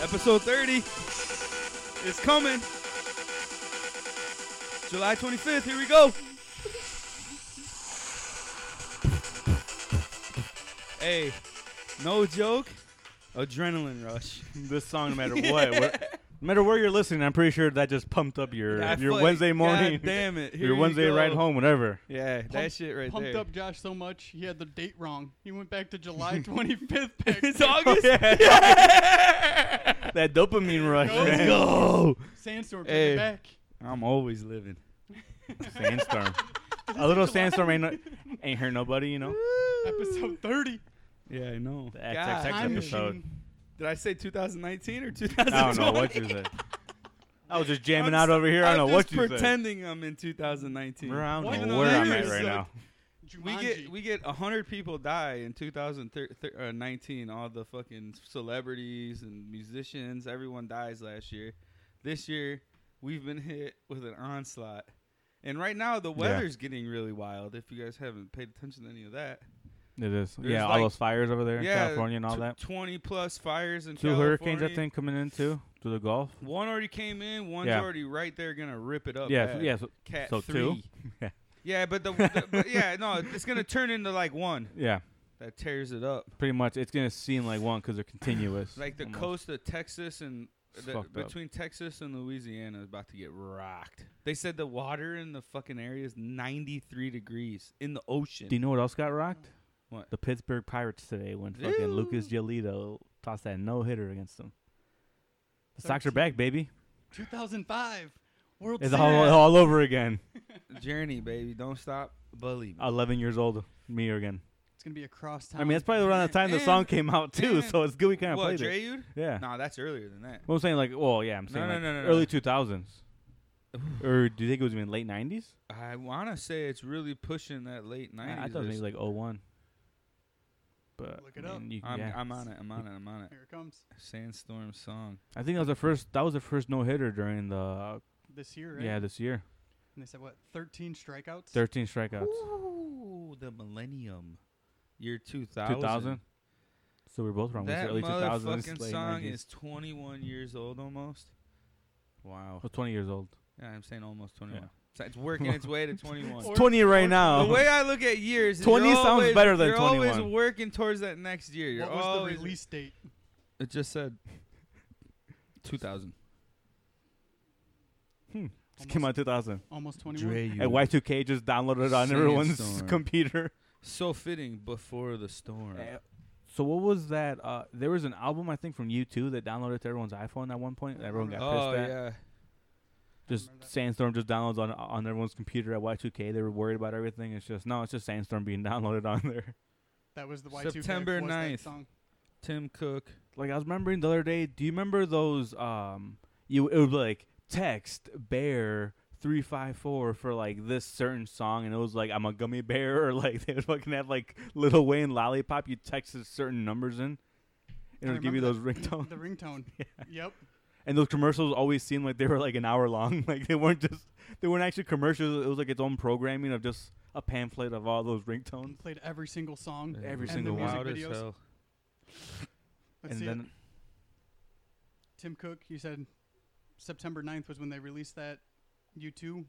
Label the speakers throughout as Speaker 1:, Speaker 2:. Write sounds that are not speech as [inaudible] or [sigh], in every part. Speaker 1: Episode 30 is coming. July 25th. Here we go. hey, no joke. Adrenaline rush.
Speaker 2: This song, no
Speaker 1: [laughs]
Speaker 2: matter what, where, no matter where you're listening, I'm pretty sure that just pumped up your
Speaker 1: I
Speaker 2: your
Speaker 1: feel-
Speaker 2: Wednesday
Speaker 1: God
Speaker 2: morning,
Speaker 1: damn it. Here
Speaker 2: [laughs] your
Speaker 1: we
Speaker 2: Wednesday
Speaker 1: go.
Speaker 2: ride home, whatever.
Speaker 1: Yeah, that
Speaker 3: Pump-
Speaker 1: shit right
Speaker 3: Pumped
Speaker 1: there. [laughs]
Speaker 3: up Josh so much he had the date wrong. He went back
Speaker 2: [laughs]
Speaker 3: to July 25th. Pick.
Speaker 1: it's August.
Speaker 2: That dopamine rush.
Speaker 3: Go.
Speaker 2: man.
Speaker 1: go.
Speaker 3: Sandstorm. Pick
Speaker 1: Hey.
Speaker 3: it back.
Speaker 1: I'm always living.
Speaker 2: [laughs] Sandstorm. A little sandstorm ain't no- ain't hurt nobody,
Speaker 1: [laughs]
Speaker 2: you know.
Speaker 3: Episode 30.
Speaker 1: Yeah, I know.
Speaker 2: The XXX
Speaker 1: God.
Speaker 3: Time
Speaker 2: episode.
Speaker 3: machine.
Speaker 1: Did I say 2019 or
Speaker 2: I don't
Speaker 1: 2020?
Speaker 2: know what you said. I was just jamming
Speaker 1: I'm
Speaker 2: out
Speaker 1: s-
Speaker 2: over here. I don't
Speaker 1: I'm
Speaker 2: know what
Speaker 1: just
Speaker 2: you
Speaker 1: pretending I'm in 2019.
Speaker 2: said. I
Speaker 3: What
Speaker 2: don't
Speaker 3: the
Speaker 2: know where I'm
Speaker 3: year
Speaker 2: at
Speaker 3: is
Speaker 2: right
Speaker 3: that?
Speaker 2: now.
Speaker 1: We
Speaker 3: Jumanji.
Speaker 1: get we get 100 people die in 2019. uh, All the fucking celebrities and musicians, everyone dies last year. This year, we've been hit with an onslaught. And right now, the weather's getting really wild. If you guys haven't paid attention to any of that,
Speaker 2: It is.
Speaker 1: There's
Speaker 2: yeah, all
Speaker 1: like-
Speaker 2: those fires over there in California and all
Speaker 1: tw-
Speaker 2: that.
Speaker 1: 20 plus fires in
Speaker 2: Two
Speaker 1: California.
Speaker 2: hurricanes, I think, coming in too to the Gulf.
Speaker 1: One already came in. One's
Speaker 2: Yeah.
Speaker 1: already right there, gonna rip it up.
Speaker 2: yeah,
Speaker 1: bad.
Speaker 2: yeah. So,
Speaker 1: Cat
Speaker 2: so two.
Speaker 1: three.
Speaker 2: [laughs]
Speaker 1: Yeah, but the, the but yeah, no, it's gonna turn into like one
Speaker 2: yeah,
Speaker 1: that tears it up.
Speaker 2: pretty much. It's gonna seem like one because they're continuous.
Speaker 1: Like the
Speaker 2: almost.
Speaker 1: coast of Texas and
Speaker 2: It's
Speaker 1: the,
Speaker 2: fucked up.
Speaker 1: between Texas and Louisiana is about to get rocked. They said the water in the fucking area is 93 degrees in the ocean.
Speaker 2: Do you know what else got rocked?
Speaker 1: What?
Speaker 2: The Pittsburgh Pirates today when fucking
Speaker 1: Ew.
Speaker 2: Lucas Giolito tossed that no hitter against them. The Sox are
Speaker 3: Thirteen.
Speaker 2: back, baby.
Speaker 3: 2005. World
Speaker 2: It's
Speaker 3: Series.
Speaker 2: all, all over again.
Speaker 1: Journey, baby, don't stop, believe. me.
Speaker 2: 11 years old, me again.
Speaker 3: It's going to be a cross time.
Speaker 2: I mean, that's probably around the time the
Speaker 1: And-
Speaker 2: song came out too,
Speaker 1: and-
Speaker 2: so it's good we kind of
Speaker 1: what
Speaker 2: played it.
Speaker 1: Dreyud?
Speaker 2: Yeah.
Speaker 1: Nah, that's earlier than that.
Speaker 2: Well, I'm saying like, well, yeah, I'm saying
Speaker 1: no,
Speaker 2: like
Speaker 1: no, no, no.
Speaker 2: early 2000s, or do you think it was even late 90s?
Speaker 1: I want to say it's really pushing that late 90s.
Speaker 2: I, I thought it was like 01. But
Speaker 3: Look it
Speaker 2: I
Speaker 3: up.
Speaker 2: mean, you-
Speaker 1: I'm,
Speaker 2: yeah.
Speaker 1: I'm on it. I'm on it. I'm on it.
Speaker 3: Here it comes.
Speaker 1: Sandstorm song.
Speaker 2: I think that was the first. That was the first no hitter during the uh,
Speaker 3: This year, right?
Speaker 2: yeah this year.
Speaker 3: And they said, what, 13 strikeouts?
Speaker 2: 13 strikeouts.
Speaker 1: Ooh, the millennium, year 2000.
Speaker 2: 2000. So we we're both wrong.
Speaker 1: That
Speaker 2: was it early 2000s,
Speaker 1: motherfucking
Speaker 2: late
Speaker 1: song
Speaker 2: 90s?
Speaker 1: is 21 years old almost. Wow.
Speaker 2: I was 20 years old.
Speaker 1: Yeah, I'm saying almost 21. So it's working its way
Speaker 2: [laughs]
Speaker 1: to 21.
Speaker 3: Or-
Speaker 2: 20 right
Speaker 3: or-
Speaker 2: now.
Speaker 1: the way I look at years, is
Speaker 2: 20
Speaker 1: you're
Speaker 2: sounds
Speaker 1: always-
Speaker 2: better than
Speaker 1: you're always
Speaker 2: 21.
Speaker 1: working towards that next year. You're
Speaker 3: What
Speaker 2: Oh,
Speaker 3: was the
Speaker 1: always,
Speaker 3: release date?
Speaker 1: It just
Speaker 3: [laughs]
Speaker 1: said 2000.
Speaker 2: It came out 2000.
Speaker 3: Almost 21.
Speaker 2: And Y2K just downloaded on everyone's
Speaker 1: Sandstorm.
Speaker 2: [laughs] computer.
Speaker 1: So fitting before the storm.
Speaker 2: Uh, So what was that? Uh, there was an album I think from U2 that downloaded to everyone's iPhone at one point. That everyone got
Speaker 1: oh
Speaker 2: pissed at.
Speaker 1: yeah.
Speaker 2: Just
Speaker 3: remember that.
Speaker 2: Sandstorm just downloads on on everyone's computer at Y2K. They were worried about everything. It's just no, it's just Sandstorm being [laughs] downloaded on there.
Speaker 3: That was the Y2K.
Speaker 1: September
Speaker 3: was that
Speaker 1: 9th.
Speaker 3: song.
Speaker 1: Tim Cook.
Speaker 2: Like I was remembering the other day. Do you remember those? Um, you it would be like text bear three five four for like this certain song, and it was like I'm a gummy bear, or like [laughs] they would fucking have like Little Wayne lollipop. You texted certain numbers in, and it
Speaker 3: I
Speaker 2: would give you those
Speaker 3: remember
Speaker 2: ringtones.
Speaker 3: [laughs] The
Speaker 2: [laughs]
Speaker 3: ringtone. Yep.
Speaker 2: And those commercials always seemed like they were like an hour long. [laughs] Like they weren't just they weren't actually commercials. It was like its own programming of just a pamphlet of all those ringtones.
Speaker 3: Played every single song.
Speaker 2: [laughs] Every And the single
Speaker 3: music
Speaker 1: Wild as
Speaker 3: videos.
Speaker 1: hell.
Speaker 3: Let's
Speaker 2: and
Speaker 3: see it.
Speaker 2: then
Speaker 3: Tim Cook, you said September 9th was when they released that U2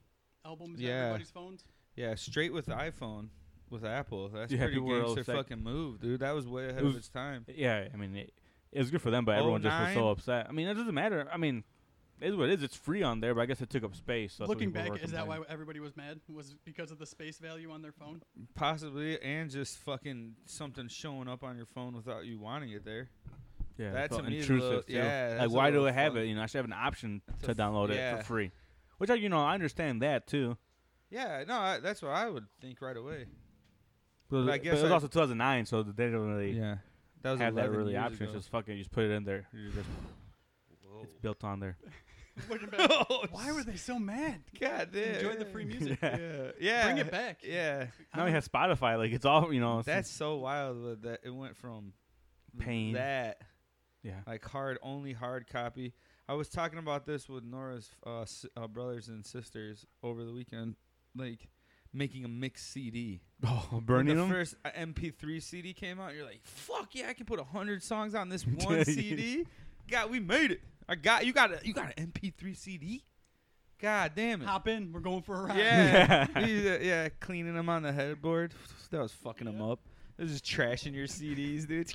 Speaker 3: album to
Speaker 1: Yeah.
Speaker 3: everybody's phones.
Speaker 1: Yeah, straight with the iPhone with Apple. That's
Speaker 2: Yeah,
Speaker 1: pretty
Speaker 2: people were
Speaker 1: gangster
Speaker 2: upset.
Speaker 1: fucking move, dude. That was way ahead
Speaker 2: was-
Speaker 1: of its time.
Speaker 2: yeah, I mean it, it was good for
Speaker 1: Oh,
Speaker 2: them, but everyone just was so
Speaker 1: 09?
Speaker 2: upset. I mean it doesn't matter. I mean it is what it is. It's free on there, but I guess it took up space. So that's what
Speaker 3: Looking
Speaker 2: people
Speaker 3: back,
Speaker 2: were
Speaker 3: is that why
Speaker 2: complaining.
Speaker 3: everybody was mad? Was because of the space value on their phone?
Speaker 1: [laughs]
Speaker 3: [laughs]
Speaker 1: Possibly, and just fucking something showing up on your phone without you wanting it there.
Speaker 2: Yeah, it
Speaker 1: that to
Speaker 2: felt
Speaker 1: me is a
Speaker 2: intrusive
Speaker 1: little-
Speaker 2: too.
Speaker 1: yeah, that's
Speaker 2: like
Speaker 1: a
Speaker 2: why do
Speaker 1: little
Speaker 2: I have
Speaker 1: fuck-
Speaker 2: it? You know, I should have an option
Speaker 1: That's a
Speaker 2: to
Speaker 1: f-
Speaker 2: download it
Speaker 1: yeah.
Speaker 2: for free. Which I, you know, I understand that too.
Speaker 1: Yeah, no, I, that's what I would think right away.
Speaker 2: But,
Speaker 1: I
Speaker 2: I guess
Speaker 1: guess
Speaker 2: it was
Speaker 1: I-
Speaker 2: also 2009, so they didn't really
Speaker 1: Yeah, that was
Speaker 2: have that
Speaker 1: 11
Speaker 2: really
Speaker 1: years
Speaker 2: option.
Speaker 1: ago. Oh.
Speaker 2: It's just fucking, just put it in there. You just
Speaker 1: Whoa.
Speaker 2: It's built on there.
Speaker 3: Looking back,
Speaker 1: Oh,
Speaker 3: why were they so mad?
Speaker 1: [laughs] God damn.
Speaker 3: Enjoy the free music.
Speaker 2: Yeah.
Speaker 1: Yeah, yeah,
Speaker 3: Bring it back.
Speaker 1: [laughs] Yeah,
Speaker 2: Now we have Spotify. Like it's all you know. it's-
Speaker 1: that's so wild. But that it went from
Speaker 2: Pain.
Speaker 1: that
Speaker 2: [laughs] yeah. [laughs]
Speaker 1: like hard only hard copy. I was talking about this with Nora's uh, s- uh, brothers and sisters over the weekend, like making a mixed CD.
Speaker 2: Oh,
Speaker 1: When
Speaker 2: burning
Speaker 1: the
Speaker 2: [laughs] them.
Speaker 1: first uh,
Speaker 2: [laughs]
Speaker 1: MP3 CD came out, you're like, "Fuck yeah, I can put hundred songs on this one CD." God, we made it. I got you. Got a you got an MP3 CD. God damn it.
Speaker 3: Hop in. We're going for a ride.
Speaker 1: Yeah, He's, uh, [laughs] yeah, cleaning them on the headboard. That was fucking them
Speaker 3: Yeah.
Speaker 1: up. This is trashing your CDs, dude.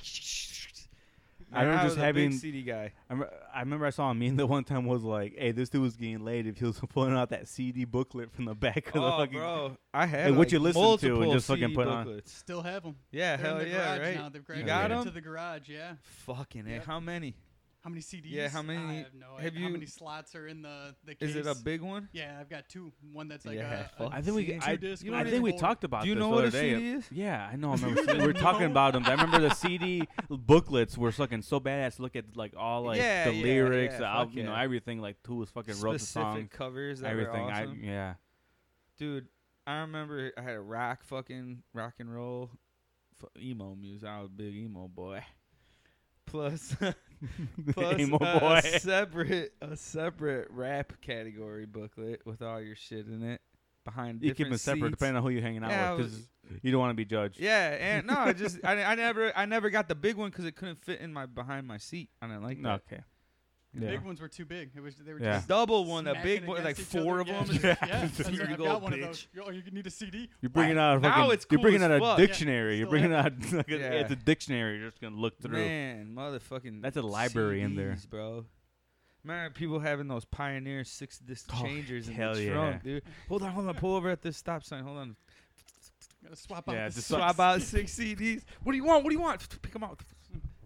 Speaker 2: I remember
Speaker 1: Man,
Speaker 2: just
Speaker 1: was a big
Speaker 2: having-
Speaker 1: CD
Speaker 2: [laughs]
Speaker 1: guy.
Speaker 2: I remember, I remember I saw a meme [laughs] that one time was like, "Hey, this dude was getting laid if he was [laughs] pulling out that CD booklet from the back of the
Speaker 1: Oh,
Speaker 2: fucking."
Speaker 1: bro, I had
Speaker 2: Hey, what
Speaker 1: like,
Speaker 2: you listen to and
Speaker 1: multiple
Speaker 2: just fucking
Speaker 1: CD
Speaker 2: put on.
Speaker 1: booklets.
Speaker 3: [laughs] Still have them.
Speaker 1: Yeah,
Speaker 3: They're in
Speaker 1: hell
Speaker 3: the
Speaker 1: yeah,
Speaker 3: garage
Speaker 1: right.
Speaker 3: now. They've
Speaker 1: you
Speaker 3: graduated
Speaker 1: got
Speaker 2: them?
Speaker 3: to
Speaker 1: them?
Speaker 3: the garage. Yeah.
Speaker 1: Fucking A.
Speaker 3: Yep.
Speaker 1: How many?
Speaker 3: How many CDs?
Speaker 1: how
Speaker 3: I
Speaker 1: many-
Speaker 3: have no
Speaker 1: have
Speaker 3: idea. How
Speaker 1: you-
Speaker 3: many slots are in the the case?
Speaker 1: Is it a big one?
Speaker 3: Yeah, I've got two. One that's like
Speaker 1: Yeah,
Speaker 3: a,
Speaker 1: fuck.
Speaker 3: a
Speaker 2: I think we,
Speaker 1: CD.
Speaker 2: I,
Speaker 3: Two-disc,
Speaker 2: you know,
Speaker 3: one
Speaker 2: I think we
Speaker 3: record.
Speaker 2: talked about.
Speaker 1: Do you
Speaker 2: this
Speaker 1: know
Speaker 2: the
Speaker 1: what a
Speaker 2: other day.
Speaker 1: CD is?
Speaker 2: Yeah,
Speaker 1: [laughs]
Speaker 2: I know. I remember we were talking about them. I remember the CD booklets were fucking so badass. Look at like all like
Speaker 1: Yeah,
Speaker 2: the
Speaker 1: yeah,
Speaker 2: lyrics,
Speaker 1: yeah,
Speaker 2: the
Speaker 1: fuck
Speaker 2: album, you know,
Speaker 1: yeah.
Speaker 2: everything. Like who was fucking wrote the
Speaker 1: Specific
Speaker 2: song,
Speaker 1: covers. That
Speaker 2: everything.
Speaker 1: Were awesome.
Speaker 2: I yeah.
Speaker 1: dude, I remember I had a rock fucking rock and roll f- emo music. I was a big emo boy.
Speaker 2: [laughs]
Speaker 1: Plus, plus
Speaker 2: Emo
Speaker 1: a
Speaker 2: boy.
Speaker 1: separate a separate rap category booklet with all your shit in it behind
Speaker 2: You keep
Speaker 1: different
Speaker 2: them separate
Speaker 1: seats.
Speaker 2: depending on who you're hanging out
Speaker 1: Yeah, I
Speaker 2: with
Speaker 1: was-
Speaker 2: 'cause you don't want to be judged.
Speaker 1: Yeah, and no,
Speaker 2: [laughs]
Speaker 1: I just I, I never I never got the big one because it couldn't fit in my behind my seat. I didn't like that.
Speaker 2: Okay.
Speaker 1: you
Speaker 3: The
Speaker 1: know?
Speaker 2: Yeah.
Speaker 3: big ones were too big. It was they were
Speaker 2: Yeah.
Speaker 3: just
Speaker 1: Double one, the
Speaker 3: smacking
Speaker 1: big one, like
Speaker 3: against each
Speaker 1: four of
Speaker 3: other.
Speaker 1: them.
Speaker 3: Yeah, yeah.
Speaker 1: [laughs]
Speaker 2: Here
Speaker 3: I was
Speaker 1: you
Speaker 3: like, I've
Speaker 1: go,
Speaker 3: got one of
Speaker 1: bitch.
Speaker 3: those. You- Oh, you need a CD?
Speaker 2: You're bringing out a
Speaker 1: Now
Speaker 2: fucking.
Speaker 1: it's
Speaker 2: you're
Speaker 1: cool
Speaker 2: bringing
Speaker 1: as
Speaker 2: out a
Speaker 1: fuck. Yeah,
Speaker 2: dictionary. you're
Speaker 3: still
Speaker 2: bringing out [laughs] like a,
Speaker 1: Yeah.
Speaker 2: it's a dictionary. You're just gonna look through.
Speaker 1: Man, motherfucking.
Speaker 2: That's a library in there.
Speaker 1: CDs, bro. Man, people having those Pioneer six disc
Speaker 2: Oh,
Speaker 1: changers in
Speaker 2: hell
Speaker 1: the
Speaker 2: yeah.
Speaker 1: trunk, dude. Hold on, hold on. Pull over at this stop sign. Hold on.
Speaker 3: Gotta swap out.
Speaker 2: Yeah,
Speaker 3: the
Speaker 2: just
Speaker 3: socks.
Speaker 1: Swap out
Speaker 3: [laughs]
Speaker 1: six CDs. What do you want? What do you want? Pick them out.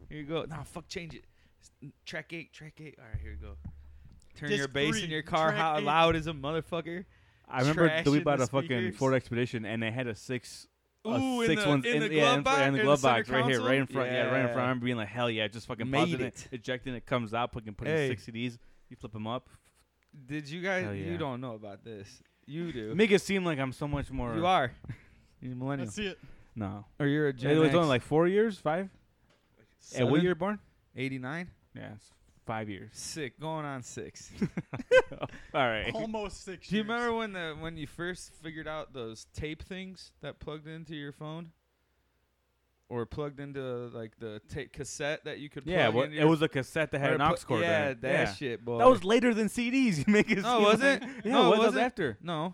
Speaker 1: Here you go. Nah, fuck, change it. Track eight, track eight. All right, here you go. Turn your
Speaker 3: Disc
Speaker 1: bass in
Speaker 3: three,
Speaker 1: your car.
Speaker 3: track
Speaker 1: How
Speaker 3: eight.
Speaker 1: loud is a motherfucker?
Speaker 2: I remember
Speaker 1: Trash
Speaker 2: that we
Speaker 1: in
Speaker 2: bought
Speaker 1: the
Speaker 2: a fucking
Speaker 1: speakers.
Speaker 2: Ford Expedition and they had a six. a
Speaker 1: Ooh, in
Speaker 2: six
Speaker 1: the-
Speaker 2: ones
Speaker 1: in the
Speaker 2: yeah,
Speaker 1: glove
Speaker 2: in, fr- in
Speaker 1: box,
Speaker 2: the
Speaker 1: in the
Speaker 2: glove
Speaker 1: center
Speaker 2: box right here, right in
Speaker 1: console?
Speaker 2: front. Yeah. right in
Speaker 1: Yeah.
Speaker 2: front. I remember being like, "Hell yeah!" Just fucking pause
Speaker 1: Made
Speaker 2: it,
Speaker 1: it.
Speaker 2: ejecting it comes out, fucking putting
Speaker 1: Hey.
Speaker 2: six CDs. You flip them up,
Speaker 1: Did you guys?
Speaker 2: Hell yeah.
Speaker 1: You don't know about this. You do.
Speaker 2: make it seem like I'm so much more.
Speaker 1: you are. [laughs] You're a millennial,
Speaker 3: Let's see it.
Speaker 2: no.
Speaker 1: or you're a
Speaker 2: It
Speaker 1: Gen
Speaker 2: was
Speaker 1: X.
Speaker 2: only like four years, five. And what
Speaker 1: Seven?
Speaker 2: year you born?
Speaker 1: 89?
Speaker 2: Yeah, it's five years.
Speaker 1: Sick, going on
Speaker 2: [laughs]
Speaker 1: six.
Speaker 2: All right.
Speaker 3: Almost six.
Speaker 1: Do you
Speaker 3: years.
Speaker 1: remember when the when you first figured out those tape things that plugged into your phone, or plugged into like the tape cassette that you could?
Speaker 2: Yeah,
Speaker 1: plug
Speaker 2: well,
Speaker 1: into
Speaker 2: it
Speaker 1: your-
Speaker 2: was a cassette that had
Speaker 1: or
Speaker 2: an
Speaker 1: pl-
Speaker 2: aux cord. in
Speaker 1: Yeah,
Speaker 2: it.
Speaker 1: that
Speaker 2: yeah.
Speaker 1: shit, boy.
Speaker 2: That was later than CDs. [laughs] You make it.
Speaker 1: No,
Speaker 2: seem
Speaker 1: Oh, was
Speaker 2: like-
Speaker 1: it?
Speaker 2: [laughs] Yeah,
Speaker 1: No,
Speaker 2: it was,
Speaker 1: was
Speaker 2: that was
Speaker 1: it?
Speaker 2: after.
Speaker 1: no,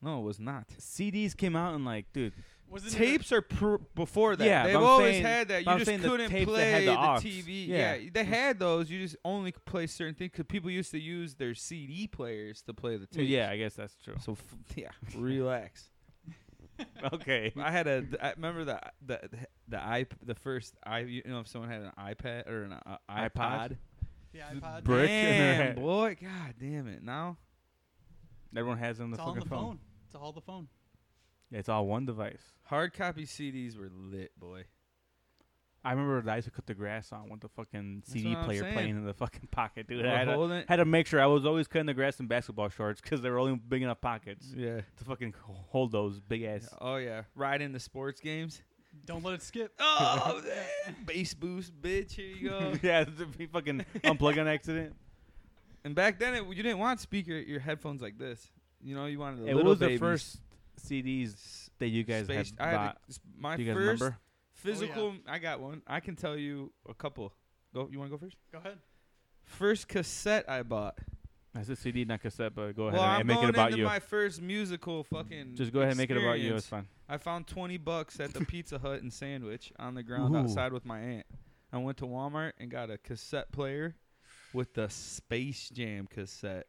Speaker 1: no, it was not.
Speaker 2: CDs came out and like, dude,
Speaker 3: Wasn't it a-
Speaker 1: Tapes are pr- before that.
Speaker 2: Yeah, but
Speaker 1: they've
Speaker 2: I'm
Speaker 1: always
Speaker 2: saying-
Speaker 1: had that.
Speaker 2: but
Speaker 1: You
Speaker 2: I'm
Speaker 1: just
Speaker 2: saying the
Speaker 1: couldn't
Speaker 2: tapes that
Speaker 1: play
Speaker 2: had the aux.
Speaker 1: TV.
Speaker 2: Yeah.
Speaker 1: they had those. You just only could play certain things because people used to use their CD players to play the tapes.
Speaker 2: yeah, I guess that's true.
Speaker 1: So f- [laughs] yeah, relax.
Speaker 2: [laughs] okay.
Speaker 1: I had a. I remember the the the i the first i you know if someone had an iPad or an uh, iPod.
Speaker 2: iPod?
Speaker 3: The iPod.
Speaker 2: Brick in their
Speaker 1: Damn
Speaker 2: head.
Speaker 1: boy, god damn it! Now
Speaker 2: Everyone has it on the
Speaker 3: It's all on
Speaker 2: fucking
Speaker 3: the phone. It's all the phone.
Speaker 2: Yeah, it's all one device.
Speaker 1: hard copy CDs were lit, boy.
Speaker 2: I remember that I used to cut the grass on with the fucking
Speaker 1: That's
Speaker 2: CD
Speaker 1: what I'm
Speaker 2: player
Speaker 1: saying.
Speaker 2: playing in the fucking pocket, dude.
Speaker 1: Or
Speaker 2: I had to,
Speaker 1: holding it.
Speaker 2: uh, had to make sure I was always cutting the grass in basketball shorts because they were only big enough pockets
Speaker 1: Yeah.
Speaker 2: to fucking hold those big ass.
Speaker 1: Oh yeah, riding the sports games.
Speaker 3: Don't let it skip.
Speaker 1: [laughs] Oh, bass boost, bitch. Here you go.
Speaker 2: [laughs] yeah, it's a fucking unplug on accident.
Speaker 1: [laughs] and back then, it, you didn't want speaker your headphones like this. You know, you wanted the
Speaker 2: It
Speaker 1: little
Speaker 2: was the
Speaker 1: babies.
Speaker 2: first CDs
Speaker 1: S-
Speaker 2: that you guys
Speaker 1: spaced- I
Speaker 2: had
Speaker 1: had
Speaker 2: bought.
Speaker 1: the- s- my
Speaker 2: Do you guys
Speaker 1: first
Speaker 2: remember?
Speaker 1: physical. I got one. I can tell you a couple. Go. You want to go first?
Speaker 3: Go ahead.
Speaker 1: First cassette I bought.
Speaker 2: I said CD, not cassette, but go ahead
Speaker 1: well,
Speaker 2: and
Speaker 1: I'm
Speaker 2: make
Speaker 1: going
Speaker 2: it about
Speaker 1: into
Speaker 2: you.
Speaker 1: my first musical fucking.
Speaker 2: Just go ahead and make it about you. It's
Speaker 1: experience.
Speaker 2: fine.
Speaker 1: I found 20 bucks at the Pizza Hut and sandwich on the ground
Speaker 2: Ooh.
Speaker 1: outside with my aunt. I went to Walmart and got a cassette player with the Space Jam cassette.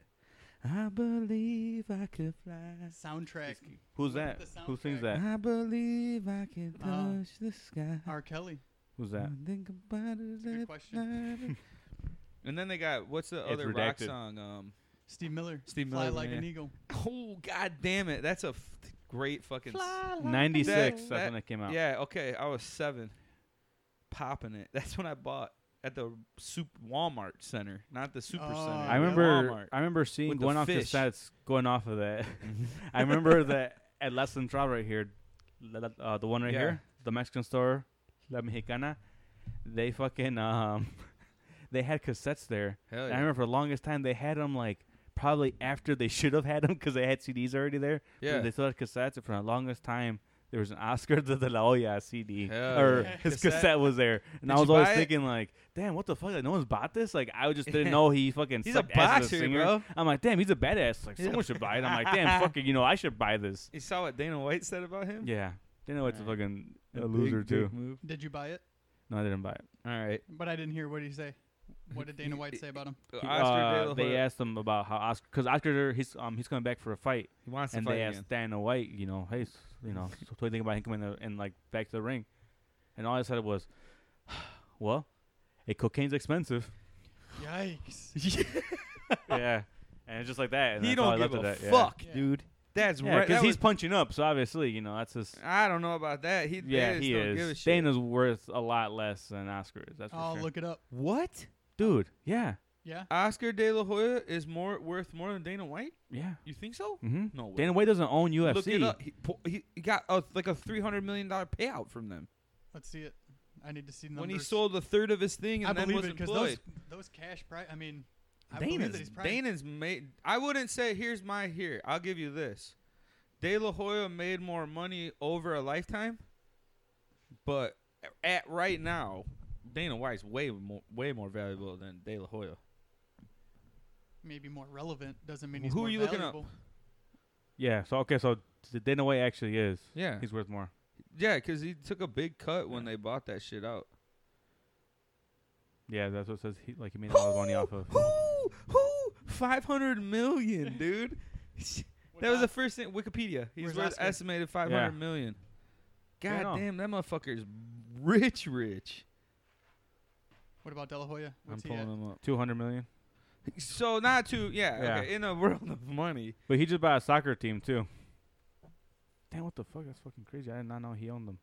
Speaker 1: I believe I could fly.
Speaker 3: Soundtrack.
Speaker 2: Who's
Speaker 3: Look
Speaker 2: that?
Speaker 3: at the
Speaker 2: Who sings
Speaker 3: soundtrack.
Speaker 2: that?
Speaker 1: I believe I can
Speaker 3: Uh,
Speaker 1: touch the sky.
Speaker 3: R. Kelly.
Speaker 2: Who's that?
Speaker 1: I think about it
Speaker 3: a good
Speaker 1: at [laughs]
Speaker 3: question.
Speaker 1: night. and then they got what's the
Speaker 2: It's
Speaker 1: other rock
Speaker 2: redacted.
Speaker 1: song? Um,
Speaker 3: Steve Miller.
Speaker 1: Steve
Speaker 3: Fly
Speaker 1: Miller.
Speaker 3: like
Speaker 1: yeah.
Speaker 3: an eagle.
Speaker 1: Oh god damn it! That's a f- great fucking. s-
Speaker 2: Ninety six. That's
Speaker 1: that-
Speaker 2: when it came out.
Speaker 1: Yeah, okay. I was seven, popping it. [laughs] That's when I bought at the soup Walmart Center, not the super
Speaker 3: Oh.
Speaker 1: center.
Speaker 2: I
Speaker 1: the
Speaker 2: remember.
Speaker 1: Walmart.
Speaker 2: I remember seeing
Speaker 1: With the
Speaker 2: going off
Speaker 1: fish. Mm-hmm.
Speaker 2: cassettes, going off of that. [laughs] I remember that at La Central right here, la- la- uh, the one right
Speaker 1: Yeah.
Speaker 2: here, the Mexican store, La Mexicana. They fucking um, [laughs] they had cassettes there.
Speaker 1: Hell
Speaker 2: And I
Speaker 1: Oh, yeah.
Speaker 2: remember for the longest time they had them like probably after they should have had them because they had CDs already there. but
Speaker 1: yeah.
Speaker 2: they still had cassettes. And for the longest time, there was an Oscar de la Hoya CD
Speaker 1: Hell
Speaker 2: or
Speaker 3: yeah.
Speaker 2: his
Speaker 1: Cassette.
Speaker 2: cassette. was there,
Speaker 1: Did
Speaker 2: and I was
Speaker 1: you
Speaker 2: always
Speaker 1: buy it?
Speaker 2: thinking like, damn, what the fuck? Like, no one's bought this. Like, I just
Speaker 1: [laughs]
Speaker 2: didn't
Speaker 1: Yeah.
Speaker 2: know he fucking
Speaker 1: He's a
Speaker 2: sucked ass as
Speaker 1: boxer,
Speaker 2: singer.
Speaker 1: bro.
Speaker 2: I'm like, damn, he's a badass. Like,
Speaker 1: He's a-
Speaker 2: someone should buy it. I'm like, damn, fucking, you know, I should buy this.
Speaker 1: You saw what Dana White said about him?
Speaker 2: Yeah, they know it's a
Speaker 1: Alright.
Speaker 2: fucking
Speaker 1: A
Speaker 2: a loser
Speaker 1: big,
Speaker 2: too.
Speaker 1: big move.
Speaker 3: Did you buy it?
Speaker 2: No, I didn't buy it.
Speaker 1: All right.
Speaker 3: But I didn't hear what did he say. What did Dana
Speaker 1: He-
Speaker 3: White say about him?
Speaker 1: Oscar
Speaker 2: Uh,
Speaker 1: De La
Speaker 2: they
Speaker 1: Hoya,
Speaker 2: asked him about how Oscar, because Oscar, he's um, he's coming back for a fight.
Speaker 1: he wants to
Speaker 2: and
Speaker 1: fight
Speaker 2: they
Speaker 1: again.
Speaker 2: asked Dana White, you know, hey, s- you know, so what do you think about him coming in, the, in like back to the ring? And all I said was, [sighs] well, hey, cocaine's expensive.
Speaker 3: Yikes.
Speaker 2: [laughs] yeah, and just like that. And
Speaker 1: he
Speaker 2: that's all
Speaker 1: don't
Speaker 2: I
Speaker 1: give
Speaker 2: left
Speaker 1: a
Speaker 2: it at, yeah.
Speaker 1: fuck,
Speaker 3: Yeah.
Speaker 1: dude. That's
Speaker 2: Yeah,
Speaker 1: right.
Speaker 2: because
Speaker 1: that
Speaker 2: he's
Speaker 1: was-
Speaker 2: punching up, so obviously, you know, that's his.
Speaker 1: I don't know about that. He they
Speaker 2: Yeah,
Speaker 1: just
Speaker 2: he
Speaker 1: don't Give a
Speaker 2: is.
Speaker 1: shit.
Speaker 2: Dana's worth a lot less than Oscar is. That's for
Speaker 3: I'll
Speaker 2: sure.
Speaker 3: Oh, look it up.
Speaker 1: What?
Speaker 2: Dude, yeah,
Speaker 3: Yeah.
Speaker 1: Oscar De La Hoya is more worth more than Dana White?
Speaker 2: yeah.
Speaker 1: You think so?
Speaker 2: Mm-hmm.
Speaker 1: No way.
Speaker 2: Dana White doesn't own UFC.
Speaker 1: Look it up. He, po- he, he got a, like a three hundred million dollar payout from them
Speaker 3: Let's see it. I need to see numbers.
Speaker 1: when he sold a third of his thing and
Speaker 3: I
Speaker 1: then
Speaker 3: believe
Speaker 1: was
Speaker 3: it because
Speaker 1: employed.
Speaker 3: those those cash price. I mean, I believe that
Speaker 1: Dana's
Speaker 3: he's probably
Speaker 1: Dana's made. I wouldn't say here's my here. I'll give you this. De La Hoya made more money over a lifetime, but at right now, Dana White's way more way more valuable than De La Hoya.
Speaker 3: maybe more relevant. Doesn't mean he's
Speaker 1: Who
Speaker 3: more
Speaker 1: are you looking up?
Speaker 3: valuable.
Speaker 2: Yeah. So okay. So d- Dana White actually is.
Speaker 1: Yeah,
Speaker 2: He's worth more.
Speaker 1: yeah, because he took a big cut when they bought that shit out.
Speaker 2: Yeah, that's what it says. He, like he made a lot of money off of.
Speaker 1: Who? Who? Five hundred million, dude. that was the first thing. Wikipedia. He's
Speaker 3: Where's
Speaker 1: worth
Speaker 3: Oscar?
Speaker 1: estimated five hundred
Speaker 2: Yeah.
Speaker 1: million.
Speaker 2: Yeah, I
Speaker 1: God
Speaker 2: know.
Speaker 1: damn, that motherfucker's rich, rich.
Speaker 3: What about De La Hoya? What's
Speaker 1: I'm
Speaker 3: he
Speaker 1: pulling
Speaker 3: at?
Speaker 1: him up.
Speaker 2: Two hundred million.
Speaker 1: So not to yeah,
Speaker 2: Yeah.
Speaker 1: Okay, in a [laughs] world of money,
Speaker 2: But he just bought a soccer team too. Damn, what the fuck? That's fucking crazy. I did not know he owned them.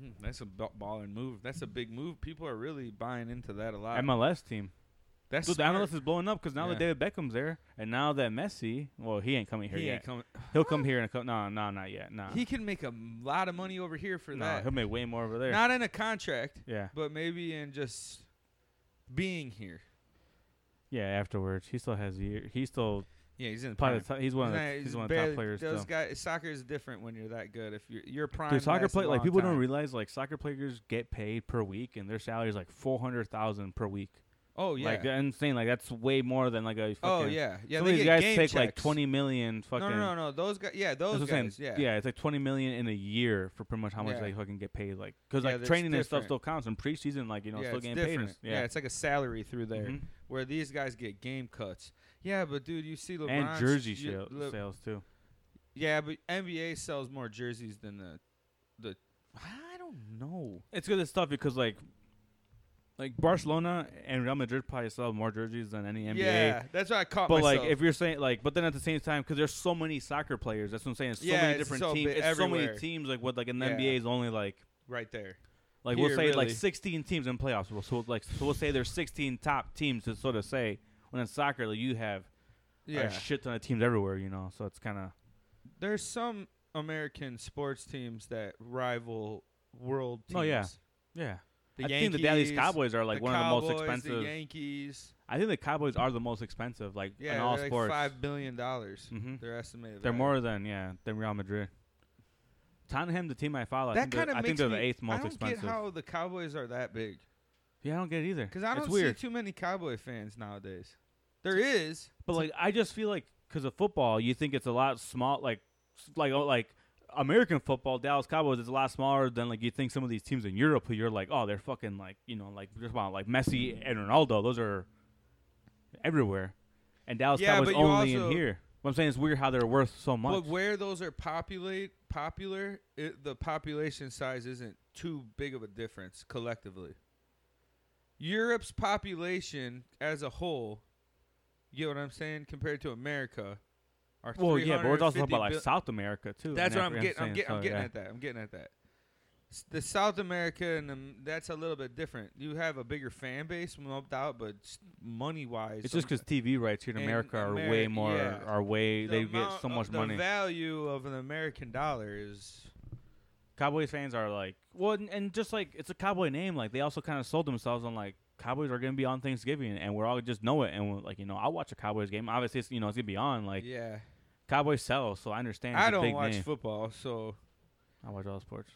Speaker 1: Hmm, that's a b- balling move. That's a big move. People are really buying into that a lot.
Speaker 2: MLS team.
Speaker 1: that's
Speaker 2: Dude, the
Speaker 1: smart.
Speaker 2: MLS is blowing up because now
Speaker 1: Uh,
Speaker 2: that
Speaker 1: Yeah.
Speaker 2: David Beckham's there, and now that Messi, well, he ain't coming here
Speaker 1: he
Speaker 2: yet.
Speaker 1: ain't coming.
Speaker 2: he'll come here in a couple. No, no, not yet. Nah.
Speaker 1: He can make a m- lot of money over here for
Speaker 2: Nah,
Speaker 1: that.
Speaker 2: he'll make way more over there.
Speaker 1: Not in a contract,
Speaker 2: yeah.
Speaker 1: but maybe in just being here.
Speaker 2: Yeah. Afterwards, he still has a year. He's still
Speaker 1: Yeah, he's in the
Speaker 2: probably
Speaker 1: prime.
Speaker 2: the top, he's one of
Speaker 1: He's
Speaker 2: the,
Speaker 1: not-
Speaker 2: he's
Speaker 1: he's
Speaker 2: one of the top
Speaker 1: barely-
Speaker 2: players.
Speaker 1: Those
Speaker 2: still.
Speaker 1: guys, soccer is different when you're that good. If you're your prime,
Speaker 2: Dude, soccer
Speaker 1: lasts a
Speaker 2: play like
Speaker 1: long
Speaker 2: people don't
Speaker 1: time.
Speaker 2: realize like soccer players get paid per week and their salary is like four hundred thousand per week.
Speaker 1: Oh yeah.
Speaker 2: Like that's insane. Like that's way more than like a fucking
Speaker 1: oh yeah. Yeah.
Speaker 2: Some
Speaker 1: they
Speaker 2: of these
Speaker 1: get
Speaker 2: guys
Speaker 1: game
Speaker 2: take like
Speaker 1: checks.
Speaker 2: twenty million
Speaker 1: No,
Speaker 2: fucking
Speaker 1: no, no, no. Those guys. Yeah,
Speaker 2: that's
Speaker 1: those
Speaker 2: what I'm
Speaker 1: guys. Yeah.
Speaker 2: saying. it's like twenty million in a year for pretty much how much
Speaker 1: Yeah.
Speaker 2: they fucking get paid. Like, cause
Speaker 1: Yeah,
Speaker 2: like
Speaker 1: that's
Speaker 2: training and stuff
Speaker 1: different.
Speaker 2: still counts, and preseason like you know
Speaker 1: yeah,
Speaker 2: still
Speaker 1: it's
Speaker 2: getting paid. and
Speaker 1: different.
Speaker 2: s-
Speaker 1: Yeah. it's like a salary through there,
Speaker 2: Mhm.
Speaker 1: where these guys get game cuts. Yeah, but dude, you see LeBron
Speaker 2: and jersey
Speaker 1: you,
Speaker 2: shal-
Speaker 1: Le-
Speaker 2: sales too.
Speaker 1: Yeah, but NBA sells more jerseys than the the. I don't know.
Speaker 2: It's good stuff because like, like Barcelona and Real Madrid probably sell more jerseys than any NBA.
Speaker 1: Yeah, that's what I caught
Speaker 2: But
Speaker 1: myself.
Speaker 2: like, if you're saying like, but then at the same time, because there's so many soccer players, that's what I'm saying. It's so
Speaker 1: Yeah,
Speaker 2: many
Speaker 1: it's
Speaker 2: different
Speaker 1: so
Speaker 2: teams.
Speaker 1: big
Speaker 2: It's so
Speaker 1: everywhere.
Speaker 2: many teams. Like what like in the
Speaker 1: Yeah.
Speaker 2: NBA is only like
Speaker 1: right there.
Speaker 2: like
Speaker 1: Here,
Speaker 2: we'll say like
Speaker 1: really.
Speaker 2: 16 teams in playoffs. We'll, so like so we'll say there's 16 top teams to sort of say. When in soccer, like, you have
Speaker 1: Yeah,
Speaker 2: a shit ton of teams everywhere, you know. So it's kind of
Speaker 1: there's some American sports teams that rival world teams.
Speaker 2: Oh, yeah. yeah.
Speaker 1: the
Speaker 2: I think the Dallas
Speaker 1: Yankees,
Speaker 2: Cowboys are like
Speaker 1: the
Speaker 2: one of the most
Speaker 1: Cowboys, The
Speaker 2: expensive.
Speaker 1: Yankees,
Speaker 2: I think the Cowboys are the most expensive, like
Speaker 1: yeah,
Speaker 2: in
Speaker 1: they're
Speaker 2: all
Speaker 1: like
Speaker 2: sports.
Speaker 1: five billion dollars.
Speaker 2: Mhm.
Speaker 1: They're estimated.
Speaker 2: They're
Speaker 1: value.
Speaker 2: more than yeah than Real Madrid. Tottenham, the team I follow, I
Speaker 1: That
Speaker 2: think they're,
Speaker 1: kind of
Speaker 2: I
Speaker 1: makes
Speaker 2: think they're
Speaker 1: me,
Speaker 2: the eighth
Speaker 1: I
Speaker 2: most
Speaker 1: don't
Speaker 2: expensive.
Speaker 1: get how the Cowboys are that big.
Speaker 2: yeah, I don't get it either.
Speaker 1: Because I
Speaker 2: it's
Speaker 1: don't
Speaker 2: weird.
Speaker 1: see too many Cowboy fans nowadays. There is.
Speaker 2: But like, I just feel like because of football, you think it's a lot small. Like, s- like, oh, like American football, Dallas Cowboys is a lot smaller than like you think some of these teams in Europe. Who you're like, oh, they're fucking like you know like just about like Messi and Ronaldo. Those are everywhere, and Dallas
Speaker 1: Yeah,
Speaker 2: Cowboys
Speaker 1: but you
Speaker 2: only
Speaker 1: also-
Speaker 2: in here. What I'm saying it's weird how they're worth so much.
Speaker 1: But where those are populate popular, it, the population size isn't too big of a difference collectively. Europe's population as a whole, you know what I'm saying, compared to America, are
Speaker 2: well, yeah, but we're also talking
Speaker 1: 350
Speaker 2: about like
Speaker 1: bil-
Speaker 2: South America too.
Speaker 1: That's
Speaker 2: and
Speaker 1: what I'm
Speaker 2: Africa,
Speaker 1: getting. I'm
Speaker 2: saying,
Speaker 1: getting. I'm
Speaker 2: so,
Speaker 1: getting
Speaker 2: yeah.
Speaker 1: at that. I'm getting at that. S- The South America and the, that's a little bit different. You have a bigger fan base, no doubt, but money wise,
Speaker 2: It's just because TV rights here in
Speaker 1: in
Speaker 2: America are
Speaker 1: Ameri-
Speaker 2: way more,
Speaker 1: yeah.
Speaker 2: are way they get
Speaker 1: amount
Speaker 2: so
Speaker 1: of-
Speaker 2: much
Speaker 1: the
Speaker 2: money.
Speaker 1: value of an American dollar is
Speaker 2: Cowboys fans are like, well, and, and just like it's a cowboy name, like they also kind of sold themselves on like Cowboys are gonna be on Thanksgiving, and we're all just know it, and we're like, you know, I'll watch a Cowboys game. Obviously, it's, you know, it's gonna be on. Like
Speaker 1: yeah.
Speaker 2: Cowboys sell, so I understand. It's
Speaker 1: I
Speaker 2: a
Speaker 1: don't
Speaker 2: big
Speaker 1: watch
Speaker 2: name.
Speaker 1: football, so
Speaker 2: I watch all sports.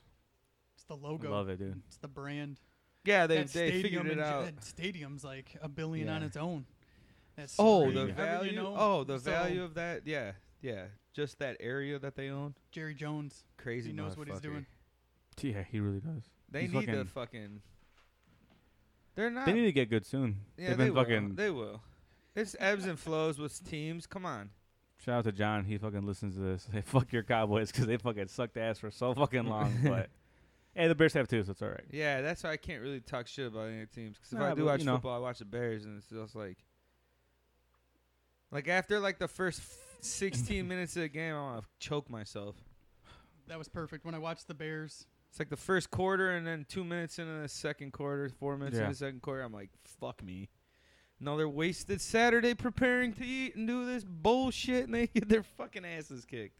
Speaker 3: It's the
Speaker 1: Oh,
Speaker 2: I
Speaker 3: logo.
Speaker 2: love it, dude.
Speaker 3: It's the brand.
Speaker 1: Yeah, they
Speaker 3: That
Speaker 1: they figured it
Speaker 3: and-
Speaker 1: out.
Speaker 3: that stadium's like a billion on
Speaker 2: Yeah.
Speaker 3: its own. That's
Speaker 1: Oh,
Speaker 2: Crazy.
Speaker 1: the
Speaker 2: However
Speaker 3: However
Speaker 1: value.
Speaker 3: You know,
Speaker 1: oh, the
Speaker 3: so
Speaker 1: value of that. Yeah, yeah. Just that area that they own.
Speaker 3: Jerry Jones.
Speaker 1: Crazy.
Speaker 3: He knows what he's
Speaker 1: motherfucker.
Speaker 3: doing.
Speaker 2: Yeah, he really does.
Speaker 1: They
Speaker 2: He's
Speaker 1: need to
Speaker 2: fucking-
Speaker 1: fucking. They're not.
Speaker 2: They need to get good soon.
Speaker 1: yeah,
Speaker 2: They've
Speaker 1: they
Speaker 2: been
Speaker 1: will.
Speaker 2: fucking.
Speaker 1: They will. It's ebbs and flows with teams. Come on.
Speaker 2: Shout out to John. He fucking listens to this. [laughs] Hey, fuck your Cowboys because they fucking sucked ass for so
Speaker 1: [laughs]
Speaker 2: fucking long. but hey, the Bears have too, so it's all right.
Speaker 1: Yeah, that's why I can't really talk shit about any teams. Because if
Speaker 2: Nah,
Speaker 1: I do
Speaker 2: but,
Speaker 1: watch
Speaker 2: you know.
Speaker 1: football, I watch the Bears, and it's just like, like after like the first f-
Speaker 2: [laughs]
Speaker 1: sixteen minutes of the game, I want to choke myself.
Speaker 3: That was perfect. When I watched the Bears,
Speaker 1: It's like the first quarter, and then two minutes into the second quarter, four minutes
Speaker 2: Yeah.
Speaker 1: into the second quarter, I'm like, fuck me. No, they're wasted Saturday preparing to eat and do this bullshit, and they get their fucking asses kicked.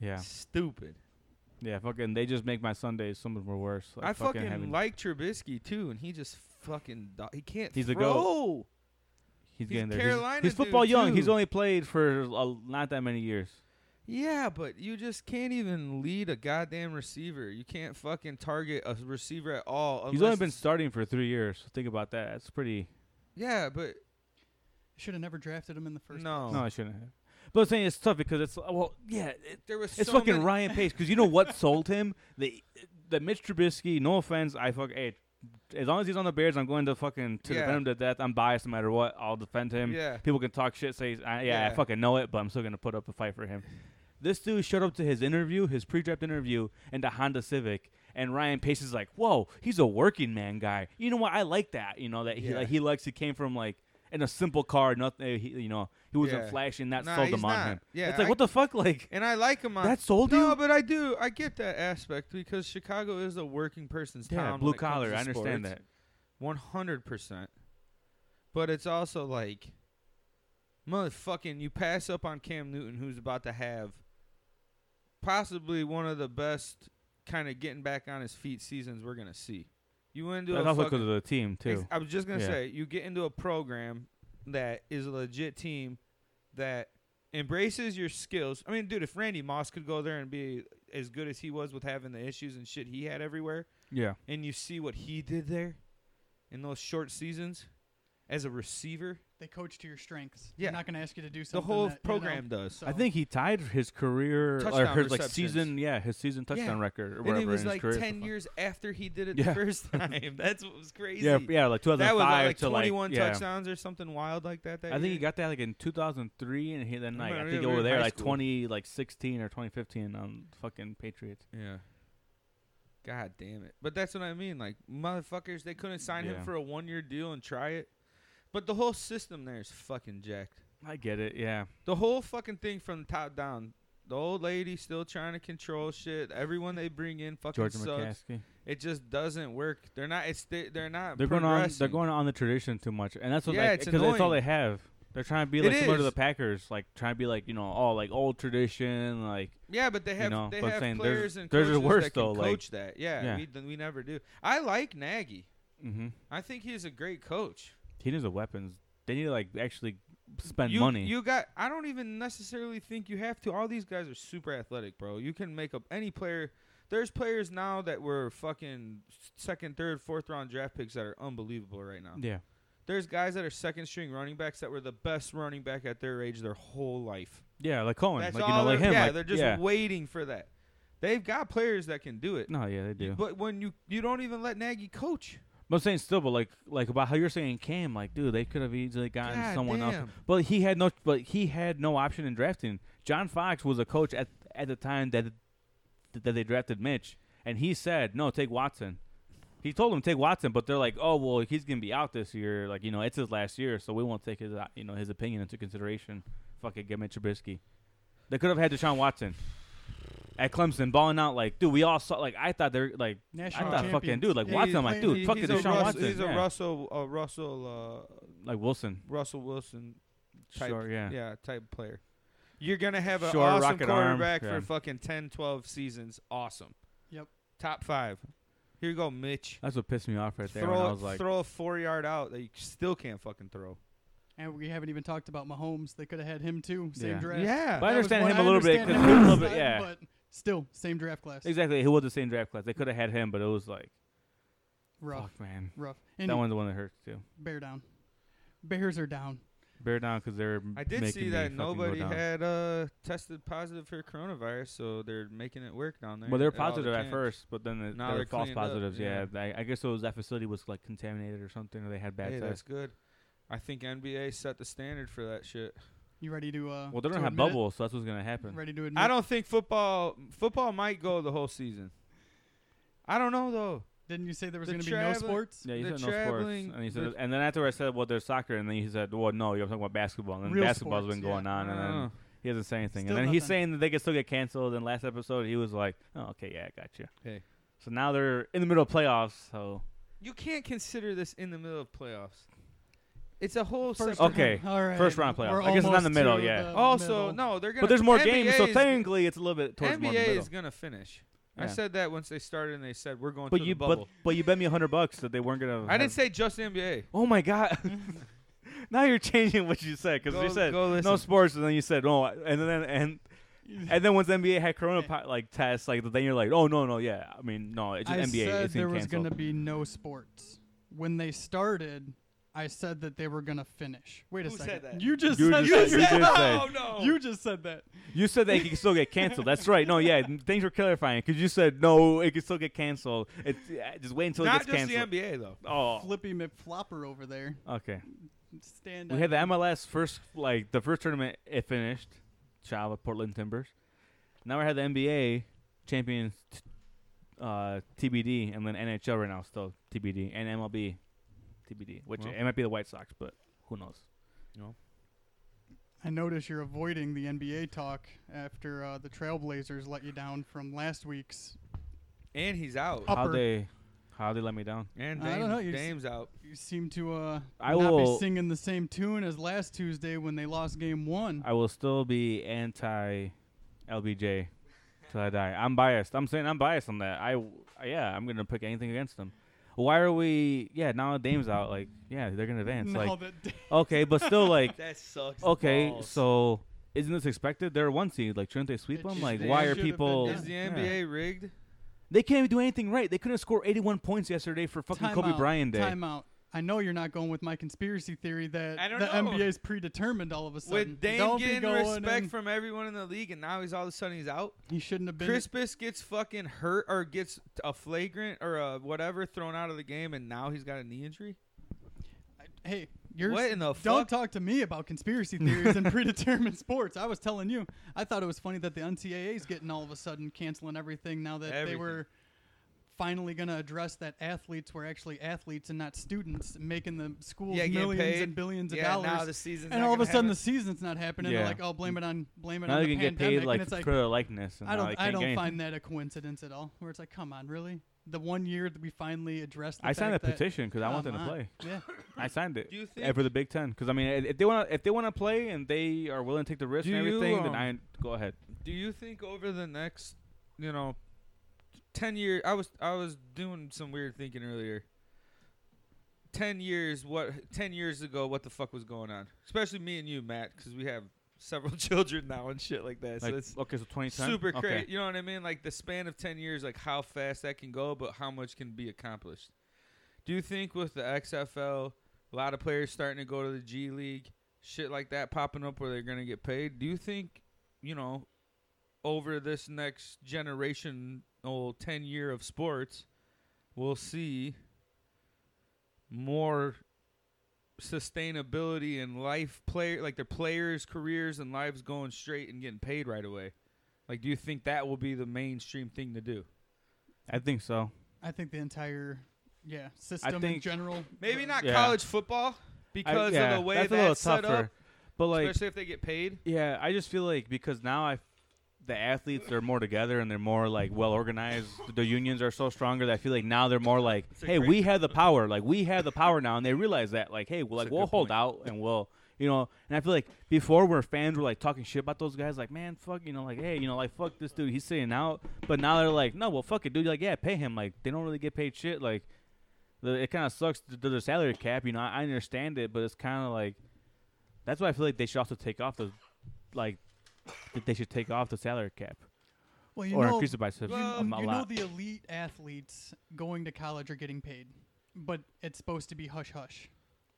Speaker 2: Yeah,
Speaker 1: Stupid.
Speaker 2: yeah. Fucking, they just make my Sundays so much more worse. Like,
Speaker 1: I fucking,
Speaker 2: having-
Speaker 1: like Trubisky too, and he just fucking do- he can't.
Speaker 2: He's the
Speaker 1: throw.
Speaker 2: GOAT. He's
Speaker 1: he's
Speaker 2: getting there.
Speaker 1: Carolina
Speaker 2: he's, he's
Speaker 1: dude,
Speaker 2: football young. He's
Speaker 1: too.
Speaker 2: only played for uh, not that many years.
Speaker 1: Yeah, but you just can't even lead a goddamn receiver. You can't fucking target a receiver at all.
Speaker 2: He's
Speaker 1: unless
Speaker 2: only been
Speaker 1: it's-
Speaker 2: starting for three years. Think about that. That's pretty.
Speaker 1: Yeah, but
Speaker 3: should have never drafted him in the first.
Speaker 1: no,
Speaker 2: No, I shouldn't have. But I'm saying it's tough because it's well, yeah. It,
Speaker 1: there was
Speaker 2: It's
Speaker 1: so
Speaker 2: fucking
Speaker 1: many-
Speaker 2: Ryan Pace because you know what sold
Speaker 1: [laughs]
Speaker 2: him the the Mitch Trubisky. No offense, I fuck hey, as long as he's on the Bears, I'm going to fucking to
Speaker 1: Yeah.
Speaker 2: defend him to death. I'm biased no matter what. I'll defend him.
Speaker 1: Yeah,
Speaker 2: People can talk shit, say I, yeah,
Speaker 1: Yeah.
Speaker 2: I fucking know it, but I'm still gonna put up a fight for him. This dude showed up to his interview, his pre-draft interview, and the Honda Civic, and Ryan Pace is like, "Whoa, he's a working man guy." You know what? I like that. You know that he
Speaker 1: Yeah.
Speaker 2: like, he likes he came from like in a simple car, nothing. He, you know he wasn't
Speaker 1: Yeah.
Speaker 2: flashing. That
Speaker 1: Nah,
Speaker 2: sold
Speaker 1: he's
Speaker 2: him on
Speaker 1: not.
Speaker 2: him.
Speaker 1: Yeah,
Speaker 2: it's like
Speaker 1: I-
Speaker 2: what the fuck, like.
Speaker 1: and I like him on
Speaker 2: That sold you?
Speaker 1: no, but I do. I get that aspect because Chicago is a working person's town.
Speaker 2: Yeah,
Speaker 1: when
Speaker 2: blue
Speaker 1: it comes
Speaker 2: collar.
Speaker 1: to
Speaker 2: I understand
Speaker 1: sports.
Speaker 2: that.
Speaker 1: One hundred percent. But it's also like, motherfucking, you pass up on Cam Newton, who's about to have possibly one of the best kind of getting back on his feet seasons we're gonna see. You went into
Speaker 2: That's
Speaker 1: a
Speaker 2: also
Speaker 1: fucking-
Speaker 2: because of the team
Speaker 1: Ex-
Speaker 2: too.
Speaker 1: I was just gonna
Speaker 2: Yeah.
Speaker 1: say, you get into a program that is a legit team that embraces your skills. I mean, dude, if Randy Moss could go there and be as good as he was with having the issues and shit he had everywhere,
Speaker 2: Yeah,
Speaker 1: and you see what he did there in those short seasons as a receiver,
Speaker 3: They coach to your strengths.
Speaker 1: Yeah.
Speaker 3: They're not going to ask you to do something.
Speaker 1: the whole
Speaker 3: that, you know,
Speaker 1: program does.
Speaker 3: so-
Speaker 2: I think he tied his career or
Speaker 1: Touchdown
Speaker 2: his like
Speaker 1: receptions.
Speaker 2: season. Yeah, his season
Speaker 1: Yeah.
Speaker 2: touchdown record or
Speaker 1: and
Speaker 2: whatever.
Speaker 1: it was
Speaker 2: in his
Speaker 1: like
Speaker 2: career,
Speaker 1: ten
Speaker 2: so
Speaker 1: years after he did it
Speaker 2: Yeah.
Speaker 1: the
Speaker 2: [laughs]
Speaker 1: first time. That's what was
Speaker 2: fuck.
Speaker 1: crazy.
Speaker 2: Yeah, yeah, like 2005
Speaker 1: that was like
Speaker 2: to like
Speaker 1: twenty-one
Speaker 2: yeah.
Speaker 1: touchdowns or something wild like that. that
Speaker 2: I think he
Speaker 1: year.
Speaker 2: got that like in 2003, and he then like
Speaker 1: might
Speaker 2: I
Speaker 1: have
Speaker 2: think
Speaker 1: been
Speaker 2: over
Speaker 1: in
Speaker 2: there
Speaker 1: high
Speaker 2: like
Speaker 1: school.
Speaker 2: 20 like 16 or 2015 on fucking Patriots.
Speaker 1: Yeah. God damn it. But that's what I mean. Like, motherfuckers, they couldn't sign
Speaker 2: Yeah.
Speaker 1: him for a one year deal and try it. But the whole system there is fucking jacked.
Speaker 2: I get it. Yeah,
Speaker 1: The whole fucking thing from the top down. The old lady still trying to control shit. Everyone they bring in fucking
Speaker 2: Georgia
Speaker 1: sucks.
Speaker 2: McCaskey.
Speaker 1: It just doesn't work. They're not. It's they, they're not.
Speaker 2: They're going on. They're
Speaker 1: progressing.
Speaker 2: going on the tradition too much, and that's what
Speaker 1: Yeah,
Speaker 2: like
Speaker 1: it's
Speaker 2: because that's all
Speaker 1: annoying.
Speaker 2: they have. They're trying to be
Speaker 1: It
Speaker 2: like similar to
Speaker 1: is.
Speaker 2: the Packers, like trying to be like you know, oh like old tradition, like
Speaker 1: Yeah, but they have
Speaker 2: know,
Speaker 1: they
Speaker 2: but
Speaker 1: have
Speaker 2: saying there's-
Speaker 1: players and
Speaker 2: there's
Speaker 1: coaches
Speaker 2: the worst,
Speaker 1: that can
Speaker 2: though, like-
Speaker 1: coach that. Yeah,
Speaker 2: Yeah.
Speaker 1: We, we never do. I like Nagy.
Speaker 2: mm-hmm.
Speaker 1: I think he's a great coach.
Speaker 2: He needs the weapons. They need to like actually spend
Speaker 1: you,
Speaker 2: money.
Speaker 1: You got. I don't even necessarily think you have to. All these guys are super athletic, bro. You can make up any player. There's players now that were fucking second, third, fourth round draft picks that are unbelievable right now.
Speaker 2: yeah,
Speaker 1: There's guys that are second string running backs that were the best running back at their age their whole life.
Speaker 2: yeah, like Cohen,
Speaker 1: That's
Speaker 2: like you
Speaker 1: all.
Speaker 2: know, like
Speaker 1: they're-
Speaker 2: him.
Speaker 1: yeah,
Speaker 2: like,
Speaker 1: they're just
Speaker 2: yeah.
Speaker 1: waiting for that. They've got players that can do it.
Speaker 2: no, yeah, they do. But,
Speaker 1: But when you you don't even let Nagy coach.
Speaker 2: I'm saying still, but like like about how you're saying Cam, like dude, they could have easily gotten
Speaker 1: God
Speaker 2: someone else.
Speaker 1: damn.
Speaker 2: But he had no, but he had no option in drafting. John Fox was a coach at at the time that that they drafted Mitch, and he said no, take Watson. He told him take Watson, but they're like, oh well, he's gonna be out this year. Like you know, it's his last year, so we won't take his uh, you know his opinion into consideration. Fuck it, get Mitch Trubisky. They could have had Deshaun Watson at Clemson, balling out like, dude, we all saw. Like I thought they're like,
Speaker 3: National
Speaker 2: I thought
Speaker 3: champions.
Speaker 2: fucking dude, like
Speaker 1: Yeah,
Speaker 2: Watson,
Speaker 1: he's
Speaker 2: I'm like
Speaker 1: playing-
Speaker 2: dude,
Speaker 1: he-
Speaker 2: fuck
Speaker 1: he's
Speaker 2: it,
Speaker 1: a
Speaker 2: Deshaun
Speaker 1: Russ-
Speaker 2: Watson,
Speaker 1: He's a
Speaker 2: yeah.
Speaker 1: Russell, a Russell, uh,
Speaker 2: like Wilson.
Speaker 1: Russell Wilson type
Speaker 2: Sure, yeah.
Speaker 1: yeah, type player. You're going to have an
Speaker 2: Short
Speaker 1: awesome
Speaker 2: rocket arm,
Speaker 1: quarterback
Speaker 2: yeah.
Speaker 1: for fucking 10, 12 seasons. Awesome.
Speaker 3: Yep.
Speaker 1: Top five. Here you go, Mitch.
Speaker 2: That's what pissed me off right there.
Speaker 1: throw,
Speaker 2: When I
Speaker 1: it-
Speaker 2: was like,
Speaker 1: throw a four yard out that you still can't fucking throw.
Speaker 3: And we haven't even talked about Mahomes. They could have had him too. Same
Speaker 2: Yeah.
Speaker 3: draft.
Speaker 1: Yeah.
Speaker 2: But I
Speaker 3: That was
Speaker 2: understand
Speaker 3: what
Speaker 2: him a little bit
Speaker 3: understand
Speaker 2: 'cause
Speaker 3: him
Speaker 2: he's a
Speaker 3: last
Speaker 2: little bit-
Speaker 3: time,
Speaker 2: yeah.
Speaker 3: But Still, same draft class.
Speaker 2: Exactly. He was the same draft class. They could have had him, but it was like,
Speaker 3: Rough,
Speaker 2: fuck, man.
Speaker 3: rough. And
Speaker 2: that one's the one that hurts too.
Speaker 3: bear down. Bears are down.
Speaker 2: Bear down because they're.
Speaker 1: I did
Speaker 2: making
Speaker 1: see
Speaker 2: me
Speaker 1: that
Speaker 2: fucking go
Speaker 1: nobody
Speaker 2: down.
Speaker 1: had uh, tested positive for coronavirus, so they're making it work down there.
Speaker 2: Well, they were
Speaker 1: at all they
Speaker 2: positive at
Speaker 1: can.
Speaker 2: first, but then they-
Speaker 1: Now
Speaker 2: they were
Speaker 1: they're
Speaker 2: false
Speaker 1: cleaned up,
Speaker 2: positives.
Speaker 1: yeah.
Speaker 2: Yeah, I, I guess it was that facility was like contaminated or something, or they had bad
Speaker 1: Hey, that's
Speaker 2: tests.
Speaker 1: good. I think NBA set the standard for that shit.
Speaker 3: You ready to? Uh,
Speaker 2: Well, they
Speaker 3: to
Speaker 2: don't have
Speaker 3: admit it?
Speaker 2: bubbles, so that's what's gonna happen.
Speaker 3: Ready to admit?
Speaker 1: I don't think football football might go the whole season. I don't know though.
Speaker 3: Didn't you say there was
Speaker 1: The
Speaker 3: going to be no
Speaker 1: travel-
Speaker 3: sports?
Speaker 2: Yeah, you
Speaker 1: They're
Speaker 2: said no sports,
Speaker 1: traveling-
Speaker 2: and he
Speaker 1: they're-
Speaker 2: said, and then after I said, well, there's soccer, and then he said, well, no, you're talking about basketball, and then
Speaker 3: Real
Speaker 2: basketball's
Speaker 3: sports,
Speaker 2: been going
Speaker 3: yeah.
Speaker 1: I
Speaker 2: on,
Speaker 1: don't
Speaker 2: and then
Speaker 1: know.
Speaker 2: he doesn't say anything,
Speaker 3: Still
Speaker 2: and then he's
Speaker 3: nothing.
Speaker 2: saying that they could still get canceled. And last episode, he was like, oh, okay, yeah, I got you.
Speaker 1: Hey.
Speaker 2: So now they're in the middle of playoffs, so
Speaker 1: You can't consider this in the middle of playoffs. It's a whole
Speaker 3: First
Speaker 1: separate-
Speaker 3: round-
Speaker 2: Okay,
Speaker 3: All right.
Speaker 2: first round playoffs.
Speaker 3: We're
Speaker 2: I guess it's not in the
Speaker 3: almost
Speaker 2: middle,
Speaker 3: to
Speaker 2: yeah.
Speaker 3: the
Speaker 1: Also,
Speaker 3: middle.
Speaker 1: no, they're gonna.
Speaker 2: but there's more
Speaker 1: NBA
Speaker 2: games, so
Speaker 1: is-
Speaker 2: technically it's a little bit towards more the
Speaker 1: NBA
Speaker 2: middle.
Speaker 1: is gonna finish. I
Speaker 2: Yeah.
Speaker 1: said that once they started and they said we're going
Speaker 2: But
Speaker 1: to
Speaker 2: you,
Speaker 1: the bubble.
Speaker 2: but, but you bet me a hundred bucks that they weren't gonna.
Speaker 1: I
Speaker 2: have-
Speaker 1: didn't say just NBA.
Speaker 2: Oh my god! [laughs] now you're changing what you said because
Speaker 1: Go-
Speaker 2: you said
Speaker 1: go
Speaker 2: no
Speaker 1: listen.
Speaker 2: sports, and then you said no, and then and and then once NBA had
Speaker 1: [laughs]
Speaker 2: Corona po- like tests, like then you're like, oh no, no, yeah. I mean, no, it's just
Speaker 3: I
Speaker 2: NBA.
Speaker 3: said
Speaker 2: it's
Speaker 3: there was
Speaker 2: canceled.
Speaker 3: going to be no sports when they started. I said that they were going to finish. Wait a
Speaker 1: Who
Speaker 3: second.
Speaker 1: said that?
Speaker 3: You just
Speaker 2: You
Speaker 3: said
Speaker 2: just
Speaker 3: that.
Speaker 2: said- you did say-
Speaker 1: Oh no!
Speaker 3: You just said that.
Speaker 2: You said that it could still get canceled. That's right. No, yeah, [laughs] things were clarifying because you said no, it could still get canceled. It's yeah, just wait until
Speaker 1: not
Speaker 2: it
Speaker 1: just
Speaker 2: gets canceled.
Speaker 1: the NBA though.
Speaker 2: oh,
Speaker 3: Flippy McFlopper over there.
Speaker 2: okay.
Speaker 3: Stand
Speaker 2: We
Speaker 3: up.
Speaker 2: had the MLS first, like the first tournament. It finished. Shout out Portland Timbers. Now we had the NBA champions, t- uh, TBD, and then NHL right now still TBD and MLB, TBD. Which
Speaker 1: Well.
Speaker 2: it might be the White Sox, but who knows?
Speaker 3: I notice you're avoiding the NBA talk after uh, the Trailblazers let you down from last week's.
Speaker 1: And he's out.
Speaker 3: Up.
Speaker 2: How
Speaker 3: Upper.
Speaker 2: they, how they let me down.
Speaker 1: And
Speaker 3: I
Speaker 1: Dame,
Speaker 3: don't know, you just-
Speaker 1: Dame's out.
Speaker 3: You seem to uh,
Speaker 2: I
Speaker 3: not
Speaker 2: will-
Speaker 3: be singing the same tune as last Tuesday when they lost game one.
Speaker 2: I will still be anti LBJ till I die. I'm biased. I'm saying I'm biased on that. I w- yeah, I'm gonna pick anything against them. Why are we? Yeah, now Dame's out. Like yeah, they're gonna
Speaker 3: [laughs]
Speaker 2: advance.
Speaker 3: No,
Speaker 2: Like oh,
Speaker 3: that-
Speaker 2: okay, but still like
Speaker 1: That sucks.
Speaker 2: Okay, so isn't this expected? They're a one seed. Like, shouldn't they sweep
Speaker 3: It
Speaker 2: them?
Speaker 3: sh-
Speaker 2: Like,
Speaker 1: they
Speaker 2: why are
Speaker 3: should have been
Speaker 2: people?
Speaker 1: is the
Speaker 2: Yeah.
Speaker 1: NBA rigged?
Speaker 2: They can't even do anything right. They couldn't score 81 points yesterday for fucking
Speaker 3: Time
Speaker 2: Kobe
Speaker 3: out.
Speaker 2: Bryant day.
Speaker 3: Time out. I know you're not going with my conspiracy theory that
Speaker 1: I don't
Speaker 3: the
Speaker 1: know.
Speaker 3: NBA is predetermined all of a sudden.
Speaker 1: With Dame
Speaker 3: Don't be
Speaker 1: getting
Speaker 3: going
Speaker 1: respect
Speaker 3: in-
Speaker 1: from everyone in the league, and now he's all of a sudden he's out.
Speaker 3: he shouldn't have been.
Speaker 1: Crispus gets fucking hurt or gets a flagrant or a whatever thrown out of the game, and now he's got a knee injury.
Speaker 3: Hey, you're
Speaker 1: What in the fuck?
Speaker 3: don't talk to me about conspiracy theories and predetermined [laughs] sports. I was telling you, I thought it was funny that the NCAA is getting all of a sudden canceling everything now that
Speaker 1: Everything.
Speaker 3: they were finally going to address that athletes were actually athletes and not students, making the schools
Speaker 1: Yeah, getting
Speaker 3: millions
Speaker 1: paid.
Speaker 3: and billions of
Speaker 1: yeah,
Speaker 3: dollars.
Speaker 1: now the season's
Speaker 3: and
Speaker 1: not
Speaker 3: all of a
Speaker 1: gonna
Speaker 3: sudden, the
Speaker 1: happen.
Speaker 3: season's not happening.
Speaker 2: Yeah.
Speaker 3: They're like, "Oh, blame it on blame it
Speaker 2: Now
Speaker 3: on
Speaker 2: they
Speaker 3: the
Speaker 2: can get
Speaker 3: pandemic."
Speaker 2: paid
Speaker 3: and
Speaker 2: like,
Speaker 3: it's like,
Speaker 2: for their likeness. And
Speaker 3: I
Speaker 2: now
Speaker 3: don't.
Speaker 2: they
Speaker 3: I
Speaker 2: can't get
Speaker 3: don't
Speaker 2: anything.
Speaker 3: find that a coincidence at all. Where it's like, come on, really? The one year that we finally addressed. The
Speaker 2: I signed a
Speaker 3: fact that-
Speaker 2: petition because I want them
Speaker 3: Come
Speaker 2: to
Speaker 3: on.
Speaker 2: play.
Speaker 3: Yeah.
Speaker 2: I signed it.
Speaker 1: Do you
Speaker 2: eh,
Speaker 1: think?
Speaker 2: for the Big Ten, because I mean, eh, if they want to, if they want to play and they are willing to take the risk
Speaker 1: Do
Speaker 2: and
Speaker 1: you,
Speaker 2: everything, then
Speaker 1: um,
Speaker 2: I go ahead.
Speaker 1: Do you think over the next, you know, ten years? I was I was doing some weird thinking earlier. Ten years, what? Ten years ago, what the fuck was going on? Especially me and you, Matt, because we have several [laughs] children now and shit like that. So
Speaker 2: Like,
Speaker 1: it's
Speaker 2: okay, so 2010.
Speaker 1: super
Speaker 2: okay.
Speaker 1: crazy. You know what I mean? Like the span of ten years, like how fast that can go, but how much can be accomplished. Do you think with the XFL, a lot of players starting to go to the G League, shit like that popping up where they're gonna get paid? Do you think, you know, over this next generation old ten year of sports, we'll see more sustainability and life player like their players careers and lives going straight and getting paid right away like do you think that will be the mainstream thing to do
Speaker 2: I think so.
Speaker 3: I think the entire yeah system in
Speaker 2: think-
Speaker 3: general.
Speaker 1: maybe not
Speaker 2: Yeah.
Speaker 1: college football because
Speaker 2: I, yeah,
Speaker 1: of the way
Speaker 2: that's a
Speaker 1: that's
Speaker 2: little
Speaker 1: set
Speaker 2: tougher.
Speaker 1: up
Speaker 2: but like,
Speaker 1: especially if they get paid
Speaker 2: Yeah, I just feel like because now I, the athletes are more together and they're more like well organized. the unions are so stronger that I feel like now they're more like,
Speaker 1: a
Speaker 2: hey,
Speaker 1: great
Speaker 2: we have the power. Like we have the power now, and they realize that. Like, hey, well,
Speaker 1: That's
Speaker 2: like
Speaker 1: a good
Speaker 2: we'll hold
Speaker 1: point.
Speaker 2: out and we'll. You know, and I feel like before where fans were like talking shit about those guys, like man, fuck, you know, like hey, you know, like fuck this dude, he's sitting out. But now they're like, no, well, fuck it, dude, like yeah, pay him. Like they don't really get paid shit. Like the, it kind of sucks to do the salary cap. You know, I, I understand it, but it's kind of like that's why I feel like they should also take off the like that they should take off the salary cap.
Speaker 3: Well, you
Speaker 2: or
Speaker 3: know,
Speaker 2: increase it by such
Speaker 3: you,
Speaker 1: Well,
Speaker 2: um, a
Speaker 3: you know
Speaker 2: lot.
Speaker 3: the elite athletes going to college are getting paid, but it's supposed to be hush hush.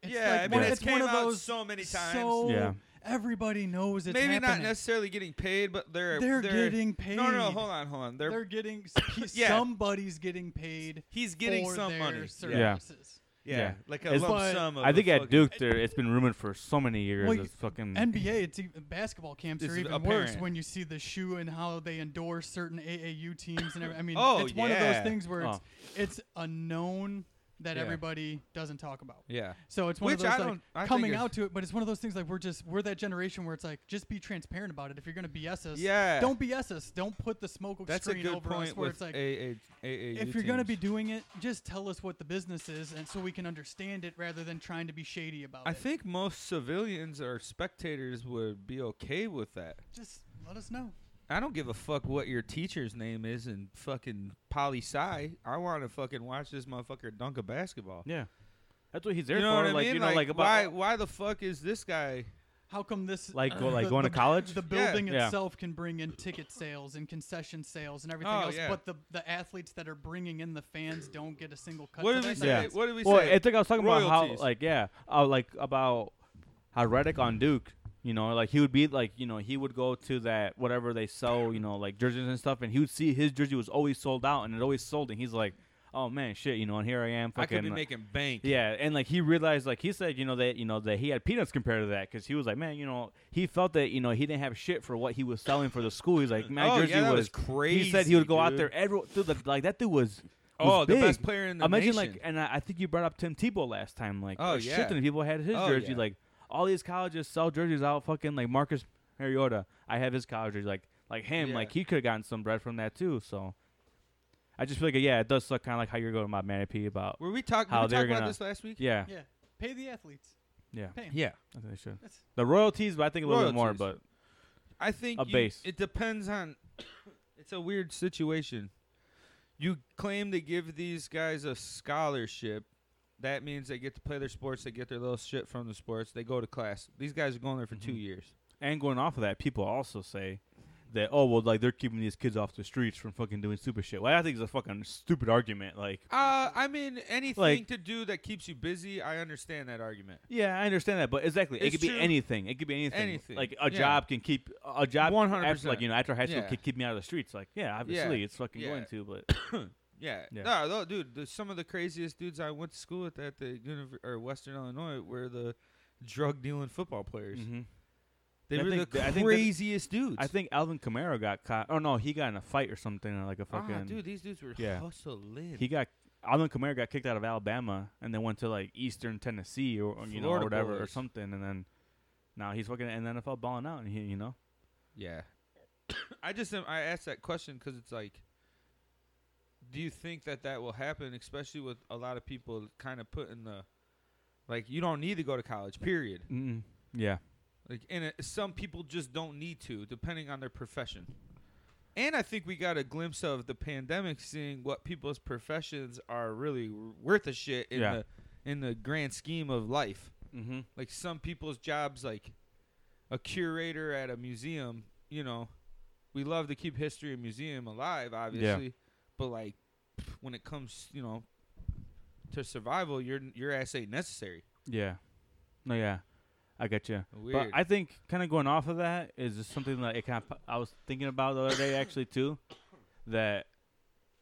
Speaker 3: It's
Speaker 1: yeah,
Speaker 3: like
Speaker 1: I
Speaker 3: one,
Speaker 1: mean, it's
Speaker 3: it's one
Speaker 1: came
Speaker 3: of
Speaker 1: out
Speaker 3: those
Speaker 1: so many times.
Speaker 3: So
Speaker 2: Yeah.
Speaker 3: everybody knows it's
Speaker 1: Maybe not
Speaker 3: happening.
Speaker 1: necessarily getting paid, but they're
Speaker 3: They're getting paid.
Speaker 1: No, no, hold on, hold on. They're,
Speaker 3: They're getting
Speaker 1: [coughs] Yeah.
Speaker 3: somebody's getting paid
Speaker 1: he's getting
Speaker 3: for
Speaker 1: some
Speaker 3: their
Speaker 1: money.
Speaker 2: Yeah.
Speaker 3: services.
Speaker 1: Yeah,
Speaker 2: Yeah.
Speaker 1: like a
Speaker 2: It's-
Speaker 1: lump
Speaker 3: But-
Speaker 1: sum. Of
Speaker 2: I
Speaker 1: the
Speaker 2: think at
Speaker 1: fucking-
Speaker 2: Duke, there it's been rumored for so many years.
Speaker 3: Well,
Speaker 2: it's fucking
Speaker 3: NBA, it's even, basketball camps
Speaker 1: It's
Speaker 3: are even worse
Speaker 1: apparent.
Speaker 3: when you see the shoe and how they endorse certain AAU teams and every, I mean,
Speaker 1: Oh,
Speaker 3: it's one of those
Speaker 1: yeah.
Speaker 3: things where it's,
Speaker 2: Oh.
Speaker 3: it's a known that
Speaker 1: Yeah.
Speaker 3: everybody doesn't talk about.
Speaker 1: Yeah,
Speaker 3: So it's one
Speaker 1: Which
Speaker 3: of those
Speaker 1: I
Speaker 3: like,
Speaker 1: don't- I think
Speaker 3: coming
Speaker 1: it's-
Speaker 3: out to it, but it's one of those things like we're just we're that generation where it's like just be transparent about it. If you're gonna BS us,
Speaker 1: yeah.
Speaker 3: don't BS us. Don't put the smoke
Speaker 1: That's a
Speaker 3: screen
Speaker 1: good
Speaker 3: over us
Speaker 1: point
Speaker 3: where
Speaker 1: with
Speaker 3: it's like
Speaker 1: AAU
Speaker 3: if you're gonna be
Speaker 1: teams.
Speaker 3: doing it, just tell us what the business is, and so we can understand it rather than trying to be shady about
Speaker 1: I
Speaker 3: it.
Speaker 1: think most civilians or spectators would be okay with that.
Speaker 3: just let us know.
Speaker 1: I don't give a fuck what your teacher's name is in fucking poli sci. I want to fucking watch this motherfucker dunk a basketball.
Speaker 2: yeah. That's what he's there
Speaker 1: You know
Speaker 2: for.
Speaker 1: what I
Speaker 2: like
Speaker 1: mean?
Speaker 2: you know, like, about
Speaker 1: why? Why the fuck is this guy?
Speaker 3: How come this
Speaker 2: like go,
Speaker 3: the-
Speaker 2: like going to
Speaker 3: the-
Speaker 2: college.
Speaker 3: The
Speaker 1: Yeah.
Speaker 3: building
Speaker 2: Yeah.
Speaker 3: itself can bring in ticket sales and concession sales and everything
Speaker 1: Oh,
Speaker 3: else,
Speaker 1: yeah.
Speaker 3: but the the athletes that are bringing in the fans don't get a single cut.
Speaker 1: What
Speaker 3: to
Speaker 1: did we
Speaker 3: that.
Speaker 1: say?
Speaker 2: Yeah.
Speaker 1: What did we
Speaker 2: well,
Speaker 1: say?
Speaker 2: I think I was talking about
Speaker 1: royalties.
Speaker 2: how like yeah, uh, like about how Reddick on Duke. You know, like he would be like, you know, he would go to that whatever they sell, you know, like jerseys and stuff, and he would see his jersey was always sold out, and it always sold, and he's like, oh man, shit, you know, and here I am,
Speaker 1: I
Speaker 2: fucking,
Speaker 1: could be making bank.
Speaker 2: yeah, and like he realized, like he said, you know that you know that he had peanuts compared to that because he was like, man, you know, he felt that you know he didn't have shit for what he was selling for the school. He's like, my
Speaker 1: Oh,
Speaker 2: jersey
Speaker 1: yeah, that was
Speaker 2: He said he would go out
Speaker 1: crazy,
Speaker 2: there, every dude, the, like that dude was.
Speaker 1: Oh,
Speaker 2: was
Speaker 1: the
Speaker 2: big.
Speaker 1: best player in the
Speaker 2: Imagine
Speaker 1: nation.
Speaker 2: like, and I, I think you brought up Tim Tebow last time. Like,
Speaker 1: Oh,
Speaker 2: oh
Speaker 1: yeah.
Speaker 2: shit, then people had his
Speaker 1: Oh,
Speaker 2: jersey.
Speaker 1: yeah.
Speaker 2: Like all these colleges sell jerseys out. Fucking like Marcus Mariota, I have his college jersey. Like like him,
Speaker 1: Yeah.
Speaker 2: like he could have gotten some bread from that too. So. I just feel like yeah, it does suck. Kind of like how you're going about Manapee about
Speaker 1: Were we talking?
Speaker 2: How
Speaker 1: Did we
Speaker 2: they're
Speaker 1: talk about
Speaker 2: gonna-
Speaker 1: this last week?
Speaker 2: yeah,
Speaker 3: Yeah, pay the athletes.
Speaker 2: yeah.
Speaker 3: Pay 'em.
Speaker 1: Yeah.
Speaker 2: I think they should.
Speaker 3: That's-
Speaker 2: The royalties, but I think a little bit more.
Speaker 1: Royalties. I think
Speaker 2: A
Speaker 1: you-
Speaker 2: base.
Speaker 1: It depends on. [coughs] It's a weird situation. You claim to give these guys a scholarship. That means they get to play their sports. They get their little shit from the sports. They go to class. These guys are going there for two
Speaker 2: Mhm.
Speaker 1: years.
Speaker 2: But and going off of that, people also say that oh well, like they're keeping these kids off the streets from fucking doing stupid shit. Well, I think it's a fucking stupid argument. Like,
Speaker 1: Uh, I mean, anything
Speaker 2: Like-
Speaker 1: to do that keeps you busy. I understand that argument.
Speaker 2: yeah, I understand that, but exactly, it
Speaker 1: It's
Speaker 2: could
Speaker 1: true.
Speaker 2: be anything. It could be anything.
Speaker 1: Anything,
Speaker 2: Like a
Speaker 1: yeah.
Speaker 2: job can keep a job. After,
Speaker 1: 100%.
Speaker 2: like you know, after high school,
Speaker 1: Yeah.
Speaker 2: can keep me out of the streets. Like, yeah, obviously, it's fucking
Speaker 1: Yeah.
Speaker 2: going to.
Speaker 1: [coughs]
Speaker 2: But
Speaker 1: Yeah.
Speaker 2: Yeah.
Speaker 1: No, tho- dude, the, some of the craziest dudes I went to school with at the univ- or Western Illinois were the drug dealing football players.
Speaker 2: Mhm.
Speaker 1: They
Speaker 2: I
Speaker 1: were
Speaker 2: think
Speaker 1: the
Speaker 2: that- I think that-
Speaker 1: craziest dudes.
Speaker 2: I think Alvin Kamara got caught. Oh no, he got in a fight or something. or Like a fucking.
Speaker 1: Ah, dude, these dudes were
Speaker 2: Yeah.
Speaker 1: hustling.
Speaker 2: he got Alvin Kamara got kicked out of Alabama and then went to like Eastern Tennessee or, or, you know or
Speaker 1: Florida
Speaker 2: whatever or
Speaker 1: boys.
Speaker 2: something, and then now he's fucking in the NFL balling out, and he you know
Speaker 1: yeah. [coughs] I just am- I asked that question because it's like, do you think that that will happen, especially with a lot of people kind of putting the, like, you don't need to go to college, period.
Speaker 2: Mm-mm. yeah
Speaker 1: Like, and it, some people just don't need to, depending on their profession. And I think we got a glimpse of the pandemic, seeing what people's professions are really w- worth a shit in
Speaker 2: Yeah.
Speaker 1: the in the grand scheme of life.
Speaker 2: mm-hmm.
Speaker 1: Like some people's jobs, like a curator at a museum. You know, we love to keep history and museum alive, obviously. But like, when it comes, you know, to survival, your your ass ain't necessary.
Speaker 2: yeah no yeah I get you.
Speaker 1: Weird.
Speaker 2: But I think kind of going off of that is just something that it kind of, I was thinking about the other day actually too, that,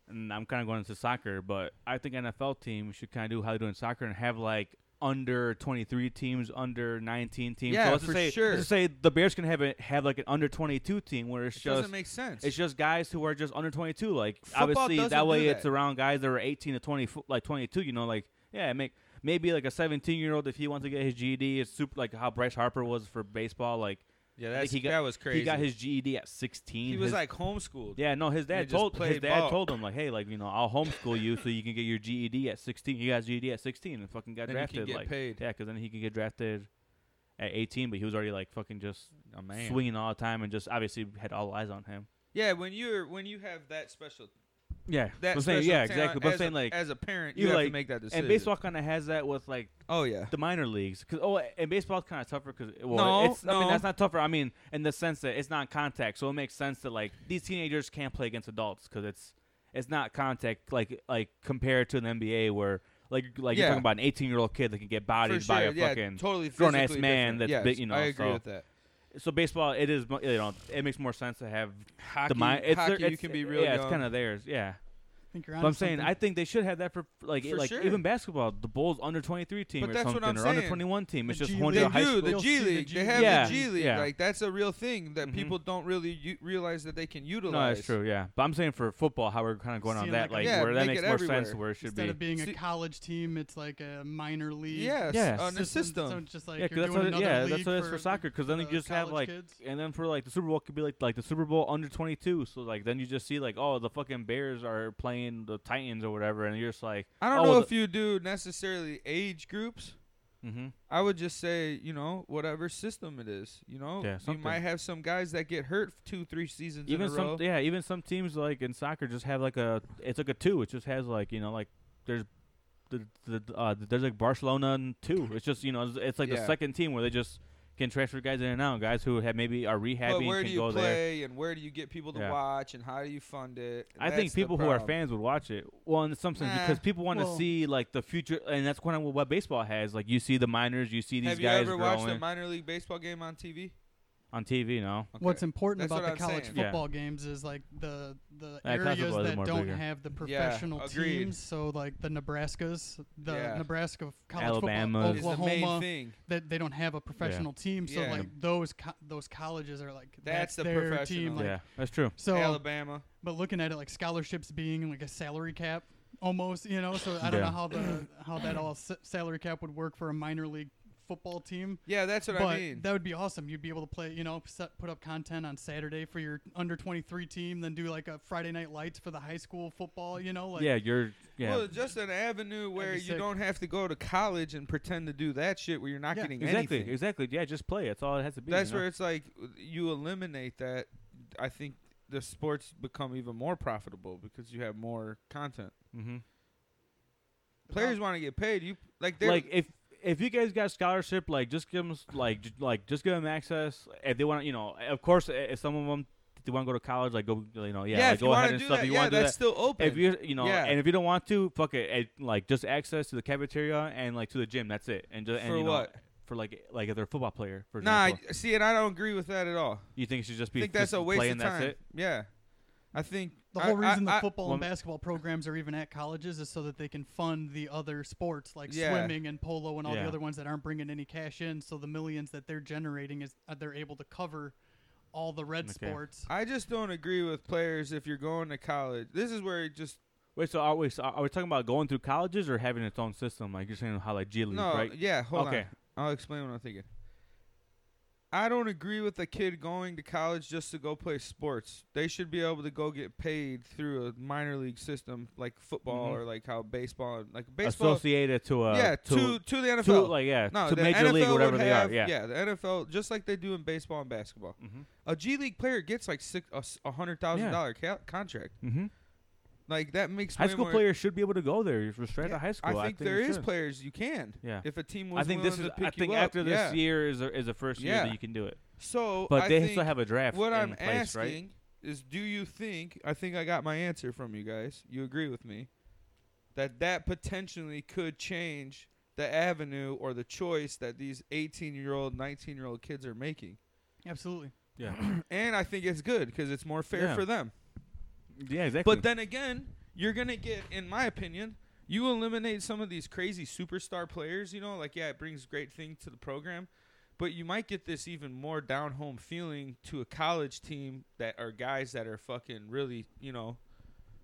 Speaker 2: and I'm kind of going into soccer, but I think NFL teams should kind of do how they do in soccer and have like under 23 teams, under 19 teams.
Speaker 1: Yeah,
Speaker 2: so let's just
Speaker 1: for
Speaker 2: say,
Speaker 1: sure.
Speaker 2: Let's just say the Bears can have it have like an under 22 team where it's
Speaker 1: it
Speaker 2: just
Speaker 1: doesn't make sense.
Speaker 2: it's just guys who are just under 22. Like
Speaker 1: Football
Speaker 2: obviously
Speaker 1: doesn't
Speaker 2: that way
Speaker 1: do
Speaker 2: it's
Speaker 1: that.
Speaker 2: around guys that are 18 to 20, fo- like 22. You know, like yeah, make maybe like a 17 year old if he wants to get his GED. It's super like how Bryce Harper was for baseball. Like
Speaker 1: yeah,
Speaker 2: I
Speaker 1: that's,
Speaker 2: think he got-
Speaker 1: that was crazy.
Speaker 2: he got his GED at 16.
Speaker 1: He was
Speaker 2: His-
Speaker 1: like homeschooled.
Speaker 2: yeah, no, his
Speaker 1: he
Speaker 2: dad
Speaker 1: just
Speaker 2: told his
Speaker 1: played
Speaker 2: dad
Speaker 1: ball.
Speaker 2: told him like, hey, like you know, I'll homeschool you so you can get your GED at 16. He got his GED at 16 and fucking got
Speaker 1: Then he can
Speaker 2: drafted.
Speaker 1: get
Speaker 2: like
Speaker 1: paid.
Speaker 2: yeah, because then he could get drafted. At 18, but he was already like fucking just
Speaker 1: Oh, man.
Speaker 2: swinging all the time, and just obviously had all eyes on him.
Speaker 1: Yeah, when you're when you have that special
Speaker 2: Yeah,
Speaker 1: that
Speaker 2: I'm saying,
Speaker 1: special
Speaker 2: yeah,
Speaker 1: talent
Speaker 2: exactly. But I'm
Speaker 1: as
Speaker 2: saying
Speaker 1: a-
Speaker 2: like,
Speaker 1: as a parent,
Speaker 2: you
Speaker 1: you, have to
Speaker 2: like-
Speaker 1: make that decision.
Speaker 2: and baseball kind of has that with like
Speaker 1: oh yeah,
Speaker 2: the minor leagues. 'Cause- oh, and baseball's kind of tougher because well,
Speaker 1: No,
Speaker 2: it's, I mean
Speaker 1: no.
Speaker 2: that's not tougher. I mean in the sense that it's not contact, so it makes sense that like these teenagers can't play against adults because it's it's not contact like like compared to an NBA where like like you're
Speaker 1: Yeah.
Speaker 2: talking about an 18 year old kid that can get bodied
Speaker 1: For
Speaker 2: by a
Speaker 1: sure, yeah,
Speaker 2: fucking.
Speaker 1: totally
Speaker 2: grown-ass
Speaker 1: physically
Speaker 2: man
Speaker 1: different.
Speaker 2: that's big,
Speaker 1: Yes,
Speaker 2: you know,
Speaker 1: I agree
Speaker 2: so-
Speaker 1: with that.
Speaker 2: So baseball, it is mo- you know it makes more sense to have
Speaker 1: Hockey,
Speaker 2: the mind. It's,
Speaker 1: hockey
Speaker 2: their-
Speaker 1: you
Speaker 2: it's-
Speaker 1: can be real
Speaker 2: yeah,
Speaker 1: young.
Speaker 2: it's kind of theirs. Yeah,
Speaker 3: think you're
Speaker 2: but
Speaker 3: onto
Speaker 2: I'm saying
Speaker 3: something.
Speaker 2: I think they should have that for like
Speaker 1: For
Speaker 2: like
Speaker 1: sure.
Speaker 2: even basketball. The Bulls under 23 team
Speaker 1: But
Speaker 2: or
Speaker 1: that's
Speaker 2: something
Speaker 1: what I'm
Speaker 2: or under
Speaker 1: saying.
Speaker 2: 21 team. It's
Speaker 3: The
Speaker 2: just
Speaker 3: G
Speaker 2: one
Speaker 1: They
Speaker 2: to
Speaker 3: League.
Speaker 1: do.
Speaker 2: a high school.
Speaker 1: The
Speaker 3: You'll
Speaker 1: G
Speaker 3: see the
Speaker 1: League.
Speaker 3: G
Speaker 1: they have
Speaker 2: Yeah,
Speaker 1: the G League.
Speaker 2: yeah.
Speaker 1: Like that's a real thing that
Speaker 2: Mhm.
Speaker 1: people don't really u- realize that they can utilize.
Speaker 2: No, that's true. Yeah, but I'm saying for football, how we're kind of going on
Speaker 3: Seeing
Speaker 2: that,
Speaker 3: like
Speaker 2: like
Speaker 3: a-
Speaker 1: Yeah,
Speaker 2: where that
Speaker 1: make
Speaker 2: makes
Speaker 1: it
Speaker 2: more sense,
Speaker 1: everywhere.
Speaker 2: where it should
Speaker 3: instead
Speaker 2: be.
Speaker 3: of being a
Speaker 1: See-
Speaker 3: college team, it's like a minor league.
Speaker 1: Yes,
Speaker 2: Yes.
Speaker 1: on the system.
Speaker 3: So it's just like
Speaker 2: Yeah, 'cause
Speaker 3: you're
Speaker 2: that's
Speaker 3: doing
Speaker 2: what-
Speaker 3: another
Speaker 2: yeah,
Speaker 3: league
Speaker 2: that's what it is for
Speaker 3: for
Speaker 2: soccer, 'cause then
Speaker 3: the
Speaker 2: you just have,
Speaker 3: college
Speaker 2: like,
Speaker 3: kids.
Speaker 2: and then for like the Super Bowl could be like like the Super Bowl under 22. So like then you just see like oh the fucking Bears are playing the Titans or whatever, and you're just like
Speaker 1: I don't
Speaker 2: oh,
Speaker 1: know
Speaker 2: well,
Speaker 1: if you do necessarily age groups.
Speaker 2: the, hmm
Speaker 1: I would just say, you know, whatever system it is, you know,
Speaker 2: Yeah,
Speaker 1: you
Speaker 2: something.
Speaker 1: might have some guys that get hurt f- two, three seasons
Speaker 2: even
Speaker 1: in a
Speaker 2: some
Speaker 1: row.
Speaker 2: yeah even some teams like in soccer just have like a it's like a two. It just has like you know like there's the the uh, there's like Barcelona and two. It's just you know it's, it's like the
Speaker 1: Yeah.
Speaker 2: second team where they just can transfer guys in and out, guys who have maybe are
Speaker 1: but
Speaker 2: rehabbing
Speaker 1: where
Speaker 2: can
Speaker 1: do you
Speaker 2: go there.
Speaker 1: play and where do you get people to
Speaker 2: Yeah.
Speaker 1: watch and how do you fund it?
Speaker 2: I
Speaker 1: That's
Speaker 2: think
Speaker 1: the
Speaker 2: people who are
Speaker 1: problem.
Speaker 2: fans would watch it. Well, in some sense,
Speaker 1: Nah,
Speaker 2: because people want to
Speaker 3: well-
Speaker 2: see like the future, and that's kind of what baseball has. Like you see the minors, you see these
Speaker 1: Have you
Speaker 2: guys
Speaker 1: ever watched a
Speaker 2: growing
Speaker 1: minor league baseball game on TV?
Speaker 2: on TV. No,
Speaker 1: Okay.
Speaker 3: What's important
Speaker 1: That's
Speaker 3: about
Speaker 1: what
Speaker 3: the
Speaker 1: I'm
Speaker 3: college
Speaker 1: saying.
Speaker 2: Yeah.
Speaker 3: football games is like the the
Speaker 2: Yeah, college
Speaker 3: areas
Speaker 2: football is
Speaker 3: that
Speaker 2: more
Speaker 3: don't
Speaker 2: bigger.
Speaker 3: have the
Speaker 1: Yeah,
Speaker 3: professional
Speaker 1: agreed.
Speaker 3: teams. So like the Nebraskas, the
Speaker 1: Yeah.
Speaker 3: Nebraska f- college
Speaker 2: Alabama
Speaker 3: football,
Speaker 1: It's the main
Speaker 3: Oklahoma,
Speaker 1: thing.
Speaker 3: that they don't have a professional team. So
Speaker 1: Yeah.
Speaker 3: like those co- those colleges are like
Speaker 1: That's the
Speaker 3: their
Speaker 1: professional.
Speaker 3: team. Like,
Speaker 2: yeah, that's true.
Speaker 3: So
Speaker 1: Alabama.
Speaker 3: but looking at it like scholarships being like a salary cap almost you know so i don't
Speaker 2: Yeah.
Speaker 3: know how the how that all s- salary cap would work for a minor league football team
Speaker 1: Yeah, that's what
Speaker 3: but
Speaker 1: I mean.
Speaker 3: that would be awesome you'd be able to play you know set, put up content on saturday for your under 23 team then do like a friday night lights for the high school football you know like
Speaker 2: yeah, you're yeah,
Speaker 1: Well, just an avenue where
Speaker 3: be
Speaker 1: you
Speaker 3: sick.
Speaker 1: don't have to go to college and pretend to do that shit where you're not
Speaker 3: Yeah.
Speaker 1: getting
Speaker 2: exactly,
Speaker 1: anything.
Speaker 2: exactly. Yeah, just play. That's all it has to be.
Speaker 1: That's
Speaker 2: you know?
Speaker 1: where it's like you eliminate that. I think the sports become even more profitable because you have more content.
Speaker 2: hmm
Speaker 1: Players want to get paid. You like they
Speaker 2: like if if you guys got scholarship, like just give them like j- like just give them access if they want. You know, of course, i- if some of them they want to go to college, like go you know yeah,
Speaker 1: yeah.
Speaker 2: like,
Speaker 1: if you
Speaker 2: go
Speaker 1: wanna
Speaker 2: ahead and
Speaker 1: do
Speaker 2: stuff.
Speaker 1: that,
Speaker 2: if you
Speaker 1: yeah,
Speaker 2: want to do that.
Speaker 1: that's still open.
Speaker 2: If you you know,
Speaker 1: Yeah.
Speaker 2: and if you don't want to, fuck it, eh, like just access to the cafeteria and like to the gym. That's it. And just and,
Speaker 1: For
Speaker 2: you know,
Speaker 1: what?
Speaker 2: For like like if they're a football player, for
Speaker 1: nah,
Speaker 2: example,
Speaker 1: I- see, and I don't agree with that at all.
Speaker 2: you think it should
Speaker 1: I
Speaker 2: just be
Speaker 1: think that's
Speaker 2: just
Speaker 1: a waste
Speaker 2: play
Speaker 1: of
Speaker 2: and
Speaker 1: time.
Speaker 2: That's it.
Speaker 1: Yeah, I think
Speaker 3: the
Speaker 1: I-
Speaker 3: whole
Speaker 1: I-
Speaker 3: reason
Speaker 1: I-
Speaker 3: the football and
Speaker 2: well-
Speaker 3: basketball programs are even at colleges is so that they can fund the other sports like
Speaker 1: Yeah.
Speaker 3: swimming and polo and all
Speaker 2: Yeah.
Speaker 3: the other ones that aren't bringing any cash in. So the millions that they're generating is uh, they're able to cover all the red
Speaker 2: Okay.
Speaker 3: sports.
Speaker 1: I just don't agree with players if you're going to college. This is where it just
Speaker 2: Wait, so are we so are we talking about going through colleges or having its own system? Like you're saying how like G League,
Speaker 1: no.
Speaker 2: right?
Speaker 1: Yeah, hold
Speaker 2: okay,
Speaker 1: on. I'll explain what I'm thinking. I don't agree with a kid going to college just to go play sports. They should be able to go get paid through a minor league system like football
Speaker 2: Mhm.
Speaker 1: or like how baseball, like baseball.
Speaker 2: associated to a
Speaker 1: yeah,
Speaker 2: uh, to,
Speaker 1: to to the NFL.
Speaker 2: to, like yeah
Speaker 1: no,
Speaker 2: to
Speaker 1: the
Speaker 2: major
Speaker 1: NFL
Speaker 2: league
Speaker 1: would
Speaker 2: whatever they
Speaker 1: have-
Speaker 2: are. Yeah.
Speaker 1: the NFL just like they do in baseball and basketball.
Speaker 2: Mm-hmm.
Speaker 1: A G League player gets like six a s- a hundred thousand
Speaker 2: Yeah.
Speaker 1: dollar ca- contract.
Speaker 2: Mm-hmm.
Speaker 1: Like that makes
Speaker 2: High
Speaker 1: way
Speaker 2: school
Speaker 1: more-
Speaker 2: players should be able to go there for straight
Speaker 1: Yeah,
Speaker 2: out of high
Speaker 1: I
Speaker 2: school.
Speaker 1: think, there
Speaker 2: they
Speaker 1: is
Speaker 2: should.
Speaker 1: players you can.
Speaker 2: Yeah.
Speaker 1: If a team was
Speaker 2: I think this
Speaker 1: willing
Speaker 2: is.
Speaker 1: to pick
Speaker 2: I think
Speaker 1: you up,
Speaker 2: after this
Speaker 1: yeah.
Speaker 2: year is a, is the first year
Speaker 1: Yeah.
Speaker 2: that you can do it.
Speaker 1: So
Speaker 2: But
Speaker 1: I
Speaker 2: they
Speaker 1: think
Speaker 2: still have a draft.
Speaker 1: What
Speaker 2: in
Speaker 1: I'm
Speaker 2: place,
Speaker 1: asking
Speaker 2: right?
Speaker 1: is, do you think? I think I got my answer from you guys. You agree with me that that potentially could change the avenue or the choice that these 18 year old, 19 year old kids are making.
Speaker 3: Absolutely.
Speaker 2: Yeah.
Speaker 1: And I think it's good because it's more fair
Speaker 2: Yeah.
Speaker 1: for them.
Speaker 2: Yeah, exactly.
Speaker 1: But then again, you're gonna get, in my opinion, you eliminate some of these crazy superstar players. You know, like yeah, it brings great thing to the program, but you might get this even more down home feeling to a college team that are guys that are fucking really, you know,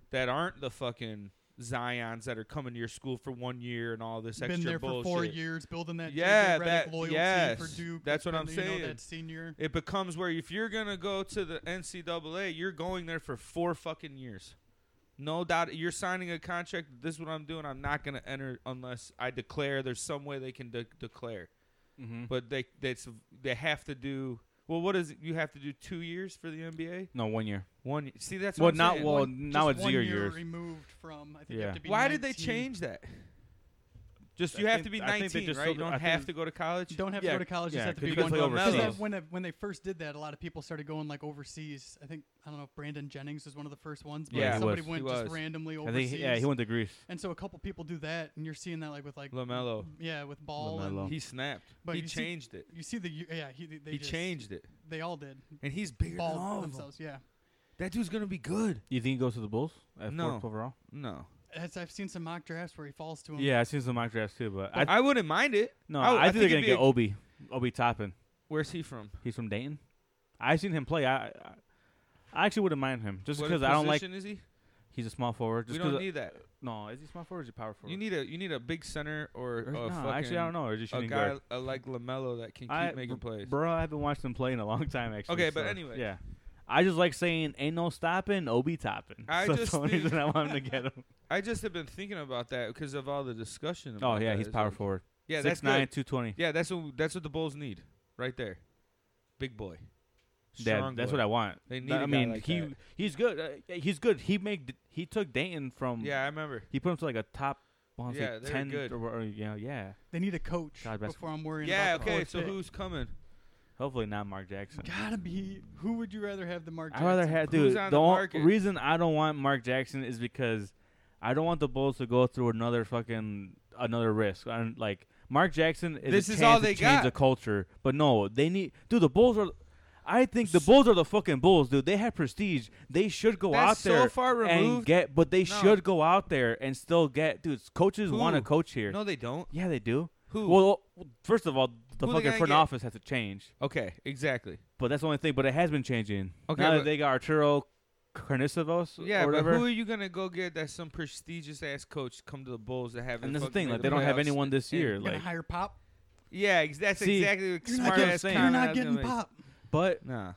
Speaker 1: that aren't the fucking Zion's that are coming to your school for one year and all this extra
Speaker 3: been there
Speaker 1: bullshit.
Speaker 3: for four years building that
Speaker 1: Yeah,
Speaker 3: JJ Redick
Speaker 1: that-
Speaker 3: loyalty
Speaker 1: yes.
Speaker 3: for Duke.
Speaker 1: That's what
Speaker 3: and,
Speaker 1: I'm
Speaker 3: you
Speaker 1: saying.
Speaker 3: Know, that senior.
Speaker 1: It becomes where if you're gonna go to the NCAA, you're going there for four fucking years. No doubt, you're signing a contract. This is what I'm doing. I'm not gonna enter unless I declare. There's some way they can de- declare,
Speaker 2: mm-hmm.
Speaker 1: but they that's they have to do Well, what is it? You have to do two years for the NBA.
Speaker 2: No, one year.
Speaker 1: One. y- See, that's
Speaker 2: Well,
Speaker 1: what I'm
Speaker 2: not
Speaker 1: saying.
Speaker 2: well.
Speaker 3: One-
Speaker 2: Oh, now
Speaker 3: just
Speaker 2: it's
Speaker 3: one
Speaker 2: zero
Speaker 3: year
Speaker 2: years.
Speaker 3: removed from. I think you
Speaker 2: Yeah.
Speaker 3: have to be
Speaker 1: Why did they
Speaker 3: 19.
Speaker 1: change that? Just
Speaker 2: I
Speaker 1: you have
Speaker 2: think-
Speaker 1: to be
Speaker 2: I think they
Speaker 1: 19,
Speaker 2: just
Speaker 1: right?
Speaker 2: sold
Speaker 1: You
Speaker 2: it-
Speaker 1: don't
Speaker 2: I think
Speaker 1: have
Speaker 2: it-
Speaker 1: to go to college.
Speaker 3: You don't have
Speaker 2: Yeah,
Speaker 3: to go to college.
Speaker 2: yeah,
Speaker 3: just have to
Speaker 2: 'cause
Speaker 3: be
Speaker 1: you can
Speaker 3: one
Speaker 1: play
Speaker 3: year. 'Cause that-
Speaker 1: overseas.
Speaker 3: when they, when they first did that, a lot of people started going like overseas. I think I don't know if Brandon Jennings was one of the first ones, but
Speaker 2: Yeah, he
Speaker 3: somebody
Speaker 1: was.
Speaker 3: went
Speaker 1: He
Speaker 3: just
Speaker 1: was.
Speaker 3: randomly
Speaker 2: I
Speaker 3: overseas.
Speaker 2: think. Yeah, he went to Greece.
Speaker 3: And so a couple people do that, and you're seeing that like with like
Speaker 1: Lamelo,
Speaker 3: yeah with Ball
Speaker 2: LaMelo.
Speaker 3: and
Speaker 1: he snapped.
Speaker 3: But
Speaker 1: he
Speaker 3: you see-
Speaker 1: changed it.
Speaker 3: you see the yeah he they
Speaker 1: He
Speaker 3: just,
Speaker 1: changed it,
Speaker 3: they all did
Speaker 1: and he's bigger
Speaker 3: Ball
Speaker 1: than all of them.
Speaker 3: themselves yeah.
Speaker 1: That dude's gonna be good.
Speaker 2: You think he goes to the Bulls? At
Speaker 1: No.
Speaker 2: fourth overall.
Speaker 1: No,
Speaker 3: As I've seen some mock drafts where he falls to him.
Speaker 2: Yeah, I've seen some mock drafts too, but I
Speaker 1: I, wouldn't mind it.
Speaker 2: no,
Speaker 1: I-
Speaker 2: I,
Speaker 1: I think
Speaker 2: think they're gonna
Speaker 1: it'd be
Speaker 2: get
Speaker 1: a-
Speaker 2: Obi, Obi Toppin.
Speaker 1: Where's he from?
Speaker 2: He's from Dayton. I've seen him play. I, I, I actually wouldn't mind him just
Speaker 1: What
Speaker 2: because I don't like.
Speaker 1: position Is he?
Speaker 2: He's a small forward. Just
Speaker 1: we don't
Speaker 2: 'cause-
Speaker 1: need that.
Speaker 2: no, is he small forward or is he power forward?
Speaker 1: You need a you need a big center or
Speaker 2: Or-
Speaker 1: a
Speaker 2: no,
Speaker 1: fucking,
Speaker 2: actually, I don't know. Or is he
Speaker 1: A
Speaker 2: shooting
Speaker 1: guy
Speaker 2: guard?
Speaker 1: uh, like Lamelo that can keep
Speaker 2: I-
Speaker 1: making plays.
Speaker 2: Bro, I haven't watched him play in a long time. Actually.
Speaker 1: Okay, but
Speaker 2: so,
Speaker 1: anyway.
Speaker 2: yeah, I just like saying ain't no stopping, Obi Toppin.
Speaker 1: I
Speaker 2: [laughs] so
Speaker 1: just
Speaker 2: that's the only
Speaker 1: think-
Speaker 2: reason I want him
Speaker 1: [laughs]
Speaker 2: to get him.
Speaker 1: I just have been thinking about that because of all the discussion.
Speaker 2: Oh
Speaker 1: about
Speaker 2: yeah,
Speaker 1: that.
Speaker 2: he's
Speaker 1: It's
Speaker 2: power
Speaker 1: like-
Speaker 2: forward.
Speaker 1: Yeah,
Speaker 2: six
Speaker 1: that's
Speaker 2: nine,
Speaker 1: good.
Speaker 2: two twenty.
Speaker 1: Yeah, that's what that's what the Bulls need right there. Big boy.
Speaker 2: That,
Speaker 1: Strong
Speaker 2: that's
Speaker 1: boy.
Speaker 2: what I want.
Speaker 1: They
Speaker 2: Th-
Speaker 1: need a
Speaker 2: I
Speaker 1: guy
Speaker 2: mean,
Speaker 1: like
Speaker 2: he
Speaker 1: that.
Speaker 2: he's good. Uh, yeah, he's good. He made d- he took Dayton from
Speaker 1: Yeah, I remember.
Speaker 2: He put him to like a top. I wanna say
Speaker 1: Yeah, they're
Speaker 2: ten
Speaker 1: good.
Speaker 2: Or, or, yeah, yeah.
Speaker 3: They need a coach
Speaker 2: God, that's-
Speaker 3: before I'm worrying
Speaker 1: Yeah,
Speaker 3: about the
Speaker 1: okay.
Speaker 3: fourth
Speaker 1: So
Speaker 3: pick.
Speaker 1: who's coming?
Speaker 2: Hopefully not Mark Jackson.
Speaker 3: Gotta be. Who would you rather have the Mark?
Speaker 2: I rather
Speaker 3: Jackson?
Speaker 2: have
Speaker 1: Who's
Speaker 2: dude. The,
Speaker 1: on the
Speaker 2: ol-
Speaker 1: market?
Speaker 2: reason I don't want Mark Jackson is because I don't want the Bulls to go through another fucking another risk. I don't, like Mark Jackson is
Speaker 1: This
Speaker 2: a
Speaker 1: is
Speaker 2: chance
Speaker 1: all
Speaker 2: to
Speaker 1: they
Speaker 2: change
Speaker 1: got.
Speaker 2: the culture, but no, they need dude. The Bulls are. I think the Bulls are the fucking Bulls, dude. They have prestige. They should go
Speaker 1: That's
Speaker 2: out there
Speaker 1: so far
Speaker 2: and
Speaker 1: removed.
Speaker 2: get, but they
Speaker 1: No.
Speaker 2: should go out there and still get, dude. Coaches want to
Speaker 1: Who?
Speaker 2: coach here.
Speaker 1: No, they don't.
Speaker 2: Yeah, they do.
Speaker 1: Who?
Speaker 2: Well, first of all, the
Speaker 1: Who they
Speaker 2: fucking
Speaker 1: gonna
Speaker 2: front
Speaker 1: get?
Speaker 2: office has to change.
Speaker 1: okay, exactly.
Speaker 2: But that's the only thing. But it has been changing.
Speaker 1: Okay,
Speaker 2: now that
Speaker 1: but-
Speaker 2: they got Arturo Carnicevos
Speaker 1: Yeah,
Speaker 2: or
Speaker 1: but
Speaker 2: whatever.
Speaker 1: who are you gonna go get that some prestigious ass coach come to the Bulls that have?
Speaker 2: and that's the thing. Like they don't have anyone this year.
Speaker 3: You're gonna
Speaker 2: Like,
Speaker 3: hire Pop.
Speaker 1: Yeah, ex- that's
Speaker 2: See,
Speaker 1: exactly the
Speaker 3: You're
Speaker 1: smart
Speaker 3: not
Speaker 2: getting-
Speaker 1: ass
Speaker 2: you're
Speaker 1: comment
Speaker 3: You're
Speaker 1: I
Speaker 3: not
Speaker 1: was gonna
Speaker 3: getting
Speaker 1: make.
Speaker 3: Pop.
Speaker 2: but
Speaker 1: Nah,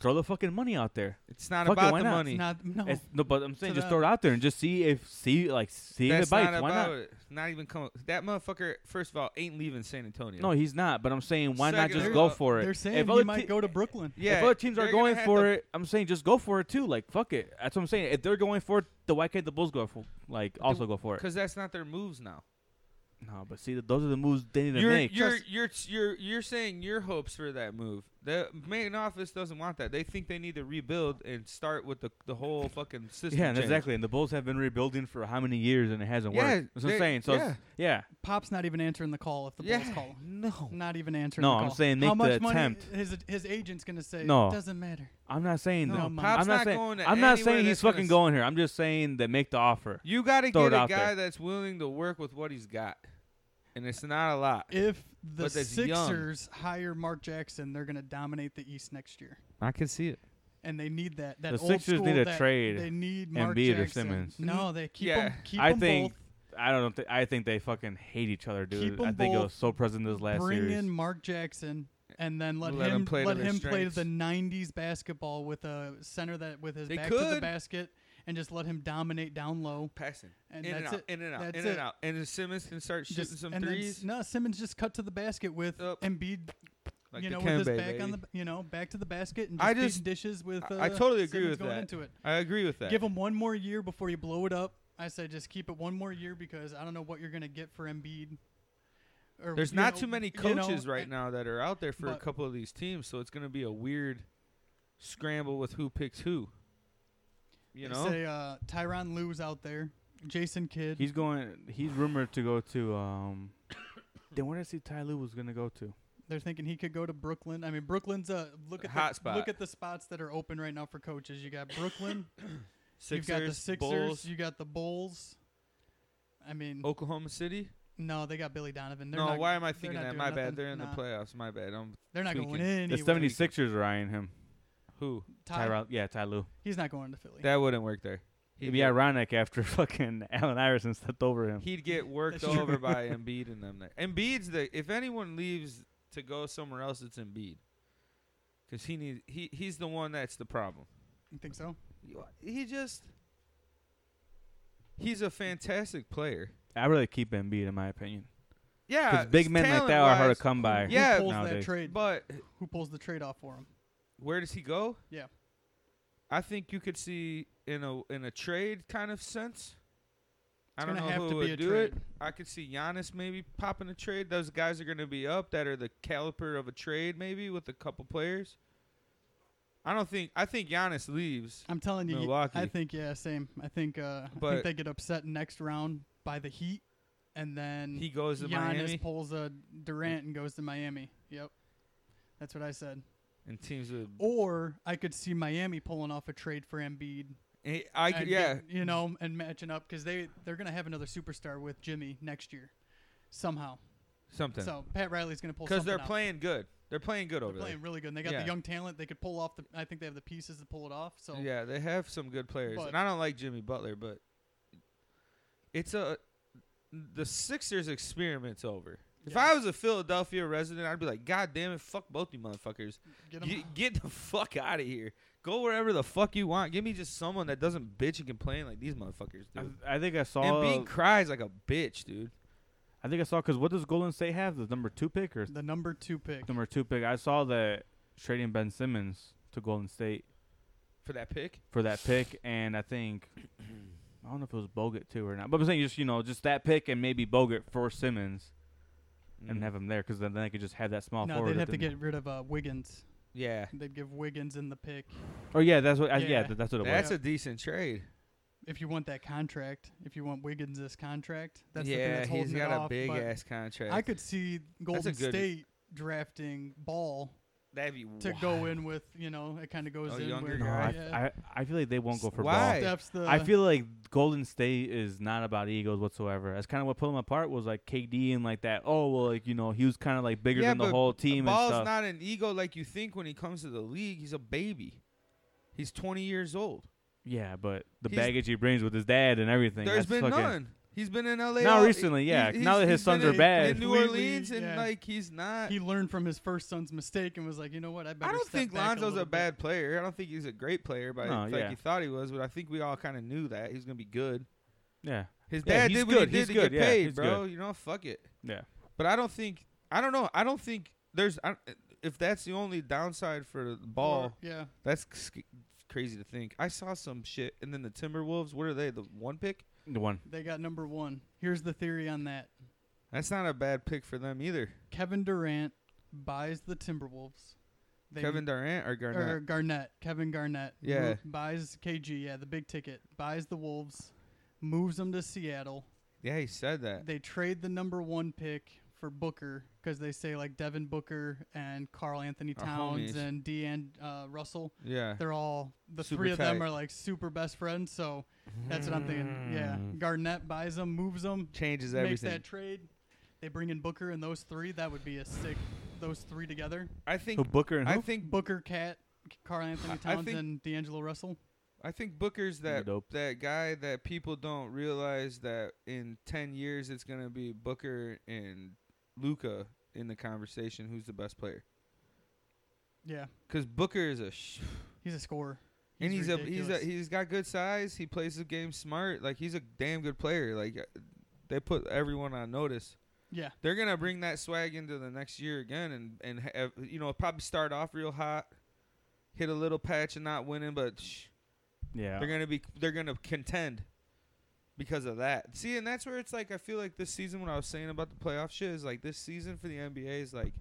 Speaker 2: throw the fucking money out there.
Speaker 1: it's not
Speaker 2: Fuck it,
Speaker 1: about
Speaker 2: why
Speaker 1: the
Speaker 2: not?
Speaker 1: money.
Speaker 3: It's not. No.
Speaker 2: It's- no, but I'm saying
Speaker 3: To
Speaker 2: just
Speaker 3: the-
Speaker 2: throw it out there and just see if see like see if
Speaker 1: That's
Speaker 2: it bites.
Speaker 1: not
Speaker 2: why
Speaker 1: about
Speaker 2: not?
Speaker 1: it. Not even come. That motherfucker, first of all, ain't leaving San Antonio.
Speaker 2: No, he's not. But I'm saying why
Speaker 1: Second,
Speaker 2: not just
Speaker 1: they're-
Speaker 2: go for it?
Speaker 3: They're
Speaker 2: if
Speaker 3: saying
Speaker 2: other
Speaker 3: he might
Speaker 2: te-
Speaker 3: go to Brooklyn.
Speaker 1: yeah,
Speaker 2: If other teams are
Speaker 1: they're gonna
Speaker 2: going
Speaker 1: have
Speaker 2: for
Speaker 1: to-
Speaker 2: it, I'm saying just go for it too. Like fuck it. That's what I'm saying. If they're going for it, the why can't the Bulls go for like also go for it?
Speaker 1: because that's not their moves now.
Speaker 2: No, but see, th- those are the moves they need to
Speaker 1: You're,
Speaker 2: make.
Speaker 1: you're you're you're you're saying your hopes for that move. The main office doesn't want that. They think they need to rebuild and start with the the whole fucking system.
Speaker 2: yeah, and
Speaker 1: change.
Speaker 2: exactly. And the Bulls have been rebuilding for how many years, and it hasn't
Speaker 1: Yeah,
Speaker 2: worked. That's what
Speaker 1: they-
Speaker 2: I'm saying. So it's- yeah,
Speaker 3: Pop's not even answering the call if the Bulls
Speaker 1: Yeah,
Speaker 3: call.
Speaker 1: no.
Speaker 3: Not even answering.
Speaker 2: No,
Speaker 3: the
Speaker 2: I'm
Speaker 3: call.
Speaker 2: saying
Speaker 3: how
Speaker 2: make
Speaker 3: much
Speaker 2: the
Speaker 3: money
Speaker 2: attempt.
Speaker 3: His his agent's gonna say.
Speaker 2: No.
Speaker 3: doesn't matter.
Speaker 2: I'm not saying
Speaker 3: No,
Speaker 2: that.
Speaker 3: Mom.
Speaker 1: Pop's
Speaker 2: I'm not
Speaker 1: not
Speaker 2: saying.
Speaker 1: going to
Speaker 2: I'm not
Speaker 1: anywhere
Speaker 2: saying he's
Speaker 1: that's gonna
Speaker 2: fucking
Speaker 1: s-
Speaker 2: going here. I'm just saying that make the offer.
Speaker 1: You got to
Speaker 2: Throw
Speaker 1: get
Speaker 2: it
Speaker 1: a
Speaker 2: out there.
Speaker 1: guy that's willing to work with what he's got, and it's not a lot.
Speaker 3: If the
Speaker 1: But that's young.
Speaker 3: Sixers hire Mark Jackson, they're gonna dominate the East next year.
Speaker 1: I can see it.
Speaker 3: and they need that. That
Speaker 2: The
Speaker 3: old
Speaker 2: Sixers
Speaker 3: school,
Speaker 2: need a
Speaker 3: that-
Speaker 2: trade,
Speaker 3: They need Mark
Speaker 2: Embiid or
Speaker 3: Jackson.
Speaker 2: Simmons.
Speaker 3: No, they keep
Speaker 1: Yeah.
Speaker 3: them. Keep
Speaker 2: I
Speaker 3: 'em
Speaker 2: think. I don't. Th- I think they fucking hate each other, dude.
Speaker 3: Keep 'em
Speaker 2: I think it
Speaker 3: both.
Speaker 2: was so present this
Speaker 3: both.
Speaker 2: last
Speaker 3: Bring
Speaker 2: series.
Speaker 3: in Mark Jackson, and then let,
Speaker 1: Let
Speaker 3: him,
Speaker 1: him play to
Speaker 3: let
Speaker 1: their
Speaker 3: him play
Speaker 1: strengths.
Speaker 3: the '90s basketball with a center that with his
Speaker 1: They
Speaker 3: back to the
Speaker 1: could.
Speaker 3: basket, and just let him dominate down low.
Speaker 1: Passing
Speaker 3: And
Speaker 1: in and
Speaker 3: that's
Speaker 1: out,
Speaker 3: it.
Speaker 1: in and out,
Speaker 3: That's
Speaker 1: in and
Speaker 3: it.
Speaker 1: out, and then Simmons can start shooting
Speaker 3: Just,
Speaker 1: some
Speaker 3: and then
Speaker 1: threes.
Speaker 3: S- no, Simmons just cut to the basket with
Speaker 1: Yep.
Speaker 3: Embiid,
Speaker 1: like
Speaker 3: you
Speaker 1: the
Speaker 3: know, with his
Speaker 1: Kembe,
Speaker 3: back on
Speaker 1: baby.
Speaker 3: the you know back to the basket and just,
Speaker 1: I
Speaker 3: feeding
Speaker 1: just-
Speaker 3: dishes with. Uh,
Speaker 1: I- I totally agree
Speaker 3: Simmons
Speaker 1: with
Speaker 3: going
Speaker 1: that.
Speaker 3: Into it.
Speaker 1: I agree with that.
Speaker 3: Give him one more year before you blow it up. I said just keep it one more year because I don't know what you're gonna get for Embiid. Or,
Speaker 1: There's
Speaker 3: you
Speaker 1: not
Speaker 3: know,
Speaker 1: too many
Speaker 3: you know,
Speaker 1: coaches right
Speaker 3: and-
Speaker 1: now that are out there for a
Speaker 3: but-
Speaker 1: couple of these teams, so it's going to be a weird scramble with who picks who. You
Speaker 3: they
Speaker 1: know,
Speaker 3: say uh, Tyron Lue's out there, Jason Kidd.
Speaker 2: He's going. He's rumored to go to. Um, then where did I see Ty Lue was gonna go to?
Speaker 3: They're thinking he could go to Brooklyn. I mean, Brooklyn's a look at
Speaker 1: Hot
Speaker 3: the,
Speaker 1: spot.
Speaker 3: Look at the spots that are open right now for coaches. You got
Speaker 1: [laughs]
Speaker 3: Brooklyn.
Speaker 1: Sixers,
Speaker 3: you've got the Sixers.
Speaker 1: Bulls,
Speaker 3: You got the Bulls. I mean,
Speaker 1: Oklahoma City.
Speaker 3: no, they got Billy Donovan. They're
Speaker 1: no,
Speaker 3: not,
Speaker 1: why am I
Speaker 3: they're
Speaker 1: thinking
Speaker 3: not
Speaker 1: that?
Speaker 3: doing
Speaker 1: My
Speaker 3: nothing.
Speaker 1: bad. They're in
Speaker 3: Nah,
Speaker 1: the playoffs. My bad. I'm
Speaker 3: They're not going
Speaker 1: tweaking.
Speaker 3: anywhere.
Speaker 2: The 76ers are eyeing him.
Speaker 1: who?
Speaker 3: Ty-
Speaker 2: Tyrell. Yeah, Ty Lue.
Speaker 3: He's not going to Philly.
Speaker 1: That wouldn't work there. He'd
Speaker 2: It'd be
Speaker 1: get-
Speaker 2: ironic after [laughs] fucking Allen Iverson stepped over him.
Speaker 1: He'd get worked
Speaker 3: [laughs] That's true.
Speaker 1: over
Speaker 3: [laughs]
Speaker 1: by Embiid and them. There. Embiid's the if anyone leaves to go somewhere else, it's Embiid, because he needs he he's the one that's the problem.
Speaker 3: you think so?
Speaker 1: You- He just he's a fantastic player.
Speaker 2: I'd rather keep Embiid in my opinion.
Speaker 1: yeah,
Speaker 2: Because big men like that are hard to come by.
Speaker 1: Yeah.
Speaker 3: Who pulls that
Speaker 2: nowadays.
Speaker 3: trade?
Speaker 1: But
Speaker 3: Who pulls the trade off for him?
Speaker 1: where does he go?
Speaker 3: Yeah.
Speaker 1: I think you could see in a in a trade kind of sense. I
Speaker 3: It's
Speaker 1: don't know
Speaker 3: gonna have
Speaker 1: who
Speaker 3: to
Speaker 1: would
Speaker 3: be a
Speaker 1: do it.
Speaker 3: trade.
Speaker 1: I could see Giannis maybe popping a trade. Those guys are going to be up that are the caliper of a trade, maybe with a couple players. I don't think. I think Giannis leaves.
Speaker 3: I'm telling you, y- I
Speaker 1: Milwaukee.
Speaker 3: think yeah, same. I think uh, I think
Speaker 1: But-
Speaker 3: they get upset next round by the Heat, and then
Speaker 1: He goes to
Speaker 3: Giannis
Speaker 1: Miami,
Speaker 3: pulls a Durant and goes to Miami. Yep, that's what I said.
Speaker 1: and teams with.
Speaker 3: Or I could see Miami pulling off a trade for Embiid.
Speaker 1: I, I could,
Speaker 3: and
Speaker 1: yeah.
Speaker 3: get- you know, and matching up because they they're gonna have another superstar with Jimmy next year, somehow.
Speaker 1: Something.
Speaker 3: So Pat Riley's gonna pull
Speaker 1: Because
Speaker 3: something
Speaker 1: they're
Speaker 3: out.
Speaker 1: playing good. They're playing good
Speaker 3: They're
Speaker 1: over
Speaker 3: playing really good. And they got
Speaker 1: Yeah.
Speaker 3: the young talent. They could pull off the. I think they have the pieces to pull it off. So
Speaker 1: there. Yeah, they have some good players,
Speaker 3: But-
Speaker 1: and I don't like Jimmy Butler, but it's a the Sixers experiment's over. If
Speaker 3: Yeah.
Speaker 1: I was a Philadelphia resident, I'd be like, God damn it, fuck both you motherfuckers.
Speaker 3: get 'em-
Speaker 1: Get, get the fuck out of here. Go wherever the fuck you want. Give me just someone that doesn't bitch and complain like these motherfuckers do.
Speaker 2: I, I think I
Speaker 1: and
Speaker 2: saw.
Speaker 1: being cries like a bitch, dude.
Speaker 2: I think I saw because what does Golden State have? The number two pick or
Speaker 3: the number two pick.
Speaker 2: number two pick? I saw that trading Ben Simmons to Golden State
Speaker 1: For that pick,
Speaker 2: for that pick, and I think [clears throat] I don't know if it was Bogut too or not. But I'm saying just you know just that pick and maybe Bogut for Simmons
Speaker 1: Mm-hmm.
Speaker 2: and have him there because then, then they could just have that small
Speaker 3: no,
Speaker 2: forward.
Speaker 3: they'd
Speaker 2: at
Speaker 3: have to
Speaker 2: the-
Speaker 3: get rid of uh, Wiggins.
Speaker 1: Mm. yeah,
Speaker 3: They'd give Wiggins in the pick
Speaker 2: Oh yeah, that's what. I, yeah,
Speaker 3: Yeah.
Speaker 2: th- that's what it was.
Speaker 1: that's a decent trade.
Speaker 3: if you want that contract. If you want Wiggins' this contract, that's the thing
Speaker 1: yeah,
Speaker 3: that's holding
Speaker 1: he's
Speaker 3: it
Speaker 1: got a
Speaker 3: off,
Speaker 1: big
Speaker 3: but
Speaker 1: ass contract.
Speaker 3: I could see
Speaker 1: a
Speaker 3: Golden
Speaker 1: good-
Speaker 3: State drafting Ball
Speaker 1: That'd be
Speaker 3: to
Speaker 1: wild.
Speaker 3: go in with. You know, it kind of goes
Speaker 1: A
Speaker 3: in.
Speaker 1: Oh, younger
Speaker 3: with,
Speaker 2: No,
Speaker 1: guy.
Speaker 2: I,
Speaker 3: yeah.
Speaker 2: I I feel like they won't go for
Speaker 1: Why?
Speaker 2: Ball.
Speaker 3: Steph's the
Speaker 2: I
Speaker 1: Uh.
Speaker 2: feel like Golden State is not about egos whatsoever. That's kind of what put them apart was like KD and like that. Oh well, like you know he was kind of like bigger
Speaker 1: Yeah,
Speaker 2: than the
Speaker 1: but
Speaker 2: whole team and
Speaker 1: Ball's
Speaker 2: stuff.
Speaker 1: not an ego like you think when he comes to the league. He's a baby. He's 20 years old.
Speaker 2: yeah, but the
Speaker 1: He's-
Speaker 2: baggage he brings with his dad and everything.
Speaker 1: There's
Speaker 2: that's
Speaker 1: been
Speaker 2: fucking,
Speaker 1: none. He's been in LA.
Speaker 2: Not
Speaker 1: all-
Speaker 2: recently, yeah.
Speaker 1: he's-
Speaker 2: Now that
Speaker 1: he's
Speaker 2: his sons
Speaker 1: been
Speaker 2: are
Speaker 1: in-
Speaker 2: bad.
Speaker 1: in New
Speaker 3: Completely,
Speaker 1: Orleans, and
Speaker 3: yeah.
Speaker 1: like he's not.
Speaker 3: he learned from his first son's mistake and was like, you know what, I better.
Speaker 1: I don't
Speaker 3: step
Speaker 1: think
Speaker 3: back
Speaker 1: Lonzo's a,
Speaker 3: little bit."
Speaker 1: bad player. I don't think he's a great player, but
Speaker 2: No,
Speaker 1: like
Speaker 2: yeah.
Speaker 1: he thought he was. But I think we all kind of knew that he was gonna be good.
Speaker 2: Yeah,
Speaker 1: His
Speaker 2: Yeah,
Speaker 1: dad
Speaker 2: he's
Speaker 1: did what
Speaker 2: good,
Speaker 1: he
Speaker 2: he's
Speaker 1: did to
Speaker 2: good,
Speaker 1: get
Speaker 2: yeah,
Speaker 1: paid,
Speaker 2: he's
Speaker 1: bro. You know, fuck it.
Speaker 2: yeah.
Speaker 1: But I don't think. I don't know. I don't think there's. I, don't- if that's the only downside for the ball,
Speaker 3: Or- yeah,
Speaker 1: That's c- crazy to think. I saw some shit, and then the Timberwolves. What are they? The one pick?
Speaker 2: The one.
Speaker 3: they got number one. Here's the theory on that:
Speaker 1: That's not a bad pick for them either.
Speaker 3: Kevin Durant buys the Timberwolves. They,
Speaker 1: Kevin Durant or Garnett.
Speaker 3: or Garnett, Kevin Garnett. mo-
Speaker 1: Yeah.
Speaker 3: buys KG. Yeah, the big ticket buys the Wolves, moves them to Seattle.
Speaker 1: yeah, he said that.
Speaker 3: They trade the number one pick for Booker because they say like Devin Booker and Carl Anthony
Speaker 1: Our
Speaker 3: Towns
Speaker 1: homies.
Speaker 3: and Dean uh, Russell.
Speaker 1: Yeah,
Speaker 3: They're all the
Speaker 1: Super
Speaker 3: three of them
Speaker 1: tight.
Speaker 3: are like super best friends. So that's what I'm thinking. Yeah, Garnett buys them, moves them,
Speaker 1: Mm. changes
Speaker 3: makes
Speaker 1: everything.
Speaker 3: that trade. They bring in Booker and those three. That would be a sick. Those three together:
Speaker 1: I
Speaker 2: Who
Speaker 1: think.
Speaker 2: Booker and
Speaker 1: I
Speaker 2: who?
Speaker 1: think.
Speaker 3: Booker, Cat, Carl
Speaker 1: I-
Speaker 3: Anthony
Speaker 1: I
Speaker 3: Towns,
Speaker 1: think-
Speaker 3: and D'Angelo Russell.
Speaker 1: I think Booker's that
Speaker 2: dope.
Speaker 1: that guy that people don't realize that in ten years it's gonna be Booker and Luca in the conversation. Who's the best player?
Speaker 3: Yeah,
Speaker 1: Because Booker is a. Sh-
Speaker 3: he's a scorer.
Speaker 1: and he's a he's
Speaker 3: ridiculous.
Speaker 1: a he's got good size. He plays the game smart. Like he's a damn good player. Like uh, they put everyone on notice.
Speaker 3: yeah.
Speaker 1: They're gonna bring that swag into the next year again, and and have, you know probably start off real hot, hit a little patch and not winning, but shh,
Speaker 2: yeah.
Speaker 1: they're gonna be they're gonna contend because of that. See, and that's where it's like I feel like this season when I was saying about the playoff shit is like this season for the NBA is like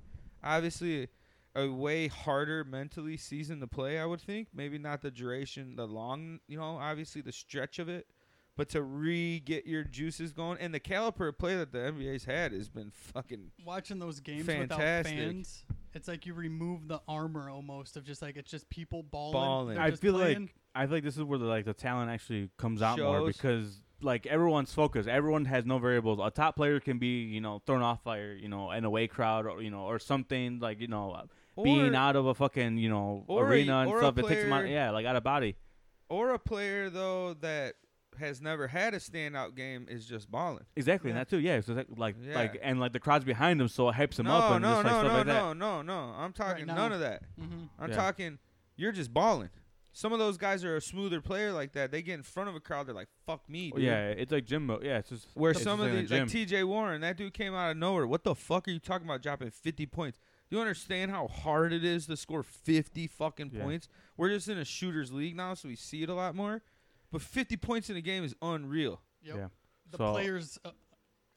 Speaker 1: obviously a way harder mentally season to play, I would think. Maybe not the duration, the long, you know, obviously the stretch of it, but to re get your juices going and the caliper of play that the NBA's had has been fucking
Speaker 3: Watching those games without
Speaker 1: Fantastic.
Speaker 3: fans, it's like you remove the armor almost of just like it's just people balling.
Speaker 1: Balling.
Speaker 3: They're
Speaker 2: I
Speaker 3: just
Speaker 2: feel
Speaker 3: playing.
Speaker 2: like I feel like this is where the like the talent actually comes out more
Speaker 1: Shows.
Speaker 2: because like everyone's focused. Everyone has no variables. A top player can be you know thrown off by you know an away crowd or you know or something like you know uh, being
Speaker 1: Or-
Speaker 2: out of a fucking you know
Speaker 1: or a-
Speaker 2: arena and
Speaker 1: or a
Speaker 2: stuff. It takes them out
Speaker 1: player-
Speaker 2: yeah like out of body.
Speaker 1: or a player though that has never had a standout game is just balling.
Speaker 2: Exactly
Speaker 3: Yeah.
Speaker 2: and that too. Yeah, so that, like
Speaker 1: Yeah.
Speaker 2: like and like the crowd's behind him, so it hypes him
Speaker 1: no,
Speaker 2: up and
Speaker 1: no,
Speaker 2: just, like,
Speaker 1: no,
Speaker 2: stuff
Speaker 1: no,
Speaker 2: like that.
Speaker 1: no, no, no. I'm talking
Speaker 3: now.
Speaker 1: none of that.
Speaker 3: Mhm.
Speaker 1: I'm
Speaker 2: Yeah.
Speaker 1: talking you're just balling. Some of those guys are a smoother player like that. They get in front of a crowd, they're like, "Fuck me." Dude.
Speaker 2: Oh, yeah, it's like Jimbo. Yeah, it's just
Speaker 1: Where
Speaker 2: it's just
Speaker 1: some of
Speaker 2: in the
Speaker 1: these, like
Speaker 2: gym.
Speaker 1: T.J. Warren, that dude came out of nowhere. What the fuck are you talking about? Dropping fifty points? Do you understand how hard it is to score fifty fucking
Speaker 2: Yeah.
Speaker 1: points? We're just in a shooters league now, so we see it a lot more. But fifty points in a game is unreal.
Speaker 3: Yep.
Speaker 2: Yeah.
Speaker 3: The
Speaker 2: So-
Speaker 3: players uh,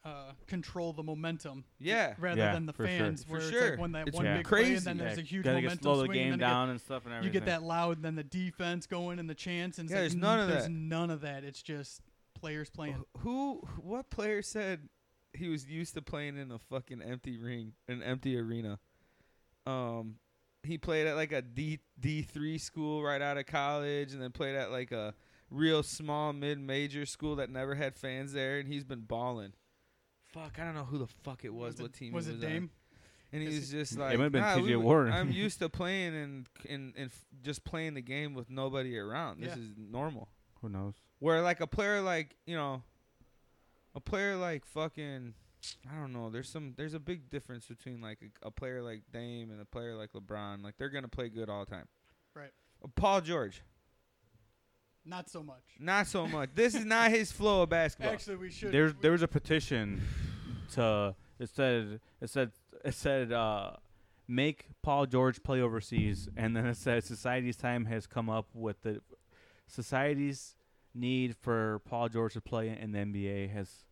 Speaker 3: uh, control the momentum.
Speaker 1: Yeah.
Speaker 3: Rather
Speaker 2: Yeah,
Speaker 3: than the
Speaker 2: for sure.
Speaker 3: fans,
Speaker 1: For
Speaker 3: where it's
Speaker 1: sure.
Speaker 3: like when that
Speaker 1: It's
Speaker 3: one
Speaker 2: Yeah.
Speaker 3: big play
Speaker 1: crazy.
Speaker 3: and then there's
Speaker 2: Yeah,
Speaker 3: a huge
Speaker 2: gotta
Speaker 3: momentum
Speaker 2: get slow the
Speaker 3: swing, and
Speaker 2: game
Speaker 3: then it get-
Speaker 2: down and stuff and
Speaker 3: you
Speaker 2: everything.
Speaker 3: get that loud, then the defense going and the chance, and it's
Speaker 1: Yeah,
Speaker 3: like,
Speaker 1: there's
Speaker 3: n-
Speaker 1: none of
Speaker 3: there's
Speaker 1: that.
Speaker 3: none of that. It's just players playing.
Speaker 1: Who? What player said he was used to playing in a fucking empty ring, an empty arena? Um, he played at like a D D three school right out of college, and then played at like a real small mid major school that never had fans there, and he's been balling. Fuck, I don't know who the fuck it was.
Speaker 3: it-
Speaker 1: what team
Speaker 3: was
Speaker 1: he
Speaker 3: it?
Speaker 1: on.
Speaker 3: Dame?
Speaker 1: And he
Speaker 3: Is
Speaker 1: was just
Speaker 2: It
Speaker 1: like,
Speaker 2: might've been
Speaker 1: nah,
Speaker 2: TJ
Speaker 1: we-
Speaker 2: Warren." [laughs]
Speaker 1: I'm used to playing and and and f- just playing the game with nobody around. This
Speaker 3: Yeah.
Speaker 1: is normal.
Speaker 2: Who knows?
Speaker 1: Where like a player like you know, a player like fucking, I don't know. There's some there's a big difference between like a, a player like Dame and a player like LeBron. Like they're gonna play good all the time.
Speaker 3: Right.
Speaker 1: Uh, Paul George,
Speaker 3: Not so much.
Speaker 1: not so much. this is not his flow of basketball.
Speaker 3: Actually, we should.
Speaker 2: There's
Speaker 3: we-
Speaker 2: there was a petition to it said it said it said uh, make Paul George play overseas, and then it said society's time has come up with the society's need for Paul George to play in the NBA has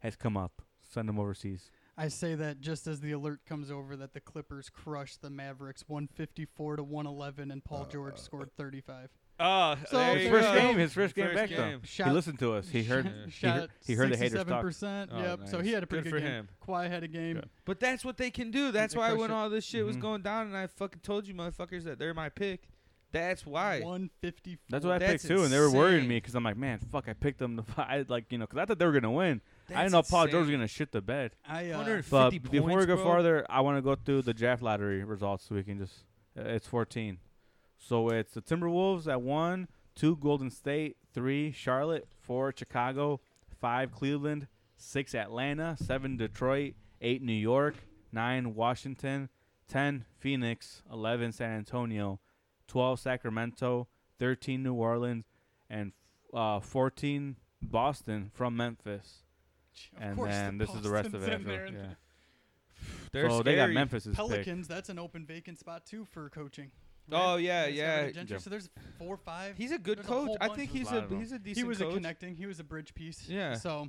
Speaker 2: has come up. Send him overseas.
Speaker 3: I say that just as the alert comes over that the Clippers crushed the Mavericks 154 to 111, and
Speaker 2: Uh,
Speaker 3: Paul George scored 35.
Speaker 1: Oh,
Speaker 3: So
Speaker 1: there
Speaker 3: His
Speaker 1: you go.
Speaker 2: His
Speaker 3: there
Speaker 2: first
Speaker 3: first
Speaker 2: game, his first game
Speaker 1: First
Speaker 2: back
Speaker 1: game.
Speaker 2: though.
Speaker 3: Shout-
Speaker 2: he listened to us. He heard. he
Speaker 3: Shot
Speaker 2: heard, he heard the haters talk.
Speaker 3: 67%.
Speaker 1: Oh,
Speaker 3: yep. So
Speaker 1: nice.
Speaker 3: he had a pretty
Speaker 1: Good
Speaker 3: good,
Speaker 1: for
Speaker 3: game.
Speaker 1: him.
Speaker 3: Kawhi had a game.
Speaker 2: Good.
Speaker 1: But that's what they can do. That's
Speaker 3: They
Speaker 1: why
Speaker 3: crush
Speaker 1: when
Speaker 3: it.
Speaker 1: all this shit was
Speaker 2: Mhm.
Speaker 1: going down, and I fucking told you motherfuckers that they're my pick. That's why.
Speaker 3: 154.
Speaker 2: That's what I
Speaker 1: That's
Speaker 2: picked too, and they were worrying
Speaker 1: insane.
Speaker 2: me because I'm like, man, fuck, I picked them to [laughs] I like you know because I thought they were gonna win. I didn't know Paul George was gonna shit the bed.
Speaker 3: I, uh,
Speaker 1: 150
Speaker 2: But
Speaker 1: points,
Speaker 2: before we go
Speaker 1: bro.
Speaker 2: farther, I want to go through the draft lottery results so we can just. Uh, it's 14. So it's the Timberwolves at one, two Golden State, three Charlotte, four Chicago, five Cleveland, six Atlanta, seven Detroit, eight New York, nine Washington, ten Phoenix, eleven San Antonio, twelve Sacramento, thirteen New Orleans, and uh, fourteen Boston from Memphis.
Speaker 3: of
Speaker 2: and
Speaker 3: course
Speaker 2: then this is the rest of
Speaker 3: Boston's
Speaker 2: it.
Speaker 3: in there,
Speaker 2: After,
Speaker 3: and
Speaker 2: yeah.
Speaker 1: They're
Speaker 2: so
Speaker 1: scary.
Speaker 2: they got Memphis's pick.
Speaker 3: Pelicans, that's an open vacant spot too for coaching.
Speaker 1: Oh,
Speaker 3: Right?
Speaker 1: yeah,
Speaker 3: There's
Speaker 1: yeah.
Speaker 3: Gavin Gentry,
Speaker 2: Yeah.
Speaker 3: So there's four, five.
Speaker 1: He's a good
Speaker 3: There's a
Speaker 1: coach.
Speaker 3: whole
Speaker 1: I
Speaker 3: bunch
Speaker 1: think
Speaker 2: of
Speaker 1: he's
Speaker 2: them.
Speaker 1: a he's a decent
Speaker 3: he was
Speaker 1: coach.
Speaker 3: a connecting. He was a bridge piece.
Speaker 1: Yeah.
Speaker 3: So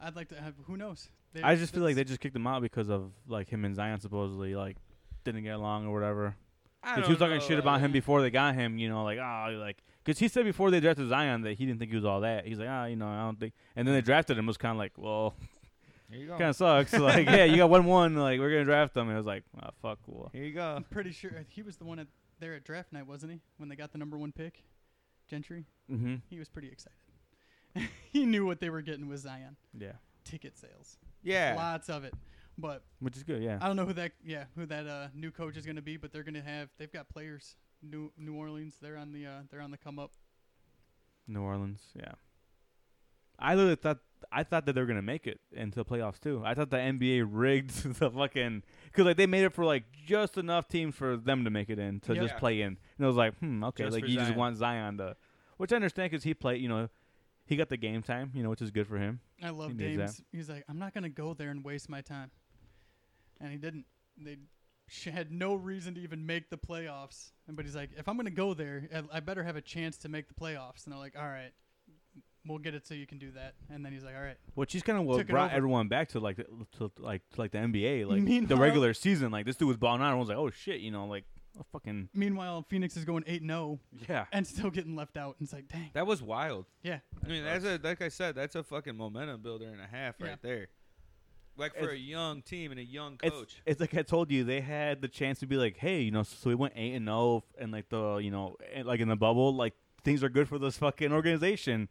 Speaker 3: I'd like to have. Who knows? They-
Speaker 2: I just feel like they
Speaker 3: that's-
Speaker 2: just kicked him out because of like him and Zion supposedly like didn't get along or whatever.
Speaker 1: I
Speaker 2: Because
Speaker 1: don't
Speaker 2: he was talking
Speaker 1: know,
Speaker 2: shit
Speaker 1: uh,
Speaker 2: about him before they got him, you know, like ah, like because he said before they drafted Zion that he didn't think he was all that. He's like ah, you know, I don't think. And then they drafted him it was kind of like, well,
Speaker 1: Here you go.
Speaker 2: kind of sucks. like yeah, you got one one, like we're gonna draft him. And it was like ah, fuck, well,
Speaker 1: Here you go.
Speaker 3: I'm pretty sure he was the one at there at draft night, wasn't he? When they got the number one pick, Gentry.
Speaker 2: mm-hmm.
Speaker 3: He was pretty excited. [laughs] he knew what they were getting with Zion.
Speaker 2: yeah,
Speaker 3: Ticket sales,
Speaker 1: Yeah.
Speaker 3: lots of it. But
Speaker 2: which is good, yeah.
Speaker 3: I don't know who that yeah who that uh, new coach is going to be, but they're going to have they've got players. New New Orleans, they're on the uh, they're on the come up.
Speaker 2: New Orleans, yeah. I literally thought I thought that they were gonna make it into the playoffs too. I thought the NBA rigged [laughs] the fucking because like they made it for like just enough teams for them to make it in to just
Speaker 1: Yeah.
Speaker 2: play in, and I was like, hmm, okay,
Speaker 1: Just
Speaker 2: like
Speaker 1: for
Speaker 2: you just
Speaker 1: Zion.
Speaker 2: want Zion to, which I understand because he played, you know, he got the game time, you know, which is good for him.
Speaker 3: I love
Speaker 2: needs
Speaker 3: Dame's. He's like, I'm not going to go there and waste my time, and he didn't. They sh- had no reason to even make the playoffs. And but he's like, if I'm going to go there, I- I better have a chance to make the playoffs. And they're like, all right, we'll get it so you can do that. And then he's like, all right,
Speaker 2: Which is kind of what
Speaker 3: Took it
Speaker 2: brought
Speaker 3: over.
Speaker 2: everyone back to like the, to like to, like the NBA, like
Speaker 3: Meanwhile-
Speaker 2: the regular season. Like this dude was balling out, everyone's like, oh shit, you know, like a fucking
Speaker 3: Meanwhile, Phoenix is going 8 0
Speaker 2: yeah.
Speaker 3: and still getting left out. And it's like, dang.
Speaker 1: That was wild.
Speaker 3: Yeah.
Speaker 1: I mean, that's a like I said, that's a fucking momentum builder and a half
Speaker 3: Yeah.
Speaker 1: right there. Like for
Speaker 2: It's-
Speaker 1: a young team and a young
Speaker 2: it's,
Speaker 1: coach.
Speaker 2: It's like I told you, they had the chance to be like, hey, you know, so we went eight and zero, and like the you know, and like in the bubble, like things are good for this fucking organization.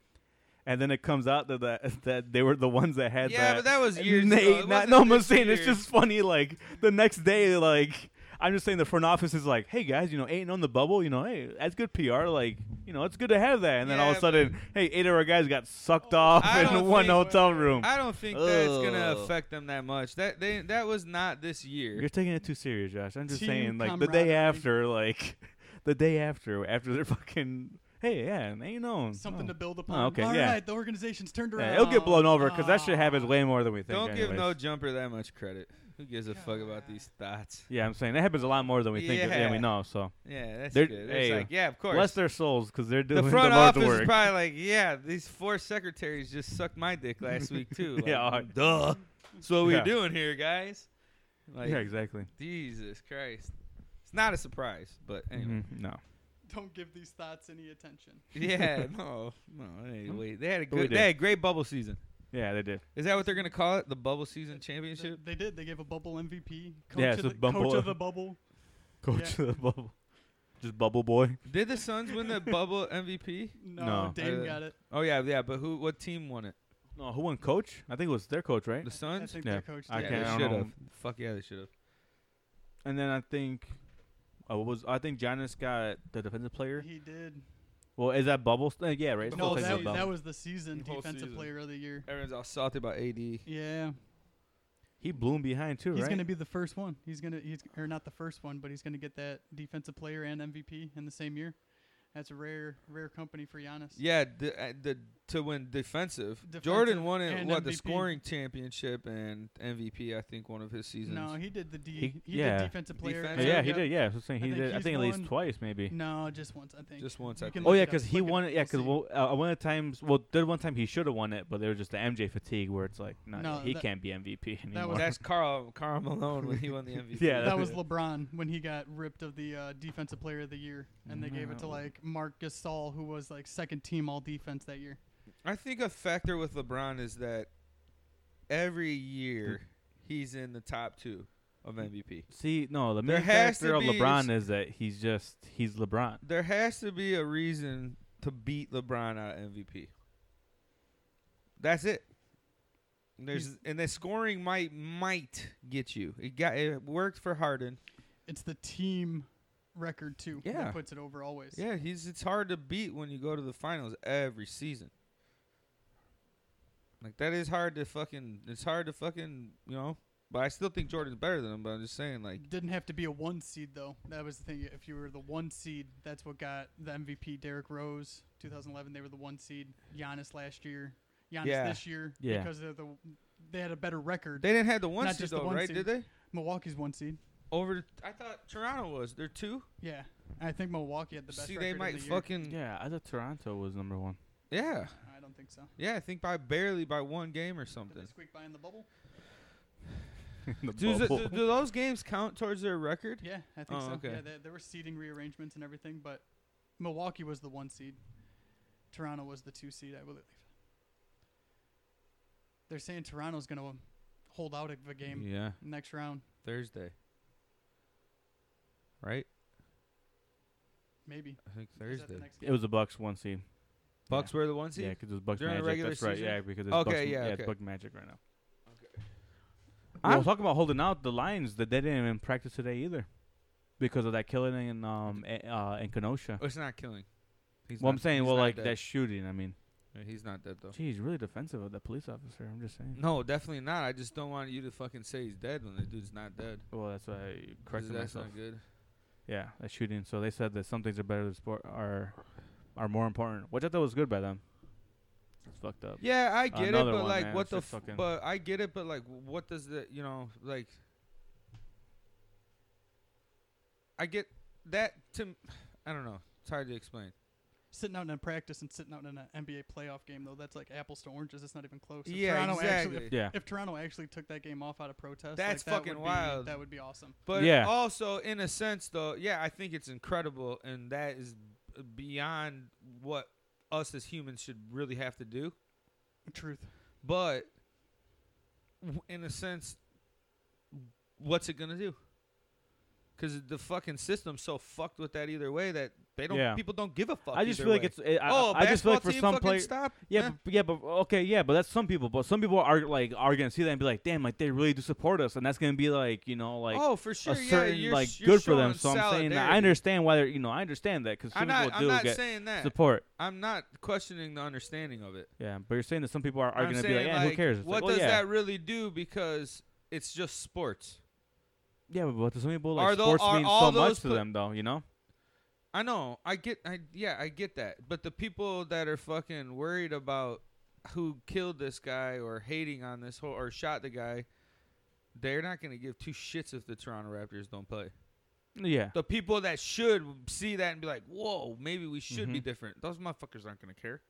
Speaker 2: And then it comes out that that, [laughs] that they were the ones that had
Speaker 1: Yeah,
Speaker 2: that.
Speaker 1: but that was
Speaker 2: And
Speaker 1: years
Speaker 2: then
Speaker 1: ago.
Speaker 2: eight-
Speaker 1: It
Speaker 2: not-
Speaker 1: wasn't
Speaker 2: no, I'm
Speaker 1: this
Speaker 2: just saying it's
Speaker 1: year.
Speaker 2: just funny. Like the next day, like I'm just saying the front office is like, hey guys, you know, eight and on the bubble, you know, hey, that's good PR. Like you know, it's good to have that. And then all of
Speaker 1: Yeah, Oh,
Speaker 2: a sudden, hey, eight of our guys got sucked
Speaker 1: I
Speaker 2: off in
Speaker 1: don't
Speaker 2: one
Speaker 1: think-
Speaker 2: hotel room.
Speaker 1: I don't think that's gonna
Speaker 2: Ugh.
Speaker 1: affect them that much. That they that was not this year.
Speaker 2: You're taking it too serious, Josh. I'm just
Speaker 3: Team
Speaker 2: saying, like the day
Speaker 3: camaraderie.
Speaker 2: after, like [laughs] the day after, after they're fucking. Hey, yeah, now you know
Speaker 3: Something
Speaker 2: oh.
Speaker 3: to build upon.
Speaker 2: okay,
Speaker 3: All
Speaker 2: yeah.
Speaker 3: right, the organization's turned around.
Speaker 2: Yeah, it'll get blown over because that shit
Speaker 3: Ah.
Speaker 2: happens way more than we think.
Speaker 1: Don't give no
Speaker 2: anyways.
Speaker 1: jumper that much credit. Who gives a fuck about
Speaker 3: God.
Speaker 1: these thoughts?
Speaker 2: Yeah, I'm saying that happens a lot more than we think. Yeah, we
Speaker 1: Yeah.
Speaker 2: know. So
Speaker 1: Yeah, that's
Speaker 2: They're-
Speaker 1: good.
Speaker 2: hey,
Speaker 1: it's like, yeah, of course.
Speaker 2: bless their souls because they're
Speaker 1: the
Speaker 2: doing
Speaker 1: front
Speaker 2: [laughs] the Lord's
Speaker 1: office
Speaker 2: work.
Speaker 1: is probably like, yeah, these four secretaries just sucked my dick last week
Speaker 2: [laughs]
Speaker 1: too. Like,
Speaker 2: Yeah, all right.
Speaker 1: duh. That's what
Speaker 2: Yeah.
Speaker 1: we're doing here, guys. Like,
Speaker 2: yeah, exactly.
Speaker 1: Jesus Christ, it's not a surprise, but
Speaker 2: [laughs]
Speaker 1: anyway,
Speaker 2: Mhm, No,
Speaker 3: Don't give these thoughts any attention.
Speaker 1: yeah, no, no, hey,
Speaker 2: Mm.
Speaker 1: wait, they had a
Speaker 2: But we
Speaker 1: good,
Speaker 2: did.
Speaker 1: they had a great bubble season.
Speaker 2: yeah, they did.
Speaker 1: Is that what they're gonna call it? The bubble season
Speaker 3: Th-
Speaker 1: championship?
Speaker 3: They did. They gave a bubble MVP. Coach,
Speaker 2: Yeah,
Speaker 3: of,
Speaker 2: it's a
Speaker 3: the,
Speaker 2: bubble-
Speaker 3: coach of the bubble.
Speaker 2: Coach of the bubble, just bubble boy.
Speaker 1: Did the Suns win
Speaker 2: [laughs]
Speaker 1: the bubble MVP?
Speaker 3: No,
Speaker 2: No.
Speaker 3: Dame
Speaker 1: Uh,
Speaker 3: got it.
Speaker 1: Oh yeah, yeah, but who? What team won it?
Speaker 2: No, who won? Coach? I think it was their coach, right?
Speaker 1: The
Speaker 3: I
Speaker 1: Suns.
Speaker 3: think
Speaker 2: yeah,
Speaker 3: their coach.
Speaker 2: I
Speaker 3: did.
Speaker 2: can't-
Speaker 1: yeah,
Speaker 2: I
Speaker 1: they
Speaker 2: don't
Speaker 1: should
Speaker 2: know.
Speaker 1: have. Fuck yeah, they should have.
Speaker 2: And then I think, oh, what was I think Giannis got the defensive player.
Speaker 3: He did.
Speaker 2: Well, is that bubble? St- uh, yeah, right. it's still
Speaker 3: No, that,
Speaker 2: technically
Speaker 3: was-
Speaker 2: bubble.
Speaker 3: that was the season
Speaker 1: The whole
Speaker 3: defensive
Speaker 1: season.
Speaker 3: player of the year.
Speaker 1: Everyone's all salty about AD.
Speaker 3: Yeah,
Speaker 2: he bloomed behind too,
Speaker 3: he's
Speaker 2: right?
Speaker 3: gonna be the first one. He's gonna he's or not the first one, but he's gonna get that defensive player and MVP in the same year. That's a rare rare company for Giannis.
Speaker 1: Yeah, the, uh, the to win defensive.
Speaker 3: Defensive
Speaker 1: Jordan won it.
Speaker 3: and
Speaker 1: What the
Speaker 3: MVP.
Speaker 1: scoring championship and MVP? I think one of his seasons.
Speaker 3: No, he did the D.
Speaker 2: He-
Speaker 3: He,
Speaker 2: yeah.
Speaker 3: did defensive player.
Speaker 2: Oh,
Speaker 1: Defensive,
Speaker 3: and
Speaker 2: yeah, he
Speaker 3: yep.
Speaker 2: did. Yeah, I was saying
Speaker 3: I
Speaker 2: he
Speaker 3: think
Speaker 2: did. I
Speaker 3: he's
Speaker 2: think at least
Speaker 3: won-
Speaker 2: twice, maybe.
Speaker 3: No, just once I think.
Speaker 1: just once.
Speaker 3: You
Speaker 1: I
Speaker 3: can
Speaker 1: think.
Speaker 2: Oh
Speaker 3: look
Speaker 2: yeah,
Speaker 3: it up.
Speaker 2: because he
Speaker 3: Look it
Speaker 2: won
Speaker 3: up.
Speaker 2: it. Yeah,
Speaker 3: We'll
Speaker 2: because
Speaker 3: see.
Speaker 2: well, uh, one of the times, well, there one time he should have won it, but there was just the MJ fatigue where it's like, nah,
Speaker 3: No,
Speaker 2: he
Speaker 3: that-
Speaker 2: can't be MVP anymore.
Speaker 3: that was-
Speaker 1: That's Carl Carl Malone when he won the
Speaker 3: [laughs]
Speaker 1: MVP.
Speaker 2: Yeah,
Speaker 3: that was
Speaker 2: Yeah.
Speaker 3: LeBron when he got ripped of the uh, defensive player of the year, and they gave it to
Speaker 2: No.
Speaker 3: like Mark Gasol, who was like second team all defense that year.
Speaker 1: I think a factor with LeBron is that every year he's in the top two of MVP.
Speaker 2: See, no, the
Speaker 1: There
Speaker 2: main
Speaker 1: has
Speaker 2: factor
Speaker 1: to
Speaker 2: of
Speaker 1: be
Speaker 2: LeBron
Speaker 1: s-
Speaker 2: is that he's just he's LeBron.
Speaker 1: There has to be a reason to beat LeBron out of MVP. That's it. There's and the scoring might might get you. It got it worked for Harden.
Speaker 3: It's the team record too.
Speaker 1: Yeah.
Speaker 3: that puts it over always.
Speaker 1: Yeah, he's it's hard to beat when you go to the finals every season. Like that is hard to fucking it's hard to fucking, you know, but I still think Jordan's better than him, but I'm just saying like
Speaker 3: Didn't have to be a one seed though. That was the thing. If you were the one seed, that's what got the MVP. Derrick Rose, 2011. They were the one seed. Giannis last year. Giannis
Speaker 1: Yeah.
Speaker 3: this year.
Speaker 2: Yeah.
Speaker 3: Because they're the they had a better record.
Speaker 1: they didn't have the one
Speaker 3: Not
Speaker 1: seed
Speaker 3: just the
Speaker 1: though,
Speaker 3: one
Speaker 1: right?
Speaker 3: seed.
Speaker 1: Did they?
Speaker 3: Milwaukee's one seed.
Speaker 1: Over I thought Toronto was. They're two.
Speaker 3: Yeah, I think Milwaukee had the best.
Speaker 1: See
Speaker 3: record
Speaker 1: they
Speaker 3: of
Speaker 1: might
Speaker 3: the year.
Speaker 1: fucking
Speaker 2: Yeah, I thought Toronto was number one.
Speaker 1: Yeah.
Speaker 3: I don't think so.
Speaker 1: Yeah, I think by barely by one game or
Speaker 3: Did they
Speaker 1: something.
Speaker 3: squeak by in the bubble?
Speaker 2: the
Speaker 1: Do, th-
Speaker 2: bubble.
Speaker 1: do, do those games count towards their record?
Speaker 3: Yeah, I think
Speaker 1: Oh,
Speaker 3: so.
Speaker 1: okay.
Speaker 3: Yeah, there, there were seeding rearrangements and everything, but Milwaukee was the one seed. Toronto was the two seed, I believe. They're saying Toronto's going to hold out of the game
Speaker 1: Yeah,
Speaker 3: next round,
Speaker 1: Thursday. Right?
Speaker 3: maybe.
Speaker 1: I think
Speaker 3: Is that the
Speaker 1: Thursday.
Speaker 3: next
Speaker 2: it was the Bucks one seed.
Speaker 1: Bucks were the one seed.
Speaker 2: Yeah, because it was Bucks
Speaker 1: During the
Speaker 2: Magic.
Speaker 1: regular
Speaker 2: That's right.
Speaker 1: season?
Speaker 2: Yeah, because it's
Speaker 1: Okay,
Speaker 2: Bucks,
Speaker 1: yeah,
Speaker 2: it's
Speaker 1: okay.
Speaker 2: Bucks Magic right now.
Speaker 1: Okay.
Speaker 2: Well,
Speaker 1: I'm-
Speaker 2: talking about holding out the lines that they didn't even practice today either, because of that killing in um a- uh in Kenosha.
Speaker 1: Oh, it's not killing. He's
Speaker 2: well,
Speaker 1: not-
Speaker 2: I'm saying,
Speaker 1: he's
Speaker 2: well,
Speaker 1: not
Speaker 2: like
Speaker 1: dead.
Speaker 2: that shooting. I mean,
Speaker 1: Yeah, he's not dead though.
Speaker 2: geez, really defensive of that police officer. I'm just saying.
Speaker 1: No, definitely not. I just don't want you to fucking say he's dead when the dude's not dead.
Speaker 2: Well, that's why I
Speaker 1: 'Cause
Speaker 2: corrected
Speaker 1: that's
Speaker 2: myself.
Speaker 1: not good.
Speaker 2: Yeah, that shooting. So they said that some things are better than sport are are more important, which I thought was good by them. It's fucked up.
Speaker 1: Yeah, I get
Speaker 2: Another
Speaker 1: it, but
Speaker 2: one,
Speaker 1: like,
Speaker 2: man.
Speaker 1: what
Speaker 2: It's
Speaker 1: the?
Speaker 2: just
Speaker 1: F-
Speaker 2: fucking-
Speaker 1: but I get it, but like, what does the? You know, like, I get that. To I don't know. It's hard to explain.
Speaker 3: Sitting out in a practice and sitting out in an NBA playoff game, though, that's like apples to oranges. It's not even close. If
Speaker 1: yeah,
Speaker 3: Toronto
Speaker 1: exactly.
Speaker 3: Actually,
Speaker 2: Yeah.
Speaker 3: if Toronto actually took that game off out of protest,
Speaker 1: That's
Speaker 3: like, that
Speaker 1: fucking
Speaker 3: would be-
Speaker 1: wild.
Speaker 3: That would be awesome.
Speaker 1: But
Speaker 2: Yeah.
Speaker 1: also, in a sense, though, yeah, I think it's incredible, and that is b- beyond what us as humans should really have to do.
Speaker 3: Truth.
Speaker 1: But w- in a sense, what's it gonna do? Because the fucking system's so fucked with that either way that they don't.
Speaker 2: Yeah.
Speaker 1: People don't give a fuck.
Speaker 2: I just
Speaker 1: either
Speaker 2: feel like
Speaker 1: way.
Speaker 2: it's. It, I,
Speaker 1: oh,
Speaker 2: I just feel like for
Speaker 1: basketball team
Speaker 2: some
Speaker 1: fucking
Speaker 2: players.
Speaker 1: stop.
Speaker 2: Yeah,
Speaker 1: Eh.
Speaker 2: but, yeah, but okay, yeah, but that's some people. But some people are like are gonna see that and be like, damn, like they really do support us, and that's gonna be like you know like
Speaker 1: oh, for sure.
Speaker 2: a
Speaker 1: yeah,
Speaker 2: certain
Speaker 1: you're,
Speaker 2: like
Speaker 1: sh- you're
Speaker 2: good for them.
Speaker 1: showing
Speaker 2: So I'm saying that I
Speaker 1: solidarity.
Speaker 2: understand why they're you know I understand that because some
Speaker 1: I'm not.
Speaker 2: people
Speaker 1: I'm
Speaker 2: do
Speaker 1: not
Speaker 2: get
Speaker 1: saying that.
Speaker 2: support.
Speaker 1: I'm not questioning the understanding of it.
Speaker 2: Yeah, but you're saying that some people are, are
Speaker 1: I'm
Speaker 2: gonna be like,
Speaker 1: saying,
Speaker 2: yeah, who cares? It's
Speaker 1: what
Speaker 2: like, well,
Speaker 1: does
Speaker 2: yeah.
Speaker 1: that really do? Because it's just sports.
Speaker 2: Yeah, but, but to some people like
Speaker 1: Are tho-
Speaker 2: sports
Speaker 1: are
Speaker 2: means
Speaker 1: all
Speaker 2: so much
Speaker 1: those
Speaker 2: to
Speaker 1: pla-
Speaker 2: them though, you know.
Speaker 1: I know. I get. I yeah. I get that. But the people that are fucking worried about who killed this guy or hating on this whole or shot the guy, they're not gonna give two shits if the Toronto Raptors don't play.
Speaker 2: Yeah.
Speaker 1: The people that should see that and be like, "Whoa, maybe we should be
Speaker 2: Mhm.
Speaker 1: different." Those motherfuckers aren't gonna care.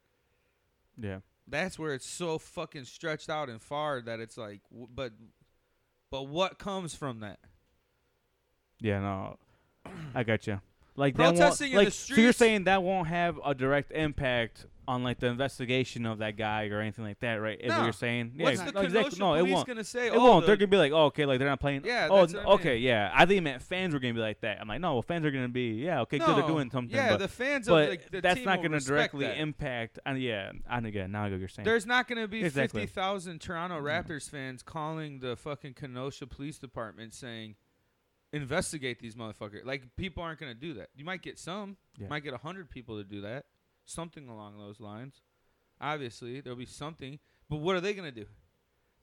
Speaker 2: Yeah.
Speaker 1: That's where it's so fucking stretched out and far that it's like, w- but, but what comes from that?
Speaker 2: Yeah, no,
Speaker 1: [clears throat]
Speaker 2: I got you. Like
Speaker 1: Protesting
Speaker 2: that won't,
Speaker 1: in
Speaker 2: like,
Speaker 1: the
Speaker 2: So you're
Speaker 1: streets-
Speaker 2: saying that won't have a direct impact on like the investigation of that guy or anything like that, right? Is what
Speaker 1: No.
Speaker 2: you're saying? Yeah,
Speaker 1: What's
Speaker 2: ex-
Speaker 1: the
Speaker 2: no,
Speaker 1: Kenosha
Speaker 2: exactly. No, it
Speaker 1: police
Speaker 2: won't.
Speaker 1: gonna say?
Speaker 2: It
Speaker 1: oh,
Speaker 2: won't.
Speaker 1: the-
Speaker 2: They're gonna be like, oh, okay, like they're not playing.
Speaker 1: Yeah,
Speaker 2: Oh,
Speaker 1: that's
Speaker 2: n-
Speaker 1: what I mean.
Speaker 2: okay, yeah. I think it meant fans were gonna be like that. I'm like, no, well, fans are gonna be, yeah, okay, good, they're
Speaker 1: No.
Speaker 2: doing something.
Speaker 1: Yeah,
Speaker 2: but,
Speaker 1: the fans of
Speaker 2: but
Speaker 1: the, the
Speaker 2: that's
Speaker 1: team
Speaker 2: not
Speaker 1: will
Speaker 2: gonna
Speaker 1: respect
Speaker 2: directly
Speaker 1: that.
Speaker 2: impact. And yeah, and again, now I go. You're saying
Speaker 1: There's not going to be
Speaker 2: Exactly. Mm-hmm.
Speaker 1: 50,000 Toronto Raptors fans calling the fucking Kenosha Police Department saying, investigate these motherfuckers. Like, people aren't going to do that. You might get some.
Speaker 2: Yeah.
Speaker 1: You might get 100 people to do that. Something along those lines. Obviously, there'll be something. But what are they going to do?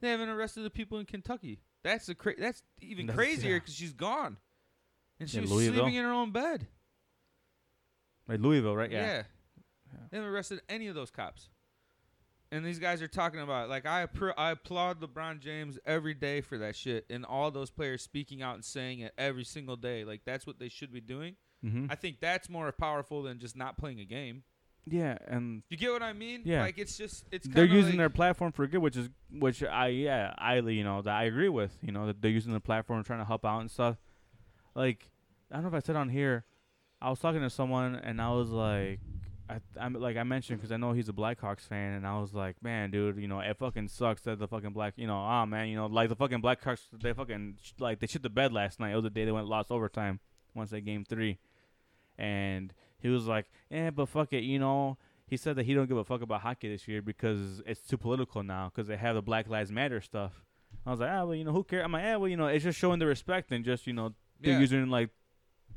Speaker 1: They haven't arrested the people in Kentucky. That's a cra- That's even
Speaker 2: That's-
Speaker 1: crazier
Speaker 2: yeah.
Speaker 1: because she's gone. And she
Speaker 2: In
Speaker 1: was
Speaker 2: Louisville?
Speaker 1: sleeping in her own bed.
Speaker 2: like Louisville, right?
Speaker 1: Yeah.
Speaker 2: Yeah. Yeah.
Speaker 1: They haven't arrested any of those cops. And these guys are talking about it. like I appro- I applaud LeBron James every day for that shit and all those players speaking out and saying it every single day. Like that's what they should be doing.
Speaker 2: Mm-hmm.
Speaker 1: I think that's more powerful than just not playing a game.
Speaker 2: yeah, and
Speaker 1: You get what I mean?
Speaker 2: Yeah.
Speaker 1: Like it's just it's
Speaker 2: they're
Speaker 1: kinda
Speaker 2: using
Speaker 1: like-
Speaker 2: their platform for good, which is which I yeah I you know that I agree with. You know that they're using their platform trying to help out and stuff. Like I don't know if I said on here, I was talking to someone and I was like, I I'm like I mentioned because I know he's a Blackhawks fan and I was like, man, dude, you know it fucking sucks that the fucking black you know ah man you know like the fucking Blackhawks they fucking sh- like they shit the bed last night. It was the day they went lost overtime once they game three, and he was like, eh, but fuck it, you know he said that he don't give a fuck about hockey this year because it's too political now because they have the Black Lives Matter stuff. I was like, ah, well, you know, who cares? I'm like, ah, well, you know, it's just showing the respect and just, you know, they're
Speaker 1: Yeah.
Speaker 2: using like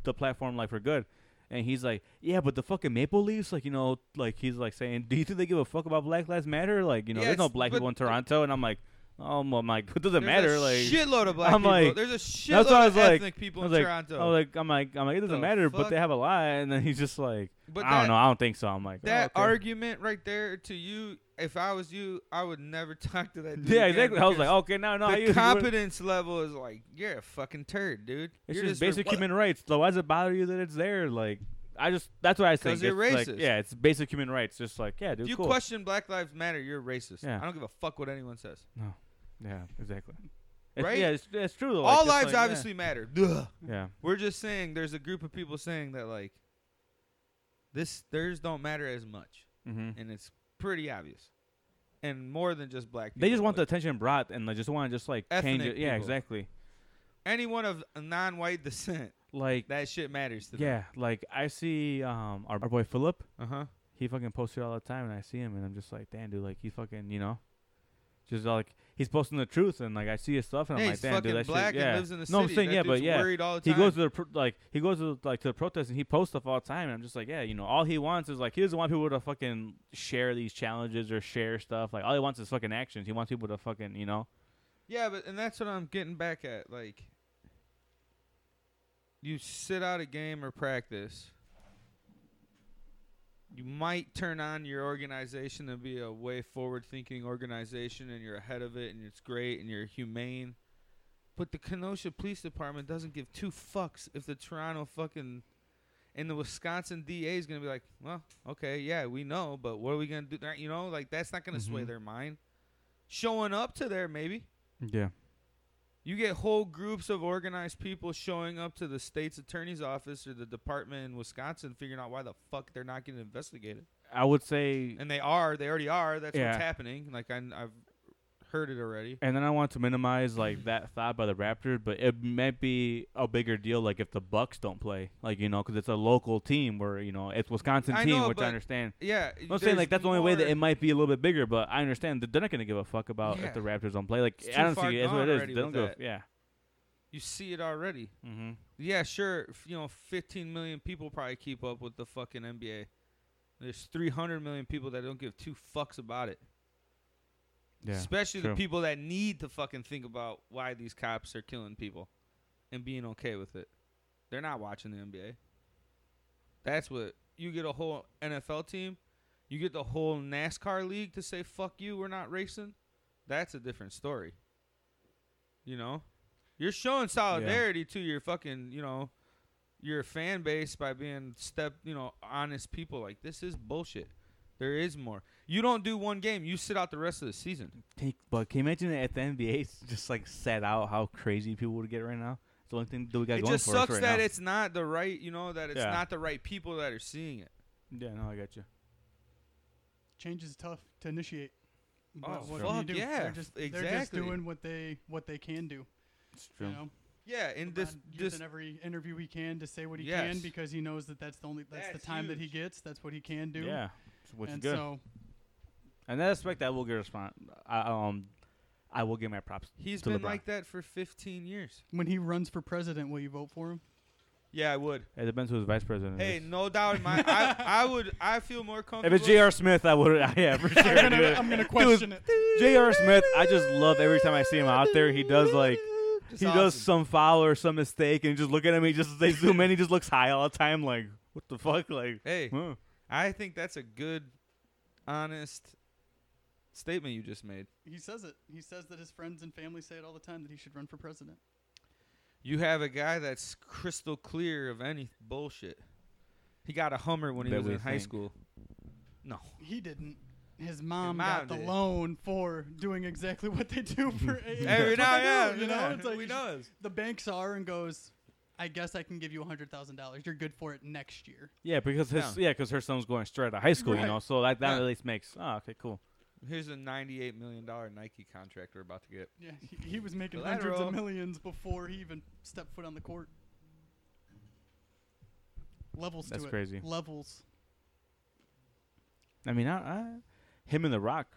Speaker 2: the platform like for good. And he's like, yeah, but the fucking Maple Leafs, like, you know, like he's like saying, do you think they give a fuck about Black Lives Matter? Like, you know,
Speaker 1: Yeah,
Speaker 2: there's no
Speaker 1: it's-
Speaker 2: black
Speaker 1: but
Speaker 2: people in
Speaker 1: the-
Speaker 2: Toronto, and I'm like, oh, well, I'm like, [laughs] it doesn't
Speaker 1: there's a
Speaker 2: matter. Like,
Speaker 1: shitload of black
Speaker 2: I'm
Speaker 1: people.
Speaker 2: like-
Speaker 1: there's a
Speaker 2: what I
Speaker 1: shitload
Speaker 2: was
Speaker 1: of
Speaker 2: like.
Speaker 1: ethnic people
Speaker 2: I
Speaker 1: in
Speaker 2: was like, I
Speaker 1: Toronto.
Speaker 2: was like, I'm like, I'm like, it doesn't
Speaker 1: The
Speaker 2: matter, but
Speaker 1: fuck?
Speaker 2: they have a lot. And then he's just like,
Speaker 1: but
Speaker 2: I
Speaker 1: that-
Speaker 2: don't know, I don't think so. I'm like, oh,
Speaker 1: That
Speaker 2: okay.
Speaker 1: argument right there to you, if I was you, I would never [laughs] talk to that dude.
Speaker 2: Yeah,
Speaker 1: again
Speaker 2: exactly. I was like,
Speaker 1: because-
Speaker 2: okay, no, no,
Speaker 1: the
Speaker 2: you, you
Speaker 1: competence level is like you're a fucking turd, dude.
Speaker 2: It's
Speaker 1: you're
Speaker 2: just,
Speaker 1: re-
Speaker 2: basic human rights. So why does it bother you that it's there? Like, I just that's what I think.
Speaker 1: 'Cause you're
Speaker 2: It's like-
Speaker 1: racist.
Speaker 2: yeah, it's basic human rights. Just like yeah, dude.
Speaker 1: If you
Speaker 2: cool.
Speaker 1: question Black Lives Matter, you're racist.
Speaker 2: Yeah.
Speaker 1: I don't give a fuck what anyone says.
Speaker 2: yeah, exactly. It's,
Speaker 1: Right?
Speaker 2: Yeah, it's, it's true. Though.
Speaker 1: All
Speaker 2: like,
Speaker 1: lives
Speaker 2: it's like, yeah,
Speaker 1: obviously matter. Ugh.
Speaker 2: Yeah.
Speaker 1: We're just saying there's a group of people saying that like this theirs don't matter as much,
Speaker 2: hmm
Speaker 1: and it's pretty obvious, and more than just black. People.
Speaker 2: They just want the
Speaker 1: like,
Speaker 2: attention brought and they just want to just like change
Speaker 1: Ethnic
Speaker 2: it. Yeah,
Speaker 1: people.
Speaker 2: exactly.
Speaker 1: anyone of non-white [laughs] descent.
Speaker 2: Like
Speaker 1: That shit matters to them.
Speaker 2: yeah, like I see um our, our boy Philip.
Speaker 1: Yeah. Uh huh.
Speaker 2: He fucking posts it all the time, and I see him, and I'm just like, damn, dude, like he fucking, you know, just like he's posting the truth, and like I see his stuff, and I'm
Speaker 1: Hey,
Speaker 2: like,
Speaker 1: he's
Speaker 2: damn,
Speaker 1: fucking
Speaker 2: dude, that
Speaker 1: black
Speaker 2: shit, yeah.
Speaker 1: and lives in the city.
Speaker 2: no, I'm saying
Speaker 1: That
Speaker 2: yeah, but
Speaker 1: dude's
Speaker 2: yeah,
Speaker 1: worried all the
Speaker 2: he
Speaker 1: time.
Speaker 2: goes to the pro- like he goes to like to the protest and he posts stuff all the time and I'm just like yeah you know all he wants is like he doesn't want people to fucking share these challenges or share stuff like all he wants is fucking actions he wants people to fucking you know
Speaker 1: Yeah, but and that's what I'm getting back at. Like, you sit out a game or practice, you might turn on your organization and be a way forward thinking organization, and you're ahead of it, and it's great, and you're humane. But the Kenosha Police Department doesn't give two fucks if the Toronto fucking and the Wisconsin DA is gonna be like, well, okay, yeah, we know, but what are we gonna do? You know, like that's not gonna sway
Speaker 2: Mhm.
Speaker 1: their mind. Showing up to there, maybe.
Speaker 2: yeah
Speaker 1: You get whole groups of organized people showing up to the state's attorney's office or the department in Wisconsin, figuring out why the fuck they're not getting investigated.
Speaker 2: I would say
Speaker 1: And they are. They already are. That's
Speaker 2: Yeah.
Speaker 1: what's happening. Like I, I've heard it already.
Speaker 2: and then I want to minimize like that thought by the Raptors but it might be a bigger deal like if the Bucks don't play like you know because it's a local team where you know it's Wisconsin
Speaker 1: I
Speaker 2: team
Speaker 1: know,
Speaker 2: which I
Speaker 1: but
Speaker 2: understand
Speaker 1: Yeah,
Speaker 2: I'm saying
Speaker 1: there's
Speaker 2: like that's the only way that
Speaker 1: more-
Speaker 2: it might be a little bit bigger but I understand that they're not gonna give a fuck about
Speaker 1: Yeah.
Speaker 2: if the Raptors don't play like
Speaker 1: It's too
Speaker 2: I don't
Speaker 1: far
Speaker 2: see that's what
Speaker 1: gone
Speaker 2: it is
Speaker 1: already
Speaker 2: they don't
Speaker 1: with
Speaker 2: go
Speaker 1: that.
Speaker 2: yeah.
Speaker 1: you see it already.
Speaker 2: Mm-hmm.
Speaker 1: Yeah, sure. f- You know, 15 million people probably keep up with the fucking NBA. There's 300 million people that don't give two fucks about it.
Speaker 2: Yeah.
Speaker 1: especially
Speaker 2: true.
Speaker 1: the people that need to fucking think about why these cops are killing people and being okay with it. They're not watching the NBA. That's what you get a whole NFL team, you get the whole NASCAR league to say fuck you, we're not racing. That's a different story. You know, you're showing solidarity to your fucking you know your fan base by being step you know honest people. Like this is bullshit. There is more. You don't do one game. You sit out the rest of the season.
Speaker 2: Take, but can you imagine at the NBA, it's just like set out how crazy people would get right now? It's the only thing that we got
Speaker 1: it
Speaker 2: going
Speaker 1: just
Speaker 2: for
Speaker 1: sucks
Speaker 2: us right
Speaker 1: that
Speaker 2: now.
Speaker 1: it's not the right you know that it's
Speaker 2: Yeah.
Speaker 1: not the right people that are seeing it
Speaker 2: yeah, no, I got you.
Speaker 3: Change is tough to initiate.
Speaker 1: Oh,
Speaker 3: what can you
Speaker 1: fuck
Speaker 3: do?
Speaker 1: yeah,
Speaker 3: They're just, They're just
Speaker 1: exactly.
Speaker 3: doing what they what they can do.
Speaker 2: It's true.
Speaker 3: You know,
Speaker 1: yeah and this
Speaker 3: Lebron using
Speaker 1: this
Speaker 3: every interview he can to say what he
Speaker 1: Yes.
Speaker 3: can because he knows that that's the only that's,
Speaker 1: That's
Speaker 3: the time that he
Speaker 1: huge.
Speaker 3: gets. That's what he can do.
Speaker 2: Yeah, it's- which
Speaker 3: and
Speaker 2: is good.
Speaker 3: so
Speaker 2: and that aspect, I will get response. I, um, I will give my props.
Speaker 1: he's
Speaker 2: to
Speaker 1: been
Speaker 2: LeBron.
Speaker 1: like that for 15 years
Speaker 3: when he runs for president, will you vote
Speaker 2: [laughs]
Speaker 3: for him?
Speaker 1: yeah i would
Speaker 2: It depends who his vice president
Speaker 1: hey
Speaker 2: is.
Speaker 1: no doubt in my I,
Speaker 2: [laughs]
Speaker 1: I would i feel more
Speaker 2: if
Speaker 1: comfortable
Speaker 2: it's J.R. Smith, I would. [laughs] Yeah, for sure.
Speaker 3: I'm gonna,
Speaker 2: dude.
Speaker 3: I'm gonna
Speaker 2: Dude,
Speaker 3: question it.
Speaker 2: J.R. Smith, I just love every time I see him out there. He does like
Speaker 1: Just
Speaker 2: he does
Speaker 1: awesome.
Speaker 2: some foul or some mistake, and you just look at him. He just they zoom in. He just looks high all the time. Like what the fuck? Like
Speaker 1: hey
Speaker 2: huh.
Speaker 1: i think that's a good honest statement you just made
Speaker 3: He says it. He says that his friends and family say it all the time that he should run for president.
Speaker 1: you have a guy that's crystal clear of any bullshit he got a hummer when he
Speaker 2: That
Speaker 1: was
Speaker 2: we
Speaker 1: in high
Speaker 2: think.
Speaker 1: school no
Speaker 3: He didn't. His mom,
Speaker 1: mom
Speaker 3: got the
Speaker 1: did.
Speaker 3: loan for doing exactly what they do
Speaker 2: [laughs]
Speaker 3: for
Speaker 1: every [laughs]
Speaker 3: That's what
Speaker 1: now
Speaker 3: they
Speaker 1: and
Speaker 3: do,
Speaker 1: then
Speaker 3: you know, it's like
Speaker 1: we
Speaker 3: you
Speaker 1: know it's-
Speaker 3: the banks are and goes, I guess I can give you hundred thousand dollars. You're good for it next year.
Speaker 2: yeah, because his yeah, because her son's going straight out of high school, you
Speaker 3: Right.
Speaker 2: know. So that that
Speaker 1: Yeah.
Speaker 2: at least makes oh okay cool.
Speaker 1: Here's a ninety-eight million dollar Nike contract we're about to get.
Speaker 3: Yeah, he, he was making hundreds
Speaker 1: Collateral.
Speaker 3: of millions before he even stepped foot on the court. Levels
Speaker 2: That's
Speaker 3: to it.
Speaker 2: crazy.
Speaker 3: Levels.
Speaker 2: I mean, I, I, him and the Rock,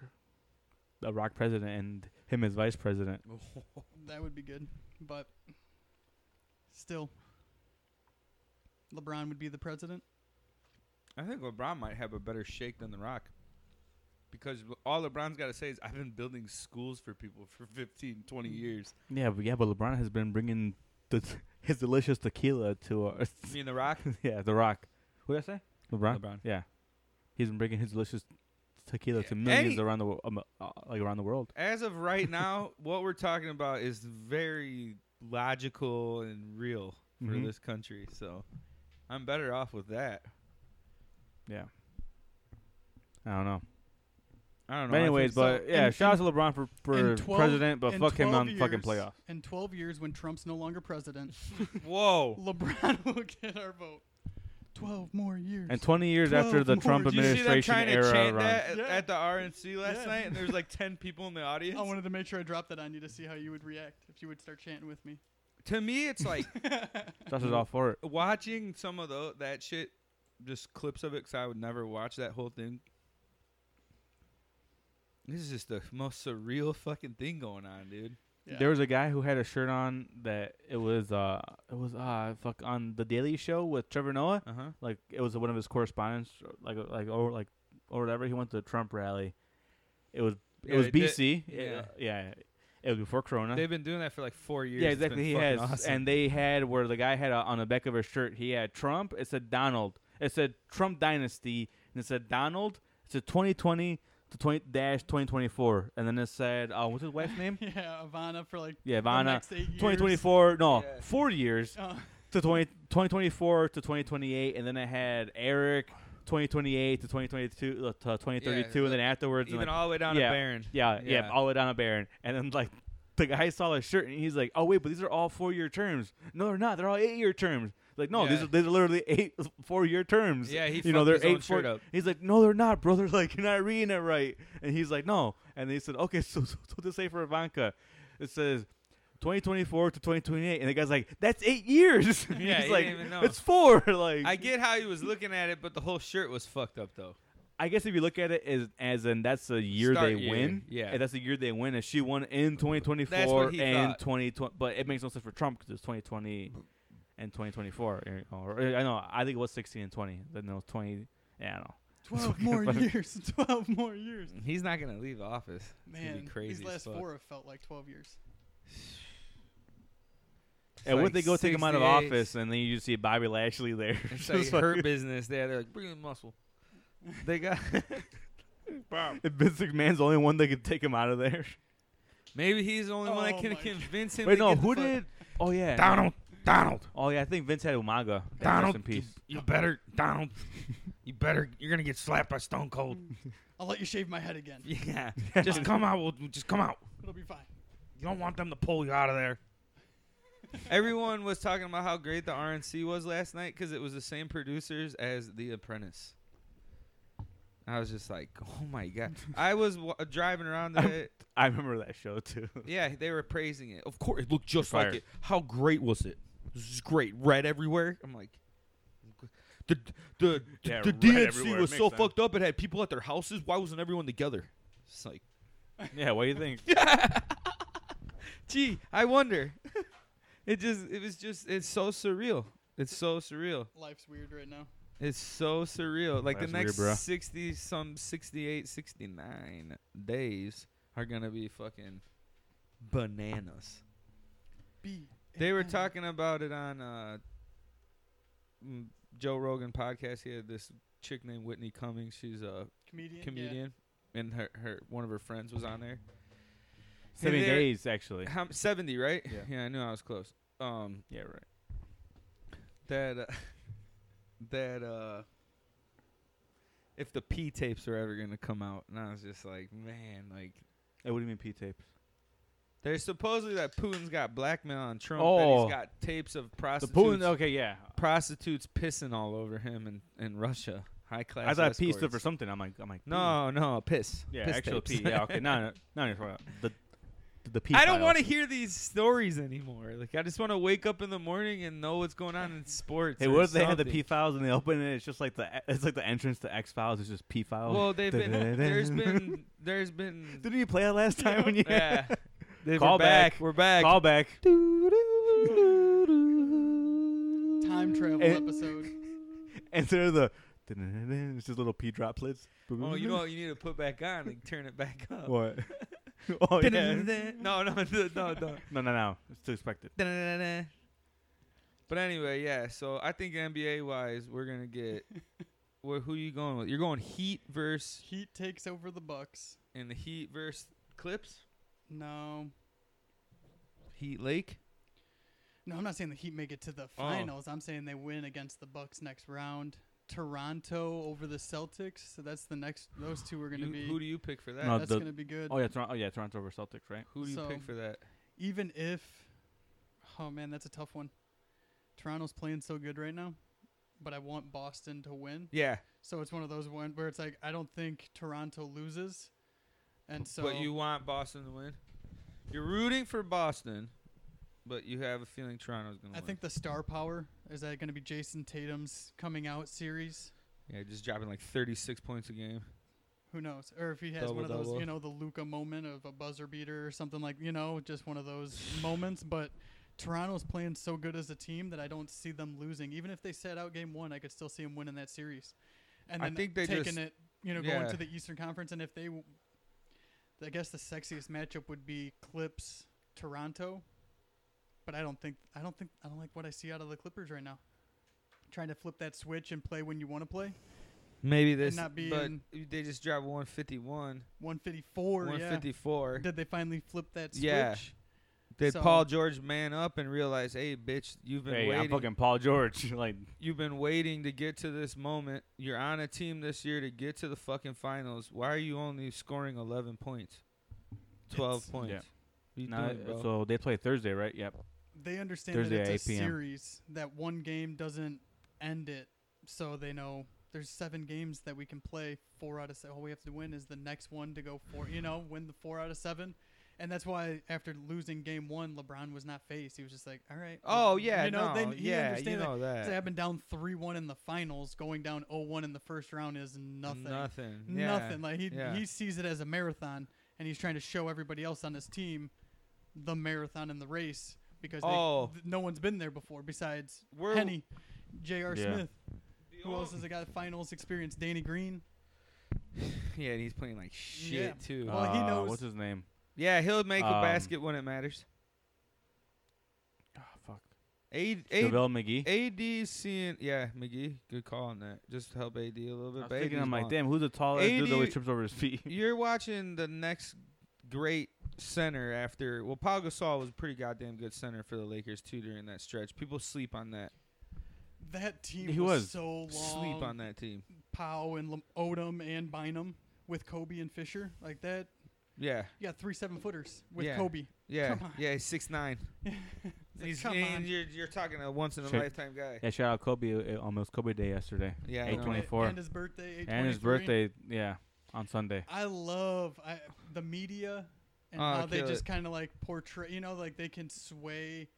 Speaker 2: the Rock president, and him as vice president.
Speaker 3: That would be good, but still, LeBron would be the president.
Speaker 1: I think LeBron might have a better shake than The Rock. Because all LeBron's got to say is, I've been building schools for people for 15, 20 years.
Speaker 2: Yeah, but yeah, but LeBron has been bringing the, [laughs] his delicious tequila to our
Speaker 1: Me and The Rock?
Speaker 2: [laughs] yeah, The Rock. What did I say? LeBron.
Speaker 1: LeBron.
Speaker 2: Yeah, he's been bringing his delicious tequila
Speaker 1: Yeah,
Speaker 2: to millions
Speaker 1: any-
Speaker 2: around the wo- um, uh, like around the world.
Speaker 1: As of right now, what we're talking about is very logical and real for
Speaker 2: Mhm.
Speaker 1: this country. So I'm better off with that.
Speaker 2: Yeah. I don't know.
Speaker 1: I don't
Speaker 2: But
Speaker 1: know. I
Speaker 2: anyways,
Speaker 1: think-
Speaker 2: but
Speaker 3: so.
Speaker 2: yeah,
Speaker 3: In-
Speaker 2: shout out to LeBron for, for
Speaker 3: in 12
Speaker 2: president, but
Speaker 3: in
Speaker 2: fuck him
Speaker 3: 12
Speaker 2: on fucking
Speaker 3: years-
Speaker 2: playoffs.
Speaker 3: In 12 years, when Trump's no
Speaker 2: [laughs]
Speaker 3: longer president,
Speaker 1: whoa.
Speaker 3: LeBron [laughs] will get our vote. 12 more years.
Speaker 2: And 20 years after
Speaker 3: 12
Speaker 2: the
Speaker 3: more
Speaker 2: Trump
Speaker 3: years.
Speaker 1: Did you see them
Speaker 2: administration
Speaker 1: trying to
Speaker 2: era
Speaker 1: chant
Speaker 2: runs.
Speaker 1: that at,
Speaker 3: Yeah.
Speaker 1: at the RNC last
Speaker 3: Yeah.
Speaker 1: night? And there's like
Speaker 3: [laughs]
Speaker 1: 10 people in the audience?
Speaker 3: I wanted to make sure I dropped that on you to see how you would react if you would start chanting with me.
Speaker 1: to me, it's
Speaker 3: [laughs]
Speaker 1: like,
Speaker 2: Josh is all for it.
Speaker 1: watching some of the, that shit, just clips of it, because I would never watch that whole thing. This is just the most surreal fucking thing going on, dude.
Speaker 3: Yeah.
Speaker 2: There was a guy who had a shirt on that it was uh it was uh fuck on the Daily Show with Trevor Noah.
Speaker 1: Uh huh.
Speaker 2: Like it was one of his correspondents, like like or like or whatever. He went to the Trump rally. It was it
Speaker 1: Yeah,
Speaker 2: was
Speaker 1: they did-
Speaker 2: BC. It-
Speaker 1: yeah.
Speaker 2: uh, yeah, it was before Corona.
Speaker 1: They've been doing that for like four years.
Speaker 2: yeah,
Speaker 1: It's been
Speaker 2: exactly. He
Speaker 1: fucking
Speaker 2: has,
Speaker 1: awesome.
Speaker 2: and they had where the guy had a, on the back of his shirt. He had Trump. It said Donald. It said Trump dynasty, and it said Donald. It said 2020 to 20 dash 2024, and then it said uh, what's his wife's name?
Speaker 3: [laughs] yeah, Ivana for like
Speaker 2: Yeah,
Speaker 3: the
Speaker 2: Vanna.
Speaker 3: next eight years.
Speaker 2: 2024 no
Speaker 1: Yeah.
Speaker 2: four years
Speaker 3: Uh,
Speaker 1: [laughs]
Speaker 3: [laughs]
Speaker 2: to 20, 2024 to 2028 and then i had eric 2028 to 2022 uh, to 2032 and then afterwards and
Speaker 1: even
Speaker 2: like,
Speaker 1: all the way down
Speaker 2: yeah.
Speaker 1: to Baron.
Speaker 2: yeah, yeah
Speaker 1: yeah.
Speaker 2: all the way down to baron and then like the guy saw the shirt and he's like oh wait but these are all four year terms no they're not they're all eight year terms like no these
Speaker 1: Yeah.
Speaker 2: are these are literally eight four year terms
Speaker 1: Yeah, he
Speaker 2: you know
Speaker 1: fucked
Speaker 2: they're
Speaker 1: his
Speaker 2: eight
Speaker 1: own shirt
Speaker 2: four-
Speaker 1: up.
Speaker 2: he's like no they're not brother [laughs] like you're not reading it right and he's like no and they said okay [laughs] so so, so to say for ivanka it says 2024 to 2028 and the guy's like that's eight years [laughs] And
Speaker 1: Yeah,
Speaker 2: he's
Speaker 1: he
Speaker 2: like
Speaker 1: didn't even know.
Speaker 2: it's four [laughs] like
Speaker 1: I get how he was looking at it, but the whole shirt was fucked up though.
Speaker 2: I guess if you look at it as as in that's the year
Speaker 1: Start
Speaker 2: they
Speaker 1: year,
Speaker 2: win.
Speaker 1: yeah.
Speaker 2: and that's the year they win, and she won in 2024
Speaker 1: That's what he
Speaker 2: and
Speaker 1: thought.
Speaker 2: 2020. But it makes no sense for Trump because it's 2020 and 2024. you know, Or, I know. I think it was 16 and 20. Then it was 20. Yeah, I don't know.
Speaker 3: 12 more
Speaker 2: Fuck.
Speaker 3: years. [laughs] 12 more years.
Speaker 1: He's not gonna leave office. It's gonna be
Speaker 3: Man,
Speaker 1: crazy as
Speaker 3: these last
Speaker 1: fuck.
Speaker 3: four have felt like 12 years.
Speaker 2: And
Speaker 1: like
Speaker 2: what if they go take him out of
Speaker 1: 68.
Speaker 2: office, and then you just see Bobby Lashley there? [laughs]
Speaker 1: It's
Speaker 2: Just
Speaker 1: like
Speaker 2: like-
Speaker 1: hurt business there. They're like, bring in muscle. They got
Speaker 2: If Vince McMahon's the only one that can take him out
Speaker 1: [laughs]
Speaker 2: of there.
Speaker 1: maybe he's the only one
Speaker 3: Oh
Speaker 1: that can
Speaker 3: my-
Speaker 1: convince him.
Speaker 2: Wait,
Speaker 1: to
Speaker 2: no,
Speaker 1: get the
Speaker 2: who
Speaker 1: fuck-
Speaker 2: did? Oh yeah,
Speaker 4: Donald, Donald,
Speaker 2: Oh yeah, I think Vince had Umaga. Rest in
Speaker 4: Donald, you,
Speaker 1: [laughs]
Speaker 2: peace.
Speaker 4: you better, Donald, you better, you're gonna get slapped by Stone Cold.
Speaker 3: I'll let you shave my head again.
Speaker 4: Yeah, just come out. We'll just come out.
Speaker 3: It'll be fine.
Speaker 4: You don't want them to pull you out of there.
Speaker 1: [laughs] Everyone was talking about how great the RNC was last night because it was the same producers as The Apprentice. I was just like, oh my god! I was w- driving around
Speaker 2: I'm-
Speaker 1: today.
Speaker 2: [laughs] [laughs] I remember that
Speaker 1: [laughs]
Speaker 2: show too.
Speaker 1: Yeah, they were praising it. Of course, it looked just like
Speaker 2: fire.
Speaker 1: it. How great was it? This is great. Red everywhere. I'm like, the the the,
Speaker 2: Yeah,
Speaker 1: the
Speaker 2: red
Speaker 1: DNC
Speaker 2: everywhere.
Speaker 1: was
Speaker 2: Makes
Speaker 1: so
Speaker 2: sense.
Speaker 1: fucked up. It had people at their houses. Why wasn't everyone together? It's like,
Speaker 2: yeah, what do you think?
Speaker 1: gee, I wonder. [laughs] it just, it was just, it's so surreal. It's so surreal.
Speaker 3: Life's weird right now.
Speaker 1: It's so surreal. Like
Speaker 2: That's
Speaker 1: the
Speaker 2: weird,
Speaker 1: next
Speaker 2: bruh.
Speaker 1: 60 some 68 69 days are going to be fucking bananas.
Speaker 3: B.
Speaker 1: They were
Speaker 3: N.
Speaker 1: talking about it on uh m- Joe Rogan podcast. He had this chick named Whitney Cummings. She's a
Speaker 3: comedian. Yeah.
Speaker 1: comedian and her, her one of her friends was on there.
Speaker 2: [laughs] Seven
Speaker 1: there-
Speaker 2: days actually.
Speaker 1: How, 70, right?
Speaker 2: Yeah.
Speaker 1: I knew I was close. Um
Speaker 2: Yeah, right.
Speaker 1: that uh, [laughs] that uh if the P tapes are ever gonna come out, and I was just like, man, like
Speaker 2: Hey, Oh, what do you mean P tapes?
Speaker 1: they're supposedly that Putin's got blackmail on Trump, that
Speaker 2: Oh.
Speaker 1: he's got tapes of
Speaker 2: The
Speaker 1: prostitutes,
Speaker 2: Putin. Okay, yeah.
Speaker 1: prostitutes pissing all over him in, in Russia, high class.
Speaker 2: I thought P stood
Speaker 1: escorts.
Speaker 2: for something. I'm like, I'm like. P.
Speaker 1: No, no, piss.
Speaker 2: Yeah,
Speaker 1: piss
Speaker 2: actual
Speaker 1: tapes. [laughs]
Speaker 2: P. Yeah, okay. No, [laughs] no, no. you're right. The the P.
Speaker 1: I don't want
Speaker 2: to.
Speaker 1: to hear these stories anymore. Like, I just want to wake up in the morning and know what's going on in sports.
Speaker 2: Hey,
Speaker 1: or
Speaker 2: what if they had the
Speaker 1: something.
Speaker 2: P files and they open it? It's just like the it's like the entrance to X Files. It's just P files.
Speaker 1: Well, they've
Speaker 2: [laughs]
Speaker 1: been there's been there's been
Speaker 2: Didn't you play that last time when you [laughs]
Speaker 1: Yeah. They-
Speaker 2: Call
Speaker 1: we're back.
Speaker 2: back.
Speaker 1: We're back.
Speaker 2: call back?
Speaker 3: Time
Speaker 2: Time
Speaker 3: travel episode.
Speaker 2: [laughs] Instead of the [laughs] it's just little P droplets.
Speaker 1: Oh, you know what you need to put back on? Like turn it back up. [laughs]
Speaker 2: [laughs] what? [laughs] oh yeah.
Speaker 1: No, no, [laughs] no, no, no.
Speaker 2: No, no, no. It's too expected.
Speaker 1: Da-da-da-da. But anyway, yeah. So I think NBA wise, we're gonna
Speaker 3: [laughs]
Speaker 1: get. Well, who you going with? You're going Heat verse
Speaker 3: Heat takes over the Bucks.
Speaker 1: and the Heat verse Clips.
Speaker 3: No.
Speaker 1: Heat Lake.
Speaker 3: No, I'm not saying the Heat make it to
Speaker 1: Oh.
Speaker 3: the finals. I'm saying they win against the Bucks next round. Toronto over the Celtics. So that's the next. Those two are going to
Speaker 1: You-
Speaker 3: be.
Speaker 1: who do you pick for that?
Speaker 2: No,
Speaker 3: that's
Speaker 2: the-
Speaker 3: going to be good.
Speaker 2: Oh yeah, Toronto. Oh yeah, Toronto over Celtics, right?
Speaker 1: who do you
Speaker 3: so-
Speaker 1: pick for that?
Speaker 3: Even if, oh man, that's a tough one. Toronto's playing so good right now, but I want Boston to win.
Speaker 1: Yeah,
Speaker 3: So it's one of those one where it's like I don't think Toronto loses, and so
Speaker 1: but you want Boston to win. You're rooting for Boston, but you have a feeling Toronto's gonna
Speaker 3: I
Speaker 1: win.
Speaker 3: think the star power is that going to be Jason Tatum's coming out series.
Speaker 1: Yeah, just dropping like 36 points a game.
Speaker 3: Who knows? Or if he has one of those,
Speaker 1: Double-double.
Speaker 3: you know, the Luca moment of a buzzer beater or something like, you know, just one
Speaker 1: [sighs]
Speaker 3: of those moments. But Toronto's playing so good as a team that I don't see them losing. Even if they sat out game one, I could still see them winning that series. And
Speaker 1: I
Speaker 3: then
Speaker 1: think they
Speaker 3: taking
Speaker 1: just-
Speaker 3: it, you know,
Speaker 1: yeah.
Speaker 3: going to the Eastern Conference. And if they, w- I guess the sexiest matchup would be Clips Toronto. But I don't think I don't think I don't like what I see out of the Clippers right now. Trying to flip that switch and play when you want to play.
Speaker 1: Maybe this,
Speaker 3: not
Speaker 1: but
Speaker 3: being-
Speaker 1: they just dropped 151,
Speaker 3: 154. Yeah.
Speaker 1: 154.
Speaker 3: Did they finally flip that switch?
Speaker 1: Yeah. Did
Speaker 3: so-
Speaker 1: Paul George man up and realize, hey, bitch, you've been
Speaker 2: Hey, I'm
Speaker 1: waiting,
Speaker 2: fucking Paul George. [laughs] like,
Speaker 1: you've been waiting to get to this moment. You're on a team this year to get to the fucking finals. Why are you only scoring 11 points, 12
Speaker 3: It's-
Speaker 1: points?
Speaker 2: Yeah.
Speaker 1: What you
Speaker 2: nah,
Speaker 1: doing, bro?
Speaker 2: so they play Thursday, right? Yep.
Speaker 3: They understand
Speaker 2: Thursday
Speaker 3: that
Speaker 2: at
Speaker 3: it's a
Speaker 2: 8 p.m..
Speaker 3: series. That one game doesn't end it, so they know there's seven games that we can play. Four out of seven. All we have to win is the next one to go four. You know, win the four out of seven. And that's why after losing game one, LeBron was not faced. He was just like, "All right."
Speaker 1: oh
Speaker 3: well,"
Speaker 1: yeah,
Speaker 3: you
Speaker 1: no,
Speaker 3: know, they, he
Speaker 1: yeah,
Speaker 3: understand
Speaker 1: you know
Speaker 3: that.
Speaker 1: that.
Speaker 3: 'Cause They have been down three one in the finals. Going down 0-1 in the first round is nothing.
Speaker 1: Nothing. Yeah.
Speaker 3: nothing. Like he
Speaker 1: yeah.
Speaker 3: he sees it as a marathon, and he's trying to show everybody else on his team the marathon and the race because they,
Speaker 1: Oh.
Speaker 3: th- no one's been there before besides
Speaker 1: We're-
Speaker 3: Henny, J.R.
Speaker 2: Yeah.
Speaker 3: Smith. Who else has got finals experience? Danny Green.
Speaker 1: [laughs] Yeah, and he's playing like shit
Speaker 3: Yeah.
Speaker 1: too.
Speaker 3: Well, he
Speaker 2: Uh,
Speaker 3: knows-
Speaker 2: What's his name?
Speaker 1: yeah, he'll make a
Speaker 2: Um,
Speaker 1: basket when it matters.
Speaker 2: Oh, fuck.
Speaker 1: AD, AD,
Speaker 2: JaVale McGee.
Speaker 1: AD seeing, yeah, McGee, good call on that. Just help AD a little bit.
Speaker 2: I was
Speaker 1: but
Speaker 2: thinking,
Speaker 1: AD's
Speaker 2: I'm like,
Speaker 1: balling.
Speaker 2: damn, who's the tall ass dude that always
Speaker 1: AD
Speaker 2: trips over
Speaker 1: [laughs]
Speaker 2: his feet?
Speaker 1: You're watching the next great center after. Well, Paul Gasol was a pretty goddamn good center for the Lakers too during that stretch. People sleep on that.
Speaker 3: That team
Speaker 2: He
Speaker 3: was,
Speaker 2: was.
Speaker 3: so long.
Speaker 1: Sleep on that team.
Speaker 3: Powell and Lam- Odom and Bynum with Kobe and Fisher like that.
Speaker 1: Yeah,
Speaker 3: You got three seven footers with
Speaker 1: Yeah.
Speaker 3: Kobe.
Speaker 1: yeah,
Speaker 3: Come on.
Speaker 1: yeah. He's six nine.
Speaker 3: It's like,
Speaker 1: He's,
Speaker 3: come
Speaker 1: and
Speaker 3: on.
Speaker 1: You're, you're talking a once in a
Speaker 2: Sure.
Speaker 1: lifetime guy.
Speaker 2: yeah, shout out Kobe. It, it almost Kobe Day yesterday,
Speaker 1: Yeah, I
Speaker 2: Eight
Speaker 1: know.
Speaker 2: twenty. 24.
Speaker 3: And his birthday.
Speaker 2: and his
Speaker 3: 8/23.
Speaker 2: birthday. Yeah, on Sunday.
Speaker 3: I love I, the media and
Speaker 1: Oh,
Speaker 3: how they
Speaker 1: kill
Speaker 3: just
Speaker 1: it.
Speaker 3: kind of like portray, you know, like they can sway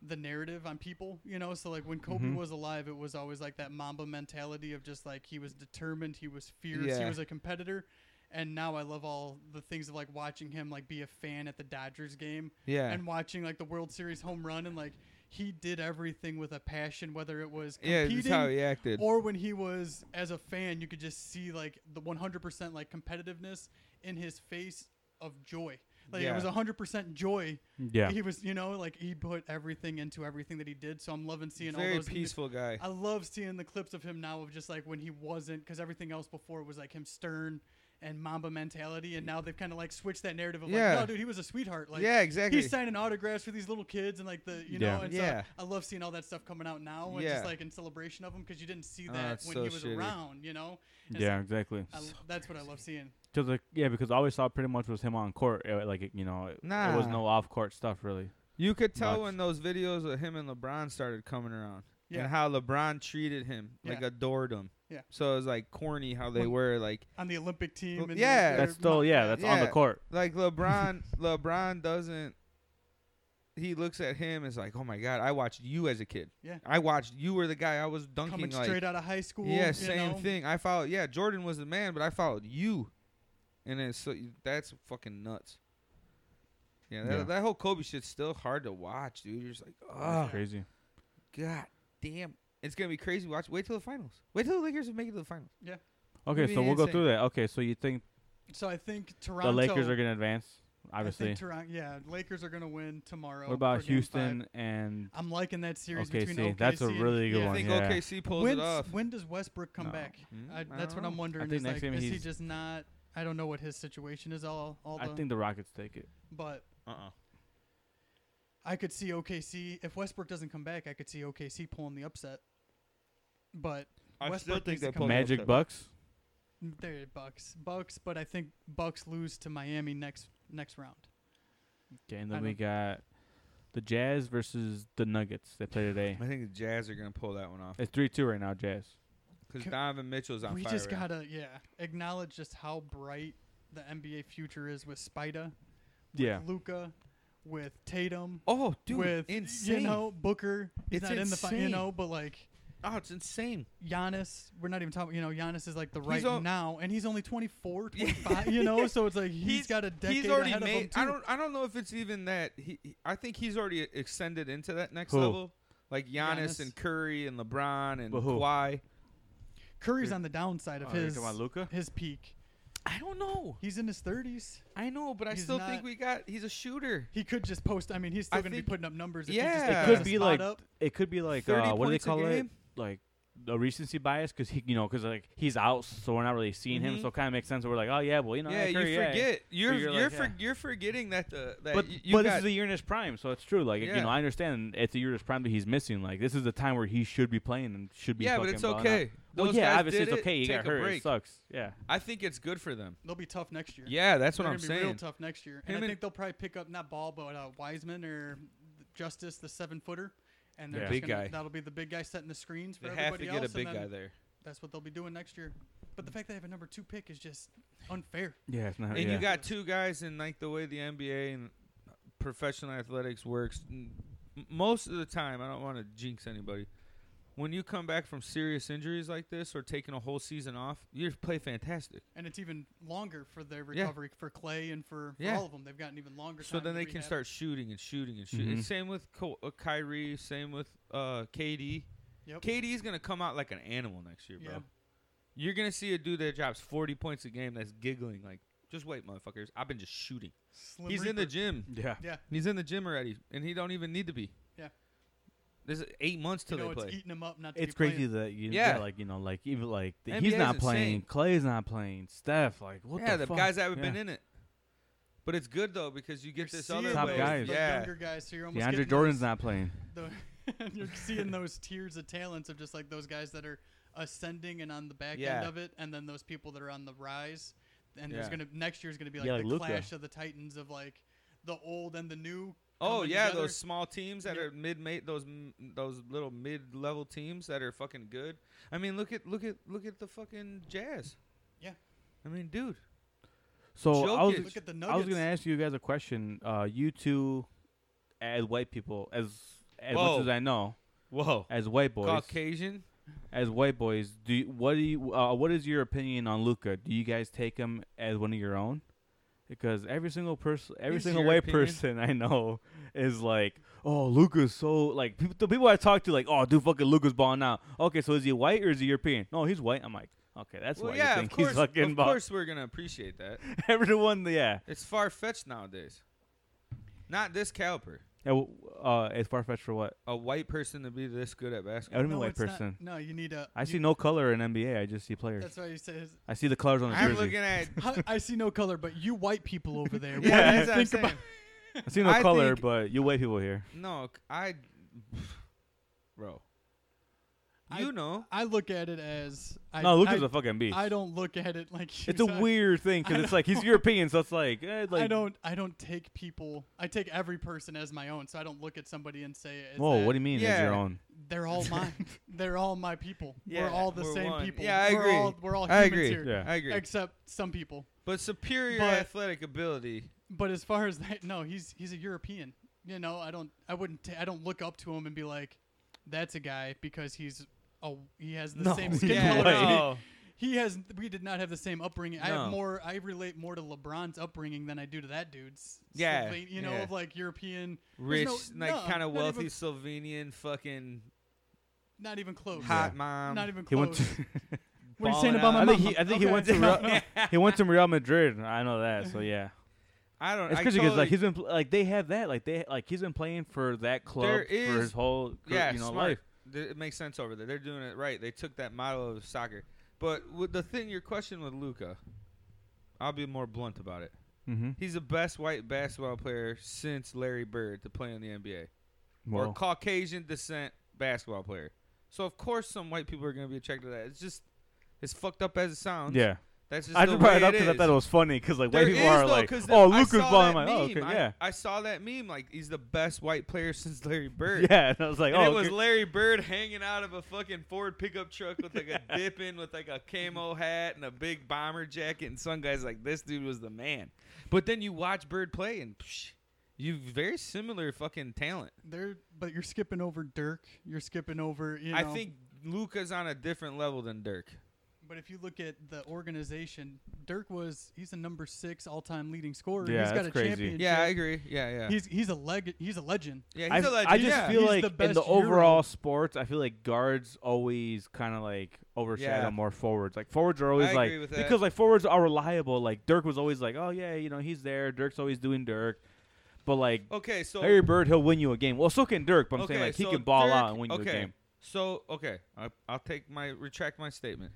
Speaker 3: the narrative on people, you know. So like when Kobe
Speaker 1: Mm-hmm.
Speaker 2: Mhm.
Speaker 3: was alive, it was always like that Mamba mentality of just like he was determined, he was fierce, he
Speaker 1: Yeah.
Speaker 3: was a competitor. And now I love all the things of like watching him like be a fan at the Dodgers game
Speaker 1: Yeah,
Speaker 3: and watching like the World Series home run and like he did everything with a passion, whether it was
Speaker 1: yeah.
Speaker 3: competing
Speaker 1: That's how he acted.
Speaker 3: or when he was as a fan you could just see like the 100% like competitiveness in his face of joy like it
Speaker 1: Yeah.
Speaker 3: was 100% joy
Speaker 2: Yeah,
Speaker 3: he was you know like he put everything into everything that he did so i'm loving seeing all
Speaker 1: Very
Speaker 3: those
Speaker 1: peaceful guy.
Speaker 3: i love seeing the clips of him now of just like when he wasn't because everything else before was like him stern and mamba mentality and now they've kind of like switched that narrative of
Speaker 1: Yeah.
Speaker 3: like no dude he was a sweetheart like
Speaker 1: yeah, exactly.
Speaker 3: He's signing autographs for these little kids and like the you know
Speaker 2: Yeah.
Speaker 3: and
Speaker 1: Yeah.
Speaker 3: so I love seeing all that stuff coming out now and
Speaker 1: Yeah.
Speaker 3: just like in celebration of him because you didn't see
Speaker 1: Oh,
Speaker 3: that
Speaker 1: it's
Speaker 3: when
Speaker 1: so
Speaker 3: he was
Speaker 1: shitty.
Speaker 3: around you know it's
Speaker 2: yeah, exactly.
Speaker 3: I, that's what I love seeing
Speaker 2: Cause like, yeah, because I always saw pretty much was him on court. It, like it- you know, it, it was
Speaker 1: Nah.
Speaker 2: no off court stuff really.
Speaker 1: You could tell
Speaker 2: Much.
Speaker 1: when those videos of him and LeBron started coming around.
Speaker 3: Yeah.
Speaker 1: And how LeBron treated him, like
Speaker 3: Yeah.
Speaker 1: adored him.
Speaker 3: Yeah.
Speaker 1: So it was like corny how they
Speaker 3: Well,
Speaker 1: were like
Speaker 3: on the Olympic team
Speaker 1: Well,
Speaker 3: and
Speaker 1: yeah.
Speaker 3: their-
Speaker 2: That's still yeah, that's on the
Speaker 1: Yeah.
Speaker 2: court.
Speaker 1: like
Speaker 3: [laughs]
Speaker 1: LeBron LeBron doesn't he looks at him as like, Oh my god, I watched you as a kid.
Speaker 3: Yeah.
Speaker 1: I watched you were the guy I was
Speaker 3: coming
Speaker 1: dunking like
Speaker 3: straight out of high school
Speaker 1: Yeah,
Speaker 3: you
Speaker 1: same
Speaker 3: know?
Speaker 1: thing. I followed yeah, Jordan was the man, but I followed you. And it's so that's fucking nuts. Yeah, that,
Speaker 2: Yeah.
Speaker 1: that whole Kobe shit's still hard to watch, dude. You're just like,
Speaker 2: That's
Speaker 1: oh,
Speaker 2: crazy.
Speaker 1: God damn. It's gonna be crazy. Watch. Wait till the finals. Wait till the Lakers make it to the finals.
Speaker 2: Okay,
Speaker 1: be
Speaker 2: so we'll go
Speaker 1: insane.
Speaker 2: through that. Okay, so you think
Speaker 3: so I think Toronto
Speaker 2: the Lakers are gonna advance?
Speaker 3: I
Speaker 2: Obviously.
Speaker 3: think Toronto yeah Lakers are gonna win tomorrow
Speaker 2: What about
Speaker 3: for game
Speaker 2: Houston
Speaker 3: five.
Speaker 2: and
Speaker 3: I'm liking that series
Speaker 2: OKC?
Speaker 3: between OKC
Speaker 2: That's a
Speaker 3: and-
Speaker 2: really good
Speaker 3: yeah.
Speaker 1: I
Speaker 2: one.
Speaker 1: think
Speaker 2: yeah.
Speaker 1: OKC pulls
Speaker 3: When's-
Speaker 1: it off.
Speaker 3: when does Westbrook come
Speaker 2: No.
Speaker 3: back
Speaker 1: Mm,
Speaker 3: I,
Speaker 1: I
Speaker 3: that's
Speaker 1: don't
Speaker 3: what I'm
Speaker 1: know.
Speaker 3: wondering
Speaker 2: I think
Speaker 3: is
Speaker 2: next
Speaker 3: like
Speaker 2: game
Speaker 3: is he
Speaker 2: he's-
Speaker 3: just not I don't know what his situation is all all the
Speaker 2: I think the Rockets take it.
Speaker 3: but
Speaker 1: Uh-uh.
Speaker 3: I could see OKC if Westbrook doesn't come back. I could see OKC pulling the upset, but
Speaker 1: I
Speaker 3: Westbrook
Speaker 1: still think
Speaker 3: needs to
Speaker 1: they
Speaker 3: come
Speaker 1: pull it
Speaker 3: back.
Speaker 1: off.
Speaker 2: Magic
Speaker 1: though.
Speaker 2: Bucks.
Speaker 3: They're Bucks, Bucks, but I think Bucks lose to Miami next next round.
Speaker 2: Okay, and then
Speaker 3: I
Speaker 2: we got the Jazz versus the Nuggets. They play today.
Speaker 1: I think the Jazz are gonna pull that one off
Speaker 2: It's three two right now, Jazz.
Speaker 1: because
Speaker 3: Can-
Speaker 1: Donovan Mitchell's on
Speaker 3: we
Speaker 1: fire.
Speaker 3: just
Speaker 1: right now.
Speaker 3: gotta yeah acknowledge just how bright the NBA future is with Spida, with
Speaker 2: Yeah.
Speaker 3: Luca, with Tatum,
Speaker 1: Oh, dude,
Speaker 3: with
Speaker 1: insane!
Speaker 3: you know Booker. He's
Speaker 1: It's
Speaker 3: not in the fi- you
Speaker 1: insane.
Speaker 3: know, but like
Speaker 1: oh, it's insane.
Speaker 3: Giannis, we're not even talking. You know, Giannis is like the right
Speaker 1: al-
Speaker 3: now, and he's
Speaker 1: [laughs]
Speaker 3: only 24,
Speaker 1: Yeah.
Speaker 3: 25. you know, so it's like he's got a decade
Speaker 1: He's already
Speaker 3: ahead
Speaker 1: made.
Speaker 3: of him too.
Speaker 1: I don't. I don't know if it's even that. He, he- I think he's already extended into that next
Speaker 2: Who?
Speaker 1: level, like Giannis,
Speaker 3: Giannis.
Speaker 1: and Curry and LeBron and
Speaker 2: But who?
Speaker 1: Kawhi.
Speaker 3: Curry's on the downside
Speaker 1: Oh,
Speaker 3: of his
Speaker 2: Luca.
Speaker 3: his peak.
Speaker 1: I don't know.
Speaker 3: He's in his 30s.
Speaker 1: I know, but I
Speaker 3: He's
Speaker 1: still
Speaker 3: not-
Speaker 1: think we got. He's a shooter.
Speaker 3: He could just post. I mean, he's still
Speaker 1: I
Speaker 3: going to be
Speaker 1: think-
Speaker 3: putting up numbers. If he
Speaker 1: Yeah.
Speaker 3: just
Speaker 2: It
Speaker 1: It
Speaker 2: could
Speaker 3: has a
Speaker 2: be
Speaker 3: spot
Speaker 2: like
Speaker 3: up.
Speaker 2: it could be like
Speaker 1: 30
Speaker 2: uh, what do they
Speaker 1: points a
Speaker 2: call it?
Speaker 1: game?
Speaker 2: Like a recency bias because he you know because like he's out, so we're not really seeing him,
Speaker 1: Mhm.
Speaker 2: so it kind of makes sense. We're like, oh yeah, well you know,
Speaker 1: Yeah,
Speaker 2: yeah, Curry,
Speaker 1: you
Speaker 2: yeah.
Speaker 1: forget. You're
Speaker 2: you're
Speaker 1: you're
Speaker 2: like,
Speaker 1: for,
Speaker 2: yeah.
Speaker 1: you're forgetting that the that
Speaker 2: But,
Speaker 1: y- you
Speaker 2: but this
Speaker 1: got
Speaker 2: is a year in his prime, so it's true. Like you
Speaker 1: Yeah.
Speaker 2: know, I understand it's a year in his prime that he's missing. Like this is the time where he should be playing and should be.
Speaker 1: yeah, but it's
Speaker 2: fucking balling out.
Speaker 1: okay.
Speaker 2: Well,
Speaker 1: Those
Speaker 2: yeah,
Speaker 1: guys
Speaker 2: obviously
Speaker 1: did
Speaker 2: it's
Speaker 1: it.
Speaker 2: okay. You
Speaker 1: Take
Speaker 2: got
Speaker 1: a
Speaker 2: hurt. It
Speaker 1: break.
Speaker 2: sucks. Yeah.
Speaker 1: I think it's good for them.
Speaker 3: They'll be tough next year.
Speaker 1: Yeah, that's
Speaker 3: They're
Speaker 1: what
Speaker 3: gonna
Speaker 1: I'm
Speaker 3: be real
Speaker 1: saying.
Speaker 3: tough next year.
Speaker 1: Him
Speaker 3: and I
Speaker 1: and-
Speaker 3: think they'll probably pick up not Ball, but uh, Wiseman or Justice, the seven footer. And they're
Speaker 2: Yeah.
Speaker 3: just
Speaker 1: Big
Speaker 3: gonna-
Speaker 1: guy.
Speaker 3: That'll be the big guy setting the screens for
Speaker 1: They have
Speaker 3: everybody
Speaker 1: to get a
Speaker 3: else,
Speaker 1: big
Speaker 3: and
Speaker 1: guy
Speaker 3: then
Speaker 1: there.
Speaker 3: That's what they'll be doing next year. But the fact they have a number two pick is just unfair.
Speaker 2: Yeah, it's not.
Speaker 1: And
Speaker 2: Uh, yeah.
Speaker 1: you got two guys in like the way the NBA and professional athletics works. n- m- Most of the time, I don't want to jinx anybody. When you come back from serious injuries like this or taking a whole season off, you play fantastic.
Speaker 3: and it's even longer for their
Speaker 1: Yeah.
Speaker 3: recovery for Clay and for, for
Speaker 1: Yeah.
Speaker 3: all of them. They've gotten even longer.
Speaker 1: So
Speaker 3: time
Speaker 1: then
Speaker 3: to
Speaker 1: they can
Speaker 3: rehab.
Speaker 1: start shooting and shooting and shooting.
Speaker 2: Mhm.
Speaker 1: Same with Ko- uh, Kyrie. Same with uh, KD.
Speaker 3: Yep.
Speaker 1: KD is gonna come out like an animal next year, bro.
Speaker 3: Yeah.
Speaker 1: You're gonna see a dude that drops 40 points a game that's giggling like, just wait, motherfuckers. I've been just shooting.
Speaker 3: Slim
Speaker 1: He's in the
Speaker 3: Reaper.
Speaker 1: gym.
Speaker 2: Yeah.
Speaker 3: Yeah,
Speaker 1: He's in the gym already, and he don't even need to be.
Speaker 3: Yeah.
Speaker 1: There's eight months
Speaker 3: You
Speaker 1: till
Speaker 3: know,
Speaker 1: they
Speaker 3: it's e-
Speaker 1: play.
Speaker 3: eating him up not to
Speaker 2: It's
Speaker 3: be playing.
Speaker 2: crazy that you
Speaker 1: Yeah.
Speaker 2: yeah, like you know, like even like the,
Speaker 1: NBA
Speaker 2: he's
Speaker 1: is
Speaker 2: not
Speaker 1: insane.
Speaker 2: playing, Clay's not playing, Steph, like what
Speaker 1: yeah,
Speaker 2: the,
Speaker 1: the,
Speaker 2: fuck?
Speaker 1: guys that haven't
Speaker 2: yeah.
Speaker 1: been in it. But it's good though because you get
Speaker 3: You're
Speaker 1: this other
Speaker 3: seeing
Speaker 2: Top
Speaker 1: way.
Speaker 3: those,
Speaker 2: guys.
Speaker 3: the
Speaker 1: Yeah,
Speaker 3: younger guys. So you're almost
Speaker 2: DeAndre
Speaker 3: getting
Speaker 2: Jordan's
Speaker 3: those-
Speaker 2: not playing.
Speaker 3: the, [laughs] you're seeing those tiers of talents of just like those guys that are ascending and on the back
Speaker 1: Yeah.
Speaker 3: end of it, and then those people that are on the rise. And there's
Speaker 1: Yeah.
Speaker 3: gonna next year's gonna be like
Speaker 5: Yeah,
Speaker 3: the
Speaker 5: like Luka.
Speaker 3: clash of the titans of like the old and the new.
Speaker 1: Oh
Speaker 3: coming
Speaker 1: yeah,
Speaker 3: together.
Speaker 1: those small teams that
Speaker 3: Yeah.
Speaker 1: are mid mate those m- those little mid level teams that are fucking good. I mean, look at look at look at the fucking Jazz.
Speaker 3: Yeah.
Speaker 1: I mean, dude.
Speaker 2: So I was
Speaker 1: Jokic.
Speaker 3: Look at
Speaker 2: [laughs]
Speaker 3: the
Speaker 2: I
Speaker 3: Nuggets.
Speaker 2: was gonna ask you guys a question. Uh, you two, as white people, as as
Speaker 1: Whoa.
Speaker 2: much as I know,
Speaker 1: Whoa.
Speaker 2: as white boys,
Speaker 1: Caucasian.
Speaker 2: as white boys, do you, what do you? Uh, what is your opinion on Luca? Do you guys take him as one of your own? Because every single person, every
Speaker 1: He's
Speaker 2: single
Speaker 1: your
Speaker 2: white
Speaker 1: opinion.
Speaker 2: person [laughs] I know is like, oh, Luca's so like people, the people I talk to like, oh, dude, fucking Luca's balling out. Okay, so is he white or is he European? No, he's white. I'm like, okay, that's
Speaker 1: Well,
Speaker 2: why
Speaker 1: yeah,
Speaker 2: you
Speaker 1: of
Speaker 2: think
Speaker 1: course.
Speaker 2: he's fucking
Speaker 1: of
Speaker 2: ball-
Speaker 1: course, we're gonna appreciate that.
Speaker 2: [laughs] Everyone, yeah,
Speaker 1: It's far fetched nowadays. Not this caliber.
Speaker 2: Yeah, w- uh, it's far fetched for what?
Speaker 1: A white person to be this good at basketball.
Speaker 2: What do you mean
Speaker 3: No,
Speaker 2: white
Speaker 3: it's not-
Speaker 2: person?
Speaker 3: no, you need a.
Speaker 2: I
Speaker 3: you-
Speaker 2: see no color in NBA. I just see players.
Speaker 3: That's why you say. his-
Speaker 2: I see the colors on the
Speaker 1: I'm
Speaker 2: jersey.
Speaker 1: looking
Speaker 2: [laughs]
Speaker 1: at.
Speaker 3: I- I see no color, but you white people over there.
Speaker 1: Yeah,
Speaker 3: what do you
Speaker 1: that's what I'm
Speaker 3: think about?
Speaker 1: saying.
Speaker 2: I see no
Speaker 1: I
Speaker 2: color,
Speaker 1: think-
Speaker 2: but you white people here.
Speaker 1: No, c- I, bro.
Speaker 3: I-
Speaker 1: You know,
Speaker 3: I look at it as I,
Speaker 2: no,
Speaker 3: I,
Speaker 2: Luca's a fucking beast.
Speaker 3: I don't look at it like you
Speaker 2: it's a
Speaker 3: said.
Speaker 1: [laughs]
Speaker 2: weird thing
Speaker 3: I
Speaker 2: because it's like he's
Speaker 3: don't-
Speaker 2: European, so it's like, eh, like
Speaker 3: I don't I don't take people I take every person as my own, so I don't look at somebody and say "Is
Speaker 2: Whoa,
Speaker 3: that-
Speaker 2: what do you mean? Is
Speaker 1: Yeah.
Speaker 2: your own?
Speaker 3: they're all
Speaker 2: [laughs]
Speaker 3: mine. they're all my people.
Speaker 1: Yeah,
Speaker 3: we're all the
Speaker 1: we're
Speaker 3: same
Speaker 1: one.
Speaker 3: people.
Speaker 1: Yeah, I
Speaker 3: we're
Speaker 1: agree.
Speaker 3: All, we're all
Speaker 1: I
Speaker 3: humans
Speaker 1: agree.
Speaker 3: here.
Speaker 2: Yeah.
Speaker 1: I agree.
Speaker 3: Except some people.
Speaker 1: but superior
Speaker 3: But-
Speaker 1: athletic
Speaker 2: [laughs]
Speaker 1: ability.
Speaker 3: But as far as [laughs] that no, he's he's a European. You know, I don't I wouldn't I I don't look up to him and be like, That's a guy because he's a, he has the
Speaker 2: No,
Speaker 3: same skin
Speaker 2: yeah,
Speaker 3: color as
Speaker 2: [laughs]
Speaker 3: me."
Speaker 2: no.
Speaker 3: He has. We did not have the same upbringing. I
Speaker 1: No.
Speaker 3: have more. I relate more to LeBron's upbringing than I do to that dude's.
Speaker 1: Yeah,
Speaker 3: Slovene- you know,
Speaker 1: yeah.
Speaker 3: of like European,
Speaker 1: rich,
Speaker 3: There's no-
Speaker 1: like
Speaker 3: no,
Speaker 1: kind
Speaker 3: not
Speaker 1: of
Speaker 3: even-
Speaker 1: wealthy Slovenian fucking
Speaker 3: not even close.
Speaker 1: hot mom.
Speaker 3: Not even
Speaker 2: He went.
Speaker 3: close.
Speaker 2: To,
Speaker 1: [laughs]
Speaker 3: what are you saying about my
Speaker 2: I think
Speaker 3: mama?
Speaker 2: he. I think he
Speaker 3: Okay.
Speaker 2: went to.
Speaker 3: No,
Speaker 2: Real,
Speaker 3: no.
Speaker 2: He went to Real Madrid. I know that. So yeah,
Speaker 1: [laughs] I don't.
Speaker 2: it's
Speaker 1: I
Speaker 2: crazy because
Speaker 1: totally-
Speaker 2: like he's been pl- like they have that like they like he's been playing for that club
Speaker 1: There
Speaker 2: for
Speaker 1: is-
Speaker 2: his whole cur-
Speaker 1: yeah,
Speaker 2: you know
Speaker 1: smart.
Speaker 2: life.
Speaker 1: Th- It makes sense over there. They're doing it right. They took that model of soccer. But with the thing, your question with Luca, I'll be more blunt about it.
Speaker 2: Mm-hmm.
Speaker 1: He's the best white basketball player since Larry Bird to play in the NBA. or
Speaker 2: Well,
Speaker 1: Caucasian descent basketball player. So of course some white people are going to be attracted to that. It's just as fucked up as it sounds.
Speaker 2: yeah.
Speaker 1: that's just
Speaker 2: I
Speaker 1: the
Speaker 2: just brought
Speaker 1: way
Speaker 2: it up
Speaker 1: it
Speaker 2: because I
Speaker 1: is.
Speaker 2: thought it was funny because like
Speaker 1: There
Speaker 2: white people
Speaker 1: is,
Speaker 2: are
Speaker 1: though,
Speaker 2: like,
Speaker 1: 'cause
Speaker 2: oh,
Speaker 1: I
Speaker 2: Luca's
Speaker 1: saw
Speaker 2: balling.
Speaker 1: that
Speaker 2: I'm like, oh,
Speaker 1: meme.
Speaker 2: okay,
Speaker 1: I-
Speaker 2: yeah,
Speaker 1: I saw that meme. Like he's the best white player [laughs] since Larry Bird.
Speaker 2: [laughs] yeah. And I was like,
Speaker 1: And
Speaker 2: oh,
Speaker 1: it was
Speaker 2: okay.
Speaker 1: Larry Bird hanging out of a fucking Ford pickup truck with like
Speaker 2: [laughs]
Speaker 1: a dip in with like a camo hat and a big bomber jacket and sunglasses. Like this dude was the man. But then you watch Bird play and psh, you very similar fucking talent.
Speaker 3: There, but you're skipping over Dirk. You're skipping over. You know,
Speaker 1: I think Luca's on a different level than Dirk.
Speaker 3: But if you look at the organization, Dirk was he's the number six all-time leading scorer.
Speaker 2: Yeah,
Speaker 3: he's got
Speaker 2: that's
Speaker 3: a
Speaker 2: crazy.
Speaker 3: championship.
Speaker 1: Yeah, I agree. Yeah, yeah.
Speaker 3: He's he's a leg. He's a legend.
Speaker 1: yeah,
Speaker 2: I,
Speaker 1: he's a legend.
Speaker 2: I just
Speaker 1: yeah.
Speaker 2: feel
Speaker 3: He's
Speaker 2: like
Speaker 3: the
Speaker 2: in the
Speaker 3: best
Speaker 2: overall
Speaker 3: Euro.
Speaker 2: sports, I feel like guards always kind of like overshadow
Speaker 1: Yeah.
Speaker 2: more forwards. Like forwards are always
Speaker 1: I
Speaker 2: like
Speaker 1: agree with that.
Speaker 2: because like forwards are reliable. Like Dirk was always like, oh yeah, you know he's there. Dirk's always doing Dirk, but like
Speaker 1: okay. Oh, So
Speaker 2: Larry Bird, he'll win you a game. Well, so can Dirk, but I'm saying
Speaker 1: Okay,
Speaker 2: like he
Speaker 1: so
Speaker 2: can ball
Speaker 1: Dirk-
Speaker 2: out and win you a
Speaker 1: okay,
Speaker 2: game.
Speaker 1: So okay, I, I'll take my retract my statement.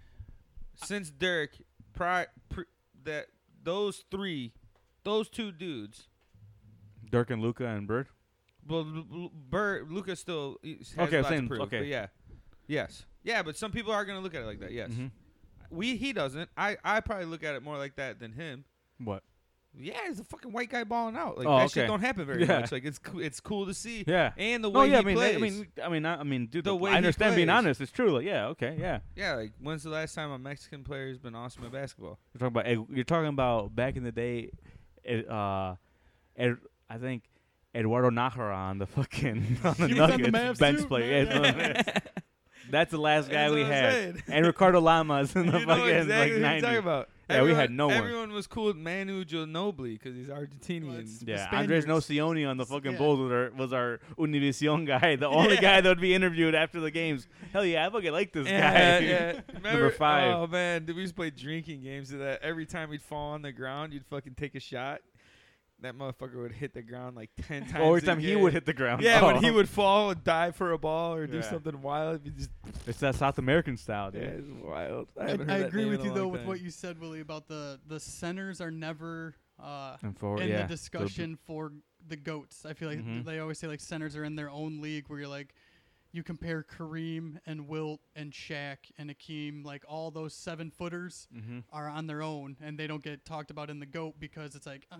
Speaker 1: Since Dirk, pri, pri, that those three, those two dudes,
Speaker 2: Dirk and Luca and Bird.
Speaker 1: well, Lu- Lu- Bird, Luca still e, has
Speaker 2: Okay,
Speaker 1: a lot
Speaker 2: same,
Speaker 1: To prove,
Speaker 2: okay.
Speaker 1: but yeah, yes, yeah. But some people are gonna look at it like that. Yes,
Speaker 2: Mhm.
Speaker 1: we he doesn't. I I probably look at it more like that than him.
Speaker 2: What?
Speaker 1: Yeah, it's a fucking white guy balling out. Like
Speaker 2: Oh,
Speaker 1: that
Speaker 2: okay.
Speaker 1: shit don't happen very
Speaker 2: [laughs] Yeah.
Speaker 1: much. Like it's coo- it's cool to see.
Speaker 2: Yeah.
Speaker 1: And the
Speaker 2: No,
Speaker 1: way
Speaker 2: yeah,
Speaker 1: he
Speaker 2: I mean,
Speaker 1: plays.
Speaker 2: I mean, I mean, I, I mean, dude,
Speaker 1: The
Speaker 2: the
Speaker 1: way
Speaker 2: I
Speaker 1: he
Speaker 2: understand being
Speaker 1: plays.
Speaker 2: honest. It's true. Like, yeah, okay, yeah.
Speaker 1: yeah, like when's the last time a Mexican player has been awesome at
Speaker 2: [laughs]
Speaker 1: basketball?
Speaker 2: You're talking about Ed- you're talking about back in the day, Ed, uh, Ed, I think Eduardo Nájera on the fucking [laughs] on the
Speaker 3: He was on the
Speaker 2: Nuggets
Speaker 3: Mavs
Speaker 2: bench
Speaker 3: too,
Speaker 2: play.
Speaker 3: man.
Speaker 2: Yeah, he's on the Mavs. [laughs] That's the last guy
Speaker 1: That's
Speaker 2: we
Speaker 1: what I'm
Speaker 2: had,
Speaker 1: saying.
Speaker 2: and Ricardo Lamas
Speaker 1: [laughs]
Speaker 2: in the
Speaker 1: you know
Speaker 2: fucking
Speaker 1: exactly what I'm
Speaker 2: like
Speaker 1: talking
Speaker 2: '90s.
Speaker 1: about.
Speaker 2: Yeah, we had no one.
Speaker 1: Everyone was cool with Manu Ginobili because he's Argentinian.
Speaker 3: Well, it's-
Speaker 2: Yeah,
Speaker 3: The
Speaker 2: Andres
Speaker 3: Spaniards.
Speaker 2: Nocioni on the fucking
Speaker 3: Yeah.
Speaker 2: Bulls was our, was our Univision
Speaker 1: [laughs]
Speaker 2: guy, the only
Speaker 1: Yeah.
Speaker 2: guy that would be interviewed after the games. Hell yeah, I fucking like this
Speaker 1: yeah,
Speaker 2: guy. [laughs]
Speaker 1: yeah. Remember,
Speaker 2: five.
Speaker 1: Oh man, did we used to play drinking games of that? Every time we'd fall on the ground, you'd fucking take a shot. that motherfucker would hit the ground like
Speaker 2: [laughs]
Speaker 1: ten times.
Speaker 2: Every
Speaker 1: a
Speaker 2: time he
Speaker 1: game.
Speaker 2: would hit the ground.
Speaker 1: Yeah,
Speaker 2: Oh.
Speaker 1: when he would fall and dive for a ball or do
Speaker 2: Yeah.
Speaker 1: something wild, it'd be just
Speaker 2: It's that South American style,
Speaker 1: yeah,
Speaker 2: dude.
Speaker 1: it's wild. I,
Speaker 3: I,
Speaker 1: haven't
Speaker 3: I
Speaker 1: heard that
Speaker 3: agree
Speaker 1: name
Speaker 3: with
Speaker 1: in a
Speaker 3: you though
Speaker 1: long
Speaker 3: with
Speaker 1: time.
Speaker 3: what you said, Willie, about the the centers are never uh,
Speaker 2: And forward,
Speaker 3: in
Speaker 2: Oh, yeah.
Speaker 3: the
Speaker 2: So-
Speaker 3: discussion for the goats. I feel like
Speaker 2: Mhm.
Speaker 3: they always say like centers are in their own league where you're like you compare Kareem and Wilt and Shaq and Akeem, like all those seven footers
Speaker 2: Mhm.
Speaker 3: are on their own and they don't get talked about in the goat because it's like uh,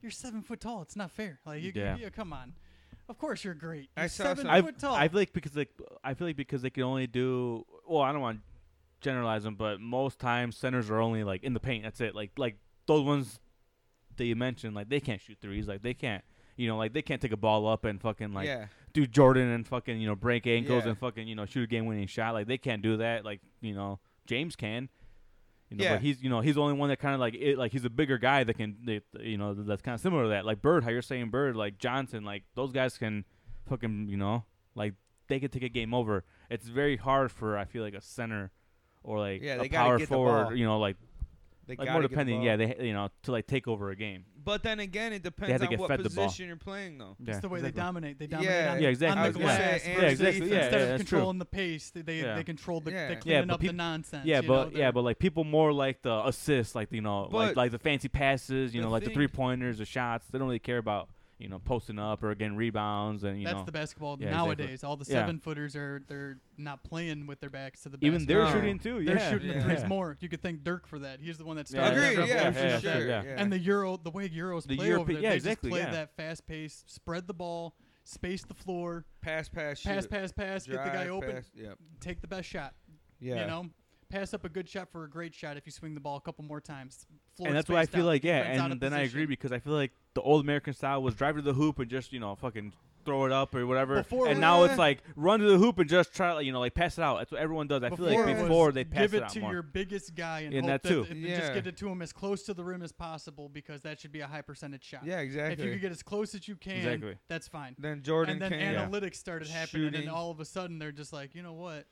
Speaker 3: you're seven foot tall. It's not fair. Like you,
Speaker 2: Yeah.
Speaker 3: you- come on. Of course you're great.
Speaker 1: I
Speaker 3: You're
Speaker 1: saw
Speaker 3: seven
Speaker 1: some-
Speaker 2: I,
Speaker 3: foot tall.
Speaker 2: I feel like because like I feel like because they can only do well. I don't want to generalize them, but most times centers are only like in the paint. That's it. Like like those ones that you mentioned, like they can't shoot threes. Like they can't, you know, like they can't take a ball up and fucking like
Speaker 1: yeah,
Speaker 2: do Jordan and fucking you know break ankles
Speaker 1: Yeah.
Speaker 2: and fucking you know shoot a game winning shot. Like they can't do that. Like you know James can. You know,
Speaker 1: Yeah.
Speaker 2: but he's you know he's the only one that kind of like it like he's a bigger guy that can that, you know that's kind of similar to that like Bird how you're saying Bird like Johnson like those guys can fucking you know like they could take a game over. It's very hard for I feel like a center or like
Speaker 1: Yeah,
Speaker 2: a
Speaker 1: they gotta
Speaker 2: power
Speaker 1: get the
Speaker 2: forward
Speaker 1: ball.
Speaker 2: you know like
Speaker 1: they
Speaker 2: like
Speaker 1: gotta
Speaker 2: more
Speaker 1: get the
Speaker 2: depending
Speaker 1: ball.
Speaker 2: yeah they you know to like take over a game.
Speaker 1: But then again, it
Speaker 2: have
Speaker 1: depends
Speaker 2: to
Speaker 1: on
Speaker 2: get
Speaker 1: what
Speaker 2: fed the ball.
Speaker 1: position you're playing though.
Speaker 3: It's the way they dominate. They dominate
Speaker 1: Yeah.
Speaker 3: on,
Speaker 2: Yeah,
Speaker 3: on
Speaker 2: exactly.
Speaker 3: the
Speaker 2: I was gonna
Speaker 3: glass.
Speaker 1: say,
Speaker 3: versus
Speaker 1: yeah,
Speaker 2: exactly.
Speaker 3: defense.
Speaker 2: Yeah,
Speaker 3: Instead
Speaker 2: yeah,
Speaker 3: of
Speaker 2: that's true.
Speaker 3: controlling the pace, they, they,
Speaker 2: Yeah.
Speaker 3: they control the,
Speaker 1: Yeah.
Speaker 3: they
Speaker 1: Yeah,
Speaker 3: cleaning
Speaker 2: but
Speaker 3: up the
Speaker 2: peop-
Speaker 3: nonsense.
Speaker 2: Yeah,
Speaker 3: you
Speaker 2: but yeah,
Speaker 3: know, they're-
Speaker 2: but like people more like the assists, like you know, like
Speaker 1: But
Speaker 2: like the fancy passes, you
Speaker 1: the
Speaker 2: know, like the
Speaker 1: thing-
Speaker 2: three pointers, the shots. They don't really care about you know posting up or getting rebounds and you
Speaker 3: that's
Speaker 2: know
Speaker 3: the basketball
Speaker 2: Yeah, exactly.
Speaker 3: nowadays. All the
Speaker 2: Yeah.
Speaker 3: seven footers are they're not playing with their backs to the
Speaker 2: even
Speaker 3: basket.
Speaker 2: they're
Speaker 1: No.
Speaker 2: shooting too. Yeah,
Speaker 3: they're shooting
Speaker 1: yeah.
Speaker 3: the threes more. You could thank Dirk for that. He's the one that
Speaker 2: Yeah, that's
Speaker 3: started that
Speaker 1: Agreed.
Speaker 2: true.
Speaker 1: Yeah,
Speaker 3: revolution.
Speaker 1: for
Speaker 2: yeah,
Speaker 1: sure.
Speaker 2: sure, yeah.
Speaker 3: And the Euro, the way Euros
Speaker 2: The
Speaker 3: play over
Speaker 2: Europe-
Speaker 3: there,
Speaker 2: yeah,
Speaker 3: they
Speaker 2: exactly,
Speaker 3: just play
Speaker 2: yeah.
Speaker 3: that fast pace, spread the ball, space the floor,
Speaker 1: pass, pass, shoot.
Speaker 3: pass, pass, pass, get the guy
Speaker 1: Drive,
Speaker 3: open,
Speaker 1: pass, Yep.
Speaker 3: take the best shot.
Speaker 1: Yeah.
Speaker 3: You know, pass up a good shot for a great shot if you swing the ball a couple more times. Floor
Speaker 2: and that's why I
Speaker 3: spaced
Speaker 2: feel
Speaker 3: out,
Speaker 2: like yeah,
Speaker 3: defense out of
Speaker 2: and then I agree
Speaker 3: position.
Speaker 2: because I feel like the old American style was drive to the hoop and just you know fucking throw it up or whatever.
Speaker 3: Before
Speaker 2: and
Speaker 3: it-
Speaker 2: now it's like run to the hoop and just try like, you know like pass it out. That's what everyone does. I feel like
Speaker 3: it was
Speaker 2: before they pass
Speaker 3: give it,
Speaker 2: out
Speaker 3: to
Speaker 2: more.
Speaker 3: your biggest guy and,
Speaker 2: And
Speaker 3: hope
Speaker 2: that too.
Speaker 3: th- just
Speaker 1: Yeah.
Speaker 3: get it to him as close to the rim as possible because that should be a high percentage shot.
Speaker 1: Yeah, exactly.
Speaker 3: If you could get as close as you can,
Speaker 2: Exactly.
Speaker 3: that's fine.
Speaker 1: then Jordan
Speaker 3: and then
Speaker 1: came.
Speaker 2: Yeah.
Speaker 3: analytics started happening, and
Speaker 1: Shooting.
Speaker 3: then all of a sudden they're just like, you know what?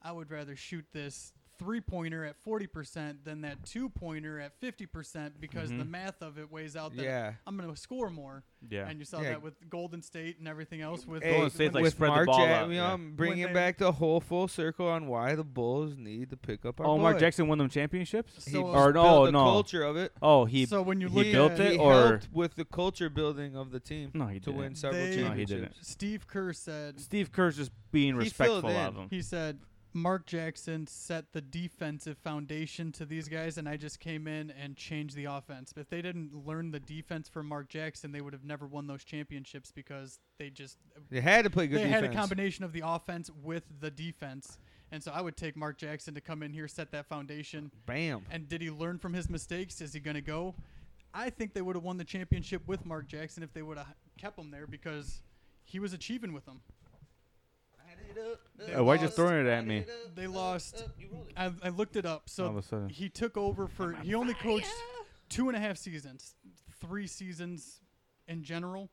Speaker 3: I would rather shoot this three pointer at 40% than that two pointer at 50% because the
Speaker 2: Mhm.
Speaker 3: math of it weighs out that
Speaker 1: Yeah.
Speaker 3: I'm going to score more.
Speaker 2: yeah.
Speaker 3: And you saw
Speaker 1: Yeah.
Speaker 3: that with Golden State and everything else. With
Speaker 2: Golden
Speaker 1: Hey,
Speaker 2: State's, like,
Speaker 1: with
Speaker 2: spread the
Speaker 1: Mark
Speaker 2: ball
Speaker 1: Jack-
Speaker 2: out,
Speaker 1: you know,
Speaker 2: yeah.
Speaker 1: I'm bringing
Speaker 3: they-
Speaker 1: back the whole full circle on why the Bulls need to pick up our
Speaker 2: Oh, Mark
Speaker 1: boy.
Speaker 2: Jackson won them championships.
Speaker 1: He
Speaker 3: So-
Speaker 1: built
Speaker 2: or no,
Speaker 1: the
Speaker 2: no.
Speaker 1: culture of it.
Speaker 2: Oh, he
Speaker 3: so when you
Speaker 2: he
Speaker 3: look
Speaker 2: built
Speaker 3: at
Speaker 2: it
Speaker 1: he
Speaker 2: or-
Speaker 1: helped with the culture building of the team
Speaker 2: no he
Speaker 1: to
Speaker 2: didn't.
Speaker 1: win several
Speaker 3: They- No,
Speaker 2: he
Speaker 1: championships.
Speaker 2: didn't.
Speaker 3: Steve Kerr said
Speaker 2: Steve Kerr's just being
Speaker 1: He
Speaker 2: respectful
Speaker 1: filled in.
Speaker 2: of
Speaker 1: [laughs]
Speaker 2: him.
Speaker 3: He said, Mark Jackson set the defensive foundation to these guys, and I just came in and changed the offense. If they didn't learn the defense from Mark Jackson, they would have never won those championships because they just
Speaker 1: They had to play
Speaker 3: they
Speaker 1: good
Speaker 3: had
Speaker 1: defense.
Speaker 3: a combination of the offense with the defense. And so I would take Mark Jackson to come in here, set that foundation.
Speaker 1: Bam.
Speaker 3: And did he learn from his mistakes? Is he going to go? I think they would have won the championship with Mark Jackson if they would have kept him there because he was achieving with them. They
Speaker 2: Uh, why'd you
Speaker 3: lost-
Speaker 2: throw it at me?
Speaker 3: They lost. I, I looked it up. So
Speaker 2: All of a sudden.
Speaker 3: he took over for. He only coached two and a half seasons, three seasons in general.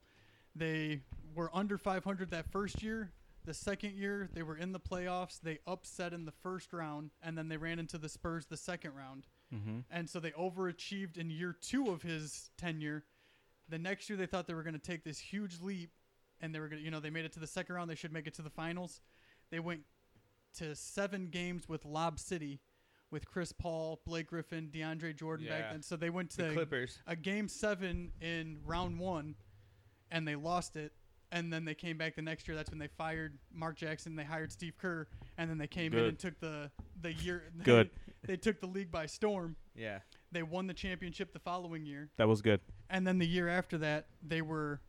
Speaker 3: They were under 500 that first year. The second year, they were in the playoffs. They upset in the first round, and then they ran into the Spurs the second round.
Speaker 2: Mm-hmm.
Speaker 3: And so they overachieved in year two of his tenure. The next year, they thought they were going to take this huge leap, and they were going to, you know, they made it to the second round. They should make it to the finals. They went to seven games with Lob City, with Chris Paul, Blake Griffin, DeAndre Jordan back
Speaker 1: Yeah.
Speaker 3: then. So they went to
Speaker 1: The Clippers.
Speaker 3: a game seven in round one, and they lost it. And then they came back the next year. That's when they fired Mark Jackson. They hired Steve Kerr, and then they came in
Speaker 2: Good.
Speaker 3: and took the the year. [laughs]
Speaker 2: Good.
Speaker 3: They, took the league by storm.
Speaker 1: Yeah.
Speaker 3: They won the championship the following year,
Speaker 2: That was good.
Speaker 3: and then the year after that, they were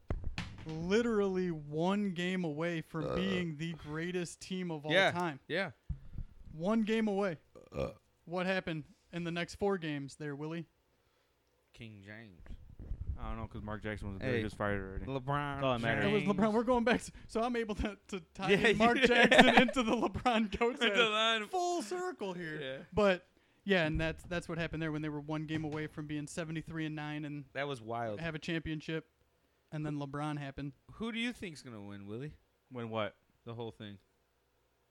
Speaker 3: literally one game away from
Speaker 1: Uh.
Speaker 3: being the greatest team of all
Speaker 1: yeah.
Speaker 3: time.
Speaker 1: Yeah.
Speaker 3: One game away.
Speaker 1: Uh.
Speaker 3: What happened in the next four games there, Willie?
Speaker 1: King James.
Speaker 2: I don't know because Mark Jackson was
Speaker 1: Hey.
Speaker 2: he was fired already.
Speaker 1: LeBron.
Speaker 2: all that matters.
Speaker 3: It was
Speaker 1: James.
Speaker 3: LeBron. We're going back, s- so I'm able to, to tie
Speaker 1: Yeah,
Speaker 3: in Mark
Speaker 1: you-
Speaker 3: Jackson into
Speaker 1: [laughs]
Speaker 3: the LeBron coach.
Speaker 1: With the line.
Speaker 3: Full circle here.
Speaker 1: Yeah.
Speaker 3: But yeah, and that's that's what happened there when they were one game away from being 73 and nine and
Speaker 1: That was wild.
Speaker 3: have a championship, and then LeBron happened.
Speaker 1: Who do you think's gonna win, Willie?
Speaker 2: When what?
Speaker 1: The whole thing.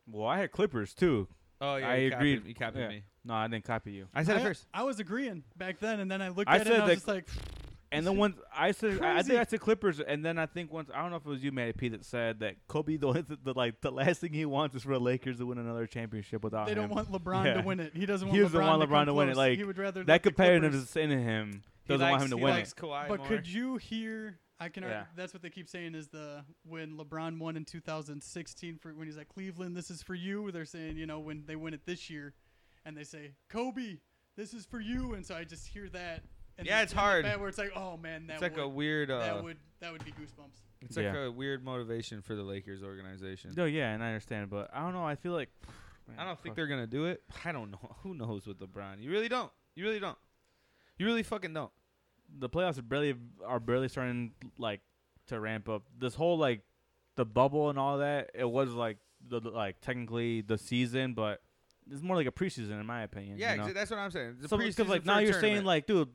Speaker 2: Well, I had Clippers too.
Speaker 1: Oh yeah,
Speaker 2: I
Speaker 1: you
Speaker 2: agreed.
Speaker 1: Copied, you copied
Speaker 2: Yeah.
Speaker 1: me.
Speaker 2: No, I didn't copy you.
Speaker 1: I said
Speaker 3: I,
Speaker 1: it first.
Speaker 3: I was agreeing back then, and then I looked
Speaker 2: I
Speaker 3: at it and I
Speaker 2: said
Speaker 3: was
Speaker 2: that-
Speaker 3: just like,
Speaker 2: And then once I said, I I
Speaker 3: Crazy.
Speaker 2: think I said Clippers, and then I think once I don't know if it was you, Matty P, that said that Kobe [laughs] the, only- the like the last thing he wants is for the Lakers to win another championship without
Speaker 3: They
Speaker 2: him. [laughs]
Speaker 3: don't want LeBron
Speaker 2: Yeah.
Speaker 3: to win it. He doesn't want
Speaker 2: He
Speaker 3: LeBron,
Speaker 2: doesn't want
Speaker 3: to, come
Speaker 2: LeBron to win it,
Speaker 3: close.
Speaker 2: like,
Speaker 3: he would rather
Speaker 2: that
Speaker 3: let the
Speaker 2: competitiveness
Speaker 3: Clippers-
Speaker 2: is in him. Doesn't want him to
Speaker 1: he
Speaker 2: win
Speaker 1: likes
Speaker 2: it.
Speaker 1: Kawhi
Speaker 3: But
Speaker 1: more.
Speaker 3: could you hear? I can. Argue,
Speaker 2: Yeah.
Speaker 3: That's what they keep saying is the when LeBron won in 2016 for when he's like Cleveland, this is for you. They're saying you know when they win it this year, and they say Kobe, this is for you. And so I just hear that. And
Speaker 1: Yeah,
Speaker 3: the-
Speaker 1: it's
Speaker 3: in the
Speaker 1: hard.
Speaker 3: back Where it's like, oh man, that
Speaker 1: it's like
Speaker 3: would,
Speaker 1: a weird. Uh,
Speaker 3: that would that would be goosebumps.
Speaker 1: it's like
Speaker 2: Yeah.
Speaker 1: a weird motivation for the Lakers organization.
Speaker 2: No, Oh, yeah, and I understand, but I don't know. I feel like [sighs]
Speaker 1: I don't think they're gonna do it. I don't know. [laughs] Who knows with LeBron? You really don't. You really don't. You really fucking don't.
Speaker 2: the playoffs are barely are barely starting like to ramp up. This whole like the bubble and all that, it was like the the- like technically the season, but it's more like a preseason in my opinion.
Speaker 1: Yeah,
Speaker 2: you know?
Speaker 1: exa- that's what I'm saying. The
Speaker 2: So because
Speaker 1: preseason
Speaker 2: like
Speaker 1: for
Speaker 2: now
Speaker 1: a
Speaker 2: you're
Speaker 1: tournament.
Speaker 2: saying like, dude,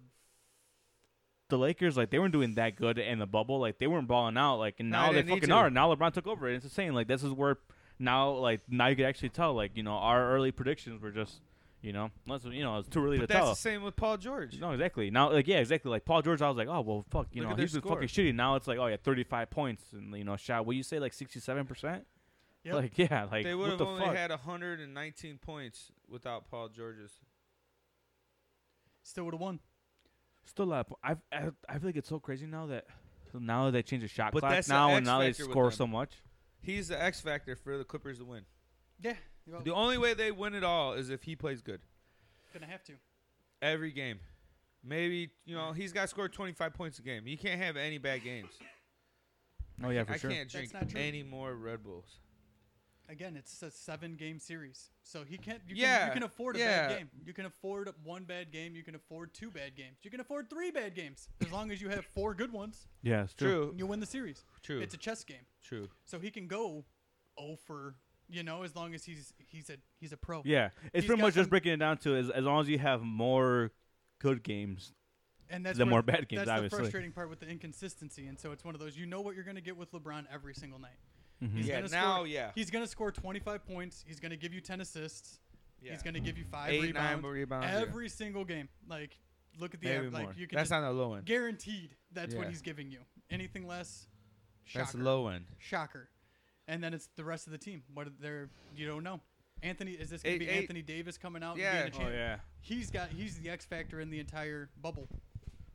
Speaker 2: the Lakers like they weren't doing that good in the bubble, like they weren't balling out, like and
Speaker 1: No,
Speaker 2: now
Speaker 1: they
Speaker 2: they
Speaker 1: didn't need
Speaker 2: fucking
Speaker 1: to.
Speaker 2: are. Now LeBron took over, and it's insane. Like this is where now like now you could actually tell, like you know, our early predictions were just, you know, unless you know it's too early
Speaker 1: but
Speaker 2: to
Speaker 1: that's
Speaker 2: tell.
Speaker 1: the same with Paul George.
Speaker 2: No, exactly. Now, like, yeah, exactly. Like Paul George, I was like, oh well, fuck, you
Speaker 1: Look
Speaker 2: know,
Speaker 1: at their
Speaker 2: he's been fucking shitty. Now it's like, oh yeah, thirty-five points and you know, shot. What you say, like sixty-seven percent?
Speaker 3: Yep.
Speaker 2: Like, yeah, like
Speaker 1: they would
Speaker 2: what
Speaker 1: have
Speaker 2: the
Speaker 1: only
Speaker 2: fuck?
Speaker 1: had 119 points without Paul George's.
Speaker 3: Still would have won.
Speaker 2: Still up. I I I feel like it's so crazy now that so now they change the shot
Speaker 1: But
Speaker 2: clock
Speaker 1: that's the
Speaker 2: now
Speaker 1: X
Speaker 2: and now they
Speaker 1: factor with
Speaker 2: score
Speaker 1: them.
Speaker 2: so much.
Speaker 1: He's the X factor for the Clippers to win.
Speaker 3: Yeah,
Speaker 1: The only way they win it all is if he plays good
Speaker 3: gonna have to.
Speaker 1: every game. Maybe you know he's got to score 25 points a game. You can't have any bad games.
Speaker 2: Oh yeah, for
Speaker 1: I
Speaker 2: sure.
Speaker 1: can't
Speaker 3: That's
Speaker 1: drink
Speaker 3: not true.
Speaker 1: any more Red Bulls.
Speaker 3: Again, it's a seven-game series, so he can't. You can,
Speaker 1: Yeah,
Speaker 3: you can afford a
Speaker 1: yeah.
Speaker 3: bad game. You can afford one bad game. You can afford two bad games. You can afford three bad games as long as you have four good ones.
Speaker 2: Yeah, it's true.
Speaker 1: True,
Speaker 3: You win the series.
Speaker 1: true,
Speaker 3: It's a chess game,
Speaker 1: true.
Speaker 3: so he can go oh for you know as long as he's he's a he's a pro.
Speaker 2: Yeah, it's
Speaker 3: He's
Speaker 2: pretty
Speaker 3: got
Speaker 2: much just
Speaker 3: some-
Speaker 2: breaking it down to as as long as you have more good games.
Speaker 3: and that's
Speaker 2: the
Speaker 3: where-
Speaker 2: more bad games,
Speaker 3: That's
Speaker 2: obviously.
Speaker 3: the frustrating part with the inconsistency, and so it's one of those you know what you're gonna get with LeBron every single night.
Speaker 2: Mm-hmm.
Speaker 3: He's
Speaker 1: Yeah,
Speaker 3: gonna score-
Speaker 1: now yeah,
Speaker 3: He's gonna score 25 points. He's gonna give you 10 assists.
Speaker 1: yeah.
Speaker 3: He's gonna give you five
Speaker 1: Eight,
Speaker 3: rebounds.
Speaker 1: nine rebounds. yeah.
Speaker 3: every single game. Like, look at the
Speaker 1: Maybe
Speaker 3: average.
Speaker 1: more.
Speaker 3: Like, you can
Speaker 1: That's
Speaker 3: just
Speaker 1: on the low end.
Speaker 3: guaranteed that's what
Speaker 1: Yeah.
Speaker 3: he's giving you. Anything less, shocker.
Speaker 1: That's low end.
Speaker 3: Shocker. And then it's the rest of the team. What are they're you don't know. Anthony is this gonna
Speaker 1: Eight-
Speaker 3: be
Speaker 1: eight-
Speaker 3: Anthony Davis coming out?
Speaker 1: Yeah.
Speaker 3: And being a
Speaker 2: Oh
Speaker 3: champ?
Speaker 2: yeah.
Speaker 3: He's got he's the X factor in the entire bubble.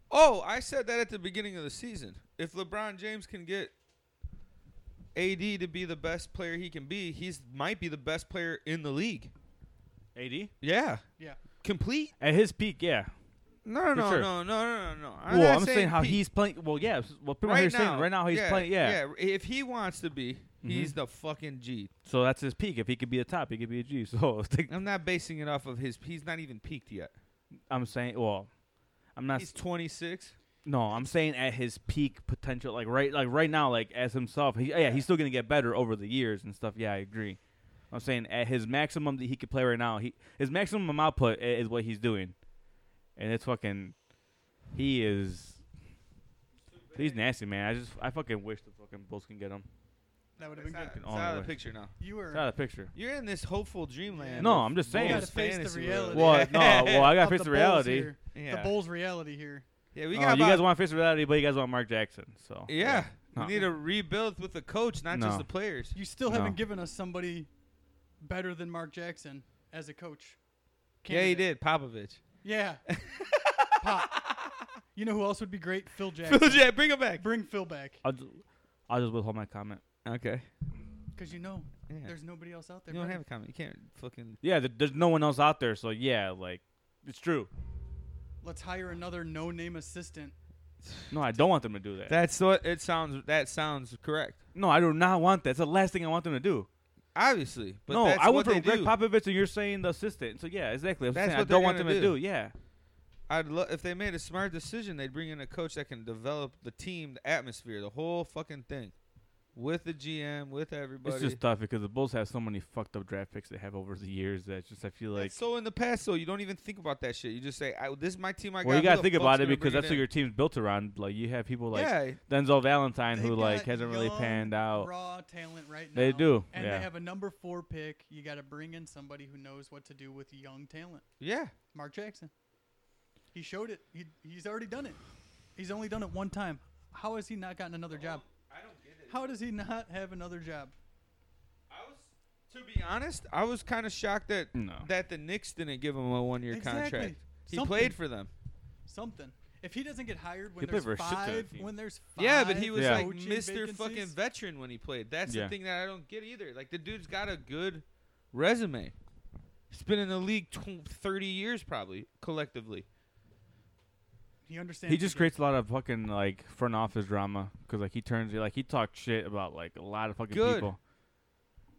Speaker 1: Oh, I said that at the beginning of the season. If LeBron James can get AD to be the best player he can be, he's might be the best player in the league.
Speaker 2: AD
Speaker 1: Yeah.
Speaker 3: Yeah.
Speaker 1: Complete?
Speaker 2: at his peak, yeah.
Speaker 1: No, no,
Speaker 2: sure.
Speaker 1: no, no, no, no, no.
Speaker 2: well, I'm saying, how
Speaker 1: peak.
Speaker 2: he's playing. Well, yeah. s- Well, pretty much you're saying right now he's playing. Yeah. Mm-hmm.
Speaker 1: If he wants to be, he's the fucking G.
Speaker 2: So that's his peak. If he could be a top, he could be a G. [laughs] So it's like,
Speaker 1: I'm not basing it off of his. He's not even peaked yet.
Speaker 2: I'm saying, well, I'm not.
Speaker 1: He's 26.
Speaker 2: No, I'm saying at his peak potential, like right, like right now, like as himself. He, yeah, he's still gonna get better over the years and stuff. Yeah, I agree. I'm saying at his maximum that he could play right now, he his maximum output i- is what he's doing, and it's fucking. He is. He's nasty, man. I just I fucking wish the fucking Bulls can get him.
Speaker 3: That would have
Speaker 1: It's
Speaker 3: been
Speaker 1: not,
Speaker 3: good.
Speaker 1: it's
Speaker 2: all
Speaker 1: out of
Speaker 2: the
Speaker 1: the
Speaker 2: way.
Speaker 1: picture now.
Speaker 3: You
Speaker 2: It's
Speaker 3: were
Speaker 2: out of the picture.
Speaker 1: You're in this hopeful dreamland.
Speaker 2: No,
Speaker 1: of
Speaker 2: I'm just saying.
Speaker 3: You
Speaker 1: Bulls
Speaker 3: gotta face the
Speaker 1: fantasy
Speaker 3: reality.
Speaker 1: world.
Speaker 2: Well, no, well, I gotta
Speaker 3: of
Speaker 2: face
Speaker 3: the
Speaker 2: the
Speaker 3: Bulls
Speaker 2: reality.
Speaker 3: here.
Speaker 1: Yeah.
Speaker 3: The Bulls reality here.
Speaker 1: Yeah, we
Speaker 2: Oh,
Speaker 1: got
Speaker 2: you
Speaker 1: about-
Speaker 2: guys want to face the reality, but you guys want Mark Jackson. So
Speaker 1: Yeah.
Speaker 2: No.
Speaker 1: We need to rebuild with the coach, not
Speaker 2: No.
Speaker 1: just the players.
Speaker 3: You still
Speaker 2: No.
Speaker 3: haven't given us somebody better than Mark Jackson as a coach.
Speaker 1: Yeah, he did.
Speaker 3: Candidate.
Speaker 1: Popovich.
Speaker 3: Yeah.
Speaker 1: [laughs]
Speaker 3: Pop. You know who else would be great? Phil Jackson.
Speaker 1: Phil [laughs] Jack, bring him back.
Speaker 3: Bring Phil back
Speaker 2: I'll just, I'll just withhold my comment.
Speaker 1: Okay.
Speaker 3: because you know
Speaker 1: Yeah.
Speaker 3: there's nobody else out there.
Speaker 1: You don't
Speaker 3: better.
Speaker 1: have a comment. You can't fucking.
Speaker 2: Yeah, there, there's no one else out there. So yeah, like it's true.
Speaker 3: Let's hire another no-name assistant.
Speaker 2: No, I don't want them to do that.
Speaker 1: That's what it sounds. That sounds correct.
Speaker 2: No, I do not want that. It's the last thing I want them to do.
Speaker 1: Obviously, but
Speaker 2: no,
Speaker 1: that's
Speaker 2: I
Speaker 1: what
Speaker 2: went from
Speaker 1: they
Speaker 2: Greg
Speaker 1: do.
Speaker 2: Popovich, and you're saying the assistant. So yeah, exactly. I'm
Speaker 1: That's
Speaker 2: saying I
Speaker 1: what they're
Speaker 2: don't want them
Speaker 1: gonna
Speaker 2: to do.
Speaker 1: do.
Speaker 2: Yeah,
Speaker 1: I'd lo- if they made a smart decision, they'd bring in a coach that can develop the team, the atmosphere, the whole fucking thing, with the GM, with everybody.
Speaker 2: it's just tough because the Bulls have so many fucked up draft picks they have over the years that just I feel like.
Speaker 1: That's so in the past, though, you don't even think about that shit. You just say, I, "This is my team." I
Speaker 2: well,
Speaker 1: got.
Speaker 2: you
Speaker 1: Who
Speaker 2: gotta
Speaker 1: the
Speaker 2: think
Speaker 1: fuck's
Speaker 2: about it
Speaker 1: gonna
Speaker 2: because
Speaker 1: bring
Speaker 2: that's what
Speaker 1: in?
Speaker 2: your team's built around. Like you have people like
Speaker 1: yeah,
Speaker 2: Denzel Valentine who
Speaker 3: They've
Speaker 2: like
Speaker 3: got
Speaker 2: hasn't really
Speaker 3: young,
Speaker 2: panned out.
Speaker 3: Raw talent right now.
Speaker 2: Oh. They do,
Speaker 3: And
Speaker 2: yeah.
Speaker 3: they have a number four pick. You got to bring in somebody who knows what to do with young talent.
Speaker 1: yeah.
Speaker 3: Mark Jackson. He showed it. He, he's already done it. He's only done it one time. How has he not gotten another job?
Speaker 1: I don't get it.
Speaker 3: How does he not have another job?
Speaker 1: I was, to be honest, I was kind of shocked that
Speaker 2: No.
Speaker 1: that the Knicks didn't give him a one-year contract.
Speaker 3: Exactly.
Speaker 1: He
Speaker 3: Something.
Speaker 1: played for them.
Speaker 3: Something. If he doesn't get hired when
Speaker 2: He played
Speaker 3: there's
Speaker 2: for a shit ton of
Speaker 3: five,
Speaker 2: teams.
Speaker 3: when there's five,
Speaker 1: Yeah, but he was
Speaker 2: Yeah.
Speaker 1: like
Speaker 3: coaching
Speaker 1: Mr.
Speaker 3: vacancies-
Speaker 1: Fucking veteran when he played. That's
Speaker 2: Yeah.
Speaker 1: the thing that I don't get either. Like the dude's got a good resume. He's been in the league tw- 30 years probably collectively.
Speaker 3: He understands.
Speaker 2: He
Speaker 3: the
Speaker 2: just
Speaker 3: game.
Speaker 2: creates a lot of fucking like front office drama because like he turns like he talks shit about like a lot of fucking
Speaker 1: Good.
Speaker 2: people.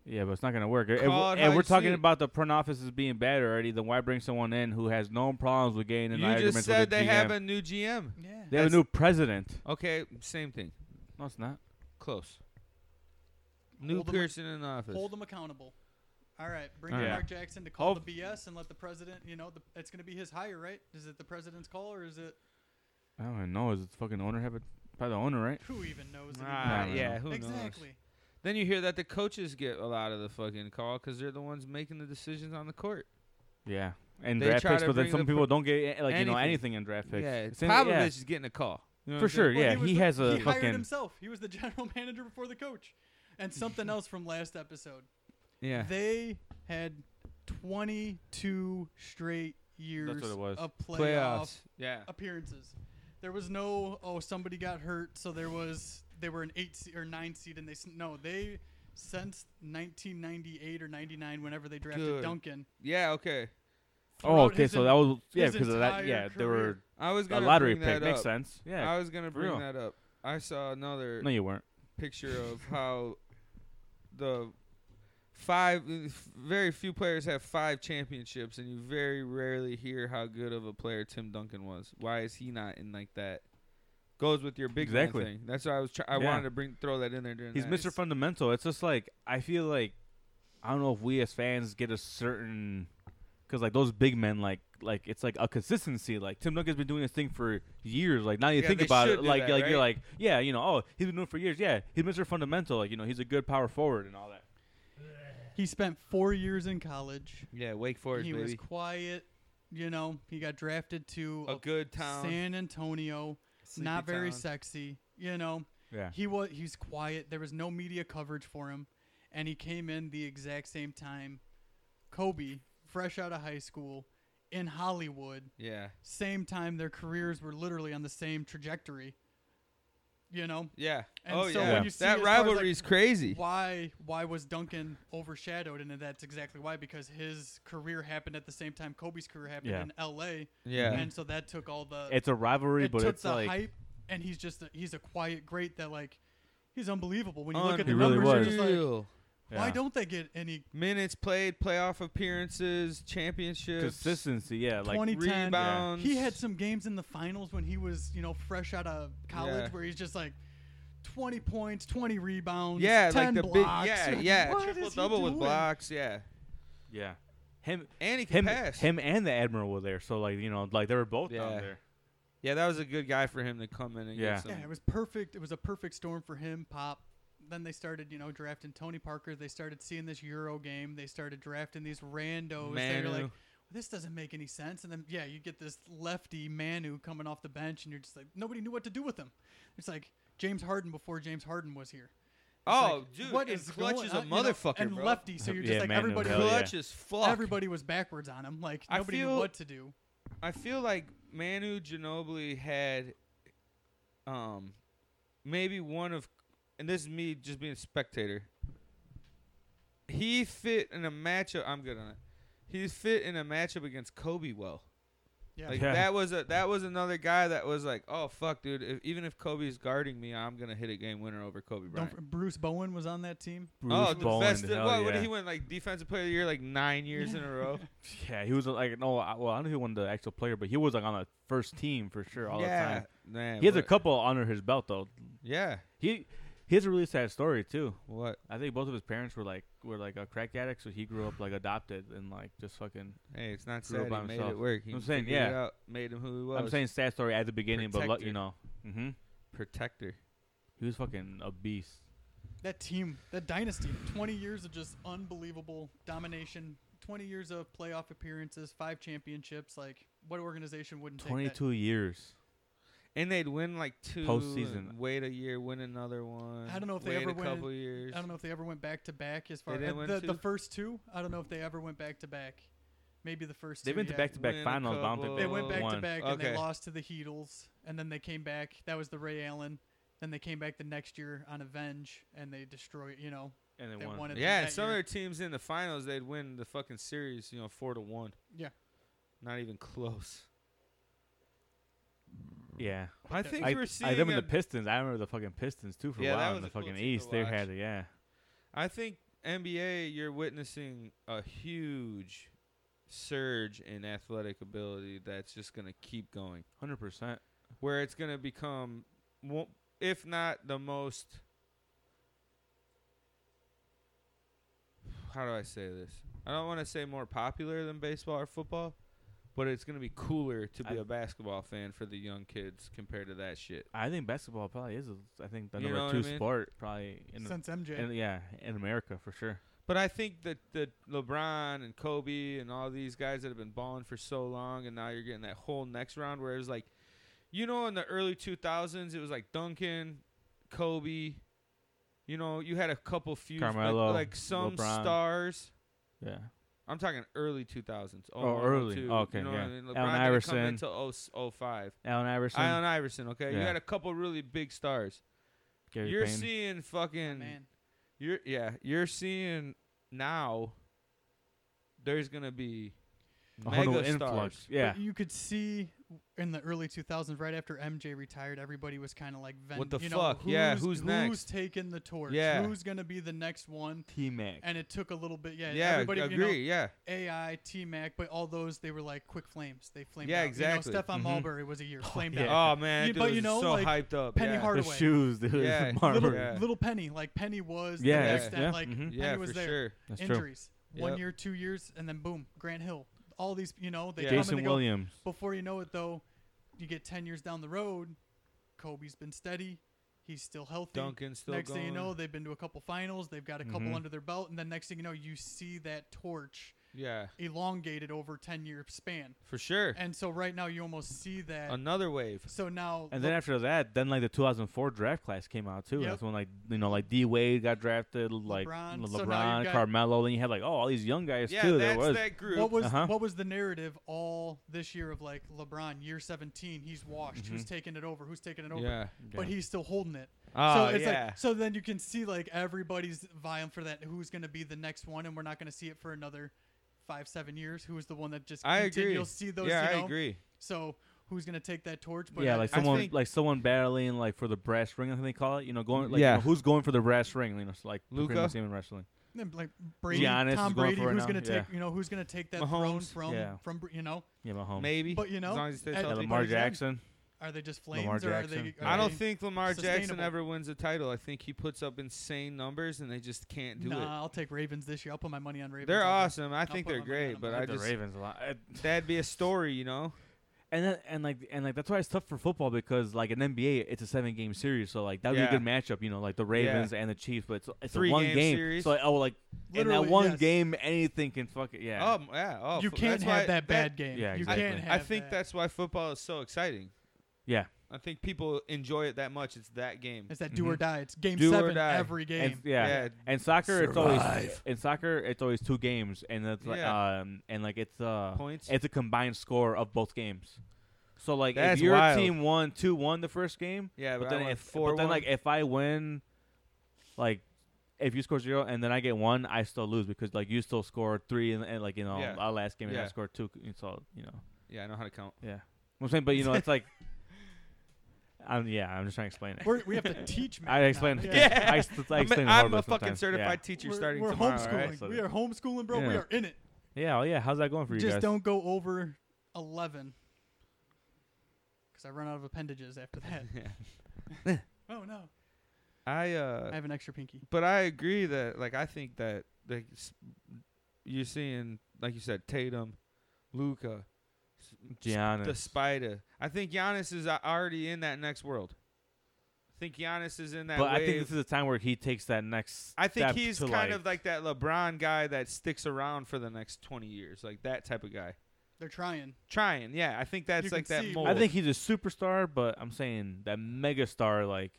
Speaker 2: Yeah, but it's not gonna work. And,
Speaker 1: Call
Speaker 2: we're-
Speaker 1: it
Speaker 2: and
Speaker 1: how you
Speaker 2: we're
Speaker 1: see
Speaker 2: talking
Speaker 1: it.
Speaker 2: about the front office is being bad already. Then why bring someone in who has no problems with getting in
Speaker 1: you
Speaker 2: arguments
Speaker 1: just said
Speaker 2: with the
Speaker 1: they
Speaker 2: GM?
Speaker 1: have a new GM.
Speaker 3: Yeah.
Speaker 2: they have a
Speaker 1: that's-
Speaker 2: new president.
Speaker 1: Okay, same thing.
Speaker 2: No, it's not.
Speaker 1: Close. New
Speaker 3: Hold 'em-
Speaker 1: person in office.
Speaker 3: Hold them accountable. All right, bring
Speaker 1: All
Speaker 3: in
Speaker 1: right.
Speaker 3: Mark Jackson to call
Speaker 2: Hope-
Speaker 3: the BS and let the president. You know, the, it's going to be his hire, right? Is it the president's call or is it
Speaker 2: I don't even know. Is it the fucking owner have it? Probably the owner, right?
Speaker 3: who even knows?
Speaker 1: Ah,
Speaker 2: Nah, man.
Speaker 1: yeah, who
Speaker 3: anymore?
Speaker 1: knows?
Speaker 3: exactly.
Speaker 1: Then you hear that the coaches get a lot of the fucking call because they're the ones making the decisions on the court.
Speaker 2: Yeah. And
Speaker 1: They
Speaker 2: draft
Speaker 1: try
Speaker 2: picks,
Speaker 1: to
Speaker 2: but then
Speaker 1: bring
Speaker 2: some
Speaker 1: the
Speaker 2: people don't get eh, like you know
Speaker 1: anything.
Speaker 2: anything in draft picks.
Speaker 1: Yeah,
Speaker 2: Same-
Speaker 1: Popovich
Speaker 2: yeah,
Speaker 1: is getting a call. You know what
Speaker 2: for
Speaker 1: I'm saying?
Speaker 2: sure.
Speaker 3: Well,
Speaker 2: Yeah,
Speaker 3: was
Speaker 2: he
Speaker 3: the-
Speaker 2: has a
Speaker 3: he hired
Speaker 2: fucking
Speaker 3: himself. He was the general [laughs] manager before the coach, and
Speaker 2: [laughs]
Speaker 3: something else from last episode.
Speaker 1: Yeah.
Speaker 3: They had 22 straight years
Speaker 2: what it was.
Speaker 3: of playoff
Speaker 1: Playoffs. Yeah.
Speaker 3: appearances. There was no oh somebody got hurt, so there was they were an eight se- or nine seed, and they s- no they since 1998 or 99 whenever they drafted
Speaker 1: Good.
Speaker 3: Duncan.
Speaker 1: Yeah, okay.
Speaker 2: Oh,
Speaker 3: throughout
Speaker 2: okay.
Speaker 3: his
Speaker 2: So
Speaker 3: en-
Speaker 2: that was yeah
Speaker 3: his
Speaker 2: because of that.
Speaker 3: entire
Speaker 2: Yeah, there were
Speaker 3: career.
Speaker 1: I was
Speaker 2: a
Speaker 1: gonna
Speaker 2: lottery
Speaker 1: bring that
Speaker 2: pick. Makes
Speaker 1: up.
Speaker 2: sense. Yeah.
Speaker 1: I was gonna bring
Speaker 2: real.
Speaker 1: that up. I saw another
Speaker 2: No, you weren't.
Speaker 1: picture of how the five very few players have five championships, and you very rarely hear how good of a player Tim Duncan was. Why is he not in like that? Goes with your big man
Speaker 2: Exactly.
Speaker 1: thing. That's why I was. Try- I
Speaker 2: Yeah.
Speaker 1: wanted to bring throw that in there during.
Speaker 2: He's
Speaker 1: that.
Speaker 2: Mr. Fundamental. It's just like I feel like I don't know if we as fans get a certain because like those big men like like it's like a consistency. Like Tim Duncan's been doing this thing for years. Like now you
Speaker 1: Yeah,
Speaker 2: think
Speaker 1: they
Speaker 2: about
Speaker 1: should
Speaker 2: it,
Speaker 1: do
Speaker 2: like
Speaker 1: that,
Speaker 2: like you're
Speaker 1: right?
Speaker 2: like yeah, you know, oh he's been doing it for years. Yeah, he's Mr. Fundamental. Like you know, he's a good power forward and all that.
Speaker 3: He spent four years in college.
Speaker 1: Yeah, Wake Forest,
Speaker 3: he was
Speaker 1: baby.
Speaker 3: quiet. You know, he got drafted to
Speaker 1: A good town.
Speaker 3: San Antonio. not
Speaker 1: sleepy
Speaker 3: very
Speaker 1: town.
Speaker 3: sexy. You know,
Speaker 2: Yeah,
Speaker 3: he was he's quiet. There was no media coverage for him, and he came in the exact same time. Kobe, fresh out of high school, in Hollywood,
Speaker 1: Yeah.
Speaker 3: same time their careers were literally on the same trajectory. You know
Speaker 1: Yeah.
Speaker 3: And
Speaker 1: oh
Speaker 3: so
Speaker 1: yeah.
Speaker 3: when you see as
Speaker 1: that
Speaker 3: far as, like,
Speaker 1: rivalry is crazy.
Speaker 3: why? Why was Duncan overshadowed? And that's exactly why, because his career happened at the same time Kobe's career happened
Speaker 2: Yeah.
Speaker 3: in L.A.
Speaker 1: Yeah.
Speaker 3: and so that took all the
Speaker 2: it's a rivalry,
Speaker 3: it
Speaker 2: but
Speaker 3: took
Speaker 2: it's
Speaker 3: the
Speaker 2: like
Speaker 3: hype, and he's just a, he's a quiet great that like he's unbelievable. When you look at the
Speaker 2: He really
Speaker 3: numbers,
Speaker 2: was.
Speaker 3: you're just like,
Speaker 1: Unreal.
Speaker 3: why
Speaker 2: yeah.
Speaker 3: don't they get any
Speaker 1: minutes played, playoff appearances, championships,
Speaker 2: consistency. Yeah, like
Speaker 3: 2010?
Speaker 1: rebounds.
Speaker 3: He had some games in the finals when he was you know fresh out of college
Speaker 1: Yeah.
Speaker 3: where he's just like. 20 points, 20 rebounds,
Speaker 1: yeah,
Speaker 3: 10
Speaker 1: like the big
Speaker 3: blocks. You're
Speaker 1: yeah,
Speaker 3: [laughs] like,
Speaker 1: yeah,
Speaker 3: what is
Speaker 1: triple
Speaker 3: he
Speaker 1: double with
Speaker 3: doing?
Speaker 1: blocks, yeah,
Speaker 2: yeah, him.
Speaker 1: and he can
Speaker 2: Him,
Speaker 1: pass.
Speaker 2: him, and the admiral were there, so like you know, like they were both
Speaker 1: Yeah.
Speaker 2: down there.
Speaker 1: Yeah, that was a good guy for him to come in and
Speaker 2: Yeah.
Speaker 1: get some.
Speaker 3: Yeah, it was perfect. It was a perfect storm for him, Pop. Then they started, you know, drafting Tony Parker. They started seeing this Euro game. They started drafting these randos. They were like,
Speaker 1: Manu.
Speaker 3: this doesn't make any sense. And then, yeah, you get this lefty Manu coming off the bench, and you're just like, nobody knew what to do with him. It's like James Harden before James Harden was here. It's
Speaker 1: oh,
Speaker 3: like,
Speaker 1: dude,
Speaker 3: what
Speaker 1: and
Speaker 3: is
Speaker 1: clutch
Speaker 3: going
Speaker 1: is a
Speaker 3: on? You know,
Speaker 1: motherfucker,
Speaker 3: and
Speaker 1: bro.
Speaker 3: lefty,
Speaker 2: [laughs]
Speaker 3: so you're just
Speaker 2: Yeah,
Speaker 3: like
Speaker 2: Manu,
Speaker 3: everybody.
Speaker 2: hell yeah.
Speaker 1: clutch is fuck.
Speaker 3: Everybody was backwards on him. Like
Speaker 1: I
Speaker 3: nobody knew
Speaker 1: feel-
Speaker 3: what to do.
Speaker 1: I feel like Manu Ginobili had, um, maybe one of, and this is me just being a spectator. He fit in a matchup. I'm good on it. He fit in a matchup against Kobe well.
Speaker 3: Yeah,
Speaker 1: Like
Speaker 2: Yeah.
Speaker 1: that was a that was another guy that was like, oh fuck, dude. If, even if Kobe's guarding me, I'm gonna hit a game winner over Kobe Bryant.
Speaker 3: Don't, Bruce Bowen was on that team.
Speaker 1: oh, the
Speaker 2: Bowen,
Speaker 1: best.
Speaker 2: hell
Speaker 1: what, what
Speaker 2: yeah.
Speaker 1: did he win like defensive player of the year like nine years in a row?
Speaker 2: yeah, he was like no, I- well, I don't know if he won the actual player, but he was like on the first team [laughs] for sure all the
Speaker 1: yeah,
Speaker 2: time.
Speaker 1: man.
Speaker 2: He has a
Speaker 1: what-
Speaker 2: couple under his belt though.
Speaker 1: Yeah,
Speaker 2: He he has a really sad story too.
Speaker 1: what?
Speaker 2: I think both of his parents were like were like a crack addict, so he grew up like adopted and like just fucking.
Speaker 1: Hey, it's not
Speaker 2: Grew
Speaker 1: sad.
Speaker 2: up
Speaker 1: He
Speaker 2: by
Speaker 1: made
Speaker 2: himself.
Speaker 1: it work. He
Speaker 2: I'm saying,
Speaker 1: figured it
Speaker 2: yeah.
Speaker 1: out, made him who he was.
Speaker 2: I'm saying sad story at the beginning, but look,
Speaker 1: Protector.
Speaker 2: you know, hmm
Speaker 1: protector.
Speaker 2: he was fucking a beast.
Speaker 3: That team, that dynasty, 20 years of just unbelievable domination, 20 years of playoff appearances, five championships. Like, what organization wouldn't take that?
Speaker 2: 22 years.
Speaker 1: and they'd win like two
Speaker 2: Postseason.
Speaker 1: and Wait a year, win another one.
Speaker 3: I don't know if they
Speaker 1: wait
Speaker 3: ever
Speaker 1: a
Speaker 3: win-
Speaker 1: couple years.
Speaker 3: I don't know if they ever went back to back as far
Speaker 1: They
Speaker 3: as
Speaker 1: didn't win
Speaker 3: the, the
Speaker 1: two?
Speaker 3: first two. I don't know if they ever went back to back. Maybe the first
Speaker 2: They've
Speaker 3: two,
Speaker 2: been to
Speaker 3: yeah.
Speaker 2: back to back
Speaker 1: Win a
Speaker 2: finals, but I don't think
Speaker 1: couple.
Speaker 2: they
Speaker 3: They went back to
Speaker 2: won.
Speaker 3: back and they
Speaker 1: Okay.
Speaker 3: lost to the Heatles, and then they came back. That was the Ray Allen. Then they came back the next year on Avenge, and they destroyed. You know,
Speaker 2: and they,
Speaker 3: they
Speaker 2: won.
Speaker 3: won it.
Speaker 1: Yeah,
Speaker 3: that
Speaker 1: some
Speaker 3: year.
Speaker 1: other teams in the finals they'd win the fucking series, you know, four to one.
Speaker 3: Yeah.
Speaker 1: Not even close.
Speaker 2: Yeah,
Speaker 1: I think
Speaker 2: I,
Speaker 1: we're
Speaker 2: I
Speaker 1: seeing.
Speaker 2: them and
Speaker 1: a-
Speaker 2: the Pistons. I remember the fucking Pistons too for
Speaker 1: Yeah,
Speaker 2: a
Speaker 1: that
Speaker 2: while in
Speaker 1: was
Speaker 2: the
Speaker 1: a cool
Speaker 2: fucking
Speaker 1: team to
Speaker 2: East. They
Speaker 1: watch.
Speaker 2: had it, yeah.
Speaker 1: I think NBA, you're witnessing a huge surge in athletic ability that's just going to keep going,
Speaker 2: Hundred percent.
Speaker 1: where it's going to become, mo- if not the most. How do I say this? I don't want to say more popular than baseball or football, but it's going to be cooler to be
Speaker 2: I-
Speaker 1: a basketball fan for the young kids compared to that shit.
Speaker 2: I think basketball probably is. I think the
Speaker 1: You know
Speaker 2: number
Speaker 1: what
Speaker 2: two
Speaker 1: I mean?
Speaker 2: sport probably in,
Speaker 3: since MJ.
Speaker 2: in yeah in America for sure.
Speaker 1: But I think that that LeBron and Kobe and all these guys that have been balling for so long, and now you're getting that whole next round where it was like, you know, in the early 2000s, it was like Duncan, Kobe. You know, you had a couple few like-
Speaker 2: Carmelo,
Speaker 1: like, some
Speaker 2: LeBron.
Speaker 1: stars.
Speaker 2: Yeah,
Speaker 1: I'm talking early 2000s.
Speaker 2: Oh,
Speaker 1: 01,
Speaker 2: early.
Speaker 1: 02,
Speaker 2: Okay,
Speaker 1: you know
Speaker 2: yeah.
Speaker 1: What I mean?
Speaker 2: Allen
Speaker 1: LeBron didn't
Speaker 2: Iverson.
Speaker 1: come oh into 0- 05.
Speaker 2: Allen Iverson.
Speaker 1: Allen Iverson. Okay, you
Speaker 2: Yeah.
Speaker 1: had a couple really big stars.
Speaker 2: Gary
Speaker 1: you're
Speaker 2: Payne.
Speaker 1: seeing
Speaker 3: Oh,
Speaker 1: fucking
Speaker 3: man,
Speaker 1: you're yeah, you're seeing now there's gonna be
Speaker 2: a whole new
Speaker 1: mega
Speaker 2: influx.
Speaker 1: stars.
Speaker 2: Yeah,
Speaker 3: But you could see in the early 2000s, right after MJ retired, everybody was kind of like, ven-
Speaker 1: What the
Speaker 3: you know,
Speaker 1: fuck?
Speaker 3: Who's,
Speaker 1: Yeah, who's
Speaker 3: Who's
Speaker 1: next?
Speaker 3: taking the torch?
Speaker 1: Yeah.
Speaker 3: Who's gonna be the next one?
Speaker 2: T Mac.
Speaker 3: And it took a little bit. Yeah,
Speaker 1: Yeah,
Speaker 3: everybody.
Speaker 1: agree.
Speaker 3: You know,
Speaker 1: yeah,
Speaker 3: AI, T Mac, but all those they were like quick flames. They flamed.
Speaker 1: Yeah,
Speaker 3: out.
Speaker 1: exactly. Mm-hmm.
Speaker 3: You know, Stefan
Speaker 2: Mhm.
Speaker 3: Marbury was a year flamed
Speaker 2: yeah.
Speaker 3: out.
Speaker 1: Oh man,
Speaker 3: You-
Speaker 1: that
Speaker 3: but
Speaker 1: dude
Speaker 3: you
Speaker 1: was
Speaker 3: know,
Speaker 1: so
Speaker 3: like,
Speaker 1: hyped up.
Speaker 3: Penny
Speaker 1: yeah.
Speaker 2: The
Speaker 3: Hardaway.
Speaker 2: shoes, dude. [laughs]
Speaker 1: Yeah,
Speaker 2: Marbury.
Speaker 3: Little,
Speaker 1: Yeah.
Speaker 3: little Penny, like Penny
Speaker 2: Yeah,
Speaker 3: was the
Speaker 1: yeah, Mm-hmm.
Speaker 3: next step.
Speaker 2: yeah,
Speaker 3: Like
Speaker 2: mhm.
Speaker 3: Penny
Speaker 1: Yeah,
Speaker 3: was
Speaker 1: for
Speaker 3: there.
Speaker 1: sure.
Speaker 2: That's true.
Speaker 3: Injuries, one
Speaker 1: Yep.
Speaker 3: year, two years, and then boom, Grant Hill. All these, you know, they
Speaker 1: Yeah.
Speaker 3: come and
Speaker 2: Jason
Speaker 3: they go.
Speaker 2: Williams.
Speaker 3: Before you know it, though, you get ten years down the road. Kobe's been steady. He's still healthy.
Speaker 1: Duncan still
Speaker 3: next
Speaker 1: going. Mm-hmm.
Speaker 3: thing you know, they've been to a couple finals. They've got a couple
Speaker 2: Mhm.
Speaker 3: under their belt, and then next thing you know, you see that torch
Speaker 1: yeah,
Speaker 3: elongated over ten year span.
Speaker 1: for sure.
Speaker 3: And so right now, you almost see that.
Speaker 1: Another wave.
Speaker 3: so now,
Speaker 2: And then
Speaker 3: look-
Speaker 2: after that, then like the 2004 draft class came out too.
Speaker 3: Yep.
Speaker 2: That's when like you know like D Wade got drafted, like
Speaker 3: LeBron.
Speaker 2: Le-
Speaker 3: So now
Speaker 2: LeBron,
Speaker 3: you've got-
Speaker 2: Carmelo. Then you had like oh all these young guys
Speaker 1: Yeah,
Speaker 2: too.
Speaker 1: that's
Speaker 2: There was
Speaker 1: that group.
Speaker 3: What was
Speaker 2: Uh-huh.
Speaker 3: what was the narrative all this year of like LeBron year 17? He's washed. Who's
Speaker 2: Mhm.
Speaker 3: taking it over? Who's taking it over?
Speaker 1: Mm-hmm. yeah.
Speaker 3: But he's still holding it.
Speaker 1: Oh
Speaker 3: so it's
Speaker 1: yeah.
Speaker 3: like so then you can see like everybody's vying for that. Who's going to be the next one? And we're not going to see it for another five seven years. Who's the one that just?
Speaker 1: I
Speaker 3: continue-
Speaker 1: agree.
Speaker 3: You'll see those.
Speaker 1: yeah,
Speaker 3: you
Speaker 1: I
Speaker 3: know?
Speaker 1: agree.
Speaker 3: So who's going to take that torch?
Speaker 2: yeah,
Speaker 3: I-
Speaker 2: like
Speaker 1: I
Speaker 2: someone
Speaker 1: think-
Speaker 2: like someone battling like for the brass ring, I think they call it. You know, going like you
Speaker 1: Yeah.
Speaker 2: know, who's going for the brass ring? You know, it's like pretty
Speaker 1: Luka?
Speaker 2: much same in wrestling.
Speaker 3: Then, like Brady,
Speaker 2: Giannis is
Speaker 3: Tom
Speaker 2: going
Speaker 3: Brady,
Speaker 2: for it
Speaker 3: who's
Speaker 2: now,
Speaker 3: going to
Speaker 2: yeah.
Speaker 3: take you know who's going to take that throne
Speaker 1: Mahomes,
Speaker 3: from
Speaker 2: yeah.
Speaker 3: from you know?
Speaker 2: Yeah, Mahomes.
Speaker 1: Maybe.
Speaker 3: But, you know,
Speaker 1: as long as he stays
Speaker 3: at-
Speaker 2: yeah,
Speaker 1: healthy.
Speaker 2: Lamar
Speaker 3: everybody's young.
Speaker 2: Jackson.
Speaker 3: Are they just flames
Speaker 2: Lamar
Speaker 3: or are they?
Speaker 2: Jackson.
Speaker 3: Are
Speaker 1: I don't
Speaker 3: they-
Speaker 1: think Lamar Jackson
Speaker 3: sustainable.
Speaker 1: ever wins a title. I think he puts up insane numbers, and they just can't do
Speaker 3: nah,
Speaker 1: it.
Speaker 3: I'll take Ravens this year. I'll put my money on Ravens.
Speaker 1: They're
Speaker 3: over-
Speaker 1: awesome. I
Speaker 3: I'll
Speaker 1: think
Speaker 3: put
Speaker 1: they're
Speaker 3: my money on
Speaker 1: great,
Speaker 3: them.
Speaker 1: but
Speaker 3: I
Speaker 1: I
Speaker 2: Like the
Speaker 1: just
Speaker 2: Ravens a lot. I-
Speaker 1: that'd be a story, you know.
Speaker 2: And then, and like and like that's why it's tough for football because like in NBA it's a seven game series so like that would be
Speaker 1: Yeah.
Speaker 2: a good matchup you know like the Ravens and the Chiefs but it's, it's
Speaker 1: Three
Speaker 2: a one
Speaker 1: game
Speaker 2: game,
Speaker 1: series.
Speaker 2: so like, oh like in
Speaker 3: Literally,
Speaker 2: that one
Speaker 3: yes.
Speaker 2: game anything can fuck it yeah
Speaker 1: Oh m- yeah. Oh,
Speaker 3: you
Speaker 1: fu-
Speaker 3: can't
Speaker 1: that's why
Speaker 3: have that bad game.
Speaker 2: Yeah,
Speaker 3: you
Speaker 2: exactly.
Speaker 3: can't
Speaker 1: I
Speaker 3: have
Speaker 1: think
Speaker 3: that.
Speaker 1: that's why football is so exciting.
Speaker 2: yeah
Speaker 1: I think people enjoy it that much. It's that game.
Speaker 3: It's that do or
Speaker 2: Mhm.
Speaker 3: die. It's game
Speaker 1: Do or
Speaker 3: seven
Speaker 1: die.
Speaker 3: every game.
Speaker 2: and yeah.
Speaker 1: Yeah.
Speaker 2: and soccer it's always
Speaker 4: Survive.
Speaker 2: in soccer it's always two games and it's like
Speaker 1: Yeah.
Speaker 2: um and like it's uh
Speaker 1: Points.
Speaker 2: it's a combined score of both games so like
Speaker 1: That's
Speaker 2: if your
Speaker 1: wild.
Speaker 2: team won two one the first game
Speaker 1: yeah,
Speaker 2: but
Speaker 1: but,
Speaker 2: then
Speaker 1: I if
Speaker 2: if
Speaker 1: four,
Speaker 2: but then
Speaker 1: one.
Speaker 2: like if I win like if you score zero and then I get one I still lose because like you still scored three and, and like you know
Speaker 1: Yeah.
Speaker 2: our last game and I
Speaker 1: Yeah.
Speaker 2: scored two it's all you know
Speaker 1: yeah, I know how to count.
Speaker 2: yeah I'm saying but you know it's like [laughs] I'm yeah I'm just trying to explain it.
Speaker 3: We're, we have to teach.
Speaker 2: [laughs]
Speaker 3: math
Speaker 2: I
Speaker 1: [laughs]
Speaker 3: now.
Speaker 2: explained.
Speaker 3: Yeah.
Speaker 2: Yeah, I, s- I
Speaker 1: I'm,
Speaker 2: explained
Speaker 1: a- I'm a fucking certified teacher
Speaker 3: We're,
Speaker 1: starting
Speaker 3: we're
Speaker 1: tomorrow.
Speaker 3: homeschooling.
Speaker 1: Right?
Speaker 2: right? So
Speaker 3: we
Speaker 2: then-
Speaker 3: are homeschooling, bro. We
Speaker 2: Yeah.
Speaker 3: are in it.
Speaker 2: Yeah, oh yeah. How's that going for you
Speaker 3: Just
Speaker 2: guys?
Speaker 3: don't go over eleven, because I run out of appendages after
Speaker 2: [laughs]
Speaker 3: that. [laughs] oh no,
Speaker 1: I
Speaker 3: I
Speaker 1: uh,
Speaker 3: have an extra pinky.
Speaker 1: but I agree that like I think that like s- you're seeing like you said Tatum, Luca,
Speaker 2: Giannis.
Speaker 1: the spider. I think Giannis is a- already in that next world. I think Giannis is in that.
Speaker 2: but I think
Speaker 1: wave.
Speaker 2: this is a time where he takes that next.
Speaker 1: I think
Speaker 2: step
Speaker 1: he's
Speaker 2: to,
Speaker 1: kind of like that LeBron guy that sticks around for the next 20 years, like that type of guy.
Speaker 3: They're trying.
Speaker 1: Trying, yeah. I think that's
Speaker 3: You
Speaker 1: like
Speaker 3: can
Speaker 1: that
Speaker 3: see-
Speaker 1: mold.
Speaker 2: I think he's a superstar, but I'm saying that megastar. Like,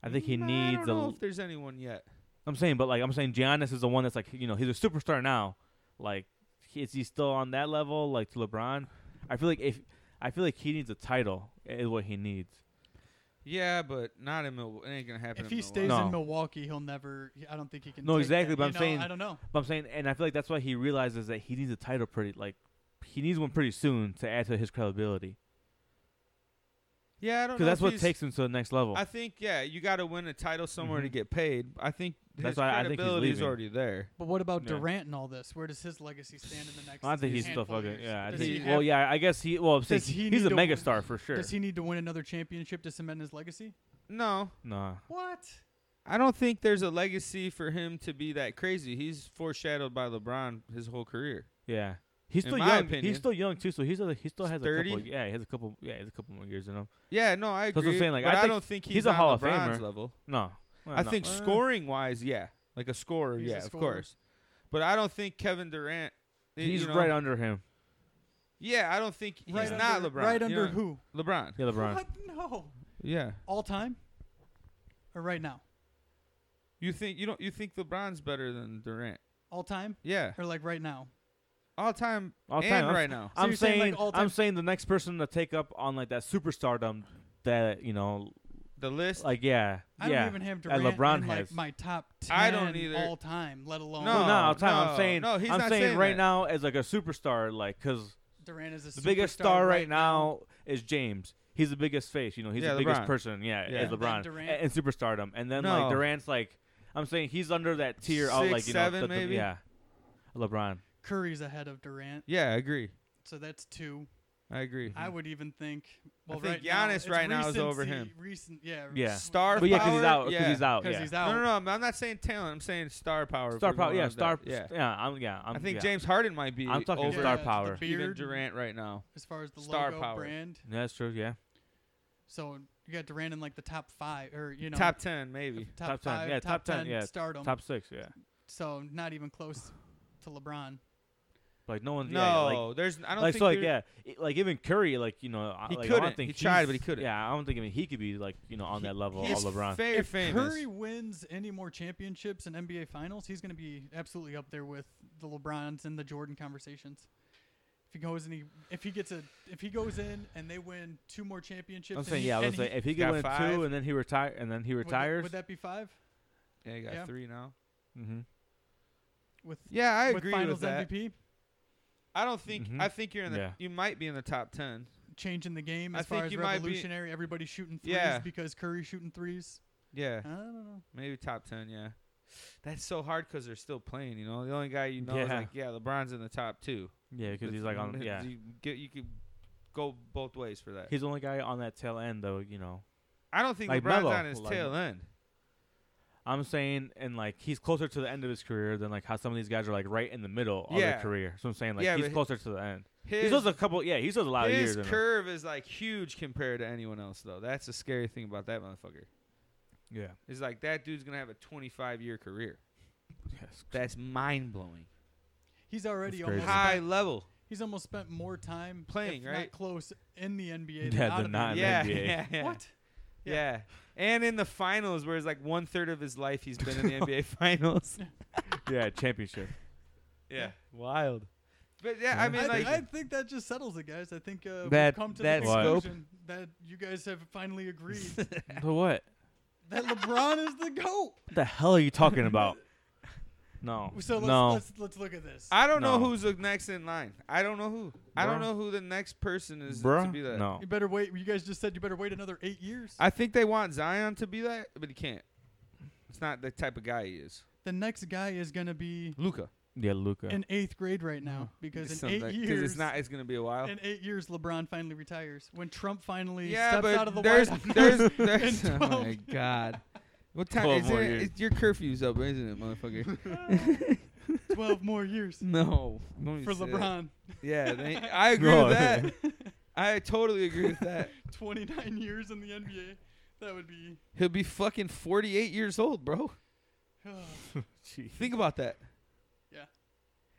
Speaker 2: I think he
Speaker 1: Mm, I
Speaker 2: needs
Speaker 1: don't
Speaker 2: a.
Speaker 1: know
Speaker 2: l-
Speaker 1: if there's anyone yet.
Speaker 2: I'm saying, but like I'm saying, Giannis is the one that's like you know he's a superstar now. Like, he- is he still on that level like to LeBron? I feel like if I feel like he needs a title is what he needs.
Speaker 1: Yeah, but not in Mil. It ain't gonna happen.
Speaker 3: If
Speaker 1: in
Speaker 3: he stays
Speaker 2: No.
Speaker 3: in Milwaukee, he'll never. I don't think he can.
Speaker 2: No,
Speaker 3: take
Speaker 2: exactly,
Speaker 3: that.
Speaker 2: but
Speaker 3: You
Speaker 2: I'm
Speaker 3: know,
Speaker 2: saying-
Speaker 3: I don't know.
Speaker 2: But I'm saying, and I feel like that's why he realizes that he needs a title pretty like he needs one pretty soon to add to his credibility
Speaker 1: Yeah, I don't.
Speaker 2: because
Speaker 1: know
Speaker 2: that's
Speaker 1: if
Speaker 2: what
Speaker 1: he's-
Speaker 2: takes him to the next level.
Speaker 1: I think yeah, you got to win a title somewhere to
Speaker 2: Mhm.
Speaker 1: get paid. I think his
Speaker 2: That's why I think he's
Speaker 1: credibility is
Speaker 2: leaving.
Speaker 1: already there.
Speaker 3: But what about
Speaker 2: Yeah.
Speaker 3: Durant and all this? Where does his legacy stand in the next?
Speaker 2: I think he's
Speaker 3: handful
Speaker 2: still
Speaker 3: of
Speaker 2: fucking
Speaker 3: years?
Speaker 2: yeah. I
Speaker 3: Does
Speaker 2: think,
Speaker 3: he
Speaker 2: well,
Speaker 3: have-
Speaker 2: yeah, I guess he. Well, I'm saying
Speaker 3: Does he
Speaker 2: he's
Speaker 3: need
Speaker 2: a
Speaker 3: to win-
Speaker 2: megastar for sure.
Speaker 3: Does he need to win another championship to cement his legacy?
Speaker 1: No,
Speaker 2: Nah.
Speaker 3: What?
Speaker 1: I don't think there's a legacy for him to be that crazy. He's foreshadowed by LeBron his whole career.
Speaker 2: Yeah. He's
Speaker 1: In
Speaker 2: still
Speaker 1: my
Speaker 2: young.
Speaker 1: opinion.
Speaker 2: He's still young too, so he's a, he still
Speaker 1: He's
Speaker 2: has
Speaker 1: 30?
Speaker 2: a couple. Yeah, he has a couple. Yeah, he has a couple more years in him.
Speaker 1: Yeah, no, I
Speaker 2: That's what
Speaker 1: agree.
Speaker 2: I'm saying, like,
Speaker 1: but
Speaker 2: I
Speaker 1: I,
Speaker 2: think
Speaker 1: don't think he's,
Speaker 2: he's a
Speaker 1: on
Speaker 2: Hall of
Speaker 1: LeBron's
Speaker 2: Famer.
Speaker 1: level.
Speaker 2: No, Well,
Speaker 1: I
Speaker 2: no.
Speaker 1: think
Speaker 2: Uh,
Speaker 1: scoring wise, yeah, like a scorer,
Speaker 3: He's a
Speaker 1: yeah,
Speaker 3: scorer.
Speaker 1: of course. But I don't think Kevin Durant. y-
Speaker 2: he's
Speaker 1: you know-
Speaker 2: right under him.
Speaker 1: Yeah, I don't think he's
Speaker 3: right
Speaker 1: not
Speaker 3: under,
Speaker 1: LeBron.
Speaker 3: Right
Speaker 1: you
Speaker 3: under
Speaker 1: know?
Speaker 3: who?
Speaker 1: LeBron.
Speaker 2: Yeah, LeBron.
Speaker 3: What? No.
Speaker 1: Yeah.
Speaker 3: All time? Or right now?
Speaker 1: You think you don't you think LeBron's better than Durant?
Speaker 3: All time?
Speaker 1: Yeah.
Speaker 3: Or like right now?
Speaker 1: All time
Speaker 2: All
Speaker 1: and
Speaker 2: time. I'm,
Speaker 1: right now.
Speaker 3: So
Speaker 2: I'm
Speaker 3: you're
Speaker 2: saying,
Speaker 3: saying, like, all
Speaker 2: I'm
Speaker 3: time-
Speaker 2: saying the next person to take up on like that superstardom, that you know,
Speaker 1: The list
Speaker 2: like yeah,
Speaker 3: I
Speaker 2: yeah.
Speaker 3: don't even have
Speaker 2: that
Speaker 3: Durant
Speaker 2: LeBron
Speaker 3: in
Speaker 2: has.
Speaker 3: like my Oh, top ten
Speaker 1: I don't either.
Speaker 3: all time, let alone
Speaker 1: No,
Speaker 2: no, no, all time.
Speaker 1: no,
Speaker 2: I'm saying,
Speaker 1: no, he's
Speaker 2: I'm
Speaker 1: not
Speaker 2: saying,
Speaker 1: saying
Speaker 2: right
Speaker 1: that.
Speaker 2: now as like a superstar, like because
Speaker 3: Durant is a
Speaker 2: the biggest
Speaker 3: superstar
Speaker 2: star right now is James. He's the biggest face, you know. He's
Speaker 1: Yeah,
Speaker 2: the biggest
Speaker 1: LeBron.
Speaker 2: person, yeah,
Speaker 1: Yeah.
Speaker 2: as
Speaker 1: And
Speaker 3: then
Speaker 2: LeBron
Speaker 3: Durant.
Speaker 2: and, and superstardom. And then
Speaker 1: No.
Speaker 2: like Durant's like, I'm saying he's under that tier of
Speaker 1: Six,
Speaker 2: like you
Speaker 1: seven,
Speaker 2: know, the- the-
Speaker 1: maybe?
Speaker 2: yeah, LeBron.
Speaker 3: Curry's ahead of Durant,
Speaker 1: Yeah, I agree.
Speaker 3: so that's two.
Speaker 1: I agree.
Speaker 2: Mm-hmm.
Speaker 3: I would even think. Well,
Speaker 1: think
Speaker 3: right
Speaker 1: Giannis
Speaker 3: now, it's
Speaker 1: right now is over
Speaker 3: recency-
Speaker 1: him.
Speaker 3: Recent, yeah,
Speaker 2: Yeah.
Speaker 1: Star
Speaker 2: but yeah,
Speaker 1: power.
Speaker 2: he's out. Because
Speaker 1: yeah.
Speaker 2: he's out.
Speaker 3: because
Speaker 2: Yeah.
Speaker 3: he's out.
Speaker 1: No, no, no. I'm not saying talent. I'm saying star power. if
Speaker 2: Star
Speaker 1: we're
Speaker 2: power.
Speaker 1: going
Speaker 2: Yeah.
Speaker 1: with
Speaker 2: Star.
Speaker 1: that.
Speaker 2: Yeah.
Speaker 1: Yeah.
Speaker 2: I'm. Yeah. I'm,
Speaker 1: i think
Speaker 2: yeah.
Speaker 1: James Harden might be.
Speaker 2: I'm talking
Speaker 1: over
Speaker 2: star
Speaker 3: the
Speaker 2: power.
Speaker 1: Even
Speaker 3: beard.
Speaker 1: Durant right now.
Speaker 3: As far as the
Speaker 1: Star
Speaker 3: logo
Speaker 1: power.
Speaker 3: brand,
Speaker 2: Yeah, that's true. Yeah.
Speaker 3: so you got Durant in like the top five, or you know,
Speaker 1: Top ten, maybe.
Speaker 3: top,
Speaker 2: Top 10,
Speaker 3: five,
Speaker 2: yeah, top
Speaker 3: top
Speaker 2: 10,
Speaker 3: ten,
Speaker 2: yeah,
Speaker 3: stardom.
Speaker 2: Top six. Yeah.
Speaker 3: So not even close to LeBron.
Speaker 2: Like no one's.
Speaker 1: No,
Speaker 2: Yeah, like,
Speaker 1: there's. I don't
Speaker 2: like
Speaker 1: think.
Speaker 2: so, like
Speaker 1: there-
Speaker 2: yeah, i- like even Curry, like you know, I-
Speaker 1: He
Speaker 2: like, I
Speaker 1: couldn't.
Speaker 2: don't think
Speaker 1: He tried, but he
Speaker 2: he's-
Speaker 1: couldn't.
Speaker 2: Yeah, I don't think even he could be like you know on
Speaker 1: He-
Speaker 2: that level
Speaker 1: he's
Speaker 2: of LeBron.
Speaker 1: Very
Speaker 3: if
Speaker 1: famous.
Speaker 3: Curry wins any more championships and NBA Finals, he's going to be absolutely up there with the LeBrons and the Jordan conversations. If he goes and he, if he gets a, if he goes in and they win two more championships,
Speaker 2: I'm
Speaker 3: and
Speaker 2: saying
Speaker 3: he-
Speaker 2: yeah. I
Speaker 3: and
Speaker 2: was
Speaker 3: he-
Speaker 2: saying if he
Speaker 1: got
Speaker 2: could win
Speaker 1: five.
Speaker 2: two and then he retire and then he
Speaker 3: would that-
Speaker 2: retires.
Speaker 3: would that be five?
Speaker 1: yeah, you got
Speaker 3: yeah.
Speaker 1: three now.
Speaker 2: mm-hmm.
Speaker 3: With
Speaker 1: Yeah, I
Speaker 3: with
Speaker 1: agree with
Speaker 3: Finals
Speaker 1: that.
Speaker 3: MVP
Speaker 1: I don't think.
Speaker 2: Mhm.
Speaker 1: I think you're in the.
Speaker 2: Yeah.
Speaker 1: You might be in the top ten.
Speaker 3: changing the game
Speaker 1: I
Speaker 3: as far
Speaker 1: think
Speaker 3: as
Speaker 1: you might be-
Speaker 3: revolutionary. Everybody's shooting threes
Speaker 1: Yeah.
Speaker 3: because Curry's shooting threes.
Speaker 1: Yeah,
Speaker 3: I don't know.
Speaker 1: maybe top ten. Yeah, that's so hard because they're still playing. You know, the only guy you know is
Speaker 2: Yeah.
Speaker 1: like, yeah, LeBron's in the top two
Speaker 2: Yeah, because
Speaker 1: But
Speaker 2: he's like on.
Speaker 1: n-
Speaker 2: Yeah,
Speaker 1: You get. You could go both ways for that.
Speaker 2: he's the only guy on that tail end though. You know,
Speaker 1: I don't think
Speaker 2: like
Speaker 1: LeBron's
Speaker 2: Melo,
Speaker 1: on his
Speaker 2: like-
Speaker 1: tail end.
Speaker 2: I'm saying and like he's closer to the end of his career than like how some of these guys are like right in the middle of
Speaker 1: Yeah.
Speaker 2: their career. So I'm saying like
Speaker 1: Yeah,
Speaker 2: he's
Speaker 1: but he-
Speaker 2: closer to the end.
Speaker 1: His,
Speaker 2: he does a couple. Yeah, he does a lot of
Speaker 1: his
Speaker 2: years. in him.
Speaker 1: curve is like huge compared to anyone else, though. That's the scary thing about that motherfucker.
Speaker 2: Yeah.
Speaker 1: It's like that dude's gonna have a 25 year career.
Speaker 2: Yes.
Speaker 1: That's mind blowing.
Speaker 3: He's already
Speaker 2: That's crazy.
Speaker 3: almost
Speaker 1: High
Speaker 3: back-
Speaker 1: level.
Speaker 3: He's almost spent more time
Speaker 1: Playing,
Speaker 3: if
Speaker 1: right?
Speaker 3: Not close in the NBA.
Speaker 2: Yeah,
Speaker 3: than out
Speaker 2: than
Speaker 3: of
Speaker 2: not
Speaker 3: it.
Speaker 2: in the
Speaker 1: Yeah,
Speaker 2: NBA.
Speaker 1: yeah, yeah.
Speaker 3: What?
Speaker 1: Yeah. And in the finals, where it's like one third of his life he's been in the NBA finals.
Speaker 2: [laughs]
Speaker 1: [laughs]
Speaker 2: yeah. Championship.
Speaker 1: Yeah. Wild. But yeah, I
Speaker 2: Yeah.
Speaker 1: mean,
Speaker 3: I,
Speaker 1: like,
Speaker 3: I think that just settles it, guys. I think uh,
Speaker 1: That-
Speaker 3: we've come to
Speaker 1: that
Speaker 3: the
Speaker 2: scope?
Speaker 3: conclusion that you guys have
Speaker 2: [laughs]
Speaker 3: finally agreed that
Speaker 2: so what?
Speaker 3: LeBron is the goat.
Speaker 2: What the hell are you talking about?
Speaker 1: [laughs]
Speaker 2: No.
Speaker 3: So let's,
Speaker 2: no.
Speaker 3: let's let's look at this.
Speaker 1: I don't know
Speaker 2: No.
Speaker 1: who's the next in line. I don't know who. I don't
Speaker 2: Bruh.
Speaker 1: know who the next person is to
Speaker 2: Bruh,
Speaker 1: be that.
Speaker 2: no.
Speaker 3: You better wait. You guys just said you better wait another eight years.
Speaker 1: I think they want Zion to be that, but he can't. It's not the type of guy he is.
Speaker 3: the next guy is gonna be
Speaker 1: Luca.
Speaker 2: Yeah, Oh, Luca.
Speaker 3: in eighth grade right now because in eight years,
Speaker 1: it's not. It's gonna be a while.
Speaker 3: in eight years, LeBron finally retires when Trump finally
Speaker 1: Yeah,
Speaker 3: steps
Speaker 1: but
Speaker 3: out of the
Speaker 1: there's,
Speaker 3: White House.
Speaker 1: there's, there's, [laughs]
Speaker 2: [laughs]
Speaker 3: [laughs] in
Speaker 1: oh my
Speaker 3: 12.
Speaker 1: god. What time
Speaker 2: 12
Speaker 1: is
Speaker 2: more
Speaker 1: it?
Speaker 2: years.
Speaker 1: It's, your curfew's up, isn't it, motherfucker?
Speaker 3: [laughs]
Speaker 1: [laughs]
Speaker 3: Twelve more years
Speaker 1: no, Don't even
Speaker 3: for
Speaker 1: say that.
Speaker 3: LeBron. [laughs]
Speaker 1: Yeah, they, I agree
Speaker 2: No.
Speaker 1: with that. I totally agree with that.
Speaker 3: Twenty nine years in the NBA. That would be. [sighs]
Speaker 1: He'll be fucking 48 years old, bro.
Speaker 3: oh.
Speaker 1: Think about that.
Speaker 3: Yeah.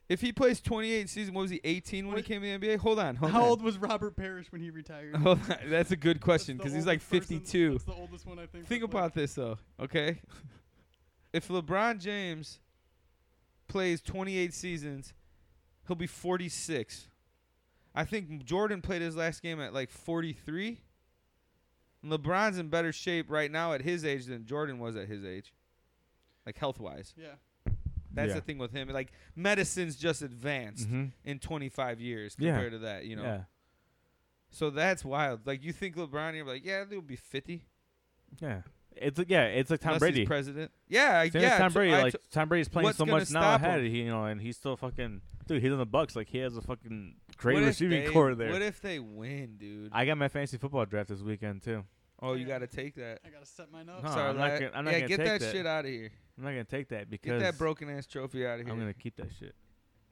Speaker 1: If he plays 28 season, what was he 18 when
Speaker 3: Wait.
Speaker 1: he came to the NBA? Hold on, hold
Speaker 3: How
Speaker 1: on.
Speaker 3: old was Robert Parrish when he
Speaker 1: [laughs]
Speaker 3: retired?
Speaker 1: Hold on. That's a good
Speaker 3: That's
Speaker 1: question
Speaker 3: the
Speaker 1: because he's like
Speaker 3: oldest person-
Speaker 1: 52.
Speaker 3: that's the oldest one I think.
Speaker 1: Think
Speaker 3: that's like-
Speaker 1: about this though, okay? [laughs] if LeBron James plays 28 seasons, he'll be 46. I think Jordan played his last game at like 43. LeBron's in better shape right now at his age than Jordan was at his age. Like health wise.
Speaker 3: Yeah.
Speaker 1: That's
Speaker 2: Yeah.
Speaker 1: the thing with him. Like medicine's just advanced
Speaker 2: Mhm.
Speaker 1: in 25 years
Speaker 2: Yeah.
Speaker 1: compared to that, you know.
Speaker 2: Yeah.
Speaker 1: So that's wild. Like you think LeBron, you're like, yeah, they'll be 50.
Speaker 2: Yeah. It's like- yeah, it's like Tom
Speaker 1: unless
Speaker 2: Brady.
Speaker 1: He's president. Yeah,
Speaker 2: Same
Speaker 1: yeah.
Speaker 2: as Tom
Speaker 1: so
Speaker 2: Brady.
Speaker 1: I
Speaker 2: like
Speaker 1: t-
Speaker 2: Tom Brady's playing
Speaker 1: what's
Speaker 2: so
Speaker 1: gonna
Speaker 2: much now
Speaker 1: stop
Speaker 2: ahead,
Speaker 1: him?
Speaker 2: he, you know, and he's still fucking dude. He's on the Bucks. Like he has a fucking great
Speaker 1: what if
Speaker 2: receiving
Speaker 1: they-
Speaker 2: core there.
Speaker 1: What if they win, dude?
Speaker 2: I got my fantasy football draft this weekend too.
Speaker 1: oh,
Speaker 3: Yeah.
Speaker 1: you got to take that.
Speaker 3: I gotta set mine up.
Speaker 2: No,
Speaker 1: Sorry,
Speaker 2: I'm not
Speaker 1: that-
Speaker 2: gonna- I'm not
Speaker 1: yeah,
Speaker 2: gonna
Speaker 1: get
Speaker 2: take
Speaker 1: that,
Speaker 2: that.
Speaker 1: shit out of here.
Speaker 2: I'm not gonna take that because
Speaker 1: Get that broken ass trophy out of here.
Speaker 2: I'm gonna keep that shit.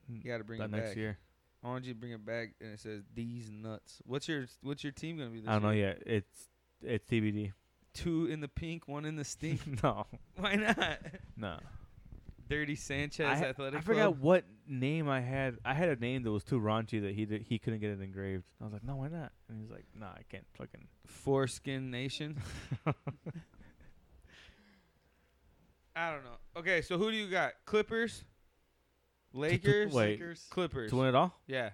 Speaker 1: you got to bring
Speaker 2: that
Speaker 1: it
Speaker 2: next
Speaker 1: back.
Speaker 2: year.
Speaker 1: I want you to bring it back, and it says these nuts. What's your What's your team gonna be? This
Speaker 2: I don't know
Speaker 1: year?
Speaker 2: yet. It's it's TBD.
Speaker 1: Two in the pink, one in the
Speaker 2: [laughs]
Speaker 1: stink.
Speaker 2: no,
Speaker 1: Why not?
Speaker 2: no.
Speaker 1: Dirty Sanchez
Speaker 2: I, ha-
Speaker 1: Athletic
Speaker 2: I forgot
Speaker 1: Club.
Speaker 2: what name I had. I had a name that was too raunchy that he did, he couldn't get it engraved. I was like, no, why not? And he's like, no, I can't fucking.
Speaker 1: Foreskin
Speaker 2: [laughs]
Speaker 1: Nation. I don't know. Okay, so who do you got? Clippers, Lakers,
Speaker 2: Wait.
Speaker 3: Lakers.
Speaker 1: Clippers.
Speaker 2: to win it all.
Speaker 1: Yeah.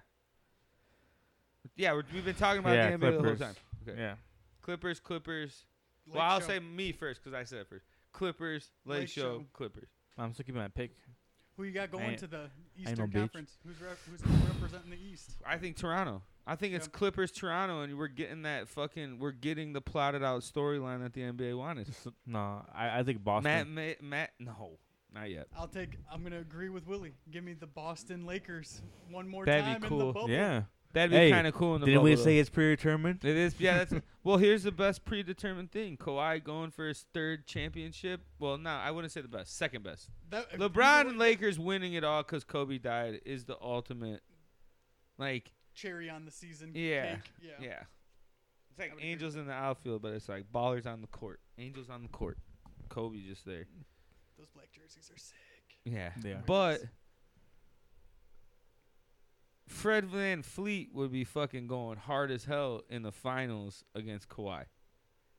Speaker 1: Yeah, we're, we've been talking about
Speaker 2: Yeah,
Speaker 1: the NBA the whole
Speaker 2: Clippers.
Speaker 1: time. Okay.
Speaker 2: Yeah.
Speaker 1: Clippers, Clippers.
Speaker 3: Lake
Speaker 1: well, I'll
Speaker 3: show.
Speaker 1: say me first because I said it first. Clippers, Lake,
Speaker 3: Lake
Speaker 1: show,
Speaker 3: Show.
Speaker 1: Clippers.
Speaker 2: I'm still keeping my pick.
Speaker 3: who you got going
Speaker 2: ain't-
Speaker 3: to the
Speaker 2: no
Speaker 3: Eastern
Speaker 2: beach.
Speaker 3: Conference? Who's rep- who's representing the East?
Speaker 1: I think Toronto. I think it's
Speaker 3: Yeah.
Speaker 1: Clippers, Toronto, and we're getting that fucking we're getting the plotted out storyline that the NBA wanted.
Speaker 2: Just, no, I, I think Boston.
Speaker 1: Matt, Matt, Matt, no, not yet.
Speaker 3: I'll take. I'm gonna agree with Willie. Give me the Boston Lakers one more
Speaker 1: That'd be
Speaker 3: time in the
Speaker 1: cool.
Speaker 3: bubble.
Speaker 2: yeah.
Speaker 1: That'd be
Speaker 2: Hey,
Speaker 1: kind of cool in the
Speaker 2: Didn't we
Speaker 1: bubble,
Speaker 2: say it's predetermined?
Speaker 1: though. it is? Yeah, that's [laughs] well. Here's the best predetermined thing: Kawhi going for his third championship. Well, no, I wouldn't say the best, second best.
Speaker 3: That, uh,
Speaker 1: LeBron and
Speaker 3: you know what?
Speaker 1: Lakers winning it all because Kobe died is the ultimate. Like,
Speaker 3: cherry on the season.
Speaker 1: Yeah.
Speaker 3: cake. yeah.
Speaker 1: yeah. It's like
Speaker 3: would agree
Speaker 1: angels in the outfield, but it's like ballers on the court. Angels on the court. Kobe just there.
Speaker 3: Those black jerseys are sick.
Speaker 1: Yeah.
Speaker 2: They are.
Speaker 1: But Fred Van Fleet would be fucking going hard as hell in the finals against Kawhi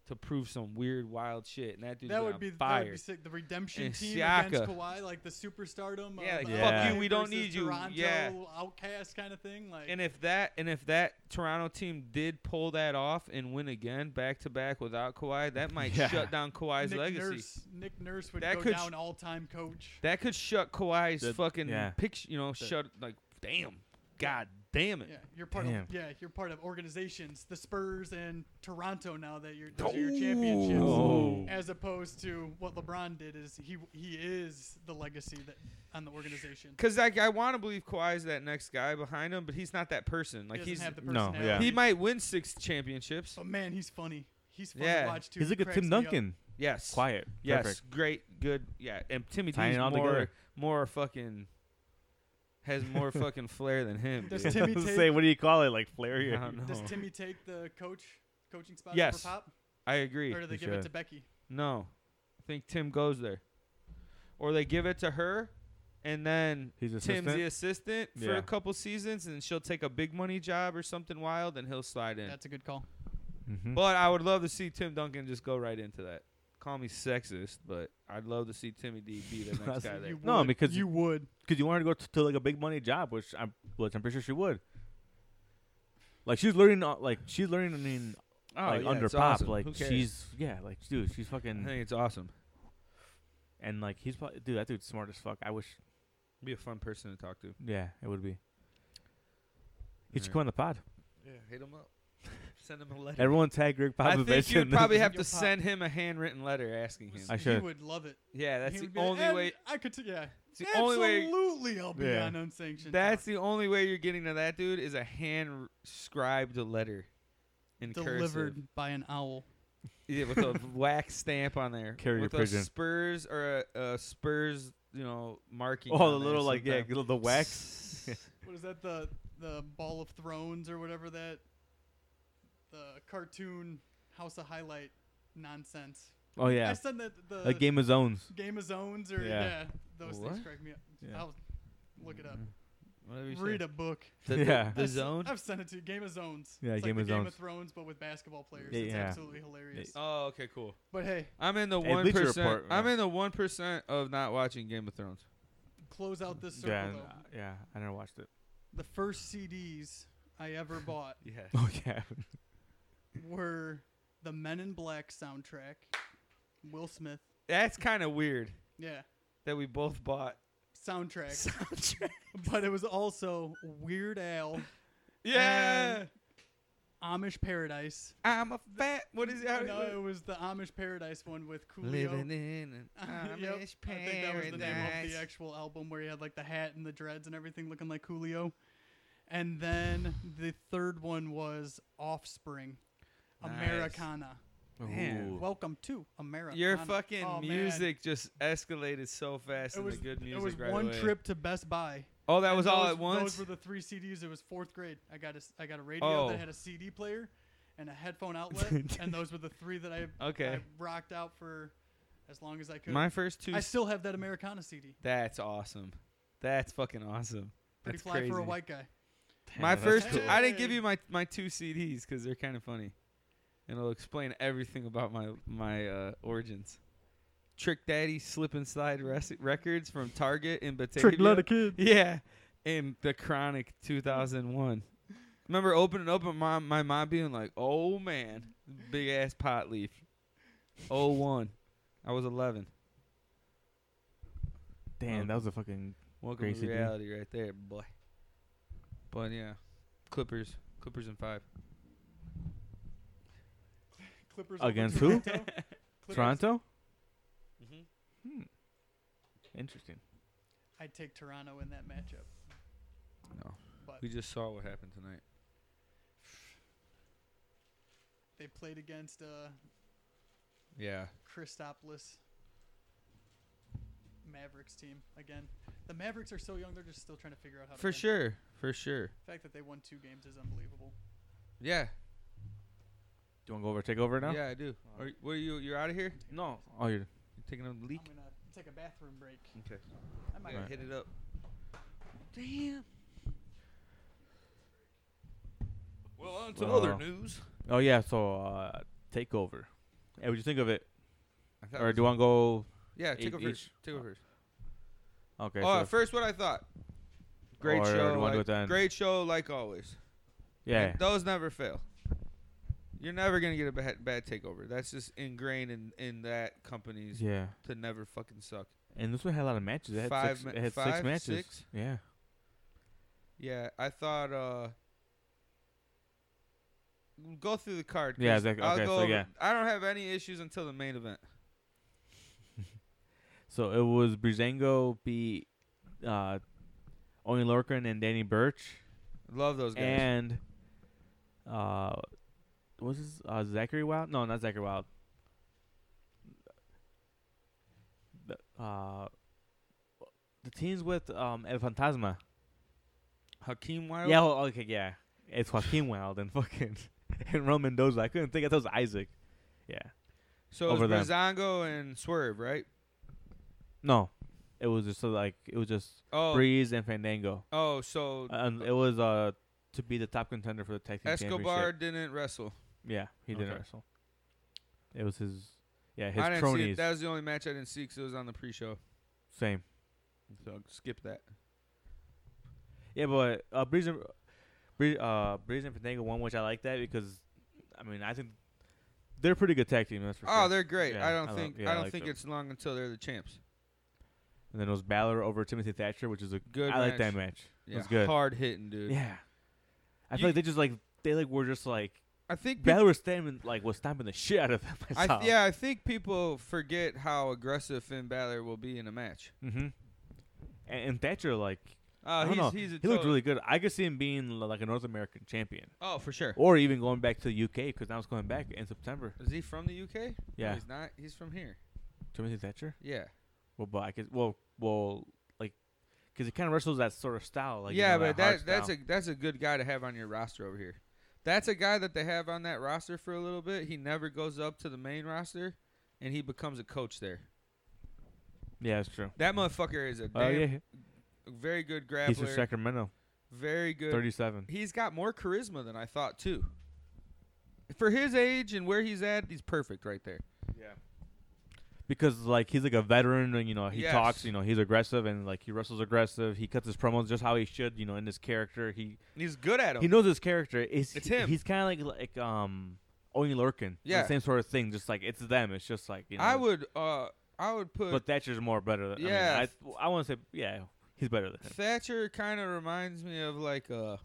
Speaker 1: to prove some weird, wild shit. And that dude's
Speaker 3: That
Speaker 1: been
Speaker 3: would
Speaker 1: on
Speaker 3: be
Speaker 1: fire.
Speaker 3: that would be sick. The redemption
Speaker 1: And
Speaker 3: team
Speaker 1: Siaka.
Speaker 3: against Kawhi, like the superstardom.
Speaker 1: Yeah,
Speaker 3: of uh,
Speaker 1: like,
Speaker 3: the
Speaker 2: fuck
Speaker 3: LA
Speaker 1: you, we don't
Speaker 3: versus
Speaker 1: need you.
Speaker 3: Toronto
Speaker 1: Yeah.
Speaker 3: outcast kind of thing. Like
Speaker 1: And if that and if that Toronto team did pull that off and win again back to back without Kawhi, that might
Speaker 2: [laughs] Yeah.
Speaker 1: shut down Kawhi's
Speaker 3: Nick
Speaker 1: legacy.
Speaker 3: Nurse, Nick Nurse would
Speaker 1: That
Speaker 3: go
Speaker 1: could
Speaker 3: down
Speaker 1: sh-
Speaker 3: all-time coach.
Speaker 1: That could shut Kawhi's
Speaker 2: The-
Speaker 1: fucking
Speaker 2: yeah.
Speaker 1: picture. You know, shut like damn, god damn it.
Speaker 3: Yeah, you're part
Speaker 2: Damn.
Speaker 3: of yeah, you're part of organizations, the Spurs and Toronto now that you're those are your championships.
Speaker 2: Oh.
Speaker 3: As opposed to what LeBron did is he he is the legacy that on the organization.
Speaker 1: Because like I want to believe Kawhi's that next guy behind him, but he's not that person. Like
Speaker 3: he
Speaker 1: he's
Speaker 3: doesn't have the Oh.
Speaker 2: No, yeah.
Speaker 3: personality.
Speaker 1: he might win six championships.
Speaker 3: But man, he's funny. He's fun
Speaker 1: Yeah.
Speaker 3: to watch too.
Speaker 2: He's
Speaker 3: He
Speaker 2: like a
Speaker 3: cracks
Speaker 2: Tim
Speaker 3: me up.
Speaker 2: Duncan.
Speaker 1: Yes,
Speaker 2: Quiet.
Speaker 1: yes,
Speaker 2: Perfect.
Speaker 1: great, good. Yeah, and Timmy
Speaker 2: Tying
Speaker 1: D's
Speaker 2: it all
Speaker 1: more
Speaker 2: together.
Speaker 1: more fucking has
Speaker 2: [laughs]
Speaker 1: more fucking flair than him.
Speaker 3: Does
Speaker 1: dude.
Speaker 2: [laughs]
Speaker 3: Timmy
Speaker 2: I was
Speaker 3: take-
Speaker 2: say, what do you call it? Like
Speaker 1: [laughs]
Speaker 2: flair?
Speaker 1: I
Speaker 2: here?
Speaker 1: don't know.
Speaker 3: Does Timmy take the coach coaching spot
Speaker 1: Oh. Yes.
Speaker 3: over Pop?
Speaker 1: I agree.
Speaker 3: Or do they
Speaker 2: He
Speaker 3: give it
Speaker 2: should.
Speaker 3: to Becky?
Speaker 1: No. I think Tim goes there. Or they give it to her and then
Speaker 2: He's assistant.
Speaker 1: Tim's the assistant for
Speaker 2: Yeah.
Speaker 1: a couple seasons and she'll take a big money job or something wild and he'll slide in.
Speaker 3: That's a good call.
Speaker 2: Mhm.
Speaker 1: but I would love to see Tim Duncan just go right into that. Call me sexist, but I'd love to see Timmy D be
Speaker 2: [laughs]
Speaker 1: the next guy there.
Speaker 3: You
Speaker 2: No,
Speaker 3: would.
Speaker 2: because-
Speaker 3: you would.
Speaker 2: because you want her to go t- to like a big money job, which I'm which I'm pretty sure she would. Like she's learning, uh, like she's learning. I mean,
Speaker 1: Oh,
Speaker 2: like
Speaker 1: yeah,
Speaker 2: under
Speaker 1: it's
Speaker 2: pop,
Speaker 1: awesome. Who
Speaker 2: like
Speaker 1: cares?
Speaker 2: she's yeah, like dude, she's
Speaker 1: I
Speaker 2: fucking
Speaker 1: think it's awesome.
Speaker 2: and like he's probably dude. That dude's smart as fuck. I wish.
Speaker 1: Be a fun person to talk to.
Speaker 2: Yeah, it would be. He should
Speaker 1: Alright.
Speaker 2: come on the pod.
Speaker 1: Yeah, hit him [laughs] up. Send him a letter.
Speaker 2: Everyone tag Greg
Speaker 1: I
Speaker 2: Popovich.
Speaker 1: think you would
Speaker 2: and- [laughs]
Speaker 1: probably have
Speaker 3: Yo,
Speaker 1: to
Speaker 3: Pop.
Speaker 1: send him a handwritten letter asking him.
Speaker 3: Was-
Speaker 2: I
Speaker 3: He
Speaker 2: should.
Speaker 3: would love it.
Speaker 1: Yeah,
Speaker 3: He
Speaker 1: that's the
Speaker 3: would be like,
Speaker 1: only
Speaker 3: "And
Speaker 1: way.
Speaker 3: I could. T- yeah,
Speaker 1: It's the only way
Speaker 3: Absolutely, I'll be
Speaker 2: Yeah.
Speaker 3: on unsanctioned.
Speaker 1: That's
Speaker 3: talk.
Speaker 1: the only way you're getting to that dude is a hand scribed letter in
Speaker 3: delivered
Speaker 1: cursive.
Speaker 3: by an owl.
Speaker 1: Yeah, with
Speaker 3: [laughs]
Speaker 1: a wax stamp on there.
Speaker 2: Carrier
Speaker 1: with a
Speaker 2: pigeon.
Speaker 1: Spurs or a, a Spurs, you know, marking.
Speaker 2: oh,
Speaker 1: on
Speaker 2: the
Speaker 1: there
Speaker 2: little like yeah,
Speaker 1: sometime.
Speaker 2: the little wax.
Speaker 3: What is that? The the Ball of Thrones or whatever that the cartoon House of Highlight nonsense.
Speaker 2: Oh
Speaker 3: I
Speaker 2: yeah,
Speaker 3: said that the
Speaker 2: like Game of Zones.
Speaker 3: Game of Zones or yeah,
Speaker 2: Yeah.
Speaker 3: those
Speaker 1: What? Mm-hmm.
Speaker 3: things crack me up.
Speaker 2: Yeah.
Speaker 3: I'll look it up.
Speaker 1: Whatever you say.
Speaker 3: Read a book.
Speaker 1: The- the-
Speaker 2: Yeah.
Speaker 1: The,
Speaker 3: I've s- [laughs]
Speaker 1: zone.
Speaker 3: I've sent it to you. Game of Zones.
Speaker 2: Yeah,
Speaker 3: it's
Speaker 2: Game
Speaker 3: like
Speaker 2: of
Speaker 3: the Game
Speaker 2: Zones.
Speaker 3: of Thrones, but with basketball players.
Speaker 2: Yeah,
Speaker 3: it's
Speaker 2: yeah.
Speaker 3: absolutely hilarious.
Speaker 1: Oh, okay, cool.
Speaker 3: But hey,
Speaker 1: I'm in the
Speaker 2: Hey,
Speaker 1: one
Speaker 2: Bleacher
Speaker 1: percent.
Speaker 2: Report,
Speaker 1: I'm
Speaker 2: man.
Speaker 1: in the one percent of not watching Game of Thrones.
Speaker 3: close out this circle
Speaker 2: Yeah,
Speaker 3: though.
Speaker 2: and, uh, yeah. I never watched it.
Speaker 3: The first CDs I ever bought
Speaker 1: Yeah.
Speaker 2: [laughs] Oh yeah.
Speaker 3: were the Men in Black soundtrack, Will Smith.
Speaker 1: [laughs] That's kind of weird
Speaker 3: Yeah,
Speaker 1: that we both bought
Speaker 2: [laughs]
Speaker 3: soundtrack.
Speaker 1: soundtrack.
Speaker 3: but it was also Weird Al,
Speaker 1: Yeah.
Speaker 3: And- Amish Paradise.
Speaker 1: I'm a fat. What is that?
Speaker 3: No, it was the Amish Paradise one with Coolio.
Speaker 1: Living in an
Speaker 3: [laughs] Yep.
Speaker 1: Uh, Amish
Speaker 3: I think that was the name of the
Speaker 1: paradise.
Speaker 3: actual album where he had like the hat and the dreads and everything looking like Coolio. And then the third one was Offspring.
Speaker 1: Nice.
Speaker 3: Americana.
Speaker 1: Man,
Speaker 2: Ooh.
Speaker 3: Welcome to America.
Speaker 1: Your fucking
Speaker 3: oh, man.
Speaker 1: music just escalated so fast
Speaker 3: It was,
Speaker 1: into good music
Speaker 3: it was
Speaker 1: right
Speaker 3: one
Speaker 1: away.
Speaker 3: trip to Best Buy.
Speaker 1: Oh, that
Speaker 3: And
Speaker 1: was
Speaker 3: those,
Speaker 1: all at once.
Speaker 3: Those were the three CDs. It was fourth grade. I got a, s- I got a radio
Speaker 1: Oh.
Speaker 3: that had a CD player and a headphone outlet,
Speaker 1: [laughs]
Speaker 3: and those were the three that I,
Speaker 1: Okay.
Speaker 3: I rocked out for as long as I could.
Speaker 1: My first two.
Speaker 3: I still have that Americana CD.
Speaker 1: that's awesome. That's fucking awesome.
Speaker 3: Pretty
Speaker 1: That's
Speaker 3: fly for a
Speaker 1: crazy.
Speaker 3: white guy.
Speaker 2: Damn,
Speaker 1: my
Speaker 2: that's
Speaker 1: first.
Speaker 2: cool.
Speaker 1: Two, I didn't give
Speaker 3: Hey.
Speaker 1: you my my two CDs because they're kind of funny, and it'll explain everything about my my uh, origins. Trick Daddy Slip and Slide res- records from Target in Batavia.
Speaker 2: kid.
Speaker 1: Yeah, in the Chronic 2001. Remember opening up and mom, my mom being like, "Oh man, big ass pot leaf." Oh one, I was 11.
Speaker 2: Damn, that was a fucking.
Speaker 1: Welcome
Speaker 2: Great
Speaker 1: to
Speaker 2: CD.
Speaker 1: reality, right there, boy. But yeah, Clippers, Clippers in five.
Speaker 3: Clippers
Speaker 2: Against
Speaker 3: over
Speaker 1: [laughs]
Speaker 2: who?
Speaker 3: Toronto. Clippers.
Speaker 2: Toronto.
Speaker 4: Mm-hmm.
Speaker 2: Hmm. Interesting.
Speaker 3: I'd take Toronto in that matchup.
Speaker 1: No,
Speaker 3: But
Speaker 1: we just saw what happened tonight.
Speaker 3: they played against uh,
Speaker 1: Yeah,
Speaker 3: Christopoulos Mavericks team again. The Mavericks are so young; they're just still trying to figure out how. to
Speaker 1: for
Speaker 3: win.
Speaker 1: sure, for sure.
Speaker 3: The fact that they won two games is unbelievable.
Speaker 1: Yeah,
Speaker 2: Do you want to go over take over now?
Speaker 1: yeah, I do. Are, what are you? You're out of here.
Speaker 2: No. Oh, you're.
Speaker 1: You're taking a leak.
Speaker 3: I'm gonna take a bathroom break.
Speaker 1: Okay,
Speaker 3: I
Speaker 1: I
Speaker 3: might.
Speaker 1: gotta
Speaker 2: Right.
Speaker 1: hit it up. Damn. Well, on to
Speaker 2: Well,
Speaker 1: other news.
Speaker 2: Oh yeah. So uh, take over. Hey, what'd you think of it?
Speaker 1: I thought it
Speaker 2: Or
Speaker 1: was-
Speaker 2: do you want to go?
Speaker 1: yeah, take
Speaker 2: each-
Speaker 1: over first.
Speaker 2: each-
Speaker 1: Take over first.
Speaker 2: Okay.
Speaker 1: Oh,
Speaker 2: so-
Speaker 1: first what I thought. Great
Speaker 2: Or do
Speaker 1: show.
Speaker 2: you wanna do
Speaker 1: like-
Speaker 2: it then?
Speaker 1: great show, like always.
Speaker 2: yeah.
Speaker 1: Those never fail. You're never gonna get a bad, bad takeover. That's just ingrained in, in that company's
Speaker 2: Yeah.
Speaker 1: to never fucking suck.
Speaker 2: And this one had a lot of matches. It had
Speaker 1: Five
Speaker 2: six.
Speaker 1: ma-
Speaker 2: it had
Speaker 1: five,
Speaker 2: six matches.
Speaker 1: six?
Speaker 2: Yeah.
Speaker 1: Yeah, I thought. uh Go through the card.
Speaker 2: Yeah,
Speaker 1: 'cause
Speaker 2: exactly.
Speaker 1: I'll
Speaker 2: Okay,
Speaker 1: go
Speaker 2: so
Speaker 1: over-
Speaker 2: yeah.
Speaker 1: I don't have any issues until the main event.
Speaker 2: So it was Brizango beat uh, Oni Lorcan and Danny Birch,
Speaker 1: Love those guys.
Speaker 2: and uh, was his uh, Zachary Wild? No, not Zachary Wild. The, uh, the teams with um El Fantasma.
Speaker 1: Hakeem Wild.
Speaker 2: Yeah. oh, okay. Yeah. It's
Speaker 1: [laughs]
Speaker 2: Joaquin Wild and fucking [laughs] and Roman Mendoza. I couldn't think. I thought it was Isaac. Yeah.
Speaker 1: So it was
Speaker 2: over them.
Speaker 1: Brazongo and Swerve, right?
Speaker 2: No. It was just uh, like it was just
Speaker 1: Oh.
Speaker 2: Breeze and Fandango.
Speaker 1: Oh, so
Speaker 2: And it was uh to be the top contender for the tag team
Speaker 1: Escobar
Speaker 2: championship.
Speaker 1: didn't wrestle.
Speaker 2: Yeah, he didn't
Speaker 1: Okay.
Speaker 2: wrestle. It was his yeah
Speaker 1: I
Speaker 2: his
Speaker 1: didn't see it.
Speaker 2: cronies.
Speaker 1: That was the only match I didn't see because it was on the pre-show.
Speaker 2: Same.
Speaker 1: So skip that.
Speaker 2: Yeah, but uh, Breeze and Breeze, uh, Breeze and Fandango won, which I like that because I mean I think they're a pretty good tag team. That's for
Speaker 1: Oh,
Speaker 2: sure.
Speaker 1: they're great.
Speaker 2: Yeah,
Speaker 1: I don't
Speaker 2: I love-
Speaker 1: think
Speaker 2: yeah,
Speaker 1: I
Speaker 2: I
Speaker 1: don't
Speaker 2: like
Speaker 1: think
Speaker 2: them.
Speaker 1: it's long until they're the champs.
Speaker 2: and then it was Balor over Timothy Thatcher, which is a
Speaker 1: Good
Speaker 2: I like that
Speaker 1: match.
Speaker 2: match.
Speaker 1: Yeah,
Speaker 2: was good.
Speaker 1: hard hitting dude.
Speaker 2: Yeah, I
Speaker 1: You-
Speaker 2: feel like they just like they like were just like
Speaker 1: I think peop-
Speaker 2: Balor was stamping like was stomping the shit out of them.
Speaker 1: I th- yeah, I think people forget how aggressive Finn Balor will be in a match.
Speaker 2: Mm-hmm. And, and Thatcher like I
Speaker 1: Uh,
Speaker 2: don't
Speaker 1: he's,
Speaker 2: know.
Speaker 1: he's a
Speaker 2: He looked
Speaker 1: total-
Speaker 2: really good. I could see him being l- like a North American champion,
Speaker 1: Oh, for sure.
Speaker 2: or even going back to the UK because now it's going back in September.
Speaker 1: Is he from the UK? No,
Speaker 2: Yeah,
Speaker 1: he's not. He's from here.
Speaker 2: Timothy Thatcher.
Speaker 1: Yeah.
Speaker 2: Well, but I could, well, well, like, because he kind of wrestles that sort of style. Like, you
Speaker 1: yeah,
Speaker 2: know,
Speaker 1: but
Speaker 2: hard
Speaker 1: that, that's
Speaker 2: style.
Speaker 1: a that's a good guy to have on your roster over here. That's a guy that they have on that roster for a little bit. He never goes up to the main roster, and he becomes a coach there.
Speaker 2: yeah, that's true.
Speaker 1: That motherfucker is a
Speaker 2: Oh
Speaker 1: damn
Speaker 2: yeah,
Speaker 1: very good grappler.
Speaker 2: He's from Sacramento.
Speaker 1: very good.
Speaker 2: Thirty-seven.
Speaker 1: He's got more charisma than I thought too. For his age and where he's at, he's perfect right there.
Speaker 2: Because like he's like a veteran, and you know he talks.
Speaker 1: Yes.
Speaker 2: You know he's aggressive, and like he wrestles aggressive. He cuts his promos just how he should. You know in his character, he
Speaker 1: And he's good at him.
Speaker 2: he knows his character. It's,
Speaker 1: It's him.
Speaker 2: He's kind of like like um Oni Lurkin. The
Speaker 1: Yeah.
Speaker 2: same sort of thing. Just like it's them. It's just like you know.
Speaker 1: I
Speaker 2: it's-
Speaker 1: would uh I would put
Speaker 2: But Thatcher's more better. Than,
Speaker 1: Yeah.
Speaker 2: I, mean, I, I want to say yeah, he's better [laughs] than him.
Speaker 1: Thatcher kind of reminds me of like
Speaker 2: [laughs]
Speaker 1: uh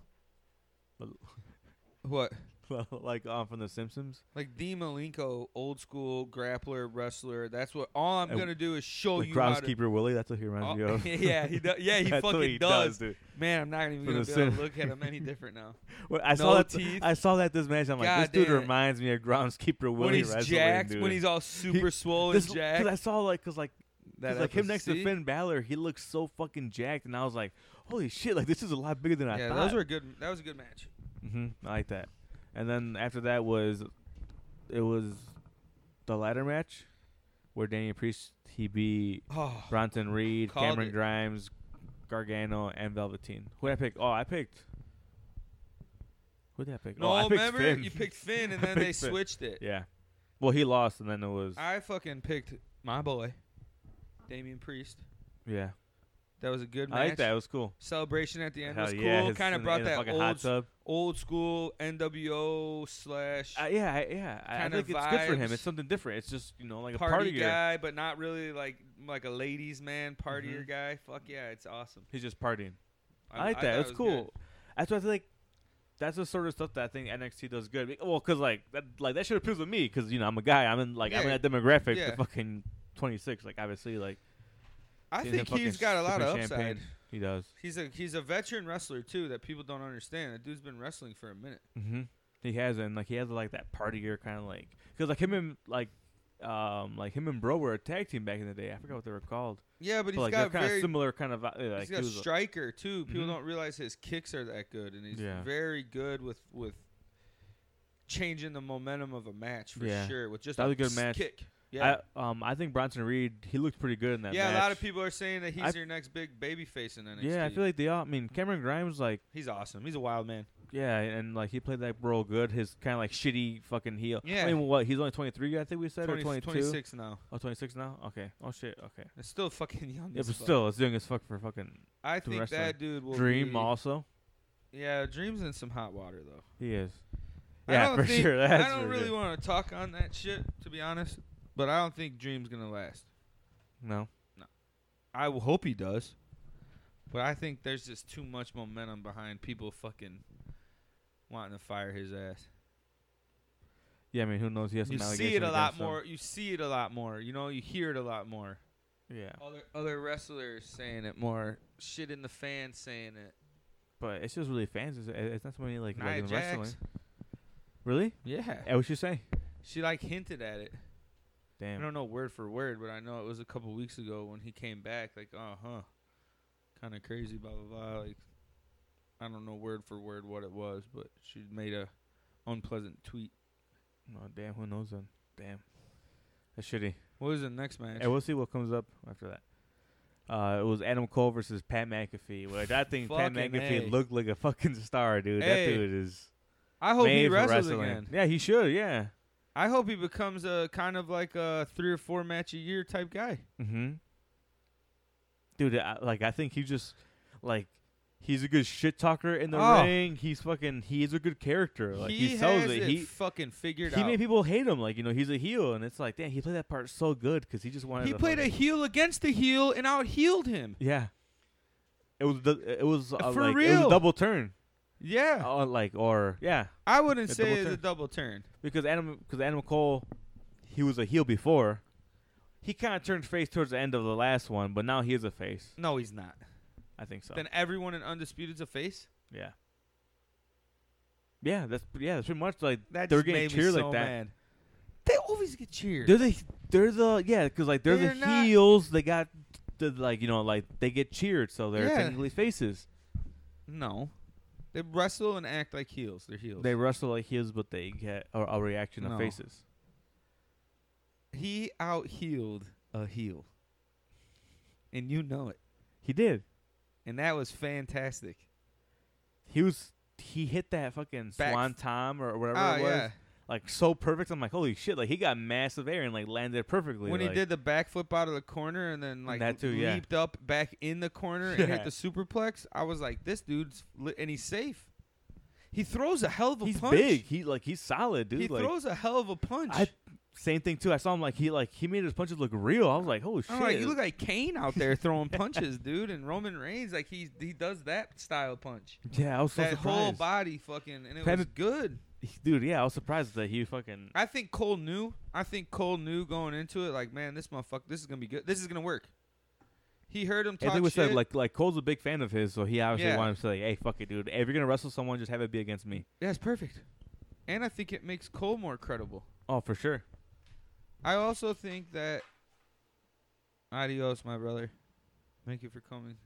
Speaker 1: what
Speaker 2: like um from The Simpsons.
Speaker 1: like Dean Malenko, old school grappler wrestler. That's what all I'm
Speaker 2: And
Speaker 1: gonna do is show
Speaker 2: like
Speaker 1: Oh, you how to.
Speaker 2: Groundskeeper Willie. That's what he reminds
Speaker 1: Oh,
Speaker 2: me
Speaker 1: [laughs]
Speaker 2: of.
Speaker 1: yeah, he does. Yeah, he
Speaker 2: [laughs] That's what
Speaker 1: fucking
Speaker 2: he
Speaker 1: does.
Speaker 2: dude.
Speaker 1: Man, I'm not even
Speaker 2: From
Speaker 1: gonna
Speaker 2: the
Speaker 1: be able
Speaker 2: sim-
Speaker 1: to look at him any
Speaker 2: [laughs]
Speaker 1: different now.
Speaker 2: Well, I
Speaker 1: No
Speaker 2: saw that.
Speaker 1: teeth.
Speaker 2: I saw that this match. I'm like,
Speaker 1: God
Speaker 2: this dude
Speaker 1: damn it.
Speaker 2: reminds me of Groundskeeper Willie.
Speaker 1: when he's
Speaker 2: wrestling,
Speaker 1: jacked,
Speaker 2: dude.
Speaker 1: when he's all super swollen,
Speaker 2: this,
Speaker 1: jacked.
Speaker 2: Because I saw like, because like, 'cause,
Speaker 1: that
Speaker 2: like him next to
Speaker 1: FSC.
Speaker 2: Finn Balor, he looks so fucking jacked, and I was like, holy shit, like this is a lot bigger than I
Speaker 1: Yeah,
Speaker 2: thought.
Speaker 1: those were good. That was a good
Speaker 2: [sighs]
Speaker 1: match.
Speaker 2: hmm I like that. And then after that was, it was, the ladder match, where Daniel Priest he beat
Speaker 1: Oh,
Speaker 2: Bronson Reed,
Speaker 1: Called
Speaker 2: Cameron
Speaker 1: it.
Speaker 2: Grimes, Gargano, and Velveteen. Who did I pick? Oh, I picked. Who did I pick?
Speaker 1: no,
Speaker 2: oh, I picked
Speaker 1: remember
Speaker 2: Finn.
Speaker 1: you
Speaker 2: [laughs]
Speaker 1: picked Finn, and
Speaker 2: I
Speaker 1: then they
Speaker 2: picked Finn.
Speaker 1: switched it.
Speaker 2: Yeah. Well, he lost, and then it was
Speaker 1: I fucking picked my boy, Damian Priest.
Speaker 2: yeah.
Speaker 1: That was a good match.
Speaker 2: I like that. It was cool.
Speaker 1: Celebration at the end
Speaker 2: Hell
Speaker 1: was cool.
Speaker 2: yeah, his-
Speaker 1: kind of
Speaker 2: in-
Speaker 1: brought
Speaker 2: in the
Speaker 1: that
Speaker 2: fucking hot
Speaker 1: old,
Speaker 2: tub.
Speaker 1: old school NWO slash
Speaker 2: Uh, yeah, I, yeah. I- I
Speaker 1: kinda
Speaker 2: think it's good for him.
Speaker 1: vibes.
Speaker 2: It's something different. It's just you know like a
Speaker 1: party,
Speaker 2: party
Speaker 1: guy, but not really like like a ladies' man partier guy. Fuck yeah, it's awesome.
Speaker 2: He's just partying. Mm-hmm. I, like
Speaker 1: thought
Speaker 2: that.
Speaker 1: it
Speaker 2: It's
Speaker 1: was
Speaker 2: cool.
Speaker 1: good.
Speaker 2: That's what I feel like. That's the sort of stuff that I think NXT does good. Be- Well, because like that, like that should appeal to me because you know I'm a guy. I'm in like I'm
Speaker 1: Yeah.
Speaker 2: in that demographic.
Speaker 1: Yeah.
Speaker 2: The fucking 26. Like obviously, like
Speaker 1: I
Speaker 2: seeing him
Speaker 1: think he's
Speaker 2: fucking
Speaker 1: got a lot of
Speaker 2: sipping
Speaker 1: upside.
Speaker 2: champagne. he does.
Speaker 1: He's a he's a veteran wrestler too that people don't understand. That dude's been wrestling for a minute.
Speaker 2: Mm-hmm. He has, and like he has like that partier kind of like because like him and like um like him and Bro were a tag team back in the day. I forgot what they were called.
Speaker 1: Yeah, but he's
Speaker 2: but like
Speaker 1: got
Speaker 2: they're kind
Speaker 1: very
Speaker 2: of similar kind of vi- uh, like
Speaker 1: he's got
Speaker 2: he was a-
Speaker 1: striker too. People
Speaker 2: Mhm.
Speaker 1: don't realize his kicks are that good, and he's
Speaker 2: Yeah.
Speaker 1: very good with with changing the momentum of a match for
Speaker 2: Yeah.
Speaker 1: sure. With just
Speaker 2: That
Speaker 1: a
Speaker 2: was a good
Speaker 1: psst
Speaker 2: match.
Speaker 1: kick. Yeah,
Speaker 2: I, um, I think Bronson Reed he looked pretty good in that.
Speaker 1: yeah. A lot of
Speaker 2: match.
Speaker 1: people are saying that he's
Speaker 2: I-
Speaker 1: your next big baby face in NXT.
Speaker 2: Yeah, I feel like they all. I mean, Cameron Grimes like
Speaker 1: he's awesome. He's a wild man.
Speaker 2: yeah, and like he played that role good. His kind of like shitty fucking heel.
Speaker 1: Yeah.
Speaker 2: I mean, what he's only 23, I think we said or
Speaker 1: 20,
Speaker 2: 22.
Speaker 1: 26 now.
Speaker 2: Oh, 26 now. Okay. Oh shit. Okay.
Speaker 1: It's still fucking [laughs] young.
Speaker 2: Yeah,
Speaker 1: as
Speaker 2: but
Speaker 1: fuck.
Speaker 2: still, it's doing as fuck for fucking
Speaker 1: I
Speaker 2: the
Speaker 1: think
Speaker 2: wrestler.
Speaker 1: that dude will
Speaker 2: Dream
Speaker 1: be-
Speaker 2: also.
Speaker 1: Yeah, Dream's in some hot water though.
Speaker 2: He is.
Speaker 1: I
Speaker 2: Yeah,
Speaker 1: don't
Speaker 2: for
Speaker 1: think-
Speaker 2: sure.
Speaker 1: I
Speaker 2: That's
Speaker 1: don't
Speaker 2: for
Speaker 1: really
Speaker 2: sure.
Speaker 1: want to talk on that shit, to be honest. But I don't think Dream's gonna last.
Speaker 2: No.
Speaker 1: I will hope he does, but I think there's just too much momentum behind people fucking wanting to fire his ass.
Speaker 2: Yeah, I mean, who knows? He has some
Speaker 1: You see it
Speaker 2: allegations
Speaker 1: a lot
Speaker 2: against him.
Speaker 1: more. You see it a lot more. You know, you hear it a lot more.
Speaker 2: Yeah,
Speaker 1: Other other wrestlers saying it more. Shit in the fans saying it.
Speaker 2: but it's just really fans. It's, it's not so many like, like
Speaker 1: Nia
Speaker 2: in
Speaker 1: Jax.
Speaker 2: wrestling. Really?
Speaker 1: Yeah,
Speaker 2: Yeah, what you say?
Speaker 1: she like hinted at it. I
Speaker 2: Damn.
Speaker 1: don't know word for word, but I know it was a couple weeks ago when he came back, like, uh huh, kind of crazy, blah blah blah. Like, I don't know word for word what it was, but she made a unpleasant tweet.
Speaker 2: Oh, damn. Who knows then? Damn. That's shitty.
Speaker 1: What was the next match?
Speaker 2: And we'll see what comes up after that. Uh, it was Adam Cole versus Pat McAfee. Which I think Pat
Speaker 1: Fucking
Speaker 2: McAfee
Speaker 1: A.
Speaker 2: looked like a fucking star, dude.
Speaker 1: Hey,
Speaker 2: that dude is
Speaker 1: I hope
Speaker 2: made
Speaker 1: he
Speaker 2: for
Speaker 1: wrestles
Speaker 2: wrestling.
Speaker 1: again.
Speaker 2: Yeah, he should. Yeah.
Speaker 1: I hope he becomes a kind of like a three or four match a year type guy.
Speaker 2: Mm-hmm. Dude, I, like I think he just like he's a good shit talker in the
Speaker 1: Oh.
Speaker 2: ring. He's fucking he is a good character. Like he,
Speaker 1: he
Speaker 2: sells
Speaker 1: has
Speaker 2: it.
Speaker 1: it
Speaker 2: He
Speaker 1: fucking figured
Speaker 2: he
Speaker 1: out.
Speaker 2: made people hate him. Like you know, he's a heel, and it's like, damn, he played that part so good because he just wanted.
Speaker 1: he
Speaker 2: to
Speaker 1: played a
Speaker 2: fucking-
Speaker 1: heel against the heel and out healed him.
Speaker 2: yeah. It was the, it was uh,
Speaker 1: For
Speaker 2: like, It was a
Speaker 1: real.
Speaker 2: double turn.
Speaker 1: Yeah,
Speaker 2: Oh, like or yeah,
Speaker 1: I wouldn't
Speaker 2: a
Speaker 1: say
Speaker 2: double
Speaker 1: it's a
Speaker 2: turn.
Speaker 1: double turn.
Speaker 2: because animal because Animal Cole, he was a heel before. He kind of turned face towards the end of the last one, but now he is a face.
Speaker 1: No, he's not.
Speaker 2: I think so.
Speaker 1: Then everyone in Undisputed's a face.
Speaker 2: Yeah. Yeah, that's yeah, that's pretty much like
Speaker 1: That
Speaker 2: they're
Speaker 1: just
Speaker 2: getting
Speaker 1: made me
Speaker 2: cheered
Speaker 1: so
Speaker 2: like that.
Speaker 1: mad. They always get cheered.
Speaker 2: They're the they're the yeah, because like they're,
Speaker 1: They're
Speaker 2: the
Speaker 1: not-
Speaker 2: heels. They got the like you know like they get cheered, so they're
Speaker 1: Yeah.
Speaker 2: technically faces.
Speaker 1: no, they wrestle and act like heels. They're heels.
Speaker 2: They wrestle like heels, but they get a, a reaction
Speaker 1: No.
Speaker 2: of faces.
Speaker 1: he out healed a heel, and you know it.
Speaker 2: He did.
Speaker 1: and that was fantastic.
Speaker 2: He was he hit that fucking
Speaker 1: Back-
Speaker 2: swan tom or whatever
Speaker 1: Oh
Speaker 2: it was.
Speaker 1: yeah,
Speaker 2: Like so perfect. I'm like, holy shit! Like he got massive air and like landed perfectly.
Speaker 1: when he
Speaker 2: like-
Speaker 1: did the backflip out of the corner and then like
Speaker 2: that too, yeah.
Speaker 1: leaped up back in the corner and
Speaker 2: [laughs] Yeah.
Speaker 1: hit the superplex, I was like, this dude's li- and he's safe. He throws a hell of a
Speaker 2: he's
Speaker 1: punch.
Speaker 2: big. He like he's solid, dude.
Speaker 1: he
Speaker 2: like
Speaker 1: throws a hell of a punch.
Speaker 2: I same thing too. I saw him like he like he made his punches look real. I was like, holy shit!
Speaker 1: I'm like, you look like Kane out there
Speaker 2: [laughs]
Speaker 1: throwing punches, dude. And Roman Reigns, like he he does that style punch.
Speaker 2: yeah, I was so
Speaker 1: that whole
Speaker 2: surprised,
Speaker 1: body fucking, and it
Speaker 2: Have
Speaker 1: was
Speaker 2: it-
Speaker 1: good.
Speaker 2: dude. Yeah, I was surprised that he fucking
Speaker 1: I think Cole knew. I think Cole knew going into it, like, man, this motherfucker, this is gonna be good. This is gonna work. He heard him
Speaker 2: I
Speaker 1: talk
Speaker 2: think we
Speaker 1: shit.
Speaker 2: said like like Cole's a big fan of his, so he obviously
Speaker 1: Yeah.
Speaker 2: wanted to say, hey, fuck it, dude. If you're gonna wrestle someone, just have it be against me.
Speaker 1: yeah, it's perfect. And I think it makes Cole more credible.
Speaker 2: Oh, for sure.
Speaker 1: I also think that. Adios, my brother. Thank you for coming,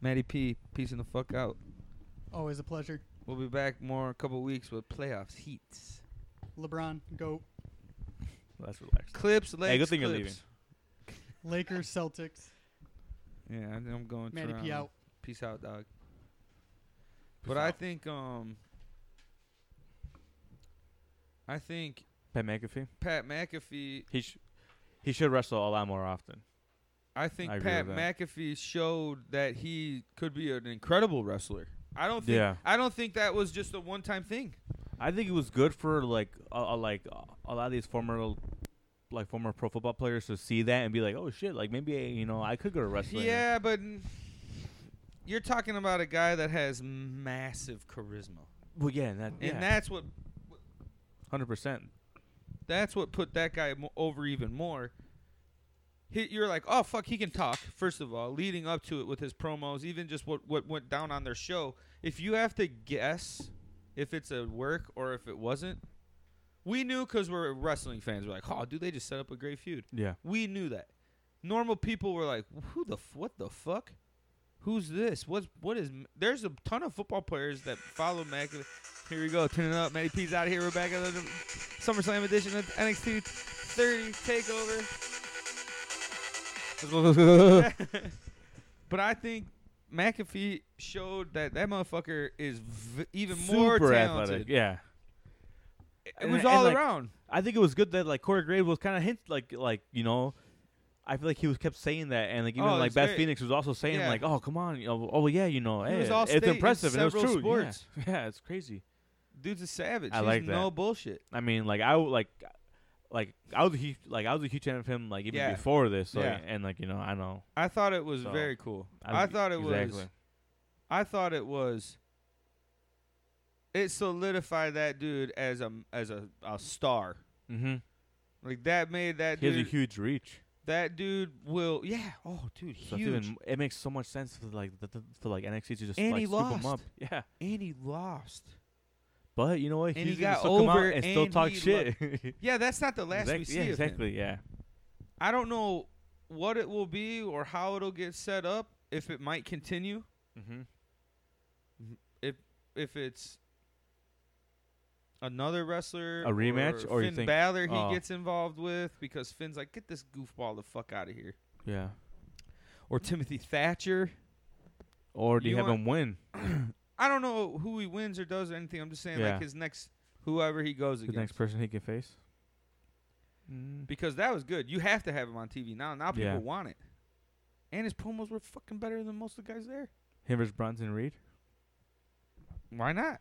Speaker 1: Matty P. Peace in the fuck out.
Speaker 3: Always a pleasure.
Speaker 1: We'll be back more a couple weeks with playoffs heats,
Speaker 3: LeBron, go.
Speaker 2: Well, that's relaxed.
Speaker 1: clips, legs.
Speaker 2: good thing you're
Speaker 1: clips. [laughs]
Speaker 3: Lakers, Celtics.
Speaker 1: Yeah, I think I'm going.
Speaker 3: Matty P
Speaker 1: Toronto.
Speaker 3: out.
Speaker 1: Peace out, dog.
Speaker 2: Peace
Speaker 1: but I
Speaker 2: out.
Speaker 1: think um I think
Speaker 2: Pat McAfee,
Speaker 1: Pat McAfee
Speaker 2: he sh- he should wrestle a lot more often.
Speaker 1: I think
Speaker 2: I agree
Speaker 1: Pat
Speaker 2: with that.
Speaker 1: McAfee showed that he could be an incredible wrestler. I don't think
Speaker 2: Yeah.
Speaker 1: I don't think that was just a one time thing.
Speaker 2: I think it was good for like a, a, like a lot of these former like former pro football players to see that and be like, oh shit, like maybe you know I could go to wrestling.
Speaker 1: Yeah, but n- you're talking about a guy that has massive charisma.
Speaker 2: Well, yeah, and that,
Speaker 1: And
Speaker 2: yeah,
Speaker 1: that's what
Speaker 2: hundred percent.
Speaker 1: that's what put that guy mo- over even more. He, you're like, oh fuck, he can talk. First of all, leading up to it with his promos, even just what what went down on their show. If you have to guess if it's a work or if it wasn't, we knew because we're wrestling fans. We're like, oh, dude, they just set up a great feud.
Speaker 2: Yeah,
Speaker 1: We knew that. Normal people were like, who the f- what the fuck? Who's this? What's what is? M-" There's a ton of football players that follow Mac. [laughs] Here we go, turn it up. Matty P's out of here. We're back at the SummerSlam edition of NXT 30 Takeover. [laughs] but I think McAfee showed that that motherfucker is v- even more
Speaker 2: super
Speaker 1: talented.
Speaker 2: athletic. Yeah,
Speaker 1: It
Speaker 2: And-
Speaker 1: was
Speaker 2: and
Speaker 1: all
Speaker 2: like-
Speaker 1: around.
Speaker 2: I think it was good that like Corey Graves was kind of hint like like you know. I feel like he was kept saying that, and like even
Speaker 1: Oh,
Speaker 2: like
Speaker 1: it's
Speaker 2: Beth
Speaker 1: great.
Speaker 2: Phoenix was also saying
Speaker 1: Yeah.
Speaker 2: like, "Oh, come on, you know, oh yeah, you know,
Speaker 1: He
Speaker 2: hey,
Speaker 1: was all state
Speaker 2: it's
Speaker 1: in
Speaker 2: impressive and it was
Speaker 1: several
Speaker 2: true." Yeah.
Speaker 1: sports.
Speaker 2: [laughs] Yeah. it's crazy.
Speaker 1: Dude's a savage.
Speaker 2: I
Speaker 1: He's
Speaker 2: like that.
Speaker 1: no bullshit.
Speaker 2: I mean, like I w- like like I was a huge, like I was a huge fan of him like even
Speaker 1: Yeah.
Speaker 2: before this, like,
Speaker 1: Yeah.
Speaker 2: and like you know, I know.
Speaker 1: I thought it was
Speaker 2: So,
Speaker 1: very cool. I, thought it was.
Speaker 2: exactly.
Speaker 1: I thought it was. It solidified that dude as a as a, a star.
Speaker 2: Mm-hmm.
Speaker 1: Like that made that
Speaker 2: He has a
Speaker 1: dude.
Speaker 2: huge reach.
Speaker 1: that dude will. Yeah. Oh, dude,
Speaker 2: So it's
Speaker 1: huge.
Speaker 2: even, it makes so much sense for like the, the, for like NXT to just
Speaker 1: And
Speaker 2: like
Speaker 1: he
Speaker 2: scoop him up.
Speaker 1: lost.
Speaker 2: Yeah.
Speaker 1: and he lost.
Speaker 2: But you know what?
Speaker 1: And he
Speaker 2: He's gonna
Speaker 1: got
Speaker 2: still come out
Speaker 1: over
Speaker 2: and still
Speaker 1: and
Speaker 2: talk
Speaker 1: he
Speaker 2: shit. [laughs]
Speaker 1: Yeah, that's not the last
Speaker 2: exactly.
Speaker 1: we see
Speaker 2: yeah,
Speaker 1: of him.
Speaker 2: exactly. Yeah.
Speaker 1: I don't know what it will be or how it'll get set up. If it might continue.
Speaker 2: Mm-hmm.
Speaker 1: If it's. Another wrestler,
Speaker 2: A rematch, or you
Speaker 1: Finn
Speaker 2: think-
Speaker 1: Balor he
Speaker 2: oh.
Speaker 1: gets involved with because Finn's like, get this goofball the fuck out of here,
Speaker 2: Yeah.
Speaker 1: or Timothy Thatcher.
Speaker 2: Or do
Speaker 1: You
Speaker 2: you, have
Speaker 1: want-
Speaker 2: him win?
Speaker 1: I don't know who he wins or does or anything. I'm just saying
Speaker 2: Yeah.
Speaker 1: like his next whoever he goes
Speaker 2: The
Speaker 1: against.
Speaker 2: next person he can face. Mm.
Speaker 1: because that was good. You have to have him on TV now. Now people
Speaker 2: Yeah.
Speaker 1: want it. And his promos were fucking better than most of the guys there.
Speaker 2: Him versus Bronson Reed.
Speaker 1: Why not?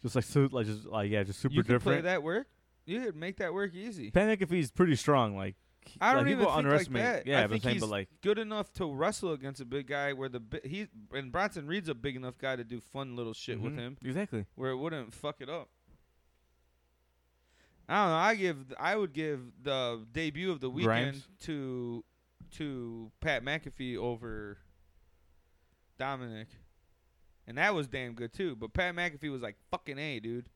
Speaker 2: Just like so, like just like yeah, just super
Speaker 1: you could play
Speaker 2: different.
Speaker 1: that work. You could make that work easy.
Speaker 2: Pat McAfee's pretty strong. Like he-
Speaker 1: I don't
Speaker 2: like,
Speaker 1: even
Speaker 2: people
Speaker 1: think like
Speaker 2: underestimate.
Speaker 1: that.
Speaker 2: Yeah,
Speaker 1: I
Speaker 2: but
Speaker 1: think
Speaker 2: I'm saying,
Speaker 1: he's-
Speaker 2: but like
Speaker 1: Good enough to wrestle against a big guy where the bi- he and Bronson Reed's a big enough guy to do fun little shit with him
Speaker 2: Mhm. Exactly.
Speaker 1: where it wouldn't fuck it up. I don't know. I give I would give the debut of the weekend
Speaker 2: Grimes?
Speaker 1: to to Pat McAfee over Dominic, and that was damn good too. But Pat McAfee was like fucking a dude.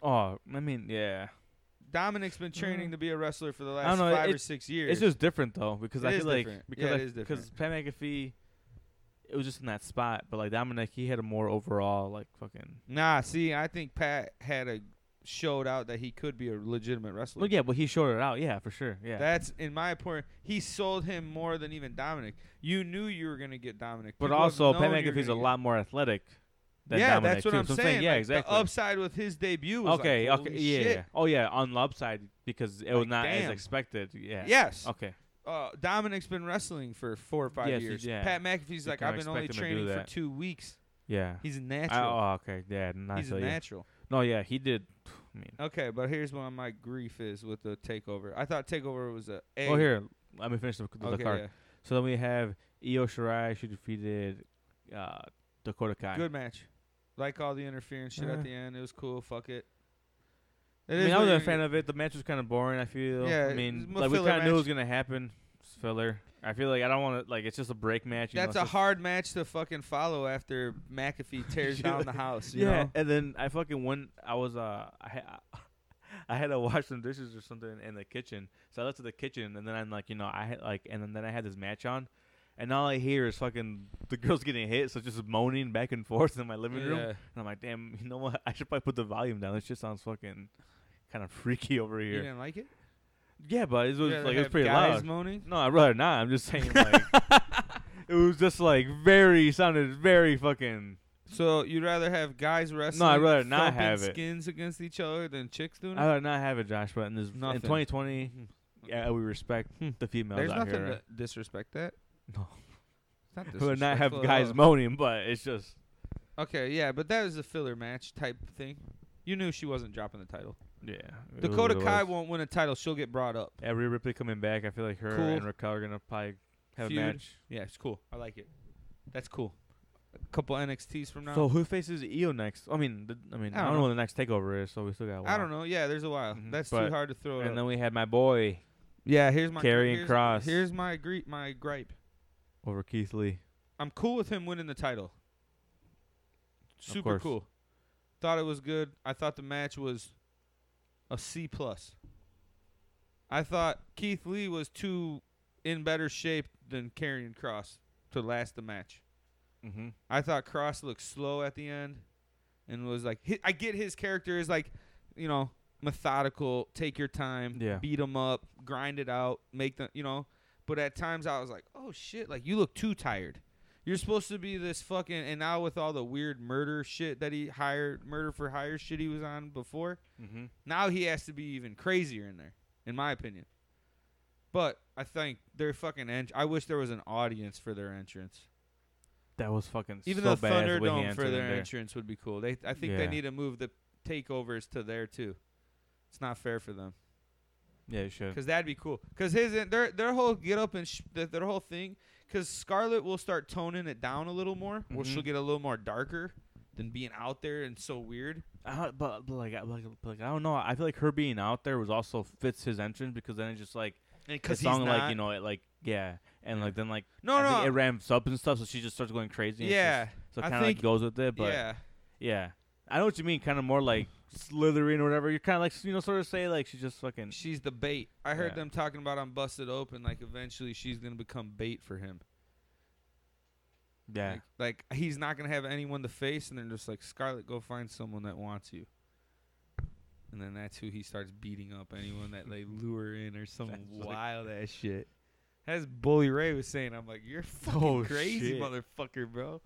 Speaker 2: Oh, I mean, yeah.
Speaker 1: Dominic's been training
Speaker 2: Mm.
Speaker 1: to be a wrestler for the
Speaker 2: I
Speaker 1: last
Speaker 2: don't know,
Speaker 1: five or
Speaker 2: it's-
Speaker 1: six years.
Speaker 2: It's just different though because
Speaker 1: It
Speaker 2: I
Speaker 1: is
Speaker 2: feel like
Speaker 1: different.
Speaker 2: because
Speaker 1: Yeah,
Speaker 2: I,
Speaker 1: it is different.
Speaker 2: because Pat McAfee, it was just in that spot. But like Dominic, he had a more overall like fucking
Speaker 1: nah. See, I think Pat had a showed out that he could be a legitimate wrestler.
Speaker 2: Well, yeah, but he showed it out. Yeah, for sure. Yeah.
Speaker 1: That's in my opinion. He sold him more than even Dominic. You knew you were gonna get Dominic,
Speaker 2: but
Speaker 1: People have
Speaker 2: also, Pat
Speaker 1: known you were
Speaker 2: McAfee's a
Speaker 1: gonna get-
Speaker 2: lot more athletic than
Speaker 1: yeah,
Speaker 2: Dominic.
Speaker 1: that's what
Speaker 2: too.
Speaker 1: I'm
Speaker 2: So
Speaker 1: saying.
Speaker 2: Yeah,
Speaker 1: like,
Speaker 2: exactly.
Speaker 1: The upside with his debut. Was
Speaker 2: okay.
Speaker 1: like,
Speaker 2: okay.
Speaker 1: holy
Speaker 2: Yeah,
Speaker 1: shit.
Speaker 2: yeah. Oh yeah, on the upside because it was
Speaker 1: Like,
Speaker 2: not as
Speaker 1: damn.
Speaker 2: expected. Yeah.
Speaker 1: Yes.
Speaker 2: Okay.
Speaker 1: Uh, Dominic's been wrestling for four or five
Speaker 2: Yes, he-
Speaker 1: years.
Speaker 2: yeah.
Speaker 1: Pat McAfee's
Speaker 2: You
Speaker 1: like,
Speaker 2: can
Speaker 1: I've been only
Speaker 2: expect him to do
Speaker 1: training for
Speaker 2: that."
Speaker 1: two weeks.
Speaker 2: Yeah.
Speaker 1: He's a
Speaker 2: I-
Speaker 1: natural.
Speaker 2: oh, okay. Yeah. Not
Speaker 1: He's a
Speaker 2: so, yeah.
Speaker 1: natural.
Speaker 2: No. Yeah. He did. I mean.
Speaker 1: Okay, but here's what my grief is with the takeover. I thought takeover was a. a.
Speaker 2: Oh here. Let me finish the, the
Speaker 1: Okay,
Speaker 2: card.
Speaker 1: yeah.
Speaker 2: So then we have Io Shirai. She defeated uh, Dakota Kai.
Speaker 1: Good match. Like all the interference shit
Speaker 2: Uh.
Speaker 1: at the end. It was cool. Fuck it. It
Speaker 2: I
Speaker 1: is
Speaker 2: mean, I
Speaker 1: what
Speaker 2: was a
Speaker 1: you're-
Speaker 2: fan of it. The match was kind of boring. I feel.
Speaker 1: Yeah,
Speaker 2: I mean,
Speaker 1: it's a
Speaker 2: like we
Speaker 1: filler
Speaker 2: kind of knew it
Speaker 1: match.
Speaker 2: was gonna happen. It's filler. I feel like I don't want to. Like it's just a break match. You know,
Speaker 1: That's
Speaker 2: it's
Speaker 1: a
Speaker 2: just-
Speaker 1: hard match to fucking follow after
Speaker 2: [laughs]
Speaker 1: McAfee tears
Speaker 2: Yeah.
Speaker 1: down the house. You
Speaker 2: Yeah,
Speaker 1: know?
Speaker 2: and then I fucking went. I was uh, [laughs] I had, I had to wash some dishes or something in the kitchen. So I left to the kitchen, and then I'm like, you know, I had like, and then- then I had this match on, and all I hear is fucking the girls getting hit, so just moaning back and forth in my living room. And I'm like, damn, you know what? [laughs] I should probably put the volume down. This shit sounds fucking kind of freaky over
Speaker 1: You
Speaker 2: here.
Speaker 1: didn't like it?
Speaker 2: Yeah, but it was
Speaker 1: You rather
Speaker 2: like it was
Speaker 1: have
Speaker 2: pretty
Speaker 1: guys
Speaker 2: loud.
Speaker 1: moaning?
Speaker 2: No, I'd rather not. I'm just saying,
Speaker 1: [laughs]
Speaker 2: like, it was just like very sounded very fucking.
Speaker 1: So you'd rather have guys wrestling?
Speaker 2: I'd rather not
Speaker 1: thumping
Speaker 2: have it.
Speaker 1: skins against each other than chicks doing
Speaker 2: I
Speaker 1: it?
Speaker 2: would not have it, Josh. But in this in
Speaker 1: Nothing. Mm-hmm. Hmm.
Speaker 2: 2020, yeah, we respect the females
Speaker 1: There's
Speaker 2: out
Speaker 1: nothing
Speaker 2: here.
Speaker 1: to disrespect that.
Speaker 2: No.
Speaker 1: It's not
Speaker 2: We [laughs] would not have
Speaker 1: disrespectful at
Speaker 2: guys
Speaker 1: all.
Speaker 2: moaning, but it's just
Speaker 1: Okay, yeah, but that was a filler match type thing. You knew she wasn't dropping the title.
Speaker 2: yeah. it
Speaker 1: Dakota
Speaker 2: was-
Speaker 1: Kai won't win a title. She'll get brought up.
Speaker 2: Yeah, Rhea Ripley coming back. I feel like her
Speaker 1: Cool.
Speaker 2: and Raquel are gonna probably have
Speaker 1: Feud.
Speaker 2: a match.
Speaker 1: Yeah, it's cool. I like it. That's cool. A couple NXTs from now.
Speaker 2: So who faces Io next? I mean, the, I mean, I don't, know.
Speaker 1: know.
Speaker 2: when the next takeover is, so we still got. a
Speaker 1: I
Speaker 2: while.
Speaker 1: don't know. Yeah, there's a while.
Speaker 2: Mhm.
Speaker 1: That's
Speaker 2: But-
Speaker 1: too hard to throw. it
Speaker 2: And
Speaker 1: up.
Speaker 2: then we had my boy
Speaker 1: yeah, here's my
Speaker 2: Karrion
Speaker 1: here's-
Speaker 2: Kross.
Speaker 1: Here's my gri- my gripe.
Speaker 2: over Keith Lee.
Speaker 1: I'm cool with him winning the title. Super
Speaker 2: course.
Speaker 1: cool. Thought it was good. I thought the match was a C plus. I thought Keith Lee was too in better shape than Karrion Cross to last the match.
Speaker 2: Mm-hmm.
Speaker 1: I thought Cross looked slow at the end, and was like, hi- I get his character is like, you know, methodical, take your time,
Speaker 2: Yeah.
Speaker 1: beat them up, grind it out, make them, you know. But at times I was like, oh shit, like you look too tired. You're supposed to be this fucking, and now with all the weird murder shit that he hired, murder for hire shit he was on before,
Speaker 2: Mm-hmm.
Speaker 1: now he has to be even crazier in there, in my opinion. But I think their fucking ent- I wish there was an audience for their entrance.
Speaker 2: That was fucking
Speaker 1: Even
Speaker 2: so
Speaker 1: the
Speaker 2: bad the way he
Speaker 1: Thunderdome
Speaker 2: entered
Speaker 1: for
Speaker 2: in
Speaker 1: their
Speaker 2: there.
Speaker 1: entrance would be cool. They, I think they
Speaker 2: Yeah.
Speaker 1: need to move the takeovers to there too. It's not fair for them
Speaker 2: Yeah, you should.
Speaker 1: because that'd be cool. Because his their their whole get up and sh- their, their whole thing. Because Scarlet will start toning it down a little more, where she'll
Speaker 2: Mhm.
Speaker 1: get a little more darker than being out there and so weird.
Speaker 2: I don't, but, but like, I- like, like I don't know. I feel like her being out there was also fits his entrance because then it's just like
Speaker 1: And
Speaker 2: the
Speaker 1: because he's
Speaker 2: song,
Speaker 1: not,
Speaker 2: like you know, it like yeah, and like then like
Speaker 1: no,
Speaker 2: I think
Speaker 1: no,
Speaker 2: it ramps up and stuff, so she just starts going crazy. and it's
Speaker 1: yeah,
Speaker 2: just- so
Speaker 1: I
Speaker 2: kind of like
Speaker 1: think-
Speaker 2: goes with it, but yeah.
Speaker 1: yeah,
Speaker 2: I know what you mean. Kind of more like slithering or whatever. You're kind of like you know, sort of say like she's just fucking.
Speaker 1: she's the bait. I heard
Speaker 2: Yeah.
Speaker 1: them talking about on Busted Open, like eventually she's gonna become bait for him.
Speaker 2: Yeah,
Speaker 1: Like, like, he's not gonna have anyone to face, and they're just like Scarlet, go find someone that wants you. And then that's who he starts beating up anyone that
Speaker 2: [laughs]
Speaker 1: they lure in or some
Speaker 2: That's like-
Speaker 1: wild ass shit. As Bully Ray was saying, I'm like,
Speaker 2: [laughs]
Speaker 1: you're fucking
Speaker 2: Oh,
Speaker 1: crazy,
Speaker 2: shit.
Speaker 1: motherfucker, bro.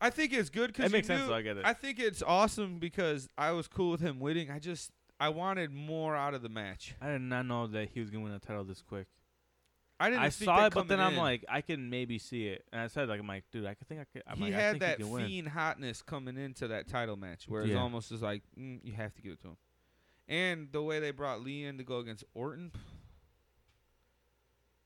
Speaker 1: I think it's good because
Speaker 2: it makes sense. Though, I get it.
Speaker 1: I think it's awesome because I was cool with him winning. I just I wanted more out of the match.
Speaker 2: I did not know that he was gonna win a title this quick.
Speaker 1: I didn't.
Speaker 2: I
Speaker 1: think
Speaker 2: saw
Speaker 1: that
Speaker 2: it, but then
Speaker 1: coming in.
Speaker 2: I'm like, I can maybe see it. And I said, like, I'm like, dude, I could think I could. I'm
Speaker 1: he
Speaker 2: like, I
Speaker 1: had
Speaker 2: think
Speaker 1: that
Speaker 2: he can win.
Speaker 1: fiend hotness coming into that title match, where it's
Speaker 2: Yeah.
Speaker 1: almost is like mm, you have to give it to him. And the way they brought Lee in to go against Orton,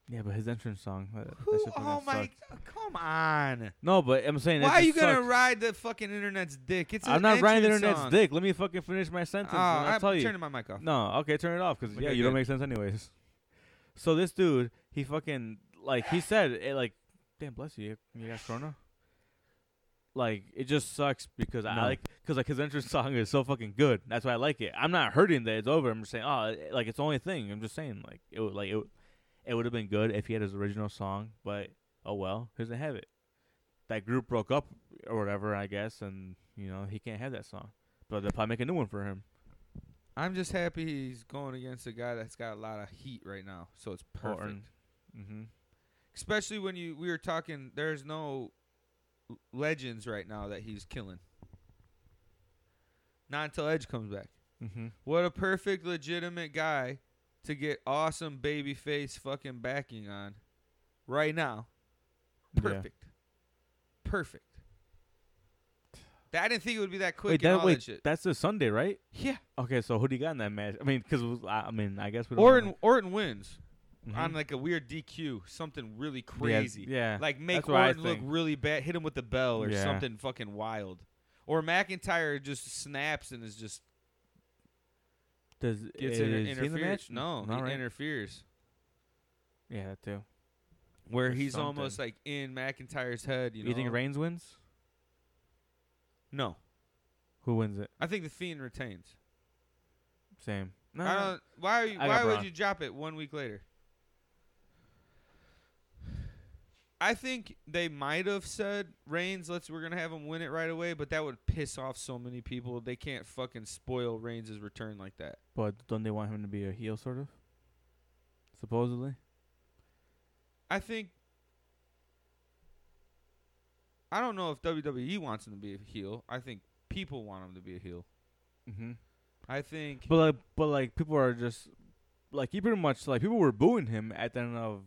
Speaker 2: Yeah, but his entrance song. That, that
Speaker 1: who?
Speaker 2: shit fucking
Speaker 1: Oh my!
Speaker 2: sucked.
Speaker 1: Come on!
Speaker 2: No, but I'm saying. it
Speaker 1: Why are you
Speaker 2: just
Speaker 1: gonna
Speaker 2: sucked.
Speaker 1: ride the fucking internet's dick? It's
Speaker 2: I'm
Speaker 1: an
Speaker 2: not riding the
Speaker 1: entrance
Speaker 2: internet's
Speaker 1: song.
Speaker 2: dick. Let me fucking finish my
Speaker 1: Oh,
Speaker 2: sentence. and I'll
Speaker 1: I'm
Speaker 2: tell you.
Speaker 1: turning my mic off.
Speaker 2: No, okay, turn it off because yeah,
Speaker 1: Okay,
Speaker 2: you don't
Speaker 1: good.
Speaker 2: make sense anyways. So this dude, he fucking like he said it like, damn, bless you, you got corona. Like it just sucks because I No. like because like his entrance [laughs] song is so fucking good. That's why I like it. I'm not hurting that it's over. I'm just saying, oh, it- like it's the only thing. I'm just saying, like it would like it, it would have been good if he had his original song, but oh well, he doesn't have it. That group broke up or whatever, I guess, and you know he can't have that song. But they'll probably make a new one for him.
Speaker 1: I'm just happy he's going against a guy that's got a lot of heat right now, so it's perfect.
Speaker 2: Horton. Mm-hmm.
Speaker 1: Especially when you we were talking, there's no l- legends right now that he's killing. Not until Edge comes back.
Speaker 2: Mm-hmm.
Speaker 1: What a perfect legitimate guy to get awesome babyface fucking backing on right now.
Speaker 2: Yeah.
Speaker 1: Perfect. Perfect. That, I didn't think it would be that quick
Speaker 2: Wait,
Speaker 1: and
Speaker 2: that
Speaker 1: all
Speaker 2: wait,
Speaker 1: that shit.
Speaker 2: that's the Sunday, right?
Speaker 1: yeah.
Speaker 2: Okay, so who do you got in that match? I mean, because I I mean, I guess we don't.
Speaker 1: Orton Orton wins
Speaker 2: Mhm.
Speaker 1: on like a weird DQ, something really
Speaker 2: Yeah,
Speaker 1: crazy.
Speaker 2: Yeah.
Speaker 1: Like make
Speaker 2: That's what I
Speaker 1: Orton look
Speaker 2: think.
Speaker 1: really bad, hit him with the bell or
Speaker 2: Yeah.
Speaker 1: something fucking wild. Or McIntyre just snaps and is just
Speaker 2: Does
Speaker 1: gets
Speaker 2: is
Speaker 1: inter-
Speaker 2: he in the match?
Speaker 1: interfered. No,
Speaker 2: Not
Speaker 1: he
Speaker 2: right.
Speaker 1: interferes.
Speaker 2: yeah, that too.
Speaker 1: Where
Speaker 2: Or
Speaker 1: he's
Speaker 2: something.
Speaker 1: almost like in McIntyre's head, you
Speaker 2: You,
Speaker 1: know.
Speaker 2: think Reigns wins?
Speaker 1: No.
Speaker 2: Who wins it?
Speaker 1: I think the Fiend retains.
Speaker 2: Same. No,
Speaker 1: I
Speaker 2: no.
Speaker 1: don't. Why are you?
Speaker 2: I got
Speaker 1: Why would
Speaker 2: Braun.
Speaker 1: you drop it one week later? I think they might have said Reigns. Let's we're gonna have him win it right away, but that would piss off so many people. They can't fucking spoil Reigns' return like that.
Speaker 2: But don't they want him to be a heel, sort of? Supposedly.
Speaker 1: I think. I don't know if WWE wants him to be a heel. I think people want him to be a heel.
Speaker 2: Mm-hmm.
Speaker 1: I think.
Speaker 2: But like, but like, people are just like he pretty much like people were booing him at the end of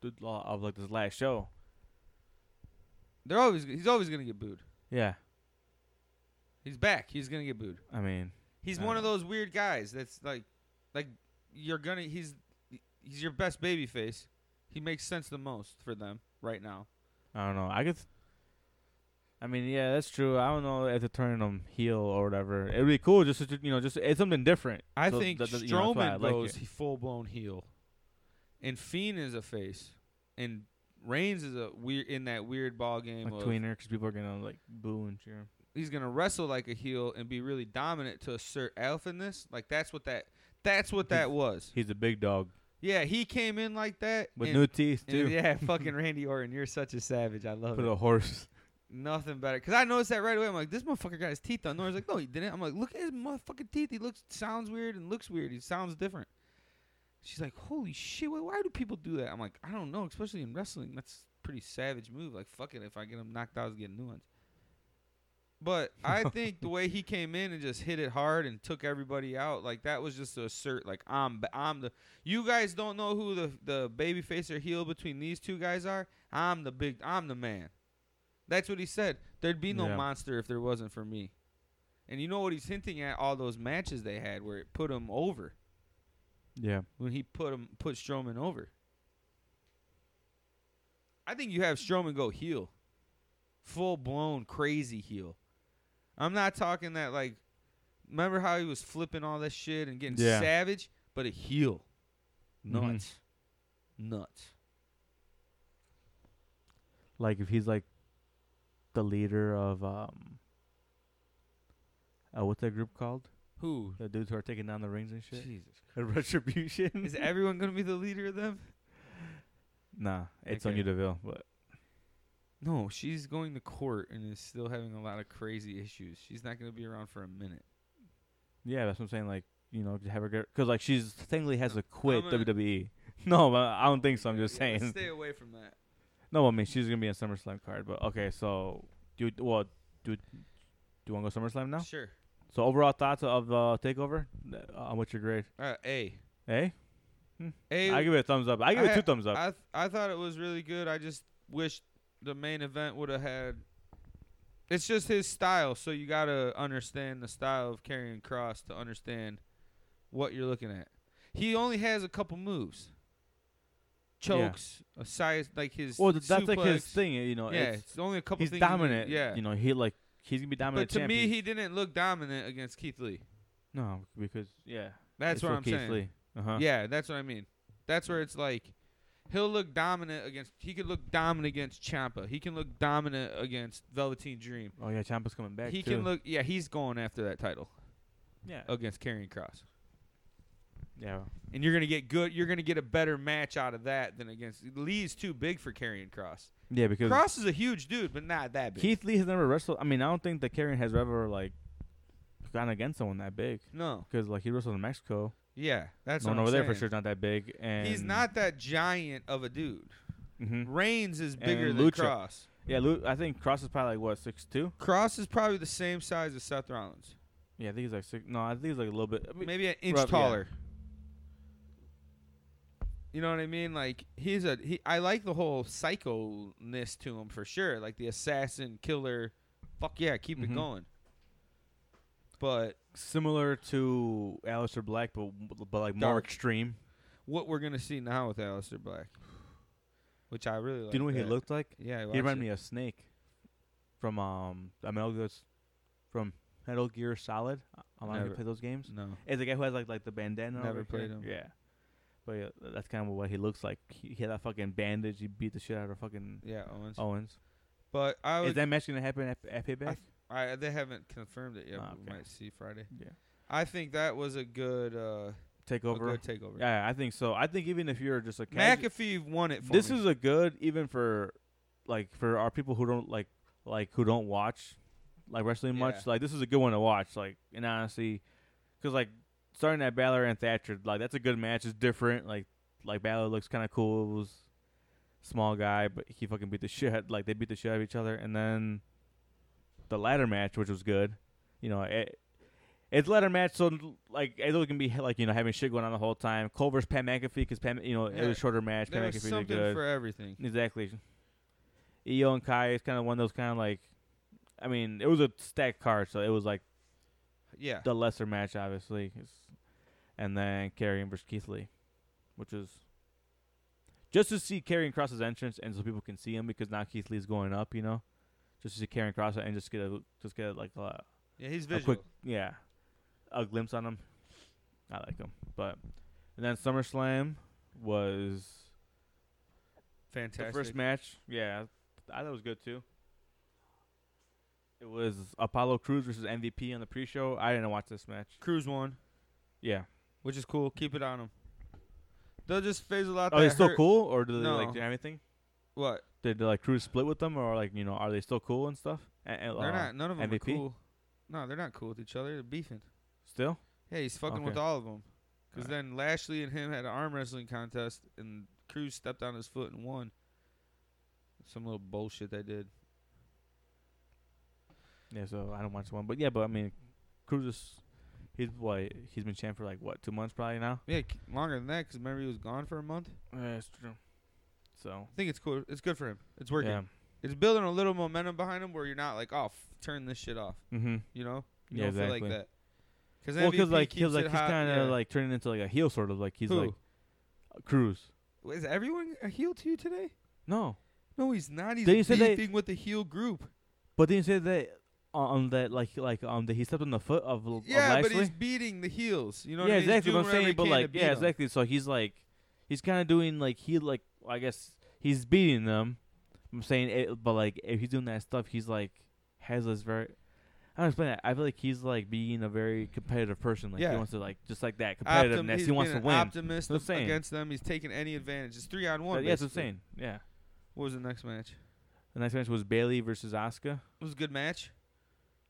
Speaker 2: the, of like this last show.
Speaker 1: they're always. He's always gonna get booed.
Speaker 2: Yeah,
Speaker 1: He's back. He's gonna get booed.
Speaker 2: I mean,
Speaker 1: He's
Speaker 2: I
Speaker 1: one of
Speaker 2: don't-
Speaker 1: those weird guys that's like, like you're gonna. He's he's your best baby face. He makes sense the most for them right now.
Speaker 2: I don't know. I guess. I mean, yeah, that's true. I don't know if to turn him heel or whatever. It'd be cool just to you know just it's something different.
Speaker 1: I
Speaker 2: So
Speaker 1: think
Speaker 2: that- that- you know, that's why I
Speaker 1: Strowman
Speaker 2: like
Speaker 1: goes
Speaker 2: it.
Speaker 1: full blown heel, and Fiend is a face, and Reigns is a weird in that weird ball game.
Speaker 2: like
Speaker 1: of,
Speaker 2: tweener because people are gonna like boo and cheer.
Speaker 1: he's gonna wrestle like a heel and be really dominant to assert alphaness. Like that's what that that's what that was.
Speaker 2: He's a big dog
Speaker 1: Yeah, he came in like that
Speaker 2: with
Speaker 1: and-
Speaker 2: new teeth
Speaker 1: and
Speaker 2: too.
Speaker 1: yeah, [laughs] fucking Randy Orton, you're such a savage. I love
Speaker 2: Put
Speaker 1: it.
Speaker 2: a horse. [laughs]
Speaker 1: Nothing better. Because I noticed that right away. I'm like, this motherfucker got his teeth done. Nora's like, no, he didn't. I'm like, look at his motherfucking teeth. He looks, sounds weird and looks weird. He sounds different. She's like, holy shit, why, why do people do that? I'm like, I don't know, especially in wrestling. That's a pretty savage move. Like, fuck it. If I get him knocked out, I was getting new ones. But I think the way he came in and just hit it hard and took everybody out, like that was just to assert, like I'm, b- I'm the. You guys don't know who the the babyface or heel between these two guys are. I'm the big. I'm the man. That's what he said. There'd be no
Speaker 2: Yeah.
Speaker 1: monster if there wasn't for me. And you know what he's hinting at? All those matches they had where it put him over
Speaker 2: Yeah.
Speaker 1: when he put him put Strowman over. I think you have Strowman go heel, full blown crazy heel. I'm not talking that like, remember how he was flipping all that shit and getting
Speaker 2: Yeah.
Speaker 1: savage, but a heel,
Speaker 2: Mhm.
Speaker 1: nuts, nuts.
Speaker 2: like if he's like the leader of um uh, what's that group called?
Speaker 1: Who?
Speaker 2: The dudes who are taking down the rings and shit.
Speaker 1: Jesus, [laughs]
Speaker 2: The [laughs] Retribution.
Speaker 1: is everyone gonna be the leader of them?
Speaker 2: nah, it's
Speaker 1: Okay.
Speaker 2: Sonya Deville, but
Speaker 1: No, she's going to court and is still having a lot of crazy issues. She's not gonna be around for a minute.
Speaker 2: yeah, that's what I'm saying. Like you know, to have her because like she's technically has to quit
Speaker 1: gonna-
Speaker 2: WWE. [laughs] No, but I don't think so. I'm just
Speaker 1: Yeah, let's
Speaker 2: saying.
Speaker 1: Stay away from that.
Speaker 2: No, I mean she's gonna be on SummerSlam card. But okay, so do you, well, do do you want to go SummerSlam now?
Speaker 1: Sure.
Speaker 2: So overall thoughts of uh, Takeover? Uh, what's your grade?
Speaker 1: Uh, a.
Speaker 2: Hey,
Speaker 1: A.
Speaker 2: eh? I give it a thumbs up. I give
Speaker 1: I-
Speaker 2: it two thumbs up.
Speaker 1: I th- I thought it was really good. I just wish the main event would have had. It's just his style, so you gotta understand the style of carrying cross to understand what you're looking at. He only has a couple moves, chokes, a size like his.
Speaker 2: Well, th- that's like his
Speaker 1: suplex.
Speaker 2: thing, you know.
Speaker 1: yeah,
Speaker 2: it's,
Speaker 1: it's only a couple.
Speaker 2: he's
Speaker 1: things he can-
Speaker 2: dominant.
Speaker 1: yeah,
Speaker 2: you know, he like he's gonna be
Speaker 1: but
Speaker 2: dominant.
Speaker 1: to me,
Speaker 2: champion.
Speaker 1: he didn't look dominant against Keith Lee.
Speaker 2: no because yeah,
Speaker 1: That's
Speaker 2: it's
Speaker 1: what
Speaker 2: with
Speaker 1: I'm
Speaker 2: Keith
Speaker 1: saying.
Speaker 2: Lee. Uh-huh.
Speaker 1: Yeah, that's what I mean. That's where it's like he'll look dominant against he could look dominant against Champa. He can look dominant against Velveteen Dream.
Speaker 2: Oh yeah, Champa's coming back.
Speaker 1: he
Speaker 2: too.
Speaker 1: can look yeah, he's going after that title
Speaker 2: Yeah.
Speaker 1: against Karrion Cross.
Speaker 2: Yeah.
Speaker 1: And you're gonna get good you're gonna get a better match out of that than against Lee's too big for Karrion Cross.
Speaker 2: Yeah, because
Speaker 1: Cross is a huge dude, but not that big.
Speaker 2: Keith Lee has never wrestled. I mean, I don't think that Karen has ever like gone against someone that big
Speaker 1: No.
Speaker 2: because like he wrestled in Mexico.
Speaker 1: Yeah, that's
Speaker 2: no
Speaker 1: what I'm
Speaker 2: one over there for
Speaker 1: saying.
Speaker 2: sure is not that big, and
Speaker 1: He's not that giant of a
Speaker 2: [laughs]
Speaker 1: dude.
Speaker 2: hmm
Speaker 1: Reigns is bigger
Speaker 2: And
Speaker 1: than
Speaker 2: Lucha.
Speaker 1: Cross.
Speaker 2: Yeah, Lu- I think Cross is probably like what six two.
Speaker 1: Cross is probably the same size as Seth Rollins,
Speaker 2: Yeah, I think he's like six. No, I think he's like a little bit. I mean,
Speaker 1: maybe an inch
Speaker 2: Rob- yeah.
Speaker 1: taller. You know what I mean? Like he's a he. I like the whole psychoness to him for sure. Like the assassin killer. Fuck yeah, keep
Speaker 2: Mhm.
Speaker 1: it going. But
Speaker 2: similar to Aleister Black, but but like more
Speaker 1: Dark.
Speaker 2: extreme.
Speaker 1: what we're gonna see now with Aleister Black, which I really like.
Speaker 2: Do you know what he
Speaker 1: that.
Speaker 2: looked like?
Speaker 1: Yeah,
Speaker 2: He reminded me of Snake from um I mean all those from Metal Gear Solid. I don't know if you
Speaker 1: Never.
Speaker 2: play those games.
Speaker 1: No,
Speaker 2: It's the guy who has like like the bandana.
Speaker 1: Never
Speaker 2: over
Speaker 1: played
Speaker 2: here.
Speaker 1: him.
Speaker 2: Yeah, but yeah, th- that's kind of what he looks like. He, he had that fucking bandage. He beat the shit out of fucking
Speaker 1: yeah, Owens.
Speaker 2: Owens.
Speaker 1: But I
Speaker 2: Oh. Is
Speaker 1: would.
Speaker 2: that match gonna happen at, at Payback?
Speaker 1: I, they haven't confirmed it yet.
Speaker 2: Ah,
Speaker 1: but
Speaker 2: okay.
Speaker 1: We might see Friday.
Speaker 2: yeah.
Speaker 1: I think that was a good, uh, a
Speaker 2: Takeover.
Speaker 1: good takeover.
Speaker 2: Yeah, I think so. I think even if you're just a casual,
Speaker 1: McAfee won it. For
Speaker 2: this
Speaker 1: me.
Speaker 2: is a good even for like for our people who don't like like who don't watch like wrestling
Speaker 1: Yeah.
Speaker 2: much like this is a good one to watch like and honestly because like starting at Balor and Thatcher like that's a good match it's different like like Balor looks kind of cool it was small guy but he fucking beat the [laughs] shit like they beat the shit out of each other and then the ladder match which was good you know it, it's ladder match so like it can be like you know having shit going on the whole time Cole versus Pat McAfee because Pat you know it
Speaker 1: Yeah.
Speaker 2: was a shorter match
Speaker 1: there
Speaker 2: Pat
Speaker 1: was
Speaker 2: McAfee
Speaker 1: something
Speaker 2: did good
Speaker 1: for everything.
Speaker 2: Exactly. Io and Kai is kind of one of those kind of like, I mean, it was a stacked card, so it was like
Speaker 1: Yeah,
Speaker 2: the lesser match, obviously. It's- and then Karrion versus Keith Lee, which is just to see Karrion Cross's entrance and so people can see him because now Keith Lee's going up, you know, just to see Karrion Cross and just get a just get like a,
Speaker 1: yeah, he's
Speaker 2: a
Speaker 1: visual.
Speaker 2: quick yeah, a glimpse on him. I like him, but and then SummerSlam was
Speaker 1: Fantastic.
Speaker 2: the first match, yeah, I thought it was good too. It was Apollo Cruz versus MVP on the pre-show. I didn't watch this match.
Speaker 1: Cruz won,
Speaker 2: Yeah.
Speaker 1: which is cool. Keep it on him. They'll just fizzle out.
Speaker 2: Are they
Speaker 1: that
Speaker 2: Oh, still
Speaker 1: hurt-
Speaker 2: cool, or do they like
Speaker 1: No.
Speaker 2: do anything?
Speaker 1: What?
Speaker 2: Did like Cruz split with them, or like you know, are they still cool and stuff? And, and,
Speaker 1: They're
Speaker 2: uh,
Speaker 1: not. None of them
Speaker 2: MVP?
Speaker 1: are cool. No, they're not cool with each other. They're beefing.
Speaker 2: still.
Speaker 1: Yeah, he's fucking with
Speaker 2: Okay.
Speaker 1: all of them. Because
Speaker 2: Alright.
Speaker 1: then Lashley and him had an arm wrestling contest, and Cruz stepped on his foot and won. Some little bullshit they did.
Speaker 2: Yeah, so I don't watch one, but yeah, but I mean, Cruz is he's what he's been champ for like what two months probably now.
Speaker 1: Yeah, c- longer than that, because remember he was gone for a month.
Speaker 2: Yeah, that's true. So
Speaker 1: I think it's cool. It's good for him. It's working.
Speaker 2: yeah,
Speaker 1: It's building a little momentum behind him where you're not like, oh, f- turn this shit off.
Speaker 2: mm-hmm.
Speaker 1: You know, you
Speaker 2: Yeah,
Speaker 1: don't feel
Speaker 2: exactly.
Speaker 1: like that. Because
Speaker 2: Well, because like
Speaker 1: keeps
Speaker 2: he's like
Speaker 1: it
Speaker 2: he's
Speaker 1: hot.
Speaker 2: kind of
Speaker 1: yeah.
Speaker 2: like turning into like a heel sort of like he's
Speaker 1: Who?
Speaker 2: like Cruz.
Speaker 1: is everyone a heel to you today?
Speaker 2: No,
Speaker 1: No, he's not. He's
Speaker 2: Then you said they-
Speaker 1: beefing with the heel group.
Speaker 2: But didn't you say that on that like like um that he stepped on the foot of, of
Speaker 1: Yeah, but
Speaker 2: Lashley?
Speaker 1: he's beating the heels. You know,
Speaker 2: yeah,
Speaker 1: what I mean? He's
Speaker 2: exactly
Speaker 1: doing
Speaker 2: what I'm
Speaker 1: whatever
Speaker 2: saying.
Speaker 1: he
Speaker 2: But
Speaker 1: can to
Speaker 2: like,
Speaker 1: beat
Speaker 2: yeah,
Speaker 1: 'em.
Speaker 2: exactly. So he's like, he's kind of doing like he like I guess he's beating them. I'm saying, it, but like if he's doing that stuff, he's like has this very. I don't explain that. I feel like he's like being a very competitive person. Like he
Speaker 1: Yeah.
Speaker 2: wants to like just like that
Speaker 1: Optim-
Speaker 2: competitiveness.
Speaker 1: he's
Speaker 2: he wants
Speaker 1: being an
Speaker 2: to win.
Speaker 1: Optimist
Speaker 2: That's what I'm saying.
Speaker 1: against them. He's taking any advantage. It's three on one.
Speaker 2: But yeah, that's
Speaker 1: basically.
Speaker 2: insane. Yeah.
Speaker 1: What was the next match?
Speaker 2: The next match was Bailey versus Asuka.
Speaker 1: It was a good match.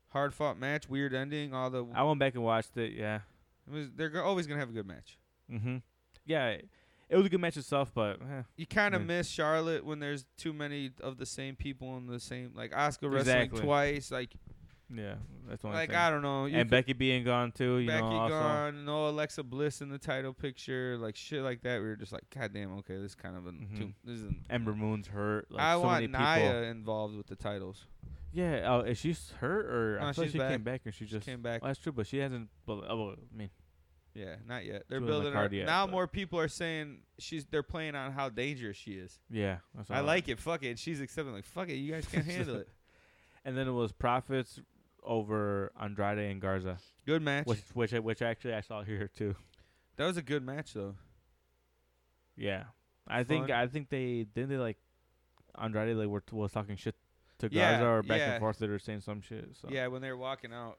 Speaker 1: Hard fought match. Weird ending. All the
Speaker 2: I went back and watched it. Yeah.
Speaker 1: it was, they're go- always gonna have a good match.
Speaker 2: Mm-hmm. Yeah. It, it was a good match itself, but eh.
Speaker 1: You kind of
Speaker 2: Yeah.
Speaker 1: miss Charlotte when there's too many of the same people in the same like Oscar wrestling
Speaker 2: Exactly.
Speaker 1: twice. Like
Speaker 2: Yeah, that's one
Speaker 1: like
Speaker 2: thing.
Speaker 1: I don't know. You
Speaker 2: and
Speaker 1: could-
Speaker 2: Becky being gone too, you
Speaker 1: Becky
Speaker 2: know. Also,
Speaker 1: gone. No Alexa Bliss in the title picture. Like shit like that. We were just like, God damn. Okay, this is kind of an
Speaker 2: Mhm.
Speaker 1: too, this is an,
Speaker 2: Ember Moon's hurt. Like
Speaker 1: I
Speaker 2: so
Speaker 1: want
Speaker 2: many
Speaker 1: Naya involved with the titles.
Speaker 2: people. Yeah, uh, is she s- hurt or
Speaker 1: No,
Speaker 2: I thought
Speaker 1: she's
Speaker 2: she
Speaker 1: back.
Speaker 2: came back and she just
Speaker 1: Came back.
Speaker 2: Well, that's true, but she hasn't. Well, oh, well, I mean,
Speaker 1: Yeah, not yet. They're
Speaker 2: Doing the
Speaker 1: building her
Speaker 2: card yet,
Speaker 1: now.
Speaker 2: but-
Speaker 1: More people are saying she's. They're playing on how dangerous she is.
Speaker 2: yeah, that's
Speaker 1: I
Speaker 2: all.
Speaker 1: like it. Fuck it. She's accepting. Like fuck it. You guys
Speaker 2: [laughs]
Speaker 1: can't handle it.
Speaker 2: And then it was profits over Andrade and Garza,
Speaker 1: Good match.
Speaker 2: which which I- which actually I saw here too.
Speaker 1: That was a good match though.
Speaker 2: Yeah, I think
Speaker 1: Fun.
Speaker 2: I think they didn't they like Andrade like were was talking shit to
Speaker 1: Yeah,
Speaker 2: Garza or back
Speaker 1: yeah.
Speaker 2: and forth they were saying some shit. So
Speaker 1: Yeah, when they were walking out.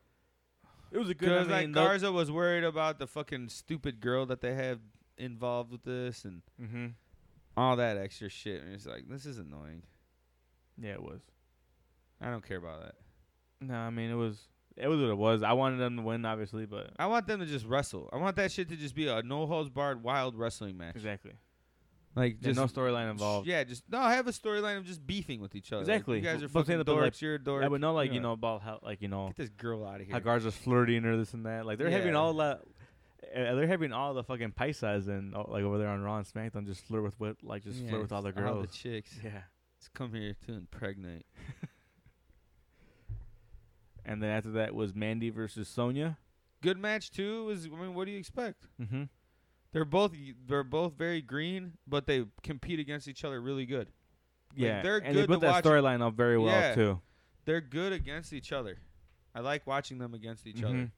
Speaker 2: it was a
Speaker 1: Because
Speaker 2: I
Speaker 1: like
Speaker 2: mean,
Speaker 1: Garza was worried about the fucking stupid girl that they have involved with this and
Speaker 2: hmm
Speaker 1: all that extra shit. And it's like this is annoying.
Speaker 2: Yeah, it was.
Speaker 1: I don't care about that.
Speaker 2: No, I mean it was It was what it was. I wanted them to win,
Speaker 1: [laughs]
Speaker 2: obviously, but
Speaker 1: I want them to just wrestle. I want that shit to just be a no holds barred wild wrestling match.
Speaker 2: exactly.
Speaker 1: Like
Speaker 2: There's
Speaker 1: just
Speaker 2: no storyline involved.
Speaker 1: Yeah, just no. Have a storyline of just beefing with each other. Like,
Speaker 2: Exactly.
Speaker 1: you guys are
Speaker 2: But
Speaker 1: fucking
Speaker 2: say the-
Speaker 1: dorks.
Speaker 2: but like-
Speaker 1: you're a dork.
Speaker 2: I would know, like you
Speaker 1: Yeah.
Speaker 2: know, about how, like you know,
Speaker 1: Get this girl out of here.
Speaker 2: how guards are flirting or this and that. Like they're having
Speaker 1: Yeah.
Speaker 2: all that. Uh, they're having all the fucking paisas and all, like over there on Raw and SmackDown just flirt with what like just
Speaker 1: Yeah,
Speaker 2: flirt with all the
Speaker 1: All
Speaker 2: girls.
Speaker 1: the chicks.
Speaker 2: yeah,
Speaker 1: Just come here to impregnate.
Speaker 2: and then after that was Mandy versus Sonya.
Speaker 1: Good match too. Was I mean, what do you expect?
Speaker 2: Mm-hmm.
Speaker 1: They're both they're both very green, but they compete against each other really good.
Speaker 2: Yeah,
Speaker 1: they're good
Speaker 2: and they put
Speaker 1: to watch.
Speaker 2: that storyline up very well
Speaker 1: Yeah.
Speaker 2: too.
Speaker 1: They're good against each other. I like watching them against each
Speaker 2: Mhm.
Speaker 1: other.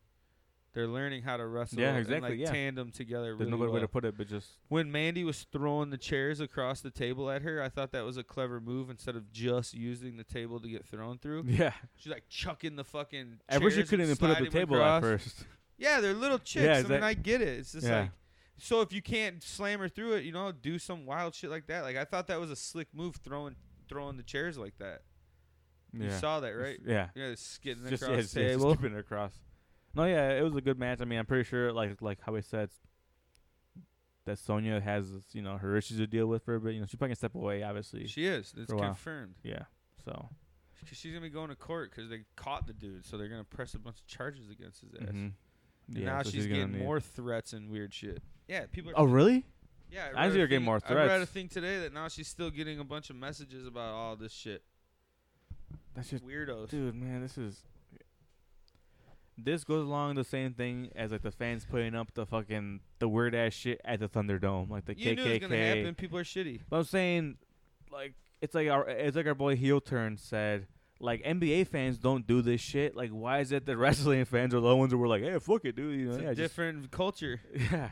Speaker 1: They're learning how to wrestle.
Speaker 2: Yeah,
Speaker 1: and,
Speaker 2: exactly,
Speaker 1: like,
Speaker 2: yeah.
Speaker 1: Tandem together.
Speaker 2: There's
Speaker 1: Really
Speaker 2: no better way
Speaker 1: well.
Speaker 2: to put it, but just
Speaker 1: when Mandy was throwing the chairs across the table at her, I thought that was a clever move instead of just using the table to get thrown through.
Speaker 2: [laughs] yeah.
Speaker 1: She's like chucking the fucking.
Speaker 2: Mm. At first, you
Speaker 1: chairs and
Speaker 2: couldn't even put up the
Speaker 1: sliding 'em
Speaker 2: table
Speaker 1: across.
Speaker 2: at first.
Speaker 1: Yeah, they're little chicks. I mean,
Speaker 2: exact-
Speaker 1: I get it. It's just
Speaker 2: Yeah.
Speaker 1: like. So if you can't slam her through it, you know, do some wild shit like that. Like I thought that was a slick move, throwing throwing the chairs like that.
Speaker 2: Yeah,
Speaker 1: You saw that, right?
Speaker 2: Yeah,
Speaker 1: Yeah, they're skidding
Speaker 2: just, yeah,
Speaker 1: across
Speaker 2: just,
Speaker 1: the
Speaker 2: yeah, just
Speaker 1: table.
Speaker 2: keeping it across. No, yeah, it was a good match. I mean, I'm pretty sure, like like how we said, that Sonya has you know her issues to deal with for a bit. You know, she's probably gonna step away, obviously.
Speaker 1: She is. It's
Speaker 2: For a while.
Speaker 1: confirmed.
Speaker 2: yeah, so
Speaker 1: 'Cause she's gonna be going to court because they caught the dude, so they're gonna press a bunch of charges against his ass.
Speaker 2: mhm.
Speaker 1: And
Speaker 2: yeah,
Speaker 1: now
Speaker 2: so
Speaker 1: she's,
Speaker 2: gonna
Speaker 1: getting
Speaker 2: need-
Speaker 1: more threats and weird shit. Yeah, people. Are,
Speaker 2: Oh, really?
Speaker 1: yeah,
Speaker 2: I
Speaker 1: read
Speaker 2: see
Speaker 1: a
Speaker 2: her getting
Speaker 1: thing-
Speaker 2: more
Speaker 1: I read a
Speaker 2: threats.
Speaker 1: thing today that now she's still getting a bunch of messages about all this shit.
Speaker 2: That's just
Speaker 1: Weirdos.
Speaker 2: dude, man. This is. This goes along the same thing as like the fans putting up the fucking the weird ass shit at the Thunderdome, like the
Speaker 1: you
Speaker 2: KKK.
Speaker 1: knew it was gonna happen. People are shitty.
Speaker 2: But I'm saying, like, it's like our it's like our boy heel turn said, like NBA fans don't do this shit. Like, why is it that [laughs] wrestling fans are the ones who were like, hey, fuck it, dude? You know,
Speaker 1: It's
Speaker 2: yeah,
Speaker 1: a
Speaker 2: just-
Speaker 1: different culture.
Speaker 2: [laughs] yeah,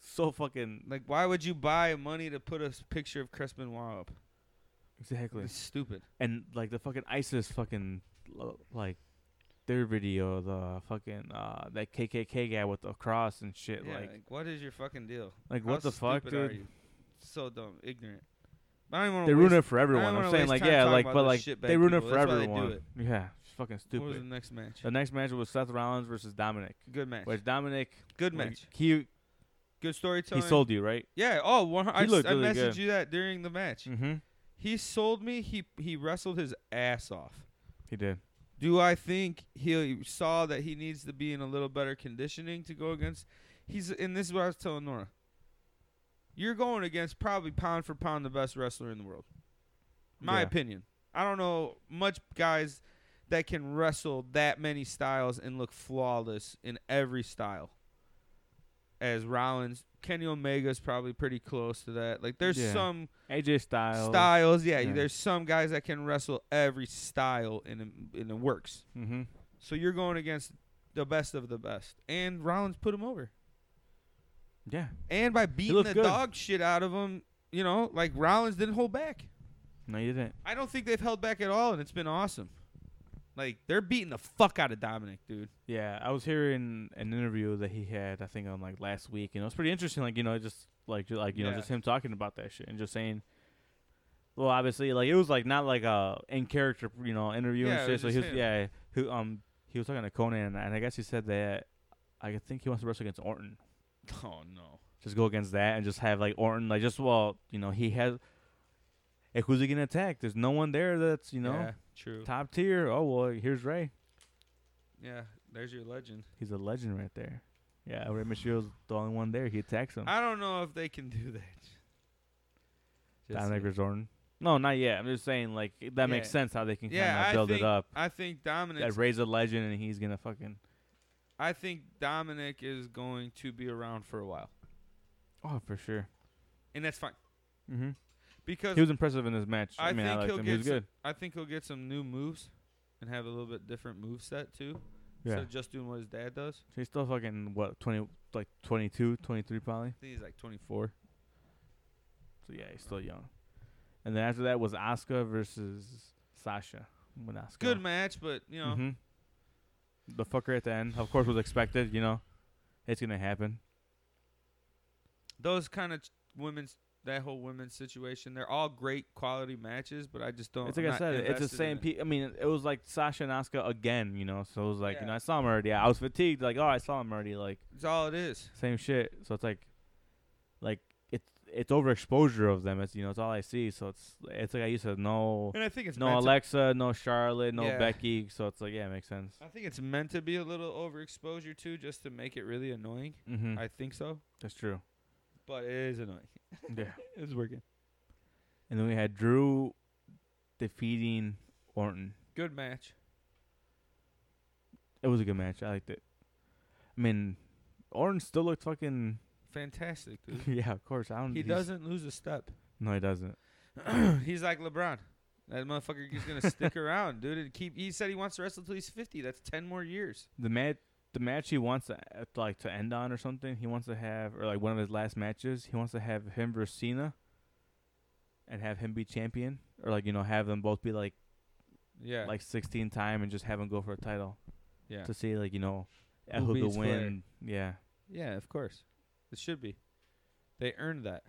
Speaker 2: so fucking
Speaker 1: Like, why would you buy money to put a s- picture of Chris Benoit up?
Speaker 2: exactly.
Speaker 1: It's stupid.
Speaker 2: And like the fucking ISIS fucking lo- like their video, the fucking uh that KKK guy with the cross and shit.
Speaker 1: Yeah,
Speaker 2: like,
Speaker 1: like, what is your fucking deal?
Speaker 2: like
Speaker 1: How
Speaker 2: what the fuck,
Speaker 1: stupid are
Speaker 2: dude?
Speaker 1: you? So dumb, ignorant. I don't even want
Speaker 2: They
Speaker 1: to.
Speaker 2: ruin it for everyone.
Speaker 1: don't
Speaker 2: I'm
Speaker 1: wanna
Speaker 2: saying
Speaker 1: waste
Speaker 2: like
Speaker 1: time
Speaker 2: yeah,
Speaker 1: talking
Speaker 2: like
Speaker 1: about
Speaker 2: but
Speaker 1: those
Speaker 2: like
Speaker 1: shitbag
Speaker 2: they ruin it
Speaker 1: people.
Speaker 2: for
Speaker 1: That's why they do
Speaker 2: everyone.
Speaker 1: it.
Speaker 2: Yeah, it's fucking
Speaker 1: What was the
Speaker 2: stupid.
Speaker 1: next match?
Speaker 2: The next match was Seth Rollins versus Dominic.
Speaker 1: Good match.
Speaker 2: Which Dominic,
Speaker 1: Good
Speaker 2: like,
Speaker 1: match.
Speaker 2: he
Speaker 1: Good
Speaker 2: he
Speaker 1: storytelling.
Speaker 2: sold you, right?
Speaker 1: Yeah. Oh, one, I,
Speaker 2: He
Speaker 1: s-
Speaker 2: looked
Speaker 1: I
Speaker 2: really
Speaker 1: messaged
Speaker 2: good.
Speaker 1: you that during the match.
Speaker 2: Mm-hmm.
Speaker 1: He sold me. He he wrestled his ass off.
Speaker 2: He did.
Speaker 1: Do I think he saw that he needs to be in a little better conditioning to go against? He's and this is what I was telling Nora. You're going against probably pound for pound the best wrestler in the world. My
Speaker 2: Yeah.
Speaker 1: opinion. I don't know much guys that can wrestle that many styles and look flawless in every style. As Rollins, Kenny Omega's probably pretty close to that. Like there's
Speaker 2: Yeah.
Speaker 1: some
Speaker 2: AJ Styles.
Speaker 1: styles. Yeah,
Speaker 2: Yeah.
Speaker 1: there's some guys that can wrestle every style and it- and it works.
Speaker 2: Mm-hmm.
Speaker 1: So you're going against the best of the best, and Rollins put him over,
Speaker 2: Yeah.
Speaker 1: and by beating
Speaker 2: looked
Speaker 1: the
Speaker 2: good.
Speaker 1: dog shit out of him, you know, like Rollins didn't hold back.
Speaker 2: No, you didn't.
Speaker 1: I don't think they've held back at all, and it's been awesome. Like they're beating the fuck out of Dominic, dude. [laughs]
Speaker 2: Yeah, I was hearing an interview that he had, I think, on like last week, and it was pretty interesting. Like you know, just like ju- like you know,
Speaker 1: Yeah.
Speaker 2: just him talking about that shit and just saying. Well, obviously, like it was like not like a in character, you know, interview
Speaker 1: Yeah,
Speaker 2: and
Speaker 1: it
Speaker 2: shit.
Speaker 1: was
Speaker 2: So
Speaker 1: just
Speaker 2: he was
Speaker 1: him.
Speaker 2: yeah, who um he was talking to Conan, and I guess he said that I think he wants to wrestle against Orton.
Speaker 1: Oh no.
Speaker 2: just go against that and just have like Orton like just well you know he has like who's he gonna attack? There's no one there that's you know
Speaker 1: Yeah, true.
Speaker 2: top tier. Oh well, here's Ray.
Speaker 1: Yeah, there's your legend.
Speaker 2: He's a legend right there. Yeah, Ray Mysterio's the only one there. He attacks him.
Speaker 1: I don't know if they can do that. Just
Speaker 2: Dominic
Speaker 1: saying.
Speaker 2: versus Orton. No, not yet. I'm just saying like that makes
Speaker 1: Yeah.
Speaker 2: sense how they can kind of
Speaker 1: Yeah, I
Speaker 2: build
Speaker 1: think-
Speaker 2: it up.
Speaker 1: I think Dominic.
Speaker 2: That Ray's a legend and he's gonna fucking
Speaker 1: I think Dominic is going to be around for a while,
Speaker 2: oh for sure.
Speaker 1: and that's fine
Speaker 2: Mm-hmm.
Speaker 1: because
Speaker 2: He was impressive in this match. I,
Speaker 1: I
Speaker 2: mean, I
Speaker 1: think
Speaker 2: liked
Speaker 1: he'll
Speaker 2: him.
Speaker 1: get
Speaker 2: He was
Speaker 1: some-
Speaker 2: good.
Speaker 1: I think he'll get some new moves and have a little bit different move set too.
Speaker 2: Yeah,
Speaker 1: Instead of just doing what his dad does.
Speaker 2: he's still fucking what twenty like 22, 23 probably.
Speaker 1: I think he's like 24.
Speaker 2: So yeah, he's still young. And then after that was Asuka versus Sasha. When Asuka,
Speaker 1: Good match, but you know,
Speaker 2: Mhm. The fucker at the end, of course, was expected. You know, it's gonna happen.
Speaker 1: those kind of ch- women's that whole women's situation. They're all great quality matches, but I just don't.
Speaker 2: It's like
Speaker 1: I'm
Speaker 2: I
Speaker 1: not
Speaker 2: said, it's the
Speaker 1: invested in
Speaker 2: same.
Speaker 1: it.
Speaker 2: Pe- I mean, it was like Sasha and Asuka again, you know. So it was like, you
Speaker 1: Yeah.
Speaker 2: know, I saw him already. I was fatigued. Like, oh, I saw him already. Like
Speaker 1: It's all it is.
Speaker 2: same shit. So it's like, like it's it's overexposure of them. It's you know, it's all I see. So it's it's like I used to know
Speaker 1: And I think it's
Speaker 2: no
Speaker 1: meant to-
Speaker 2: Alexa, no Charlotte, no
Speaker 1: Yeah.
Speaker 2: Becky. So it's like, yeah, it makes sense.
Speaker 1: I think it's meant to be a little overexposure too, just to make it really annoying.
Speaker 2: Mm-hmm.
Speaker 1: I think so,
Speaker 2: That's true.
Speaker 1: but it is annoying.
Speaker 2: yeah.
Speaker 1: [laughs] It's working.
Speaker 2: And then we had Drew defeating Orton.
Speaker 1: Good match.
Speaker 2: It was a good match. I liked it. I mean, Orton still looked fucking.
Speaker 1: Fantastic, dude.
Speaker 2: [laughs] yeah, of course. I don't.
Speaker 1: He
Speaker 2: he's-
Speaker 1: doesn't lose a step.
Speaker 2: No, he doesn't.
Speaker 1: [clears throat] he's like LeBron. That motherfucker is gonna
Speaker 2: [laughs]
Speaker 1: stick around, dude. And keep. He said he wants to wrestle till he's fifty. That's ten more years.
Speaker 2: The match, the match he wants to uh, like to end on or something. He wants to have or like one of his last matches. He wants to have him versus Cena. And have him be champion, or like you know, have them both be like
Speaker 1: Yeah.
Speaker 2: like sixteen time, and just have him go for a title.
Speaker 1: Yeah.
Speaker 2: To see like you know, uh,
Speaker 1: Who
Speaker 2: who,
Speaker 1: beats
Speaker 2: could
Speaker 1: Flair.
Speaker 2: win. Yeah.
Speaker 1: yeah. Of course. It should be. They earned that.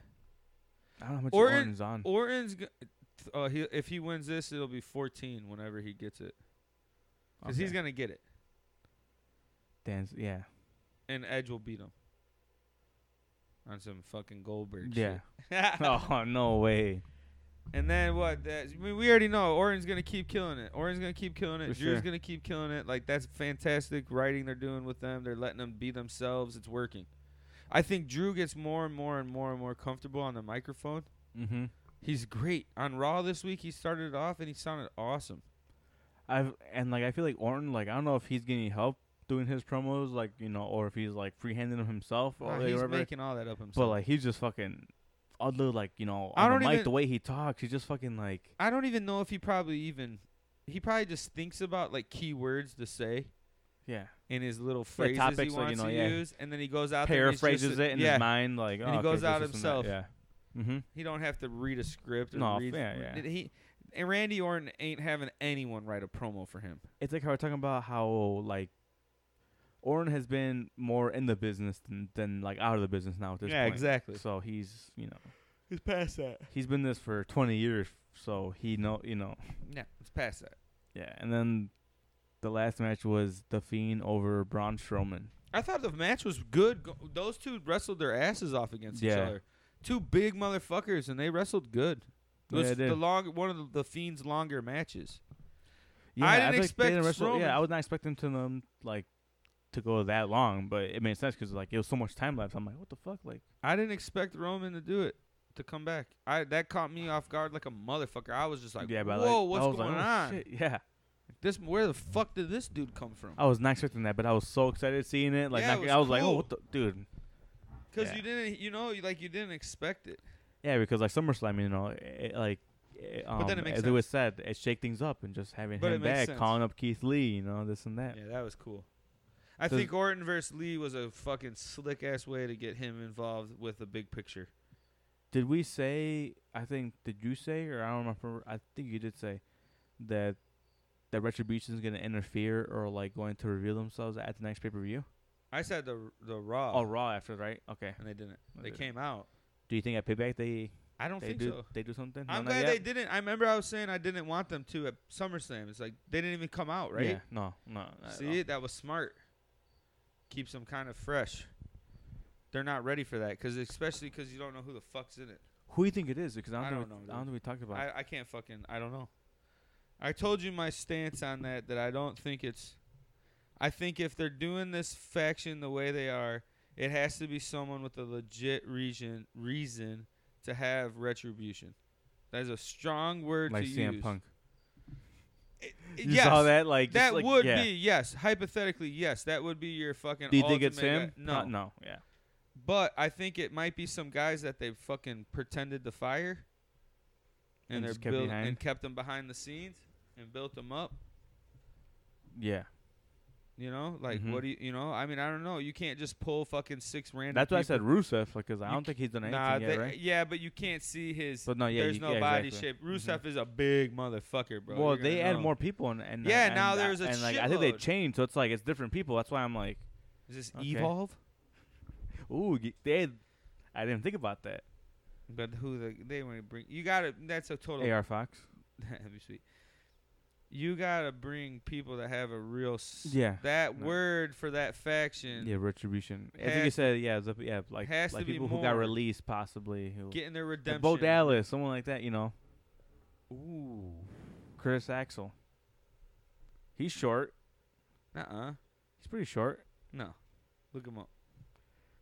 Speaker 2: I don't know how much
Speaker 1: Orton-
Speaker 2: Orton's on.
Speaker 1: Orton's. g- Uh, he, if he wins this, it'll be fourteen whenever he gets it, because he's
Speaker 2: Okay.
Speaker 1: gonna get it,
Speaker 2: Dan's yeah.
Speaker 1: and Edge will beat him. On some fucking Goldberg.
Speaker 2: Yeah.
Speaker 1: Shit. [laughs]
Speaker 2: [laughs] oh no way.
Speaker 1: And then what? That, I mean, we already know Orin's gonna keep killing it. Orin's gonna keep killing it.
Speaker 2: For
Speaker 1: Drew's
Speaker 2: sure.
Speaker 1: gonna keep killing it. Like that's fantastic writing they're doing with them. They're letting them be themselves. It's working. I think Drew gets more and more and more and more comfortable on the microphone.
Speaker 2: Mm-hmm.
Speaker 1: He's great on Raw this week. He started it off and he sounded awesome.
Speaker 2: I've and like I feel like Orton like I don't know if he's getting help doing his promos like you know or if he's like freehanding them himself or
Speaker 1: Nah,
Speaker 2: like,
Speaker 1: he's
Speaker 2: whatever.
Speaker 1: making all that up himself.
Speaker 2: but like he's just fucking other like you know on
Speaker 1: I
Speaker 2: the
Speaker 1: don't
Speaker 2: mic
Speaker 1: even-
Speaker 2: the way he talks he's just fucking like
Speaker 1: I don't even know if he probably even he probably just thinks about like key words to say
Speaker 2: yeah
Speaker 1: in his little phrases
Speaker 2: Like
Speaker 1: he
Speaker 2: topics, like, you
Speaker 1: wants
Speaker 2: know,
Speaker 1: to
Speaker 2: yeah.
Speaker 1: use, and then he goes out there and he's just-
Speaker 2: paraphrases it in
Speaker 1: yeah,
Speaker 2: his mind like
Speaker 1: And
Speaker 2: oh,
Speaker 1: he
Speaker 2: okay,
Speaker 1: goes
Speaker 2: so
Speaker 1: out
Speaker 2: this and that,
Speaker 1: himself.
Speaker 2: yeah mm-hmm
Speaker 1: He don't have to read a script. Or
Speaker 2: No,
Speaker 1: read,
Speaker 2: yeah, yeah.
Speaker 1: He and Randy Orton ain't having anyone write a promo for him.
Speaker 2: it's like how we're talking about how like Orton has been more in the business than, than like out of the business now at this point
Speaker 1: exactly.
Speaker 2: so he's you know
Speaker 1: It's past that.
Speaker 2: he's been this for 20 years so he know you know
Speaker 1: No, it's past that.
Speaker 2: yeah and then the last match was the fiend over braun strowman
Speaker 1: I thought the match was good. Go- Those two wrestled their asses off against each
Speaker 2: Yeah.
Speaker 1: other. Two big motherfuckers, and they wrestled good. It was
Speaker 2: Yeah, they
Speaker 1: the
Speaker 2: did.
Speaker 1: long one of the, the fiend's longer matches.
Speaker 2: yeah
Speaker 1: I didn't
Speaker 2: think they
Speaker 1: expect
Speaker 2: wrestle- yeah
Speaker 1: Strowman-
Speaker 2: i was not expecting to them like to go that long but it made sense because like it was so much time left i'm like what the fuck like
Speaker 1: I didn't expect Roman to do it to come back. I that caught me off guard like a motherfucker. I was just like,
Speaker 2: yeah but
Speaker 1: whoa,
Speaker 2: like, I
Speaker 1: what's
Speaker 2: was like,
Speaker 1: going
Speaker 2: oh,
Speaker 1: on?
Speaker 2: shit, [laughs] Oh, yeah
Speaker 1: This where the fuck did this dude come from?
Speaker 2: i was not expecting that but i was so excited seeing it like
Speaker 1: Yeah, it
Speaker 2: not-
Speaker 1: was
Speaker 2: i was like oh
Speaker 1: cool.
Speaker 2: what the dude
Speaker 1: Because
Speaker 2: Yeah.
Speaker 1: you didn't, you know, you- like you didn't expect it.
Speaker 2: yeah because like summerslam you know it, like it, um,
Speaker 1: But then it makes
Speaker 2: as it was said it shake things up and just having
Speaker 1: But it
Speaker 2: him
Speaker 1: makes
Speaker 2: back
Speaker 1: sense.
Speaker 2: calling up keith lee you know this and
Speaker 1: [laughs]
Speaker 2: that
Speaker 1: Yeah, that was cool. I
Speaker 2: Does-
Speaker 1: think Orton versus Lee was a fucking slick ass way to get him involved with the big picture.
Speaker 2: Did we say? I think did you say or I don't remember. I think you did say that that retribution is going to interfere or like going to reveal themselves at the next pay per view.
Speaker 1: I said the the
Speaker 2: Oh.
Speaker 1: Raw,
Speaker 2: Raw after right? Okay.
Speaker 1: and they didn't.
Speaker 2: No,
Speaker 1: They
Speaker 2: they
Speaker 1: came out.
Speaker 2: Do you think at Payback they
Speaker 1: I don't
Speaker 2: they
Speaker 1: think
Speaker 2: do
Speaker 1: so.
Speaker 2: they do something? No,
Speaker 1: I'm
Speaker 2: not
Speaker 1: glad
Speaker 2: yet?
Speaker 1: they didn't. I remember I was saying I didn't want them to at SummerSlam. It's like they didn't even come out, right?
Speaker 2: Yeah. No. No. not at
Speaker 1: See,
Speaker 2: all.
Speaker 1: that was smart. Keeps them kind of fresh. They're not ready for that, cause especially because you don't know who the fuck's in it.
Speaker 2: Who do you think it is? Because I don't,
Speaker 1: I
Speaker 2: think
Speaker 1: don't
Speaker 2: we,
Speaker 1: know,
Speaker 2: I don't think we talked about. it.
Speaker 1: I, I can't fucking I don't know. I told you my stance on that that I don't think it's I think if they're doing this faction the way they are, it has to be someone with a legit reason reason to have retribution. That is a strong word
Speaker 2: like
Speaker 1: to
Speaker 2: CM
Speaker 1: use.
Speaker 2: Punk.
Speaker 1: It- it-
Speaker 2: You
Speaker 1: yes.
Speaker 2: saw that? Like just,
Speaker 1: that
Speaker 2: like,
Speaker 1: would
Speaker 2: yeah.
Speaker 1: be yes, hypothetically yes, that would be your fucking.
Speaker 2: Do you think it's
Speaker 1: ultimate
Speaker 2: him?
Speaker 1: guy- No,
Speaker 2: Uh, no. Yeah.
Speaker 1: But I think it might be some guys that they fucking pretended to fire, and,
Speaker 2: And
Speaker 1: they're
Speaker 2: just kept
Speaker 1: build-
Speaker 2: behind?
Speaker 1: and kept them behind the scenes and built them up.
Speaker 2: Yeah.
Speaker 1: You know, like
Speaker 2: Mhm.
Speaker 1: what do you? You know, I mean, I don't know. You can't just pull fucking six random.
Speaker 2: That's why I
Speaker 1: people.
Speaker 2: said Rusev because I
Speaker 1: You
Speaker 2: don't think he's done anything
Speaker 1: Nah,
Speaker 2: yet,
Speaker 1: they-
Speaker 2: right?
Speaker 1: yeah, but you can't see his.
Speaker 2: But no, yeah,
Speaker 1: there's
Speaker 2: you-
Speaker 1: no
Speaker 2: yeah,
Speaker 1: body
Speaker 2: exactly. Mm-hmm.
Speaker 1: shape. Rusev is a big motherfucker, bro.
Speaker 2: Well,
Speaker 1: You're gonna
Speaker 2: they add
Speaker 1: know.
Speaker 2: more people and, and
Speaker 1: Yeah,
Speaker 2: and,
Speaker 1: now
Speaker 2: uh,
Speaker 1: there's a
Speaker 2: and like I think they
Speaker 1: shitload.
Speaker 2: changed, so it's like it's different people. That's why I'm like,
Speaker 1: Is this
Speaker 2: Okay.
Speaker 1: evolve?
Speaker 2: ooh, y- they. I didn't think about that.
Speaker 1: But who the, they want to bring? You gotta. That's a total.
Speaker 2: AR Fox.
Speaker 1: [laughs] That'd be sweet. You gotta bring people that have a real. S-
Speaker 2: Yeah.
Speaker 1: That
Speaker 2: No.
Speaker 1: word for that faction.
Speaker 2: Yeah, retribution. I
Speaker 1: Has-
Speaker 2: think you said yeah, it's up- yeah, like
Speaker 1: has
Speaker 2: like
Speaker 1: to be
Speaker 2: people who got
Speaker 1: more.
Speaker 2: released possibly who
Speaker 1: Getting their
Speaker 2: Like
Speaker 1: redemption.
Speaker 2: Bo Dallas, someone like that, you know.
Speaker 1: Ooh.
Speaker 2: Chris Axel. He's short.
Speaker 1: Uh uh
Speaker 2: He's pretty short.
Speaker 1: No. Look him up.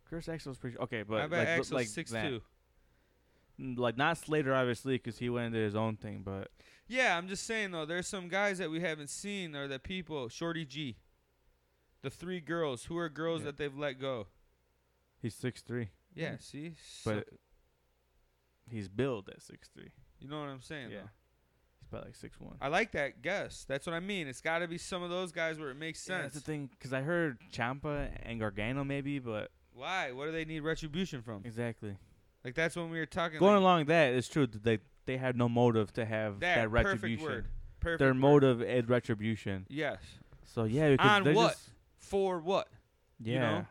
Speaker 2: Chris Axel's pretty sh- okay,
Speaker 1: I
Speaker 2: but
Speaker 1: bet
Speaker 2: like,
Speaker 1: Axel's
Speaker 2: like
Speaker 1: six
Speaker 2: that.
Speaker 1: two.
Speaker 2: Mm, Like not Slater obviously because he went and did his own thing, but
Speaker 1: Yeah, I'm just saying though, there's some guys that we haven't seen or that people Shorty G. The three girls. Who are girls
Speaker 2: Yeah.
Speaker 1: that they've let go?
Speaker 2: he's six three.
Speaker 1: Yeah, see? So-
Speaker 2: But he's billed at six three.
Speaker 1: you know what I'm saying?
Speaker 2: Yeah,
Speaker 1: though.
Speaker 2: he's about like six one.
Speaker 1: I like that guess. That's what I mean. It's got to be some of those guys where it makes
Speaker 2: Yeah,
Speaker 1: sense.
Speaker 2: that's the thing because I heard Champa and Gargano maybe, but
Speaker 1: Why? What do they need retribution from?
Speaker 2: exactly.
Speaker 1: Like that's when we were talking.
Speaker 2: Going
Speaker 1: like,
Speaker 2: along with that, it's true that they they had no motive to have
Speaker 1: that,
Speaker 2: that,
Speaker 1: perfect
Speaker 2: retribution.
Speaker 1: word. Perfect.
Speaker 2: Their
Speaker 1: word.
Speaker 2: motive is retribution.
Speaker 1: Yes.
Speaker 2: So yeah, because
Speaker 1: On
Speaker 2: they're
Speaker 1: what?
Speaker 2: just
Speaker 1: For what?
Speaker 2: yeah.
Speaker 1: know?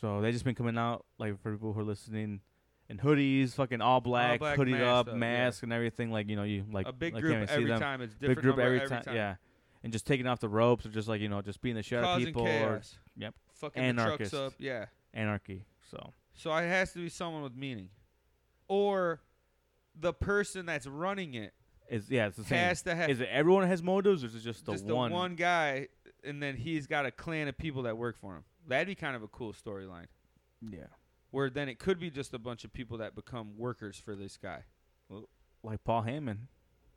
Speaker 2: So they just been coming out like for people who are listening in hoodies, fucking all black,
Speaker 1: black
Speaker 2: hooded
Speaker 1: mask
Speaker 2: up,
Speaker 1: up, yeah.
Speaker 2: mask and everything. Like you know, you like
Speaker 1: a big
Speaker 2: like,
Speaker 1: group
Speaker 2: can't even see
Speaker 1: every
Speaker 2: them.
Speaker 1: time. It's
Speaker 2: Big
Speaker 1: different
Speaker 2: group
Speaker 1: number
Speaker 2: every,
Speaker 1: every
Speaker 2: ti- yeah. And just taking off the ropes or just like you know, just being the shit out of
Speaker 1: Causing
Speaker 2: people or
Speaker 1: chaos.
Speaker 2: yep.
Speaker 1: Fucking the trucks
Speaker 2: Anarchists.
Speaker 1: up. Yeah.
Speaker 2: anarchy. So
Speaker 1: So it has to be someone with meaning, or the person that's running it
Speaker 2: it's yeah, it's the same.
Speaker 1: has to have
Speaker 2: is it everyone has motives or is it just the
Speaker 1: just
Speaker 2: one?
Speaker 1: the one guy, and then he's got a clan of people that work for him. That'd be kind of a cool storyline.
Speaker 2: Yeah.
Speaker 1: Where then it could be just a bunch of people that become workers for this guy.
Speaker 2: Like Paul Heyman.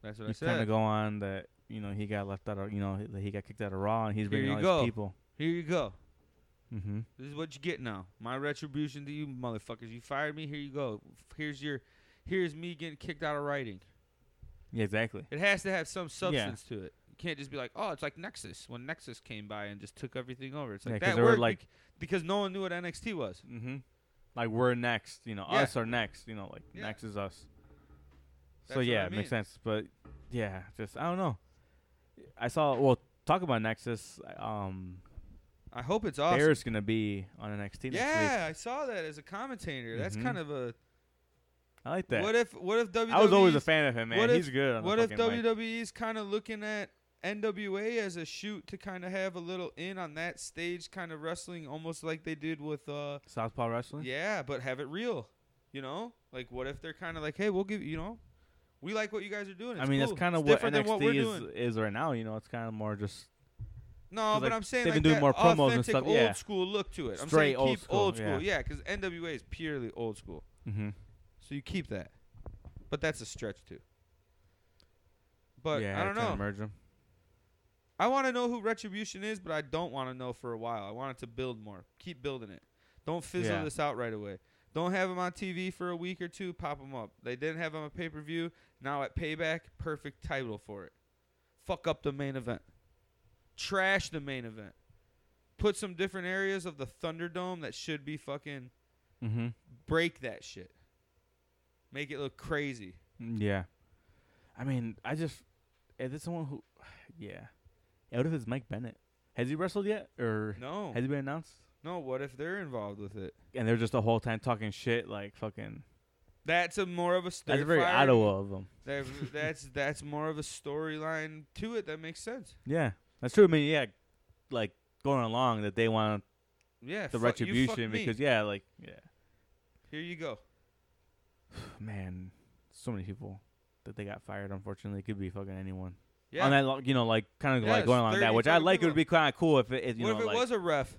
Speaker 1: That's what
Speaker 2: He's
Speaker 1: I
Speaker 2: kind
Speaker 1: said.
Speaker 2: of go on that you know he got left out of you know he, he got kicked out of Raw and
Speaker 1: Here
Speaker 2: he's bringing
Speaker 1: you
Speaker 2: all
Speaker 1: go.
Speaker 2: these people.
Speaker 1: Here you go.
Speaker 2: Mm-hmm.
Speaker 1: This is what you get now. My retribution to you, motherfuckers. You fired me. Here you go. F- Here's your. Here's me getting kicked out of writing.
Speaker 2: Yeah, exactly.
Speaker 1: It has to have some substance to it. You can't just be like, oh, it's like Nexus when Nexus came by and just took everything over. It's
Speaker 2: Yeah,
Speaker 1: like
Speaker 2: 'cause
Speaker 1: that
Speaker 2: they were
Speaker 1: worked
Speaker 2: like-
Speaker 1: bec- because no one knew what NXT was.
Speaker 2: Mm-hmm. Like we're next, you know,
Speaker 1: Yeah.
Speaker 2: us are next, you know, like
Speaker 1: Yeah.
Speaker 2: next is us.
Speaker 1: That's
Speaker 2: so
Speaker 1: what
Speaker 2: yeah,
Speaker 1: I
Speaker 2: it makes
Speaker 1: mean.
Speaker 2: sense. But yeah, just I don't know. I saw well talk about Nexus. Um,
Speaker 1: I hope it's awesome.
Speaker 2: Bear's gonna be on NXT next week.
Speaker 1: yeah, I saw that as a commentator. That's
Speaker 2: Mhm.
Speaker 1: kind of a.
Speaker 2: I like that.
Speaker 1: What if what if WWE?
Speaker 2: I was always a fan of him, man.
Speaker 1: what if-
Speaker 2: He's good. On
Speaker 1: What
Speaker 2: the
Speaker 1: if
Speaker 2: fucking mic.
Speaker 1: WWE's kind of looking at NWA as a shoot to kind of have a little in on that stage kind of wrestling, almost like they did with uh,
Speaker 2: Southpaw Wrestling?
Speaker 1: Yeah, but have it real. You know, like what if they're kind of like, hey, we'll give you know, we like what you guys are doing.
Speaker 2: I mean,
Speaker 1: it's
Speaker 2: that's kind of
Speaker 1: what
Speaker 2: what
Speaker 1: different
Speaker 2: NXT
Speaker 1: than what we're
Speaker 2: is
Speaker 1: doing.
Speaker 2: is right now. You know, it's kind of more just
Speaker 1: No,
Speaker 2: 'cause,
Speaker 1: but
Speaker 2: like,
Speaker 1: I'm saying
Speaker 2: they've
Speaker 1: like
Speaker 2: been doing
Speaker 1: that
Speaker 2: more promos and
Speaker 1: authentic
Speaker 2: stuff,
Speaker 1: old
Speaker 2: yeah.
Speaker 1: school look to it. I'm
Speaker 2: Straight
Speaker 1: saying
Speaker 2: old
Speaker 1: keep
Speaker 2: school,
Speaker 1: old school,
Speaker 2: yeah.
Speaker 1: yeah, because NWA is purely old school,
Speaker 2: mm-hmm.
Speaker 1: so you keep that. But that's a stretch too. But
Speaker 2: yeah,
Speaker 1: I don't
Speaker 2: kinda
Speaker 1: know.
Speaker 2: merge 'em.
Speaker 1: I want to know who Retribution is, but I don't want to know for a while. I want it to build more. Keep building it. Don't fizzle
Speaker 2: Yeah.
Speaker 1: this out right away. Don't have them on TV for a week or two. Pop them up. They didn't have them on pay per view. Now at Payback, perfect title for it. Fuck up the main event. Trash the main event. Put some different areas of the Thunderdome that should be fucking Mm-hmm.
Speaker 2: Mhm.
Speaker 1: break that shit. Make it look crazy.
Speaker 2: Mm, Yeah. I mean, I just if it's someone who [sighs] yeah. yeah. What if it's Mike Bennett? Has he wrestled yet? Or
Speaker 1: No,
Speaker 2: has he been announced?
Speaker 1: no. What if they're involved with it?
Speaker 2: And they're just the whole time talking shit like fucking
Speaker 1: That's a more of a.
Speaker 2: That's
Speaker 1: they're
Speaker 2: very
Speaker 1: firing-
Speaker 2: Ottawa of them.
Speaker 1: That, that's that's more of a storyline to it that makes sense.
Speaker 2: Yeah. That's true. I mean, yeah, like going along that they want
Speaker 1: Yeah, fu-
Speaker 2: the
Speaker 1: you fuck
Speaker 2: retribution
Speaker 1: me.
Speaker 2: because yeah, like yeah. [sighs]
Speaker 1: here you go.
Speaker 2: Man, so many people that they got fired unfortunately. It could be fucking anyone.
Speaker 1: Yeah.
Speaker 2: On that lo- you know, like kind of
Speaker 1: Yes,
Speaker 2: like going along
Speaker 1: 30,
Speaker 2: that, which I
Speaker 1: 30
Speaker 2: like it would
Speaker 1: people.
Speaker 2: be kinda cool if it, it you
Speaker 1: what
Speaker 2: know
Speaker 1: if it
Speaker 2: like
Speaker 1: was a ref?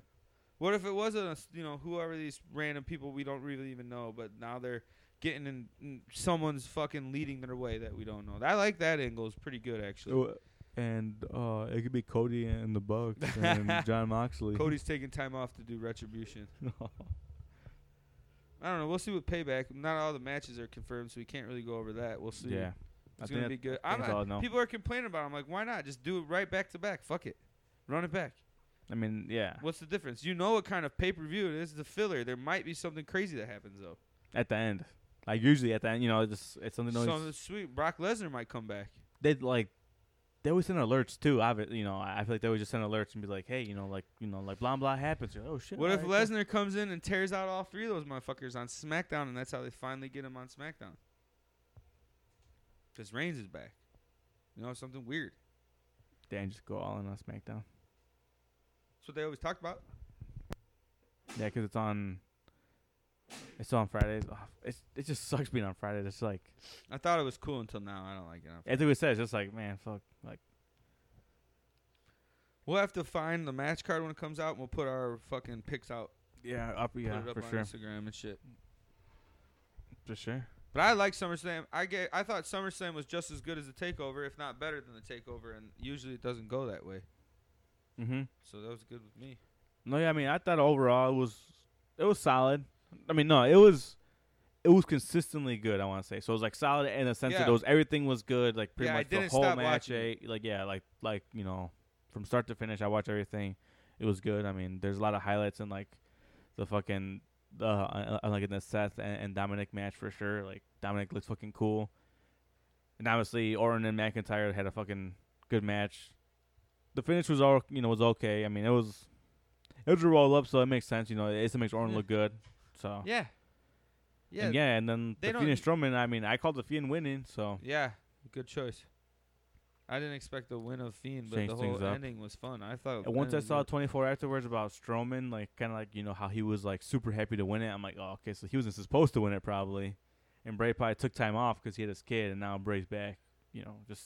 Speaker 1: What if it was a you know whoever these random people we don't really even know, but now they're getting in, in someone's fucking leading their way that we don't know. I like that angle. It's pretty good actually.
Speaker 2: Uh, and uh, it could be Cody and the Bucks
Speaker 1: [laughs]
Speaker 2: and John Moxley. [laughs]
Speaker 1: Cody's taking time off to do retribution. I don't know. We'll see with payback. Not all the matches are confirmed, so we can't really go over that. We'll see.
Speaker 2: yeah,
Speaker 1: It's gonna be good. I'm
Speaker 2: that's all I know.
Speaker 1: not, people are complaining about. It. I'm like, why not? Just do it right back to back. Fuck it, run it back.
Speaker 2: I mean, yeah.
Speaker 1: What's the difference? You know what kind of pay per view it is. The filler. There might be something crazy that happens though.
Speaker 2: At the end, like usually at the end, you know, it's just it's something.
Speaker 1: So
Speaker 2: always,
Speaker 1: sweet. Brock Lesnar might come back.
Speaker 2: they like they always send alerts too. Obviously, you know, I I feel like they always just send alerts and be like, hey, you know, like you know, like blah blah happens. You're like, oh shit.
Speaker 1: What if
Speaker 2: alright, cool.
Speaker 1: Lesnar comes in and tears out all three of those motherfuckers on SmackDown, and that's how they finally get him on SmackDown? Because Reigns is back. You know, something weird.
Speaker 2: Damn, just go all in on SmackDown.
Speaker 1: That's what they always talked about.
Speaker 2: Yeah, 'cause it's on. It's on Fridays. Ugh, it's, it just sucks being on Fridays. It's like
Speaker 1: I thought it was cool until now. I don't like it.
Speaker 2: as we said, it's just like man, fuck. Like
Speaker 1: We'll have to find the match card when it comes out, and we'll put our fucking picks out.
Speaker 2: yeah, up yeah
Speaker 1: put it up
Speaker 2: for
Speaker 1: on
Speaker 2: sure,
Speaker 1: Instagram and shit.
Speaker 2: for sure.
Speaker 1: But I like SummerSlam. I get. I thought SummerSlam was just as good as the Takeover, if not better than the Takeover, and usually it doesn't go that way.
Speaker 2: Mm-hmm.
Speaker 1: So that was good with me.
Speaker 2: No, yeah, I mean, I thought overall it was it was solid. I mean, no, it was it was consistently good. I want to say so. It was like solid in the sense that
Speaker 1: Yeah.
Speaker 2: it was everything was good. Like pretty
Speaker 1: Yeah, I
Speaker 2: much the
Speaker 1: didn't
Speaker 2: whole
Speaker 1: stop
Speaker 2: match.
Speaker 1: watching
Speaker 2: eh, Like yeah, like like you know, from start to finish, I watched everything. It was good. I mean, there's a lot of highlights in like the fucking uh, uh, uh, like in the Seth and, and Dominic match for sure. Like Dominic looked fucking cool, and obviously Orton and McIntyre had a fucking good match. The finish was all you know was okay. I mean, it was it was a roll up, so it makes sense. You know, it still makes Orton
Speaker 1: Yeah.
Speaker 2: look good. So
Speaker 1: Yeah.
Speaker 2: yeah,
Speaker 1: Yeah.
Speaker 2: and, yeah, and then
Speaker 1: they
Speaker 2: the
Speaker 1: don't-
Speaker 2: Fiend and Strowman. I mean, I called the Fiend winning, so
Speaker 1: Yeah, good choice. I didn't expect the win of Fiend, but
Speaker 2: Change
Speaker 1: the
Speaker 2: things
Speaker 1: whole
Speaker 2: up.
Speaker 1: ending was fun. I thought.
Speaker 2: And once I
Speaker 1: ending
Speaker 2: saw
Speaker 1: was-
Speaker 2: 24 afterwards about Strowman, like kind of like you know how he was like super happy to win it. I'm like, oh, okay, so he wasn't supposed to win it probably. And Bray probably took time off because he had his kid, and now Bray's back. You know, just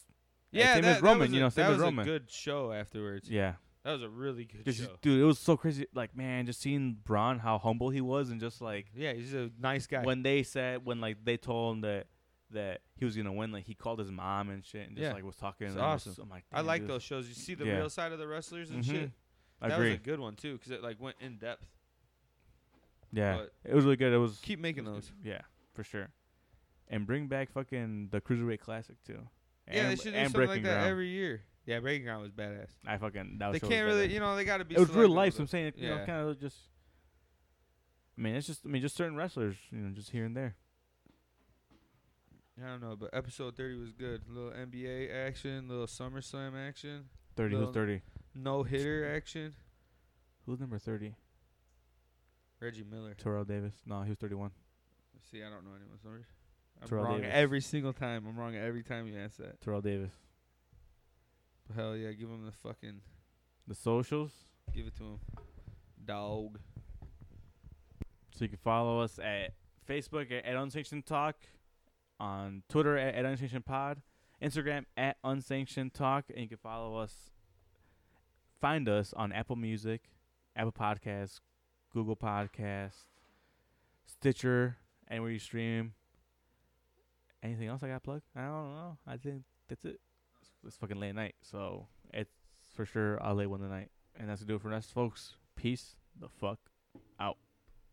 Speaker 2: like,
Speaker 1: yeah,
Speaker 2: same
Speaker 1: that,
Speaker 2: as Roman,
Speaker 1: that was
Speaker 2: you
Speaker 1: a-
Speaker 2: know, same
Speaker 1: that
Speaker 2: as
Speaker 1: was
Speaker 2: Roman.
Speaker 1: a good show afterwards.
Speaker 2: yeah,
Speaker 1: That was a really good
Speaker 2: just
Speaker 1: show.
Speaker 2: dude, it was so crazy. Like man, just seeing Braun how humble he was, and just like
Speaker 1: Yeah, he's a nice guy.
Speaker 2: when they said when like they told him that that he was gonna win, like he called his mom and shit, and just
Speaker 1: Yeah.
Speaker 2: like was talking.
Speaker 1: It's
Speaker 2: and I was
Speaker 1: awesome.
Speaker 2: just- I'm like,
Speaker 1: I
Speaker 2: damn,
Speaker 1: like
Speaker 2: dude.
Speaker 1: those shows. You see the
Speaker 2: Yeah.
Speaker 1: real side of the wrestlers and
Speaker 2: Mhm.
Speaker 1: shit.
Speaker 2: I
Speaker 1: that
Speaker 2: agree.
Speaker 1: was a good one too, because it like went in depth.
Speaker 2: yeah,
Speaker 1: but-
Speaker 2: it was really good. It was
Speaker 1: Keep making those.
Speaker 2: Yeah, for sure. And bring back fucking the Cruiserweight Classic too.
Speaker 1: yeah, they
Speaker 2: and,
Speaker 1: should do
Speaker 2: and
Speaker 1: something like
Speaker 2: Breaking
Speaker 1: that
Speaker 2: Ground.
Speaker 1: every year. Yeah, Breaking Ground was badass.
Speaker 2: I fucking that
Speaker 1: They
Speaker 2: show was
Speaker 1: can't really,
Speaker 2: better.
Speaker 1: you know, they got to be.
Speaker 2: it was real
Speaker 1: selective
Speaker 2: life.
Speaker 1: with
Speaker 2: so I'm saying, it, you know,
Speaker 1: Yeah.
Speaker 2: kind of just. I mean, it's just. I mean, just certain wrestlers, you know, just here and there.
Speaker 1: I don't know, but episode thirty was good. little NBA action, little SummerSlam action,
Speaker 2: Thirty.
Speaker 1: Well-
Speaker 2: who's thirty?
Speaker 1: no hitter action.
Speaker 2: Who's number thirty?
Speaker 1: Reggie Miller.
Speaker 2: Terrell Davis. No, he was thirty-one.
Speaker 1: See, I don't know anyone's numbers. I'm
Speaker 2: Terrell
Speaker 1: wrong
Speaker 2: Davis.
Speaker 1: every single time. I'm wrong every time you ask that.
Speaker 2: Terrell Davis.
Speaker 1: But hell yeah, give him the fucking,
Speaker 2: The socials.
Speaker 1: give it to him, dog.
Speaker 2: So you can follow us at Facebook at, at Unsanctioned Talk, on Twitter at, at Unsanctioned Pod, Instagram at Unsanctioned Talk, and you can follow us, find us on Apple Music, Apple Podcasts, Google Podcasts, Stitcher, anywhere you stream. Anything else I got plugged? I don't know. I think that's it. It's, it's fucking late night, so it's for sure a late one tonight. And that's gonna do it for us, folks. Peace the fuck